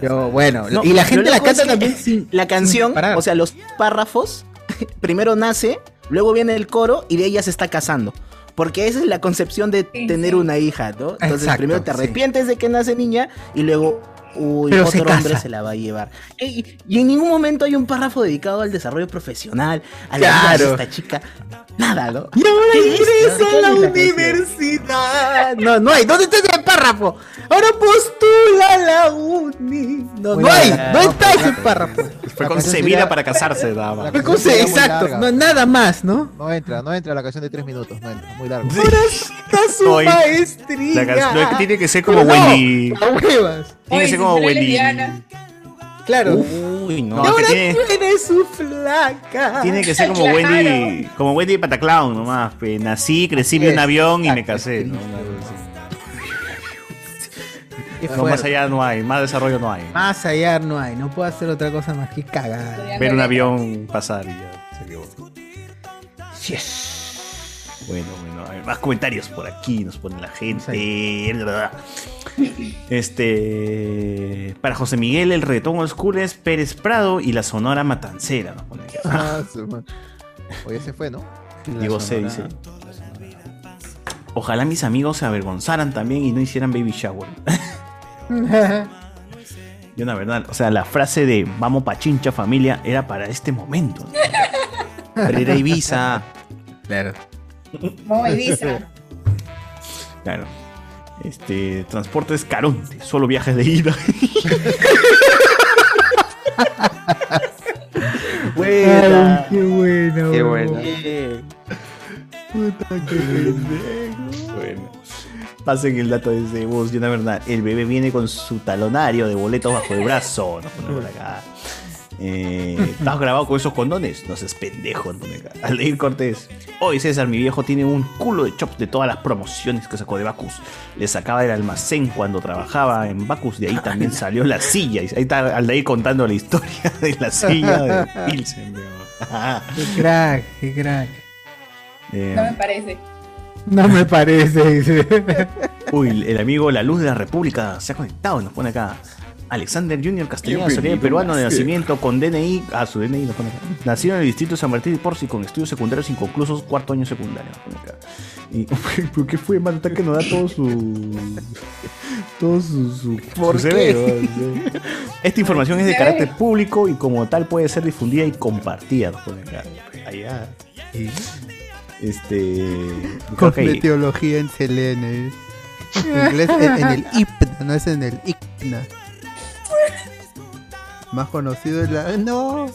[SPEAKER 1] Pero bueno,
[SPEAKER 7] No,
[SPEAKER 1] y la
[SPEAKER 7] lo
[SPEAKER 1] gente la
[SPEAKER 7] loco es
[SPEAKER 1] canta
[SPEAKER 7] que
[SPEAKER 1] también sin.
[SPEAKER 7] La canción, o sea, los párrafos, primero nace, luego viene el coro y de ella se está casando. Porque esa es la concepción de tener una hija, ¿no? Entonces
[SPEAKER 1] Exacto,
[SPEAKER 7] primero te
[SPEAKER 1] sí.
[SPEAKER 7] arrepientes de que nace niña y luego, uy,
[SPEAKER 1] Pero se
[SPEAKER 7] otro
[SPEAKER 1] casa.
[SPEAKER 7] hombre se la va a llevar. Y, y en ningún momento hay un párrafo dedicado al desarrollo profesional, a la vida de
[SPEAKER 1] Claro.
[SPEAKER 7] esta chica. Nada, ¿no?
[SPEAKER 1] Y ahora
[SPEAKER 7] ¿Qué es?
[SPEAKER 1] ingresa
[SPEAKER 7] ¿Qué
[SPEAKER 1] a la
[SPEAKER 7] es canción?
[SPEAKER 1] universidad. No, no hay. ¿Dónde está ese párrafo? Ahora postula a la uni. No, no hay. No está ese párrafo.
[SPEAKER 4] Fue
[SPEAKER 3] La
[SPEAKER 4] concebida
[SPEAKER 3] canción
[SPEAKER 4] para casarse, nada más.
[SPEAKER 1] Fue con- Exacto. No, nada más, ¿no?
[SPEAKER 3] No entra, no entra la canción de tres minutos, no entra, muy largo.
[SPEAKER 1] Está su
[SPEAKER 4] Oye,
[SPEAKER 1] maestría.
[SPEAKER 4] la canción- no, es que tiene que ser como
[SPEAKER 1] Pero no,
[SPEAKER 4] Wendy.
[SPEAKER 1] a huevas.
[SPEAKER 4] Tiene que ser como Wendy.
[SPEAKER 1] Claro.
[SPEAKER 7] Uy,
[SPEAKER 4] no.
[SPEAKER 1] y
[SPEAKER 4] que
[SPEAKER 1] ahora
[SPEAKER 4] tiene-
[SPEAKER 1] tiene su flaca.
[SPEAKER 4] Tiene que ser como
[SPEAKER 1] Claro.
[SPEAKER 4] Wendy, como Wendy Pataclown nomás. pe. Nací, crecí, vi un avión y me casé. ¿no? Una cosa así. No, más
[SPEAKER 1] fuerte.
[SPEAKER 4] allá no hay, más desarrollo no hay.
[SPEAKER 1] Más allá no hay, no puedo hacer otra cosa más que cagar.
[SPEAKER 4] Ver un avión pasar y ya se acabó. Bueno, bueno, hay más comentarios por aquí nos pone la gente. Este. Para José Miguel, el retón old school es Pérez Prado y la Sonora Matancera. Nos pone aquí.
[SPEAKER 3] Ah, su ma- Oye, se fue, ¿no?
[SPEAKER 4] Digo, se dice. Ojalá mis amigos se avergonzaran también y no hicieran baby shower. Yo, la verdad, o sea, la frase de vamos pachincha familia era para este momento. Pero era Ibiza. Claro.
[SPEAKER 12] Muy visa.
[SPEAKER 4] Claro. Este, transportes Caronte, solo viajes de ida.
[SPEAKER 31] Ay, qué buena.
[SPEAKER 4] Qué
[SPEAKER 31] weón.
[SPEAKER 4] Puta, qué pendejo. Bueno. Pasen el dato desde voz de una verdad. El bebé viene con su talonario de boletos bajo el brazo. Nos pone por acá. Eh, ¿Estás grabado con esos condones? No seas pendejo. nos pone acá. Al leer Cortés. Hoy César, mi viejo, tiene un culo de chops de todas las promociones que sacó de Bacus. Le sacaba del almacén cuando trabajaba en Bacus. De ahí también salió la silla. Y ahí está Aldair contando la historia de la silla de Pilsen.
[SPEAKER 1] Qué crack, qué crack.
[SPEAKER 4] Eh,
[SPEAKER 12] No me parece.
[SPEAKER 1] No me parece, dice.
[SPEAKER 4] Uy, el amigo La Luz de la República se ha conectado, nos pone acá. Alexander Junior Castellano,
[SPEAKER 32] Bienvenido,
[SPEAKER 4] sería peruano de
[SPEAKER 32] Master.
[SPEAKER 4] nacimiento con DNI. Ah, su DNI nos pone acá. Nacido en el distrito de San Martín de Porci con estudios secundarios inconclusos, cuarto año secundario. nos pone acá. Y, ¿Por qué fue, mano? Está que nos da todo su. todo su. su,
[SPEAKER 32] ¿Por
[SPEAKER 4] su
[SPEAKER 32] qué?
[SPEAKER 4] CV, ¿no? Esta información es de
[SPEAKER 15] Ya
[SPEAKER 4] carácter
[SPEAKER 15] ves.
[SPEAKER 4] público y como tal puede ser difundida y compartida. nos ponen acá. Allá. Este.
[SPEAKER 13] Con
[SPEAKER 4] creo que ahí-
[SPEAKER 13] meteorología en Selene. En inglés en, en el IPNA, no es en el ICNA. Más conocido es la. ¡No!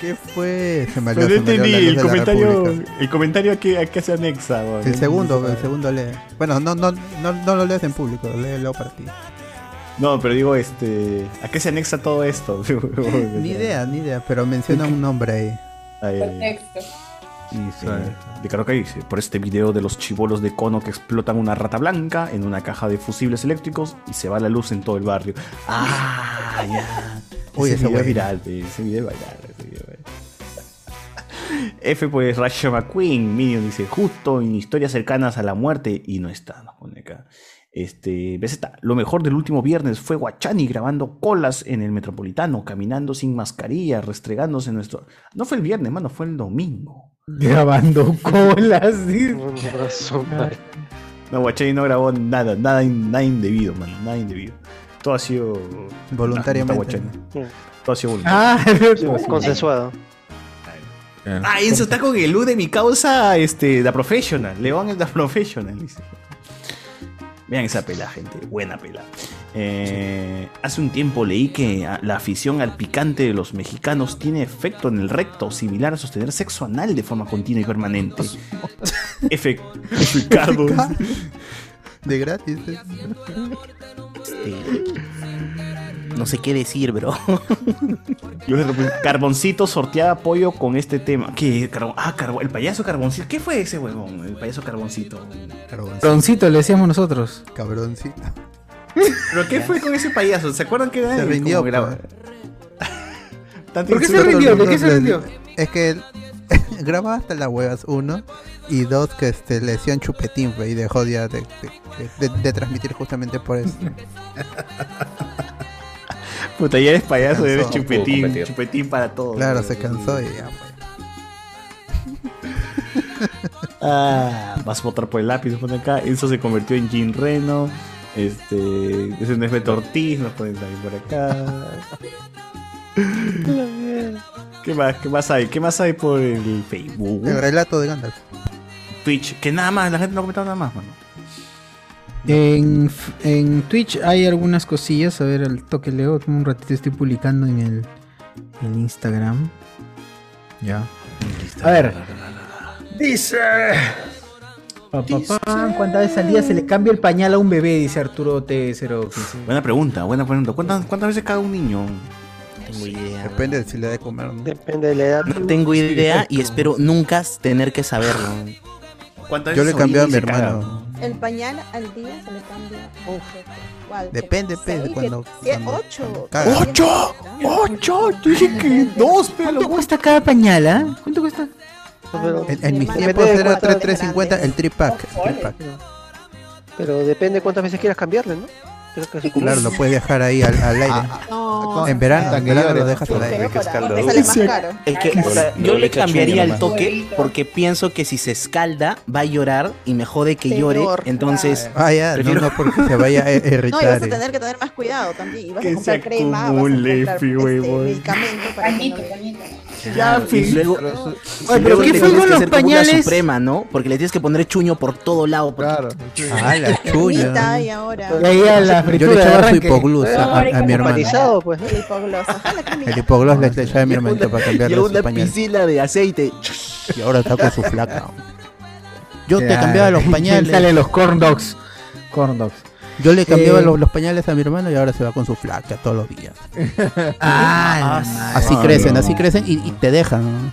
[SPEAKER 13] ¿Qué fue? Se me
[SPEAKER 4] Pero
[SPEAKER 13] olvidó,
[SPEAKER 4] Pues no
[SPEAKER 13] se me olvidó,
[SPEAKER 4] entendí
[SPEAKER 13] la luz
[SPEAKER 4] el
[SPEAKER 13] de la
[SPEAKER 4] comentario,
[SPEAKER 13] República.
[SPEAKER 4] el comentario que, a que se anexa. weón.
[SPEAKER 13] El segundo, el segundo lee. Bueno, no, no, no, no lo leas en público, léelo para ti.
[SPEAKER 4] No, pero digo, este. ¿A qué se anexa todo esto?
[SPEAKER 13] Ni idea, ni idea, pero menciona un nombre ahí.
[SPEAKER 4] Ahí, ahí.
[SPEAKER 15] Perfecto.
[SPEAKER 4] Eh, de Caroca dice, por este video de los chibolos de cono que explotan una rata blanca en una caja de fusibles eléctricos y se va la luz en todo el barrio. Ah, ya.
[SPEAKER 13] Uy,
[SPEAKER 4] Uy, ese,
[SPEAKER 13] esa
[SPEAKER 4] video
[SPEAKER 13] huevada.
[SPEAKER 4] es viral, pe, ese video es viral, ese video es viral. F pues Rasha McQueen, Minion dice, justo en historias cercanas a la muerte y no está, nos pone acá. Este, BZ, lo mejor del último viernes fue Guachani grabando colas en el metropolitano, caminando sin mascarilla, restregándose en nuestro. No fue el viernes, mano, fue el domingo.
[SPEAKER 19] Grabando colas. sí.
[SPEAKER 4] No, Guachani no grabó nada, nada, in- nada indebido, mano, nada indebido. Todo ha sido.
[SPEAKER 13] Voluntariamente.
[SPEAKER 4] Ah, puta, Guachani. Todo ha sido
[SPEAKER 13] Ah,
[SPEAKER 4] voluntario.
[SPEAKER 8] Consensuado.
[SPEAKER 4] Ah, Enzo está con el U de mi causa, este, The Professional. León es The Professional, dice. Vean esa pela, gente. Buena pela. Eh, hace un tiempo leí que a- la afición al picante de los mexicanos tiene efecto en el recto, similar a sostener sexo anal de forma continua y permanente. Efe- Ricardo.
[SPEAKER 13] De gratis. eh.
[SPEAKER 7] Este, No sé qué decir, bro.
[SPEAKER 4] Yo de repente, Carboncito sorteaba apoyo con este tema. ¿Qué? Carbon- ah, Carbon- el payaso Carboncito. ¿Qué fue ese huevón? El payaso Carboncito.
[SPEAKER 1] Cabroncito, le decíamos nosotros.
[SPEAKER 13] Cabroncito.
[SPEAKER 4] ¿Pero qué fue con ese payaso? ¿Se acuerdan que era
[SPEAKER 13] Se
[SPEAKER 4] el-
[SPEAKER 13] rindió,
[SPEAKER 4] como graba- Tanto
[SPEAKER 1] ¿Por qué se
[SPEAKER 4] insulto,
[SPEAKER 1] rindió?
[SPEAKER 4] tanto
[SPEAKER 1] ¿De qué se
[SPEAKER 4] insulto.
[SPEAKER 1] rindió?
[SPEAKER 13] Es que grababa hasta las huevas, uno. Y dos, que este, le decían chupetín, fe, y dejó ya de, de- de- de transmitir justamente por eso.
[SPEAKER 4] Puta, ya eres payaso,
[SPEAKER 13] Se
[SPEAKER 4] eres
[SPEAKER 13] cansó.
[SPEAKER 4] chupetín. Chupetín para todos.
[SPEAKER 13] Claro, se cansó y ya.
[SPEAKER 4] Ah, vas a votar por el lápiz, nos ponen acá. Enzo se convirtió en Jim Reno. Este. Ese no es Beto Ortiz, nos ponen también por acá. ¿Qué más? ¿Qué más hay? ¿Qué más hay por el Facebook?
[SPEAKER 13] El relato de Gandalf.
[SPEAKER 4] Twitch, que nada más, la gente no ha comentado nada más, mano.
[SPEAKER 1] En, f- en Twitch hay algunas cosillas. A ver, al toque leo. Un ratito estoy publicando en el, en Instagram. Ya. A ver.
[SPEAKER 22] Dice.
[SPEAKER 1] Pa, pa, pa.
[SPEAKER 22] ¿Cuántas veces al día se le cambia el pañal a un bebé? Dice Arturo T015.
[SPEAKER 4] Buena pregunta, buena pregunta. ¿Cuántas, cuántas veces caga un niño?
[SPEAKER 13] Tengo idea. Depende de si le da de comer. ¿no?
[SPEAKER 8] Depende de la edad.
[SPEAKER 7] No tengo idea y espero nunca tener que saberlo.
[SPEAKER 4] ¿Cuántas
[SPEAKER 13] Yo le cambié a mi
[SPEAKER 7] hermano.
[SPEAKER 13] hermano.
[SPEAKER 12] El pañal al día se le cambia. ¿Cuál?
[SPEAKER 13] Depende, depende, cuando- cuando-
[SPEAKER 12] ocho.
[SPEAKER 13] caga.
[SPEAKER 12] ¡Ocho!
[SPEAKER 4] ¡Ocho! Dije que dos, pero.
[SPEAKER 1] ¿Cuánto cuesta cada pañala? ¿Cuánto cuesta?
[SPEAKER 13] En, en mis
[SPEAKER 8] Depende
[SPEAKER 13] tiempos
[SPEAKER 8] de
[SPEAKER 13] era
[SPEAKER 8] cuánto
[SPEAKER 13] 3350 el tripack.
[SPEAKER 8] Pero depende cuántas veces quieras cambiarle, ¿no? Creo que se-
[SPEAKER 13] Claro, lo puedes dejar ahí al, al aire.
[SPEAKER 8] ah,
[SPEAKER 12] No.
[SPEAKER 13] en verano, en verano lo
[SPEAKER 8] llores,
[SPEAKER 13] dejas al aire.
[SPEAKER 12] Porque sale más caro.
[SPEAKER 7] Es que, o sea, yo le cambiaría el toque porque pienso que si se escalda va a llorar y me jode que llore.
[SPEAKER 12] Peor,
[SPEAKER 7] Entonces,
[SPEAKER 13] Ah, ya, no,
[SPEAKER 7] prefiero-
[SPEAKER 13] no, porque se vaya a
[SPEAKER 12] No, y vas
[SPEAKER 13] irritar.
[SPEAKER 12] a
[SPEAKER 13] eh.
[SPEAKER 12] tener que tener más cuidado también. Y vas
[SPEAKER 13] Que
[SPEAKER 12] a comprar
[SPEAKER 13] se
[SPEAKER 12] crema, vas a
[SPEAKER 13] acumule,
[SPEAKER 12] comprar
[SPEAKER 13] fi,
[SPEAKER 12] este,
[SPEAKER 13] huevón.
[SPEAKER 12] medicamento para que no le-
[SPEAKER 13] eh.
[SPEAKER 4] Ya,
[SPEAKER 7] y
[SPEAKER 4] fin.
[SPEAKER 7] luego-
[SPEAKER 4] Oye,
[SPEAKER 7] y
[SPEAKER 4] pero
[SPEAKER 7] luego
[SPEAKER 4] ¿qué
[SPEAKER 7] le tienes que
[SPEAKER 4] fue con los
[SPEAKER 7] hacer como una
[SPEAKER 4] pañales?
[SPEAKER 7] suprema, ¿no? Porque le tienes que poner chuño por todo lado. Claro.
[SPEAKER 13] Ah, la
[SPEAKER 12] Mitad, y ahora.
[SPEAKER 13] Yo le echaba su hipogloss a, a- a mi hermano.
[SPEAKER 12] Hipogloso, pues. El hipogloso. Ojalá que
[SPEAKER 13] El hipogloss le le echaba a mi hermanito para
[SPEAKER 7] Y
[SPEAKER 13] cambiarle
[SPEAKER 7] una
[SPEAKER 13] su pañal.
[SPEAKER 7] piscina de aceite.
[SPEAKER 13] Y ahora está con su flaca. Yo te
[SPEAKER 1] Ya.
[SPEAKER 13] cambiaba los pañales.
[SPEAKER 1] Sale los corn dogs. Corn dogs.
[SPEAKER 13] Yo le cambiaba
[SPEAKER 1] Eh,
[SPEAKER 13] los, los pañales a mi hermano y ahora se va con su flaca todos los días.
[SPEAKER 1] Ah,
[SPEAKER 13] Así
[SPEAKER 4] Ah,
[SPEAKER 13] crecen,
[SPEAKER 4] no.
[SPEAKER 13] así crecen y, y te dejan. ¿no?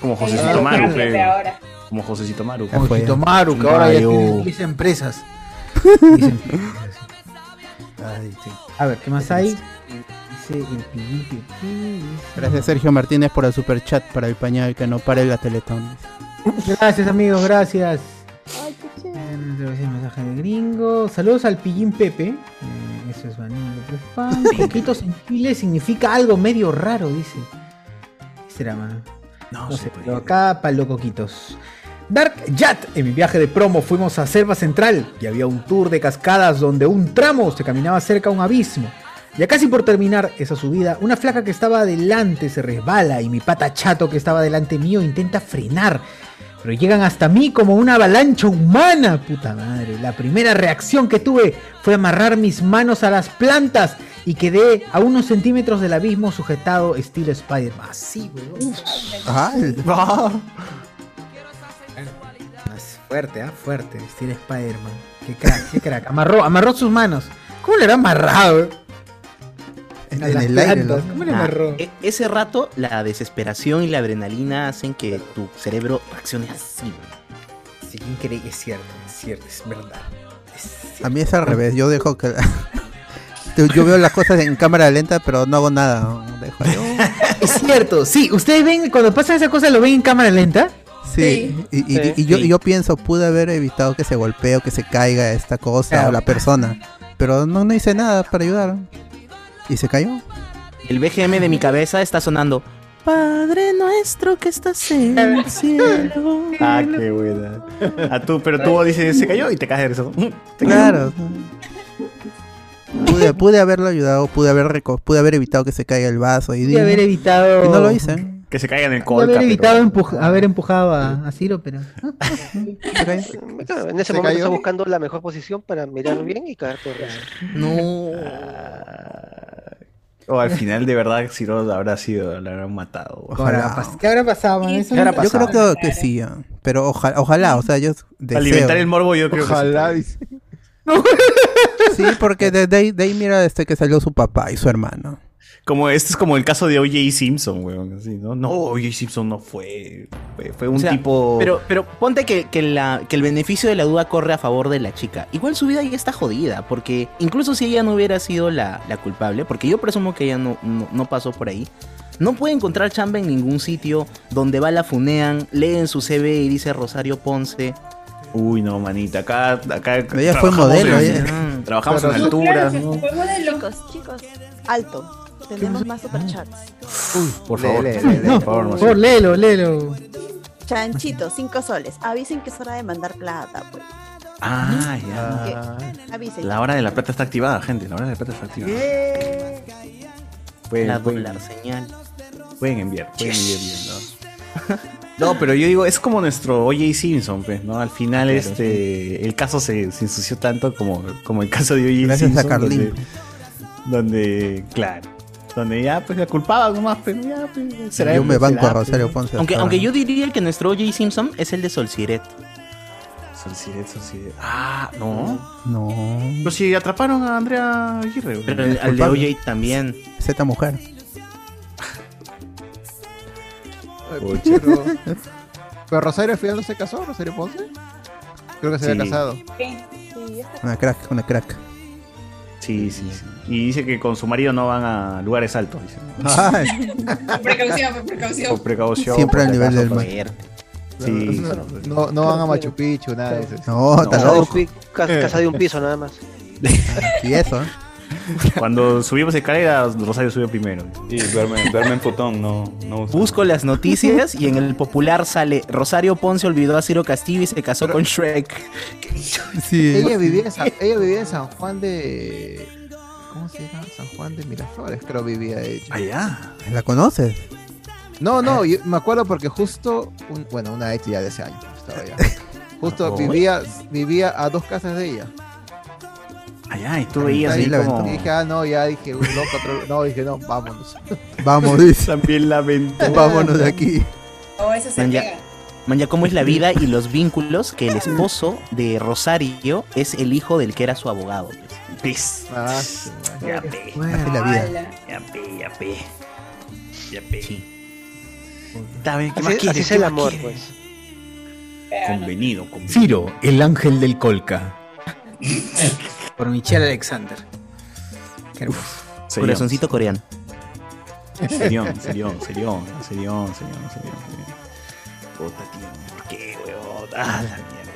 [SPEAKER 4] Como
[SPEAKER 1] Ah,
[SPEAKER 4] Josecito Maru,
[SPEAKER 1] siempre
[SPEAKER 4] fe.
[SPEAKER 1] ahora.
[SPEAKER 4] Como Josecito Maru.
[SPEAKER 13] Ya fue.
[SPEAKER 1] Josito Maru, que ahora ya
[SPEAKER 4] Maru.
[SPEAKER 1] tiene 10 empresas. 10 empresas. A ver, ¿qué más hay? Dice el pillito.
[SPEAKER 13] Gracias Sergio Martínez por el super chat para el pañal que no pare la teletón.
[SPEAKER 22] Gracias, amigos, gracias. Eh,
[SPEAKER 12] Ay, qué chévere.
[SPEAKER 22] Gracias, mensaje de gringo. Saludos al pillín Pepe. Eh, eso es vanilla, pues, pan. Coquitos en Chile significa algo medio raro, dice. Será más. No, sé, pero acá palo coquitos.
[SPEAKER 1] Dark Jet, en mi viaje de promo fuimos a Selva Central y había un tour de cascadas donde un tramo se caminaba cerca a un abismo. Ya casi por terminar esa subida, una flaca que estaba adelante se resbala y mi pata chato que estaba delante mío intenta frenar. Pero llegan hasta mí como una avalancha humana, puta madre. La primera reacción que tuve fue amarrar mis manos a las plantas y quedé a unos centímetros del abismo sujetado estilo Spider-Man. Así, weón. Fuerte, ah, fuerte, estilo Spider-Man. Qué crack, qué crack. Amarró, amarró sus manos. ¿Cómo le habrá amarrado? eh? A
[SPEAKER 7] en
[SPEAKER 1] las
[SPEAKER 7] el aire,
[SPEAKER 1] plantas.
[SPEAKER 7] ¿no?
[SPEAKER 1] ¿Cómo le
[SPEAKER 7] Ah,
[SPEAKER 1] amarró?
[SPEAKER 7] e- ese rato, la desesperación y la adrenalina hacen que tu cerebro reaccione así.
[SPEAKER 1] Sí, increíble, es cierto, es cierto, es verdad.
[SPEAKER 13] A mí es al revés, yo dejo que... Yo- Yo veo las cosas en cámara lenta, pero no hago nada. ¿no? Dejo ahí.
[SPEAKER 1] Es cierto, sí. ¿Ustedes ven cuando pasan esas cosas lo ven en cámara lenta?
[SPEAKER 13] Sí, y, y-
[SPEAKER 1] Sí.
[SPEAKER 13] y yo,
[SPEAKER 1] Sí.
[SPEAKER 13] y yo pienso, pude haber evitado que se golpee o que se caiga esta cosa o la persona, pero no, no hice nada para ayudar. ¿Y se cayó?
[SPEAKER 7] El BGM de mi cabeza está sonando. Padre nuestro que estás en el cielo.
[SPEAKER 4] Ah, qué buena. A tú, pero tú dices, se cayó y te caes de eso.
[SPEAKER 13] Claro. Pude, pude haberlo ayudado, pude haber reco- pude haber evitado que se caiga el vaso y,
[SPEAKER 1] Pude haber evitado-
[SPEAKER 13] y no lo hice. ¿eh?
[SPEAKER 4] Que se caiga en el
[SPEAKER 1] Pude
[SPEAKER 4] colca.
[SPEAKER 1] haber
[SPEAKER 4] pero-
[SPEAKER 1] evitado empuj- haber empujado a, a Ciro, pero.
[SPEAKER 8] Claro, en ese
[SPEAKER 1] ¿Se
[SPEAKER 8] momento
[SPEAKER 1] cayó?
[SPEAKER 8] estás buscando la mejor posición para mirar bien y cagarte de risa.
[SPEAKER 13] No.
[SPEAKER 8] Ah,
[SPEAKER 4] O Oh, al final, de verdad, si no habrá sido, la habrán matado.
[SPEAKER 13] Ojalá.
[SPEAKER 1] ¿Qué habrá pasado, man? Eso-
[SPEAKER 13] Yo creo que, que sí, ah, pero ojalá, ojalá, o sea, yo deseo.
[SPEAKER 4] alimentar el morbo, yo creo que Ojalá, sí.
[SPEAKER 13] Sí, porque desde ahí, de ahí mira este que salió su papá y su hermano.
[SPEAKER 4] Como, este es como el caso de O.J. Simpson, weón. así, ¿no? no, O.J. Simpson no fue. Fue, fue un
[SPEAKER 7] O sea,
[SPEAKER 4] tipo.
[SPEAKER 7] Pero, pero ponte que, que la- que el beneficio de la duda corre a favor de la chica. Igual su vida ya está jodida, porque incluso si ella no hubiera sido la, la culpable, porque yo presumo que ella no, no, no pasó por ahí, no puede encontrar chamba en ningún sitio donde va, la funean, leen su CV y dice Rosario Ponce.
[SPEAKER 4] Uy, no, manita, acá. acá
[SPEAKER 13] ella fue
[SPEAKER 4] trabajamos
[SPEAKER 13] modelo,
[SPEAKER 4] en-
[SPEAKER 7] mm.
[SPEAKER 13] ella.
[SPEAKER 4] Trabajamos en
[SPEAKER 13] Claro,
[SPEAKER 4] alturas.
[SPEAKER 12] claro,
[SPEAKER 4] ¿no?
[SPEAKER 12] Chicos, chicos, alto. Tenemos más superchats.
[SPEAKER 4] Por
[SPEAKER 3] Lee,
[SPEAKER 4] favor,
[SPEAKER 3] lee, lee, lee, por
[SPEAKER 4] por favor,
[SPEAKER 1] Por
[SPEAKER 4] Marcelo.
[SPEAKER 1] favor, léelo, léelo.
[SPEAKER 12] Chanchito, 5 soles. Avisen que es hora de mandar plata, pues.
[SPEAKER 4] Ah, ya.
[SPEAKER 12] Avisen.
[SPEAKER 4] La hora de la plata está activada, gente. La hora de la plata está activada. Pues, Pueden,
[SPEAKER 7] Eh. La
[SPEAKER 4] pueden-
[SPEAKER 7] dólar señal.
[SPEAKER 4] pueden enviar, pueden enviar bien, ¿no? No, pero yo digo, es como nuestro O.J. Simpson, pues, ¿no? Al
[SPEAKER 13] Ah,
[SPEAKER 4] final,
[SPEAKER 7] Claro,
[SPEAKER 4] este, el caso se, se ensució tanto como, como el caso de O.J. Simpson.
[SPEAKER 13] Gracias a Carlín.
[SPEAKER 4] Donde, donde, claro, donde ya, pues, la culpaba nomás, pero ya, pues, será
[SPEAKER 13] Yo
[SPEAKER 4] él,
[SPEAKER 13] me
[SPEAKER 4] será,
[SPEAKER 13] banco a
[SPEAKER 4] pues,
[SPEAKER 13] Rosario
[SPEAKER 4] ¿no?
[SPEAKER 13] Ponce.
[SPEAKER 7] Aunque,
[SPEAKER 13] hasta
[SPEAKER 7] aunque
[SPEAKER 13] ahora.
[SPEAKER 7] yo diría que nuestro OJ Simpson es el de Solciret.
[SPEAKER 4] Solciret, Solciret. Ah, no.
[SPEAKER 13] No.
[SPEAKER 4] Pero si atraparon a Andrea Aguirre.
[SPEAKER 7] Pero el- al de OJ también.
[SPEAKER 13] Es esta mujer.
[SPEAKER 3] Pero, pero Rosario al final no se casó, Rosario Ponce. Creo que se había
[SPEAKER 4] Sí.
[SPEAKER 3] casado.
[SPEAKER 13] Una crack, una crack.
[SPEAKER 4] Sí, sí, sí. Y dice que con su marido no van a lugares altos. Dice.
[SPEAKER 13] Ay.
[SPEAKER 15] Por precaución, por precaución.
[SPEAKER 4] Por precaución.
[SPEAKER 13] Siempre
[SPEAKER 4] por
[SPEAKER 13] al
[SPEAKER 4] si
[SPEAKER 13] nivel
[SPEAKER 4] acaso,
[SPEAKER 13] del
[SPEAKER 4] pues.
[SPEAKER 13] mar.
[SPEAKER 4] Sí.
[SPEAKER 3] No,
[SPEAKER 4] sí, sí.
[SPEAKER 3] no, no van a Machu Picchu, nada de eso.
[SPEAKER 13] No, está
[SPEAKER 3] No.
[SPEAKER 13] loco.
[SPEAKER 8] Ca-
[SPEAKER 4] Eh.
[SPEAKER 8] Casa de un piso nada más.
[SPEAKER 13] Y eso, ¿eh?
[SPEAKER 4] Cuando subimos escaleras, Rosario subió primero.
[SPEAKER 33] Y duerme, duerme en futón, no, no usa.
[SPEAKER 7] Busco las noticias y en el popular sale Rosario Ponce olvidó a Ciro Castillo y se casó con Shrek.
[SPEAKER 13] Sí.
[SPEAKER 3] Ella vivía, en San, ella vivía en San Juan de. ¿Cómo se llama? San Juan de Miraflores, creo vivía ella.
[SPEAKER 4] Ah, Allá.
[SPEAKER 13] ¿La conoces?
[SPEAKER 3] No, no, yo me acuerdo porque justo. un- bueno, una ex ya de ese año. pues, Estaba allá. Justo
[SPEAKER 4] Oh.
[SPEAKER 3] vivía, vivía a dos casas de ella.
[SPEAKER 4] Allá, y tú veías
[SPEAKER 3] Ahí
[SPEAKER 4] ahí
[SPEAKER 3] la
[SPEAKER 4] como...
[SPEAKER 3] ventana. Y dije, ah, no, ya dije, un loco, otro- No, dije, no, vámonos.
[SPEAKER 13] Vamos, dice.
[SPEAKER 4] También lamento.
[SPEAKER 13] Vámonos de aquí.
[SPEAKER 15] O eso se
[SPEAKER 7] Man, ya-
[SPEAKER 15] pega.
[SPEAKER 7] man, ya cómo es la vida y los vínculos que el esposo de Rosario es el hijo del que era su abogado. pues.
[SPEAKER 4] Pis.
[SPEAKER 3] Ah,
[SPEAKER 4] Ya pe.
[SPEAKER 13] Así la vida.
[SPEAKER 15] Ala.
[SPEAKER 4] Ya pe, ya pe. Ya pe. Está bien, ¿qué más
[SPEAKER 8] Así,
[SPEAKER 4] quieres?
[SPEAKER 8] así es
[SPEAKER 4] ¿Qué
[SPEAKER 8] el
[SPEAKER 4] más
[SPEAKER 8] amor,
[SPEAKER 4] quieres?
[SPEAKER 8] pues.
[SPEAKER 4] Convenido, convenido.
[SPEAKER 10] Ciro, el ángel del Colca.
[SPEAKER 34] Por Michelle Alexander. Qué hermoso.
[SPEAKER 4] Serión.
[SPEAKER 7] Corazoncito coreano.
[SPEAKER 4] Serión, serión, serión, serión, serión, serión, serión. Puta, tío, ¿por qué, weón? Ah, la mierda.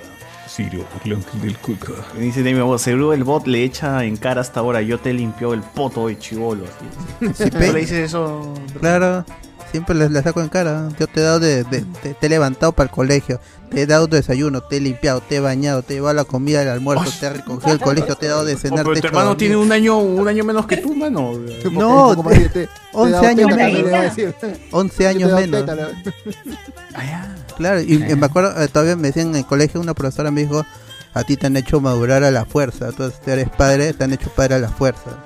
[SPEAKER 10] Ciro, el ángel del Colca.
[SPEAKER 4] Me Dice Demi Voz, seguro el bot le echa en cara hasta ahora. Yo te limpio el poto de chivolo. así.
[SPEAKER 13] Si
[SPEAKER 4] Tú Eh, le
[SPEAKER 13] pe-
[SPEAKER 4] dices eso.
[SPEAKER 13] Claro. Siempre les la saco en cara. Yo te he dado de, de- te, te he levantado para el colegio, te he dado desayuno, te he limpiado, te he bañado, te he llevado la comida del almuerzo, te he recogido el colegio, te he dado de cenar.
[SPEAKER 4] Oh, pero
[SPEAKER 13] te
[SPEAKER 4] tu
[SPEAKER 13] he hecho
[SPEAKER 4] hermano
[SPEAKER 13] dormir.
[SPEAKER 4] tiene un año, un año menos que tú, mano.
[SPEAKER 13] No, te- 11 años
[SPEAKER 4] teta,
[SPEAKER 13] menos.
[SPEAKER 4] le voy a
[SPEAKER 13] 11
[SPEAKER 4] Yo te
[SPEAKER 13] años
[SPEAKER 4] he dado
[SPEAKER 13] menos.
[SPEAKER 4] teta, le voy
[SPEAKER 7] Ah,
[SPEAKER 13] Claro, y me acuerdo, eh, todavía me decían en el colegio, una profesora me dijo, a ti te han hecho madurar a la fuerza, tú eres padre, te han hecho padre a la fuerza.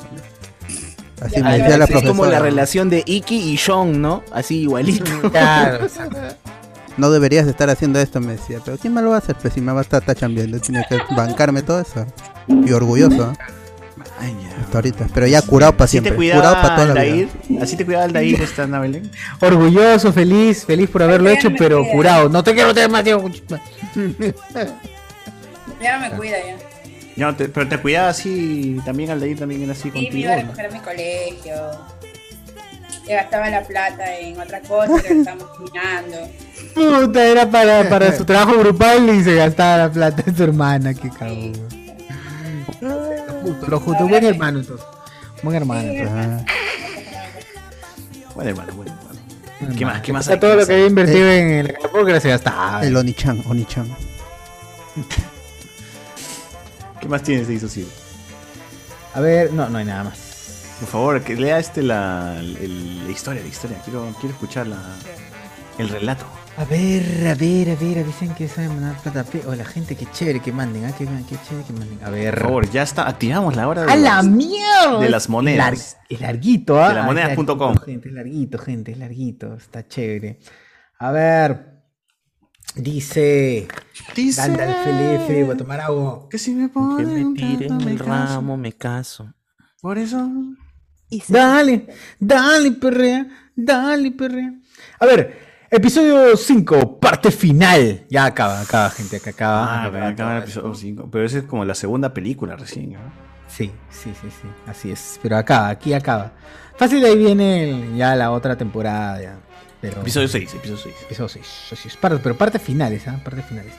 [SPEAKER 13] Así me decía la
[SPEAKER 7] es
[SPEAKER 13] profesora.
[SPEAKER 7] como la relación de Iki y Sean, ¿no? Así igualito.
[SPEAKER 13] Claro, No deberías estar haciendo esto, me decía, pero ¿quién me lo va a hacer? Pues si me va a estar está chambeando, tiene que bancarme todo eso. Y orgulloso. ¿eh? Hasta ahorita, pero ya curado para
[SPEAKER 4] Así te
[SPEAKER 13] siempre,
[SPEAKER 4] cuidaba
[SPEAKER 13] curado para toda la vida.
[SPEAKER 4] Aldair. Así te cuidaba Aldair, esta Ana Belén.
[SPEAKER 1] Orgulloso, feliz, feliz por haberlo hecho, pero jurado. No te quiero tener más tiempo.
[SPEAKER 15] Ya no me cuida ya.
[SPEAKER 4] No, te- pero te cuidaba así, también Aldair también era así
[SPEAKER 15] Y me
[SPEAKER 4] contigo.
[SPEAKER 15] iba a
[SPEAKER 4] ¿no?
[SPEAKER 15] recoger a mi colegio. Le gastaba la plata en otras cosas, le gastaba caminando.
[SPEAKER 1] Puta, era para, para su trabajo grupal y se gastaba la plata de su hermana, qué cabrón. Justo, lo justo, buen hermano entonces. Buen hermano. entonces.
[SPEAKER 4] Bueno, hermano, bueno, hermano. ¿Qué más? ¿Qué más?
[SPEAKER 1] O sea,
[SPEAKER 4] hay?
[SPEAKER 1] todo lo que había invertido
[SPEAKER 13] Eh,
[SPEAKER 1] en el póker se gastaba.
[SPEAKER 13] El Onichan, Onichan.
[SPEAKER 4] ¿Qué más tienes de disociado?
[SPEAKER 1] A ver, no, no hay nada más.
[SPEAKER 4] Por favor, que lea este la, el- la historia, la historia. Quiero, quiero escuchar la- el relato.
[SPEAKER 1] A ver, a ver, a ver, avisen que saben mandar plata. pe- O la gente, que chévere que manden, ah, qué, qué chévere que manden. A ver.
[SPEAKER 4] Por favor, ya está. Activamos la hora de,
[SPEAKER 1] ¡A la
[SPEAKER 4] las,
[SPEAKER 1] mierda!
[SPEAKER 4] de las monedas.
[SPEAKER 1] Es lar- es larguito, ¿ah?
[SPEAKER 4] De las monedas
[SPEAKER 1] Es larguito,
[SPEAKER 4] punto com.
[SPEAKER 1] Gente, es larguito, gente, es larguito. Está chévere. A ver. Dice.
[SPEAKER 4] Dice-
[SPEAKER 1] Gandalf LF, voy a tomar agua.
[SPEAKER 4] Que si me
[SPEAKER 7] Que
[SPEAKER 4] ponen
[SPEAKER 7] me tiren
[SPEAKER 4] tanto, me
[SPEAKER 7] el
[SPEAKER 4] canso.
[SPEAKER 7] ramo, me caso.
[SPEAKER 4] Por eso.
[SPEAKER 1] Dale, dale, perrea, dale, perrea. A ver, episodio 5, parte final. Ya acaba, acaba, gente, que acaba.
[SPEAKER 4] Ah,
[SPEAKER 1] acaba
[SPEAKER 4] pero acaba el
[SPEAKER 1] todo.
[SPEAKER 4] episodio 5. Pero esa es como la segunda película recién. ¿no?
[SPEAKER 1] Sí, sí, sí, sí. Así es. Pero acaba, aquí acaba. Fácil, de ahí viene el- ya la otra temporada. ya, Pero...
[SPEAKER 4] Episodio 6, episodio 6.
[SPEAKER 1] Episodio 6, pero parte finales, ¿ah? Parte finales.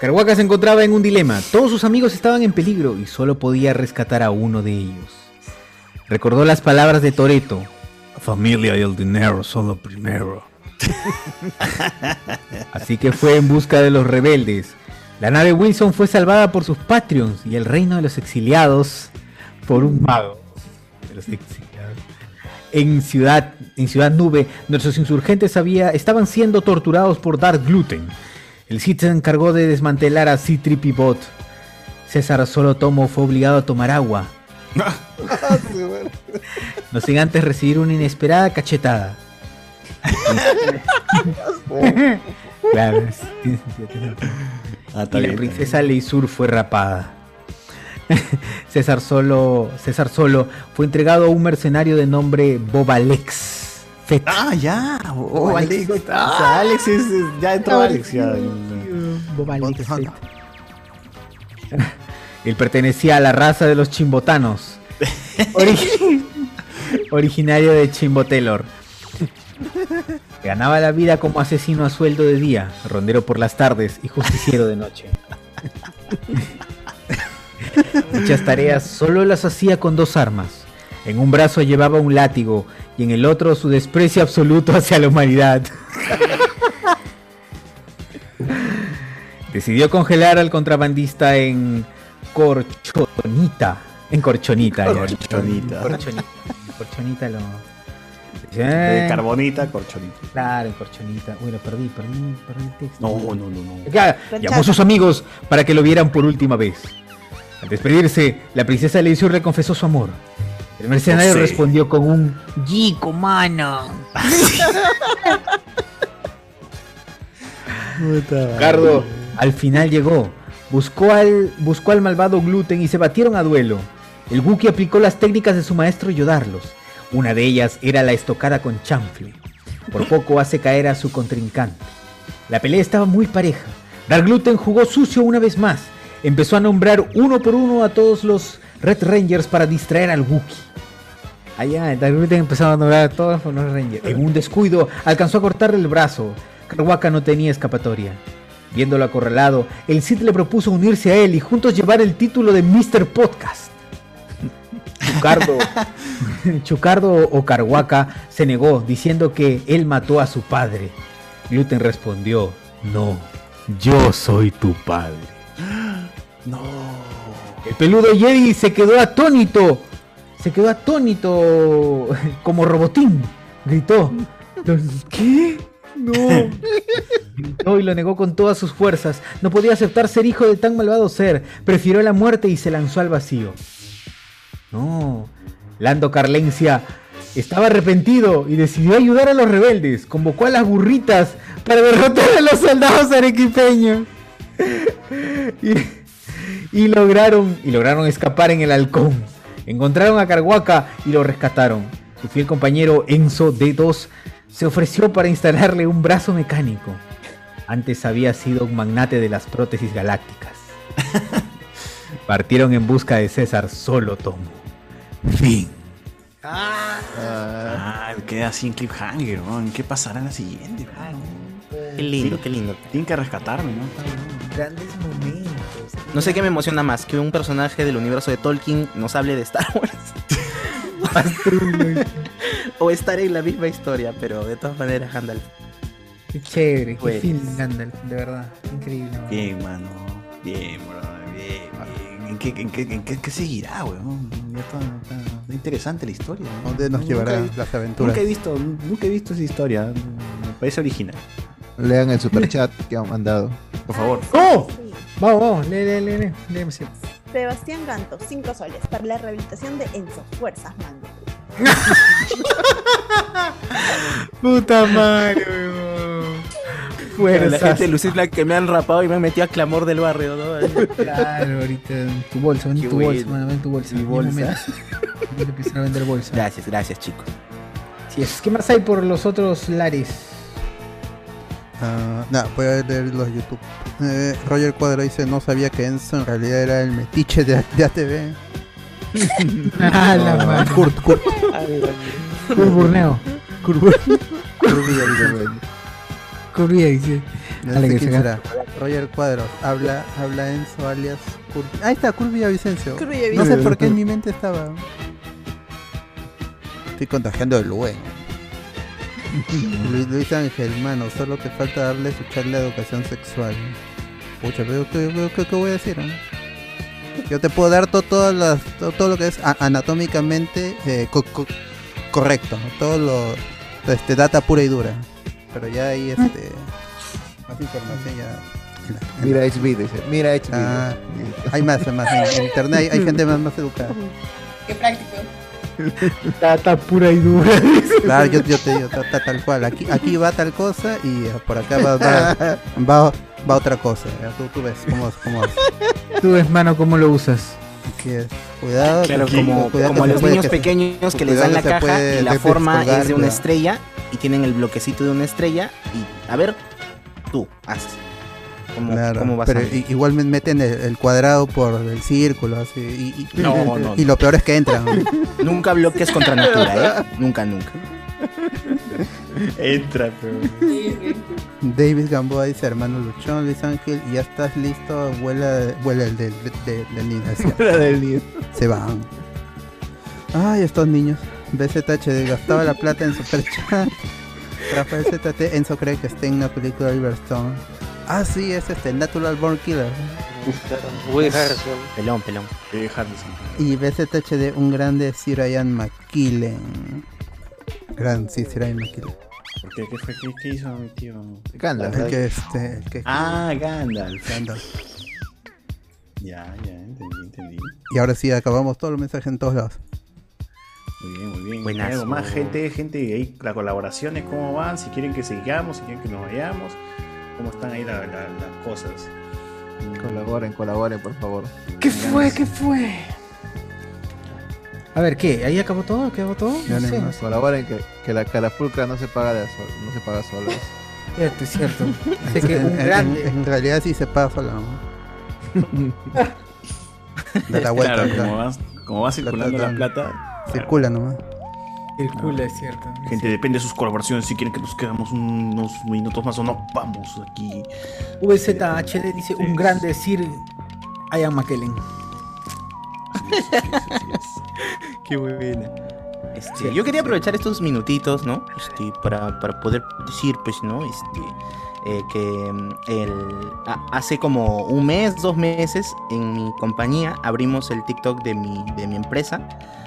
[SPEAKER 1] Carhuaca se encontraba en un dilema. Todos sus amigos estaban en peligro y solo podía rescatar a uno de ellos. Recordó las palabras de Toreto.
[SPEAKER 2] Familia y el dinero son lo primero.
[SPEAKER 1] Así que fue en busca de los rebeldes. La nave Wilson fue salvada por sus Patreons y el reino de los exiliados por un mago. De los exiliados. En ciudad, en ciudad Nube, nuestros insurgentes había, estaban siendo torturados por Dark Gluten. El Cid se encargó de desmantelar a C-Tripibot. César Solo Tomo fue obligado a tomar agua,
[SPEAKER 3] Ah,
[SPEAKER 1] no sin antes recibir una inesperada cachetada. Claro, sí, sí, sí, tiene razón.
[SPEAKER 4] Ah, está
[SPEAKER 1] y
[SPEAKER 4] bien,
[SPEAKER 1] la
[SPEAKER 4] está
[SPEAKER 1] princesa Leisur fue rapada. César Solo, César Solo fue entregado a un mercenario de nombre Bobalex. Fett.
[SPEAKER 4] Ah, ya. Oh,
[SPEAKER 1] Oh,
[SPEAKER 4] Alex.
[SPEAKER 1] Alex.
[SPEAKER 4] Ah, o sea, Alex es, es- ya
[SPEAKER 1] Ah,
[SPEAKER 4] entró Alex. ya.
[SPEAKER 1] Bobalex Fett. Él pertenecía a la raza de los chimbotanos. Ori- originario de Chimbotelor. Ganaba la vida como asesino a sueldo de día, rondero por las tardes y justiciero de noche. Dichas tareas solo las hacía con dos armas. En un brazo llevaba un látigo y en el otro su desprecio absoluto hacia la humanidad. Decidió congelar al contrabandista en Corchonita. En Corchonita. ya.
[SPEAKER 4] Corchonita.
[SPEAKER 1] Corchonita. Corchonita lo... Eh.
[SPEAKER 4] De carbonita, corchonita.
[SPEAKER 1] Claro, en corchonita. Uy, lo perdí, perdí, perdí el texto.
[SPEAKER 4] No, no, no, no.
[SPEAKER 1] Ya, llamó a sus amigos para que lo vieran por última vez. Al despedirse, la princesa Leisur le confesó su amor. El mercenario
[SPEAKER 2] No sé.
[SPEAKER 1] respondió con un Gico, mano. Cardo al final llegó. Buscó al, buscó al malvado Gluten y se batieron a duelo. El Wookiee aplicó las técnicas de su maestro Yodarlos. Una de ellas era la estocada con chanfle. Por poco hace caer a su contrincante. La pelea estaba muy pareja. Dark Gluten jugó sucio una vez más. Empezó a nombrar uno por uno a todos los Red Rangers para distraer al Wookiee. Allá, Dark Gluten empezó a nombrar a todos los Rangers. En un descuido, alcanzó a cortarle el brazo. Carhuaca no tenía escapatoria. Viéndolo acorralado, el Cid le propuso unirse a él y juntos llevar el título de Mr. Podcast.
[SPEAKER 22] Chucardo. Chucardo Ocarhuaca se negó, diciendo que él mató a su padre. Gluten respondió, no, yo soy tu padre.
[SPEAKER 5] No.
[SPEAKER 22] El peludo Jedi se quedó atónito. Se quedó atónito como robotín. Gritó. "Los- ¿Qué? No. Gritó y lo negó con todas sus fuerzas. No podía aceptar ser hijo de tan malvado ser. Prefirió la muerte y se lanzó al vacío. No. Lando Carlencia estaba arrepentido y decidió ayudar a los rebeldes. Convocó a las burritas para derrotar a los soldados arequipeños. Y, y lograron, y lograron escapar en el halcón. Encontraron a Carhuaca y lo rescataron. Su fiel compañero Enzo D2 se ofreció para instalarle un brazo mecánico. Antes había sido un magnate de las prótesis galácticas. Partieron en busca de César Solo Tomo. Fin.
[SPEAKER 4] Ah, queda así en cliffhanger, weón. ¿Qué pasará en la siguiente, weón?
[SPEAKER 7] Qué lindo, qué lindo.
[SPEAKER 4] Tienen que rescatarme, ¿no? Está bien.
[SPEAKER 1] Grandes momentos.
[SPEAKER 7] No sé qué me emociona más, que un personaje del universo de Tolkien nos hable de Star Wars. o estar en la misma historia, pero de todas maneras, Gandalf.
[SPEAKER 1] Qué chévere, qué
[SPEAKER 7] Pues.
[SPEAKER 1] fin, Gandalf, de verdad. Increíble. ¿no?
[SPEAKER 4] Bien, mano. Bien, bro. Bien, bien. ¿En qué, en qué, en qué, qué seguirá, weón? Ya está, está- está interesante la historia. ¿no?
[SPEAKER 13] ¿Dónde nos
[SPEAKER 4] Nunca
[SPEAKER 13] llevará
[SPEAKER 4] he-
[SPEAKER 13] las aventuras?
[SPEAKER 4] Ah. Nunca he visto, nunca he visto esa historia. Me parece original.
[SPEAKER 3] Lean el superchat que han mandado.
[SPEAKER 4] Por favor.
[SPEAKER 1] ¡Oh! Vamos, vamos, lee, lee, lee, lee, léeme siempre.
[SPEAKER 12] Sebastián Ganto, 5 soles para la rehabilitación de Enzo. Fuerzas, mando.
[SPEAKER 1] Puta madre,
[SPEAKER 7] La
[SPEAKER 1] Fuerzas.
[SPEAKER 7] gente de Lucila que me han rapado y me han metido a clamor del barrio, ¿no?
[SPEAKER 1] Claro, ahorita en tu bolsa, ven
[SPEAKER 7] Qué
[SPEAKER 1] en tu
[SPEAKER 7] bueno.
[SPEAKER 1] bolsa, mano, ven en tu bolsa.
[SPEAKER 7] Mi
[SPEAKER 1] Ya
[SPEAKER 7] bolsa.
[SPEAKER 1] me meto. Voy a empezar a vender bolsa.
[SPEAKER 7] Gracias, gracias, chicos.
[SPEAKER 1] Así es. ¿Qué más hay por los otros lares?
[SPEAKER 13] Ah, no, voy a leer los YouTube. Eh, Roger Cuadro dice, no sabía que Enzo en realidad era el metiche de, de ATV.
[SPEAKER 1] Ah, la madre.
[SPEAKER 13] Kurt, Kurt.
[SPEAKER 1] Kurt Burneo.
[SPEAKER 13] Kurt
[SPEAKER 1] Corría, dice.
[SPEAKER 13] No
[SPEAKER 1] Dale,
[SPEAKER 13] sé
[SPEAKER 1] que
[SPEAKER 13] quién
[SPEAKER 1] se
[SPEAKER 13] será. Roger Cuadros, habla, habla Enzo alias Kurt. Ahí está, Kurt Villavicencio.
[SPEAKER 1] Kurt
[SPEAKER 13] No sé
[SPEAKER 1] Villavicencio.
[SPEAKER 13] por qué en mi mente estaba. Estoy contagiando el UE. Luis, Luis Ángel, mano, solo te falta darle su charla de educación sexual. Pucha, pero ¿qué, qué- qué- qué voy a decir? ah? Yo te puedo dar to- todas las- to- todo, lo que es a- anatómicamente eh, co- co- correcto, ¿no? todo lo este, data pura y dura. Pero ya ahí este, más información ya.
[SPEAKER 3] Mira HB, dice. Mira HB.
[SPEAKER 13] Ah, hay más, hay más. En, en internet hay, hay gente más, más educada.
[SPEAKER 15] Qué práctico.
[SPEAKER 1] Tata pura y dura.
[SPEAKER 13] Claro, yo, yo te digo, ta- ta- tal cual. Aquí, aquí va tal cosa y eh, por acá va, va, va- va otra cosa. Ya Tú, tú ves cómo, cómo es.
[SPEAKER 1] Tú ves, mano, cómo lo usas.
[SPEAKER 13] Así es. Cuidado,
[SPEAKER 7] Claro,
[SPEAKER 13] que-
[SPEAKER 7] como,
[SPEAKER 13] cuidado
[SPEAKER 7] como a
[SPEAKER 13] que se
[SPEAKER 7] los
[SPEAKER 13] puede
[SPEAKER 7] niños
[SPEAKER 13] que se-
[SPEAKER 7] pequeños que les
[SPEAKER 13] cuidado
[SPEAKER 7] dan la
[SPEAKER 13] se
[SPEAKER 7] caja
[SPEAKER 13] puede
[SPEAKER 7] y la forma
[SPEAKER 13] descolgar,
[SPEAKER 7] es de una
[SPEAKER 13] cuidado.
[SPEAKER 7] estrella y tienen el bloquecito de una estrella y a ver, tú, haz. ¿Cómo,
[SPEAKER 13] Claro,
[SPEAKER 7] cómo vas
[SPEAKER 13] pero
[SPEAKER 7] a-
[SPEAKER 13] i- igual me meten el, el cuadrado por el círculo así, y, y-
[SPEAKER 7] No, no,
[SPEAKER 13] y
[SPEAKER 7] no.
[SPEAKER 13] lo peor es que entran.
[SPEAKER 7] Nunca bloques contra natura, ¿eh? Nunca, nunca.
[SPEAKER 4] Entra,
[SPEAKER 13] David Gamboa dice hermano Luchón, Luis Ángel, y ya estás listo, vuela, vuela el del de, de, del nido", decía. Se van. Ay, estos niños. BZH gastaba la plata en Superchat. Rafael ZT, Enzo cree que está en una película de Riverstone. Ah, sí, es este, Natural Born Killer.
[SPEAKER 8] Woody Harrelson.
[SPEAKER 7] Pelón, pelón.
[SPEAKER 13] Y BZHD, un grande Sir Ian McKillen. Gran, sí, Sir Ian McKillen.
[SPEAKER 4] ¿Por qué? ¿Qué fue? ¿Qué, qué hizo mi tío?
[SPEAKER 13] Gandalf. El que, este, el que-
[SPEAKER 4] Ah, Gandalf.
[SPEAKER 13] Gandalf.
[SPEAKER 4] Ya, ya, entendí, entendí.
[SPEAKER 13] Y ahora sí, acabamos todos los mensajes en todos lados.
[SPEAKER 4] Muy bien, muy bien.
[SPEAKER 13] Buenazo.
[SPEAKER 4] Algo más gente, gente ahí, las colaboraciones, cómo van, si quieren que sigamos, si quieren que nos vayamos, cómo están ahí la- la- las cosas.
[SPEAKER 3] Colaboren, colaboren, por favor.
[SPEAKER 1] ¿Qué fue? ¿Qué fue? A ver, ¿qué? ¿Ahí acabó todo? ¿Acabó todo? No
[SPEAKER 3] Ganen
[SPEAKER 1] sé.
[SPEAKER 3] más, Colaboren que, que la carapulcra no se paga de a sol, no se paga sola.
[SPEAKER 1] Cierto, es cierto. Sé
[SPEAKER 13] En,
[SPEAKER 1] que un
[SPEAKER 13] en-
[SPEAKER 1] grande.
[SPEAKER 13] en realidad sí se pasa la Da la vuelta.
[SPEAKER 4] Claro,
[SPEAKER 13] da-
[SPEAKER 4] como va, como va circulando
[SPEAKER 13] da-
[SPEAKER 4] la plata.
[SPEAKER 13] Circula nomás.
[SPEAKER 4] Ah.
[SPEAKER 1] Circula, es cierto.
[SPEAKER 4] Gente, depende de sus colaboraciones. Si quieren que nos quedamos unos minutos más o no, vamos aquí.
[SPEAKER 1] VZHD dice un grande Sir Ian McKellen.
[SPEAKER 7] Qué buena. Este, yo quería aprovechar estos minutitos, ¿no? Este, para, para poder decir, pues, ¿no? Este, eh, que mm, el- a- hace como un mes, dos meses, en mi compañía abrimos el TikTok de mi, de mi empresa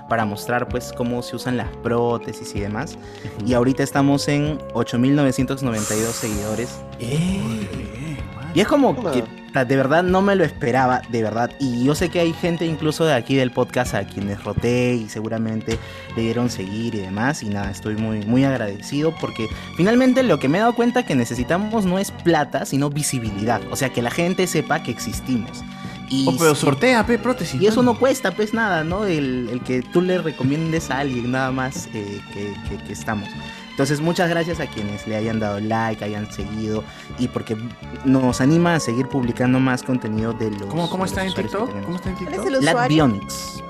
[SPEAKER 7] para mostrar, pues, cómo se usan las prótesis y demás. Y ahorita estamos en 8.992 seguidores. Eh. Y es como que ta, de verdad no me lo esperaba, de verdad. Y yo sé que hay gente incluso de aquí del podcast a quienes roté y seguramente le dieron seguir y demás. Y nada, estoy muy, muy agradecido porque finalmente lo que me he dado cuenta que necesitamos no es plata, sino visibilidad. O sea, que la gente sepa que existimos. Y
[SPEAKER 4] Oh, pero
[SPEAKER 7] sí,
[SPEAKER 4] sortea, pe, prótesis.
[SPEAKER 7] y eso no cuesta, pues nada, ¿no? El, el que tú le recomiendes a alguien, nada más eh, que, que- que estamos. Entonces, muchas gracias a quienes le hayan dado like, hayan seguido y porque nos anima a seguir publicando más contenido de los.
[SPEAKER 4] ¿Cómo, cómo
[SPEAKER 7] de
[SPEAKER 4] está en
[SPEAKER 7] los usuarios que
[SPEAKER 4] TikTok?
[SPEAKER 7] tenemos.
[SPEAKER 4] ¿Cómo está en TikTok?
[SPEAKER 7] Lat Bionics.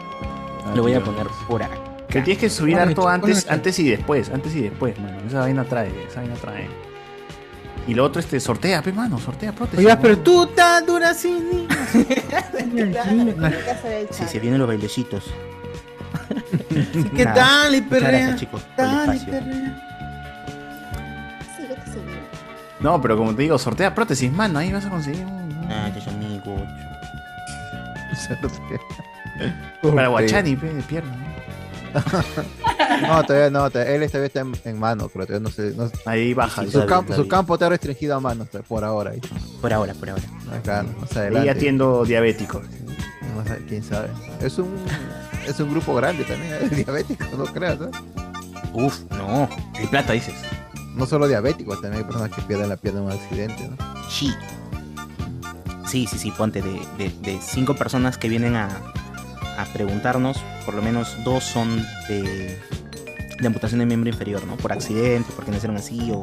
[SPEAKER 4] Ah,
[SPEAKER 7] Lo voy a
[SPEAKER 4] Bionics.
[SPEAKER 7] poner por acá.
[SPEAKER 4] Que tienes que subir
[SPEAKER 7] Ponlo,
[SPEAKER 4] harto
[SPEAKER 7] ponlo
[SPEAKER 4] antes,
[SPEAKER 7] acá.
[SPEAKER 4] antes y después, antes y después, mano. Esa vaina trae, esa vaina trae. Y lo otro este sortea, pe mano, sortea prótesis.
[SPEAKER 1] Oigas,
[SPEAKER 4] mano.
[SPEAKER 1] pero tú tan dura sin
[SPEAKER 7] Sí, se vienen los bailecitos.
[SPEAKER 1] ¿Qué
[SPEAKER 7] Nada,
[SPEAKER 1] tal, y
[SPEAKER 7] muchas gracias,
[SPEAKER 1] perrea?
[SPEAKER 7] chicos, por el
[SPEAKER 1] Dale,
[SPEAKER 7] espacio.
[SPEAKER 1] perrea.
[SPEAKER 11] Sí, yo te seguí.
[SPEAKER 4] No, pero como te digo, sortea prótesis, mano, ahí vas a conseguir un...
[SPEAKER 7] Ah, yo amigo.
[SPEAKER 4] Para Guachani, pe, de pierna.
[SPEAKER 3] No, todavía no, todavía- él esta vez está en, en mano, pero todavía no sé. no-
[SPEAKER 4] Ahí baja.
[SPEAKER 3] Su,
[SPEAKER 4] Está bien,
[SPEAKER 3] campo,
[SPEAKER 4] está
[SPEAKER 3] su
[SPEAKER 4] bien.
[SPEAKER 3] campo está restringido a manos todavía, por ahora.
[SPEAKER 7] Por ahora, por ahora.
[SPEAKER 3] Acá, no, más
[SPEAKER 4] Ahí
[SPEAKER 3] adelante.
[SPEAKER 4] atiendo diabético.
[SPEAKER 3] Más a- quién sabe. Es un, es un grupo grande también, ¿eh? es diabético, no creas. ¿no?
[SPEAKER 7] Uf, no. El plata dices.
[SPEAKER 3] No solo diabéticos, también hay personas que pierden la pierna en un accidente. ¿no?
[SPEAKER 7] Sí. Sí, sí, sí, ponte. De, de- de cinco personas que vienen a, a preguntarnos, por lo menos dos son de, de amputación de miembro inferior, ¿no? Por accidente, porque nacieron así o,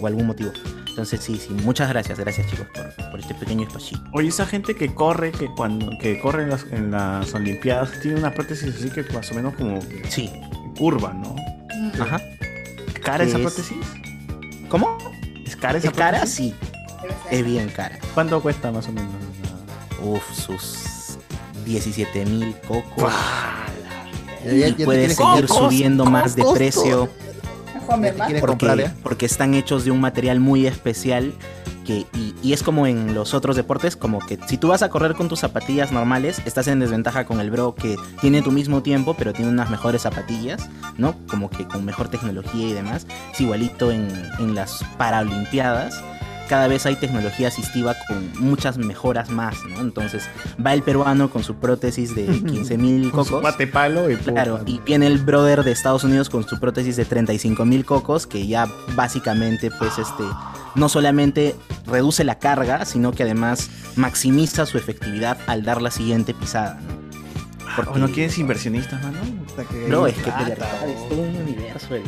[SPEAKER 7] o algún motivo. Entonces, sí, sí, muchas gracias, gracias chicos por, por este pequeño espacito.
[SPEAKER 4] Oye, esa gente que corre, que cuando que corre en las, en las Olimpiadas, tiene una prótesis así que más o menos como
[SPEAKER 7] sí.
[SPEAKER 4] curva, ¿no?
[SPEAKER 7] Ajá.
[SPEAKER 4] ¿Cara esa
[SPEAKER 7] Es-
[SPEAKER 4] prótesis?
[SPEAKER 7] ¿Cómo?
[SPEAKER 4] ¿Es cara esa
[SPEAKER 7] ¿Es cara?
[SPEAKER 4] prótesis?
[SPEAKER 7] Sí. Es bien cara.
[SPEAKER 4] ¿Cuánto cuesta más o menos?
[SPEAKER 7] Uf, sus 17 mil cocos.
[SPEAKER 3] Ya- ya- ya
[SPEAKER 7] Y
[SPEAKER 3] te
[SPEAKER 7] puede
[SPEAKER 3] quieres-
[SPEAKER 7] seguir
[SPEAKER 3] ¡Cocos!
[SPEAKER 7] subiendo más de
[SPEAKER 3] ¡Cocos!
[SPEAKER 7] precio.
[SPEAKER 15] Juan Bernal.
[SPEAKER 7] porque,
[SPEAKER 9] ¿eh?
[SPEAKER 7] porque están hechos de un material muy especial que, y, y es como en los otros deportes, como que si tú vas a correr con tus zapatillas normales, estás en desventaja con el bro que tiene tu mismo tiempo, pero tiene unas mejores zapatillas, ¿no? Como que con mejor tecnología y demás. Es igualito en, en las Paralimpiadas. Cada vez hay tecnología asistiva con muchas mejoras más, ¿no? Entonces va el peruano con su prótesis de 15.000
[SPEAKER 4] Con su
[SPEAKER 7] cocos.
[SPEAKER 4] bate palo y pum.
[SPEAKER 7] Claro, y viene el brother de Estados Unidos con su prótesis de 35 mil cocos, que ya básicamente, pues, este, no solamente reduce la carga, sino que además maximiza su efectividad al dar la siguiente pisada. ¿no?
[SPEAKER 4] ¿O no quieres inversionistas, mano? Puta que-
[SPEAKER 7] Bro, es que
[SPEAKER 4] Ah,
[SPEAKER 7] de
[SPEAKER 4] está
[SPEAKER 7] verdad es todo un universo el.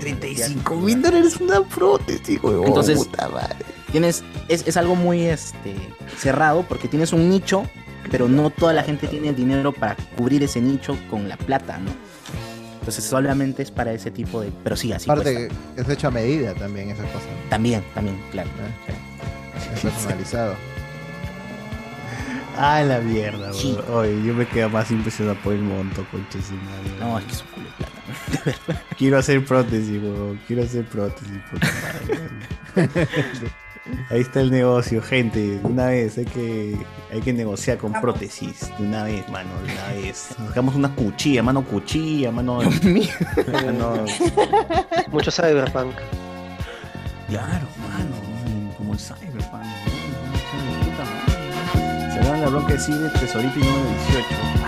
[SPEAKER 1] 35 mil dólares una prótesis,
[SPEAKER 3] Pues, oh,
[SPEAKER 1] huevón.
[SPEAKER 7] Entonces,
[SPEAKER 1] puta madre.
[SPEAKER 7] tienes, es, es algo muy este, cerrado porque tienes un nicho, pero no toda la gente tiene el dinero para cubrir ese nicho con la plata, ¿no? Entonces solamente es para ese tipo de... Pero sí, así
[SPEAKER 3] Aparte
[SPEAKER 7] cuesta.
[SPEAKER 3] que es hecho a medida también esas cosas.
[SPEAKER 7] También, también, claro.
[SPEAKER 3] Es personalizado.
[SPEAKER 4] Ah, la mierda,
[SPEAKER 7] Sí.
[SPEAKER 4] bro. Oye, yo me quedo más impresionado por el monto, concha de su madre.
[SPEAKER 7] No, es que es un culo de plata.
[SPEAKER 4] Quiero hacer prótesis, bro. Quiero hacer prótesis, puta madre. Ahí está el negocio, gente. De una vez, hay que, hay que negociar con prótesis. De una vez, mano, de una vez. Sacamos una cuchilla, mano cuchilla, mano. mano
[SPEAKER 8] Mucho cyberpunk.
[SPEAKER 4] Claro, mano, como el Cyberpunk. ¿no? Puta madre. Se dan la bronca de cine, tesorito y número 18.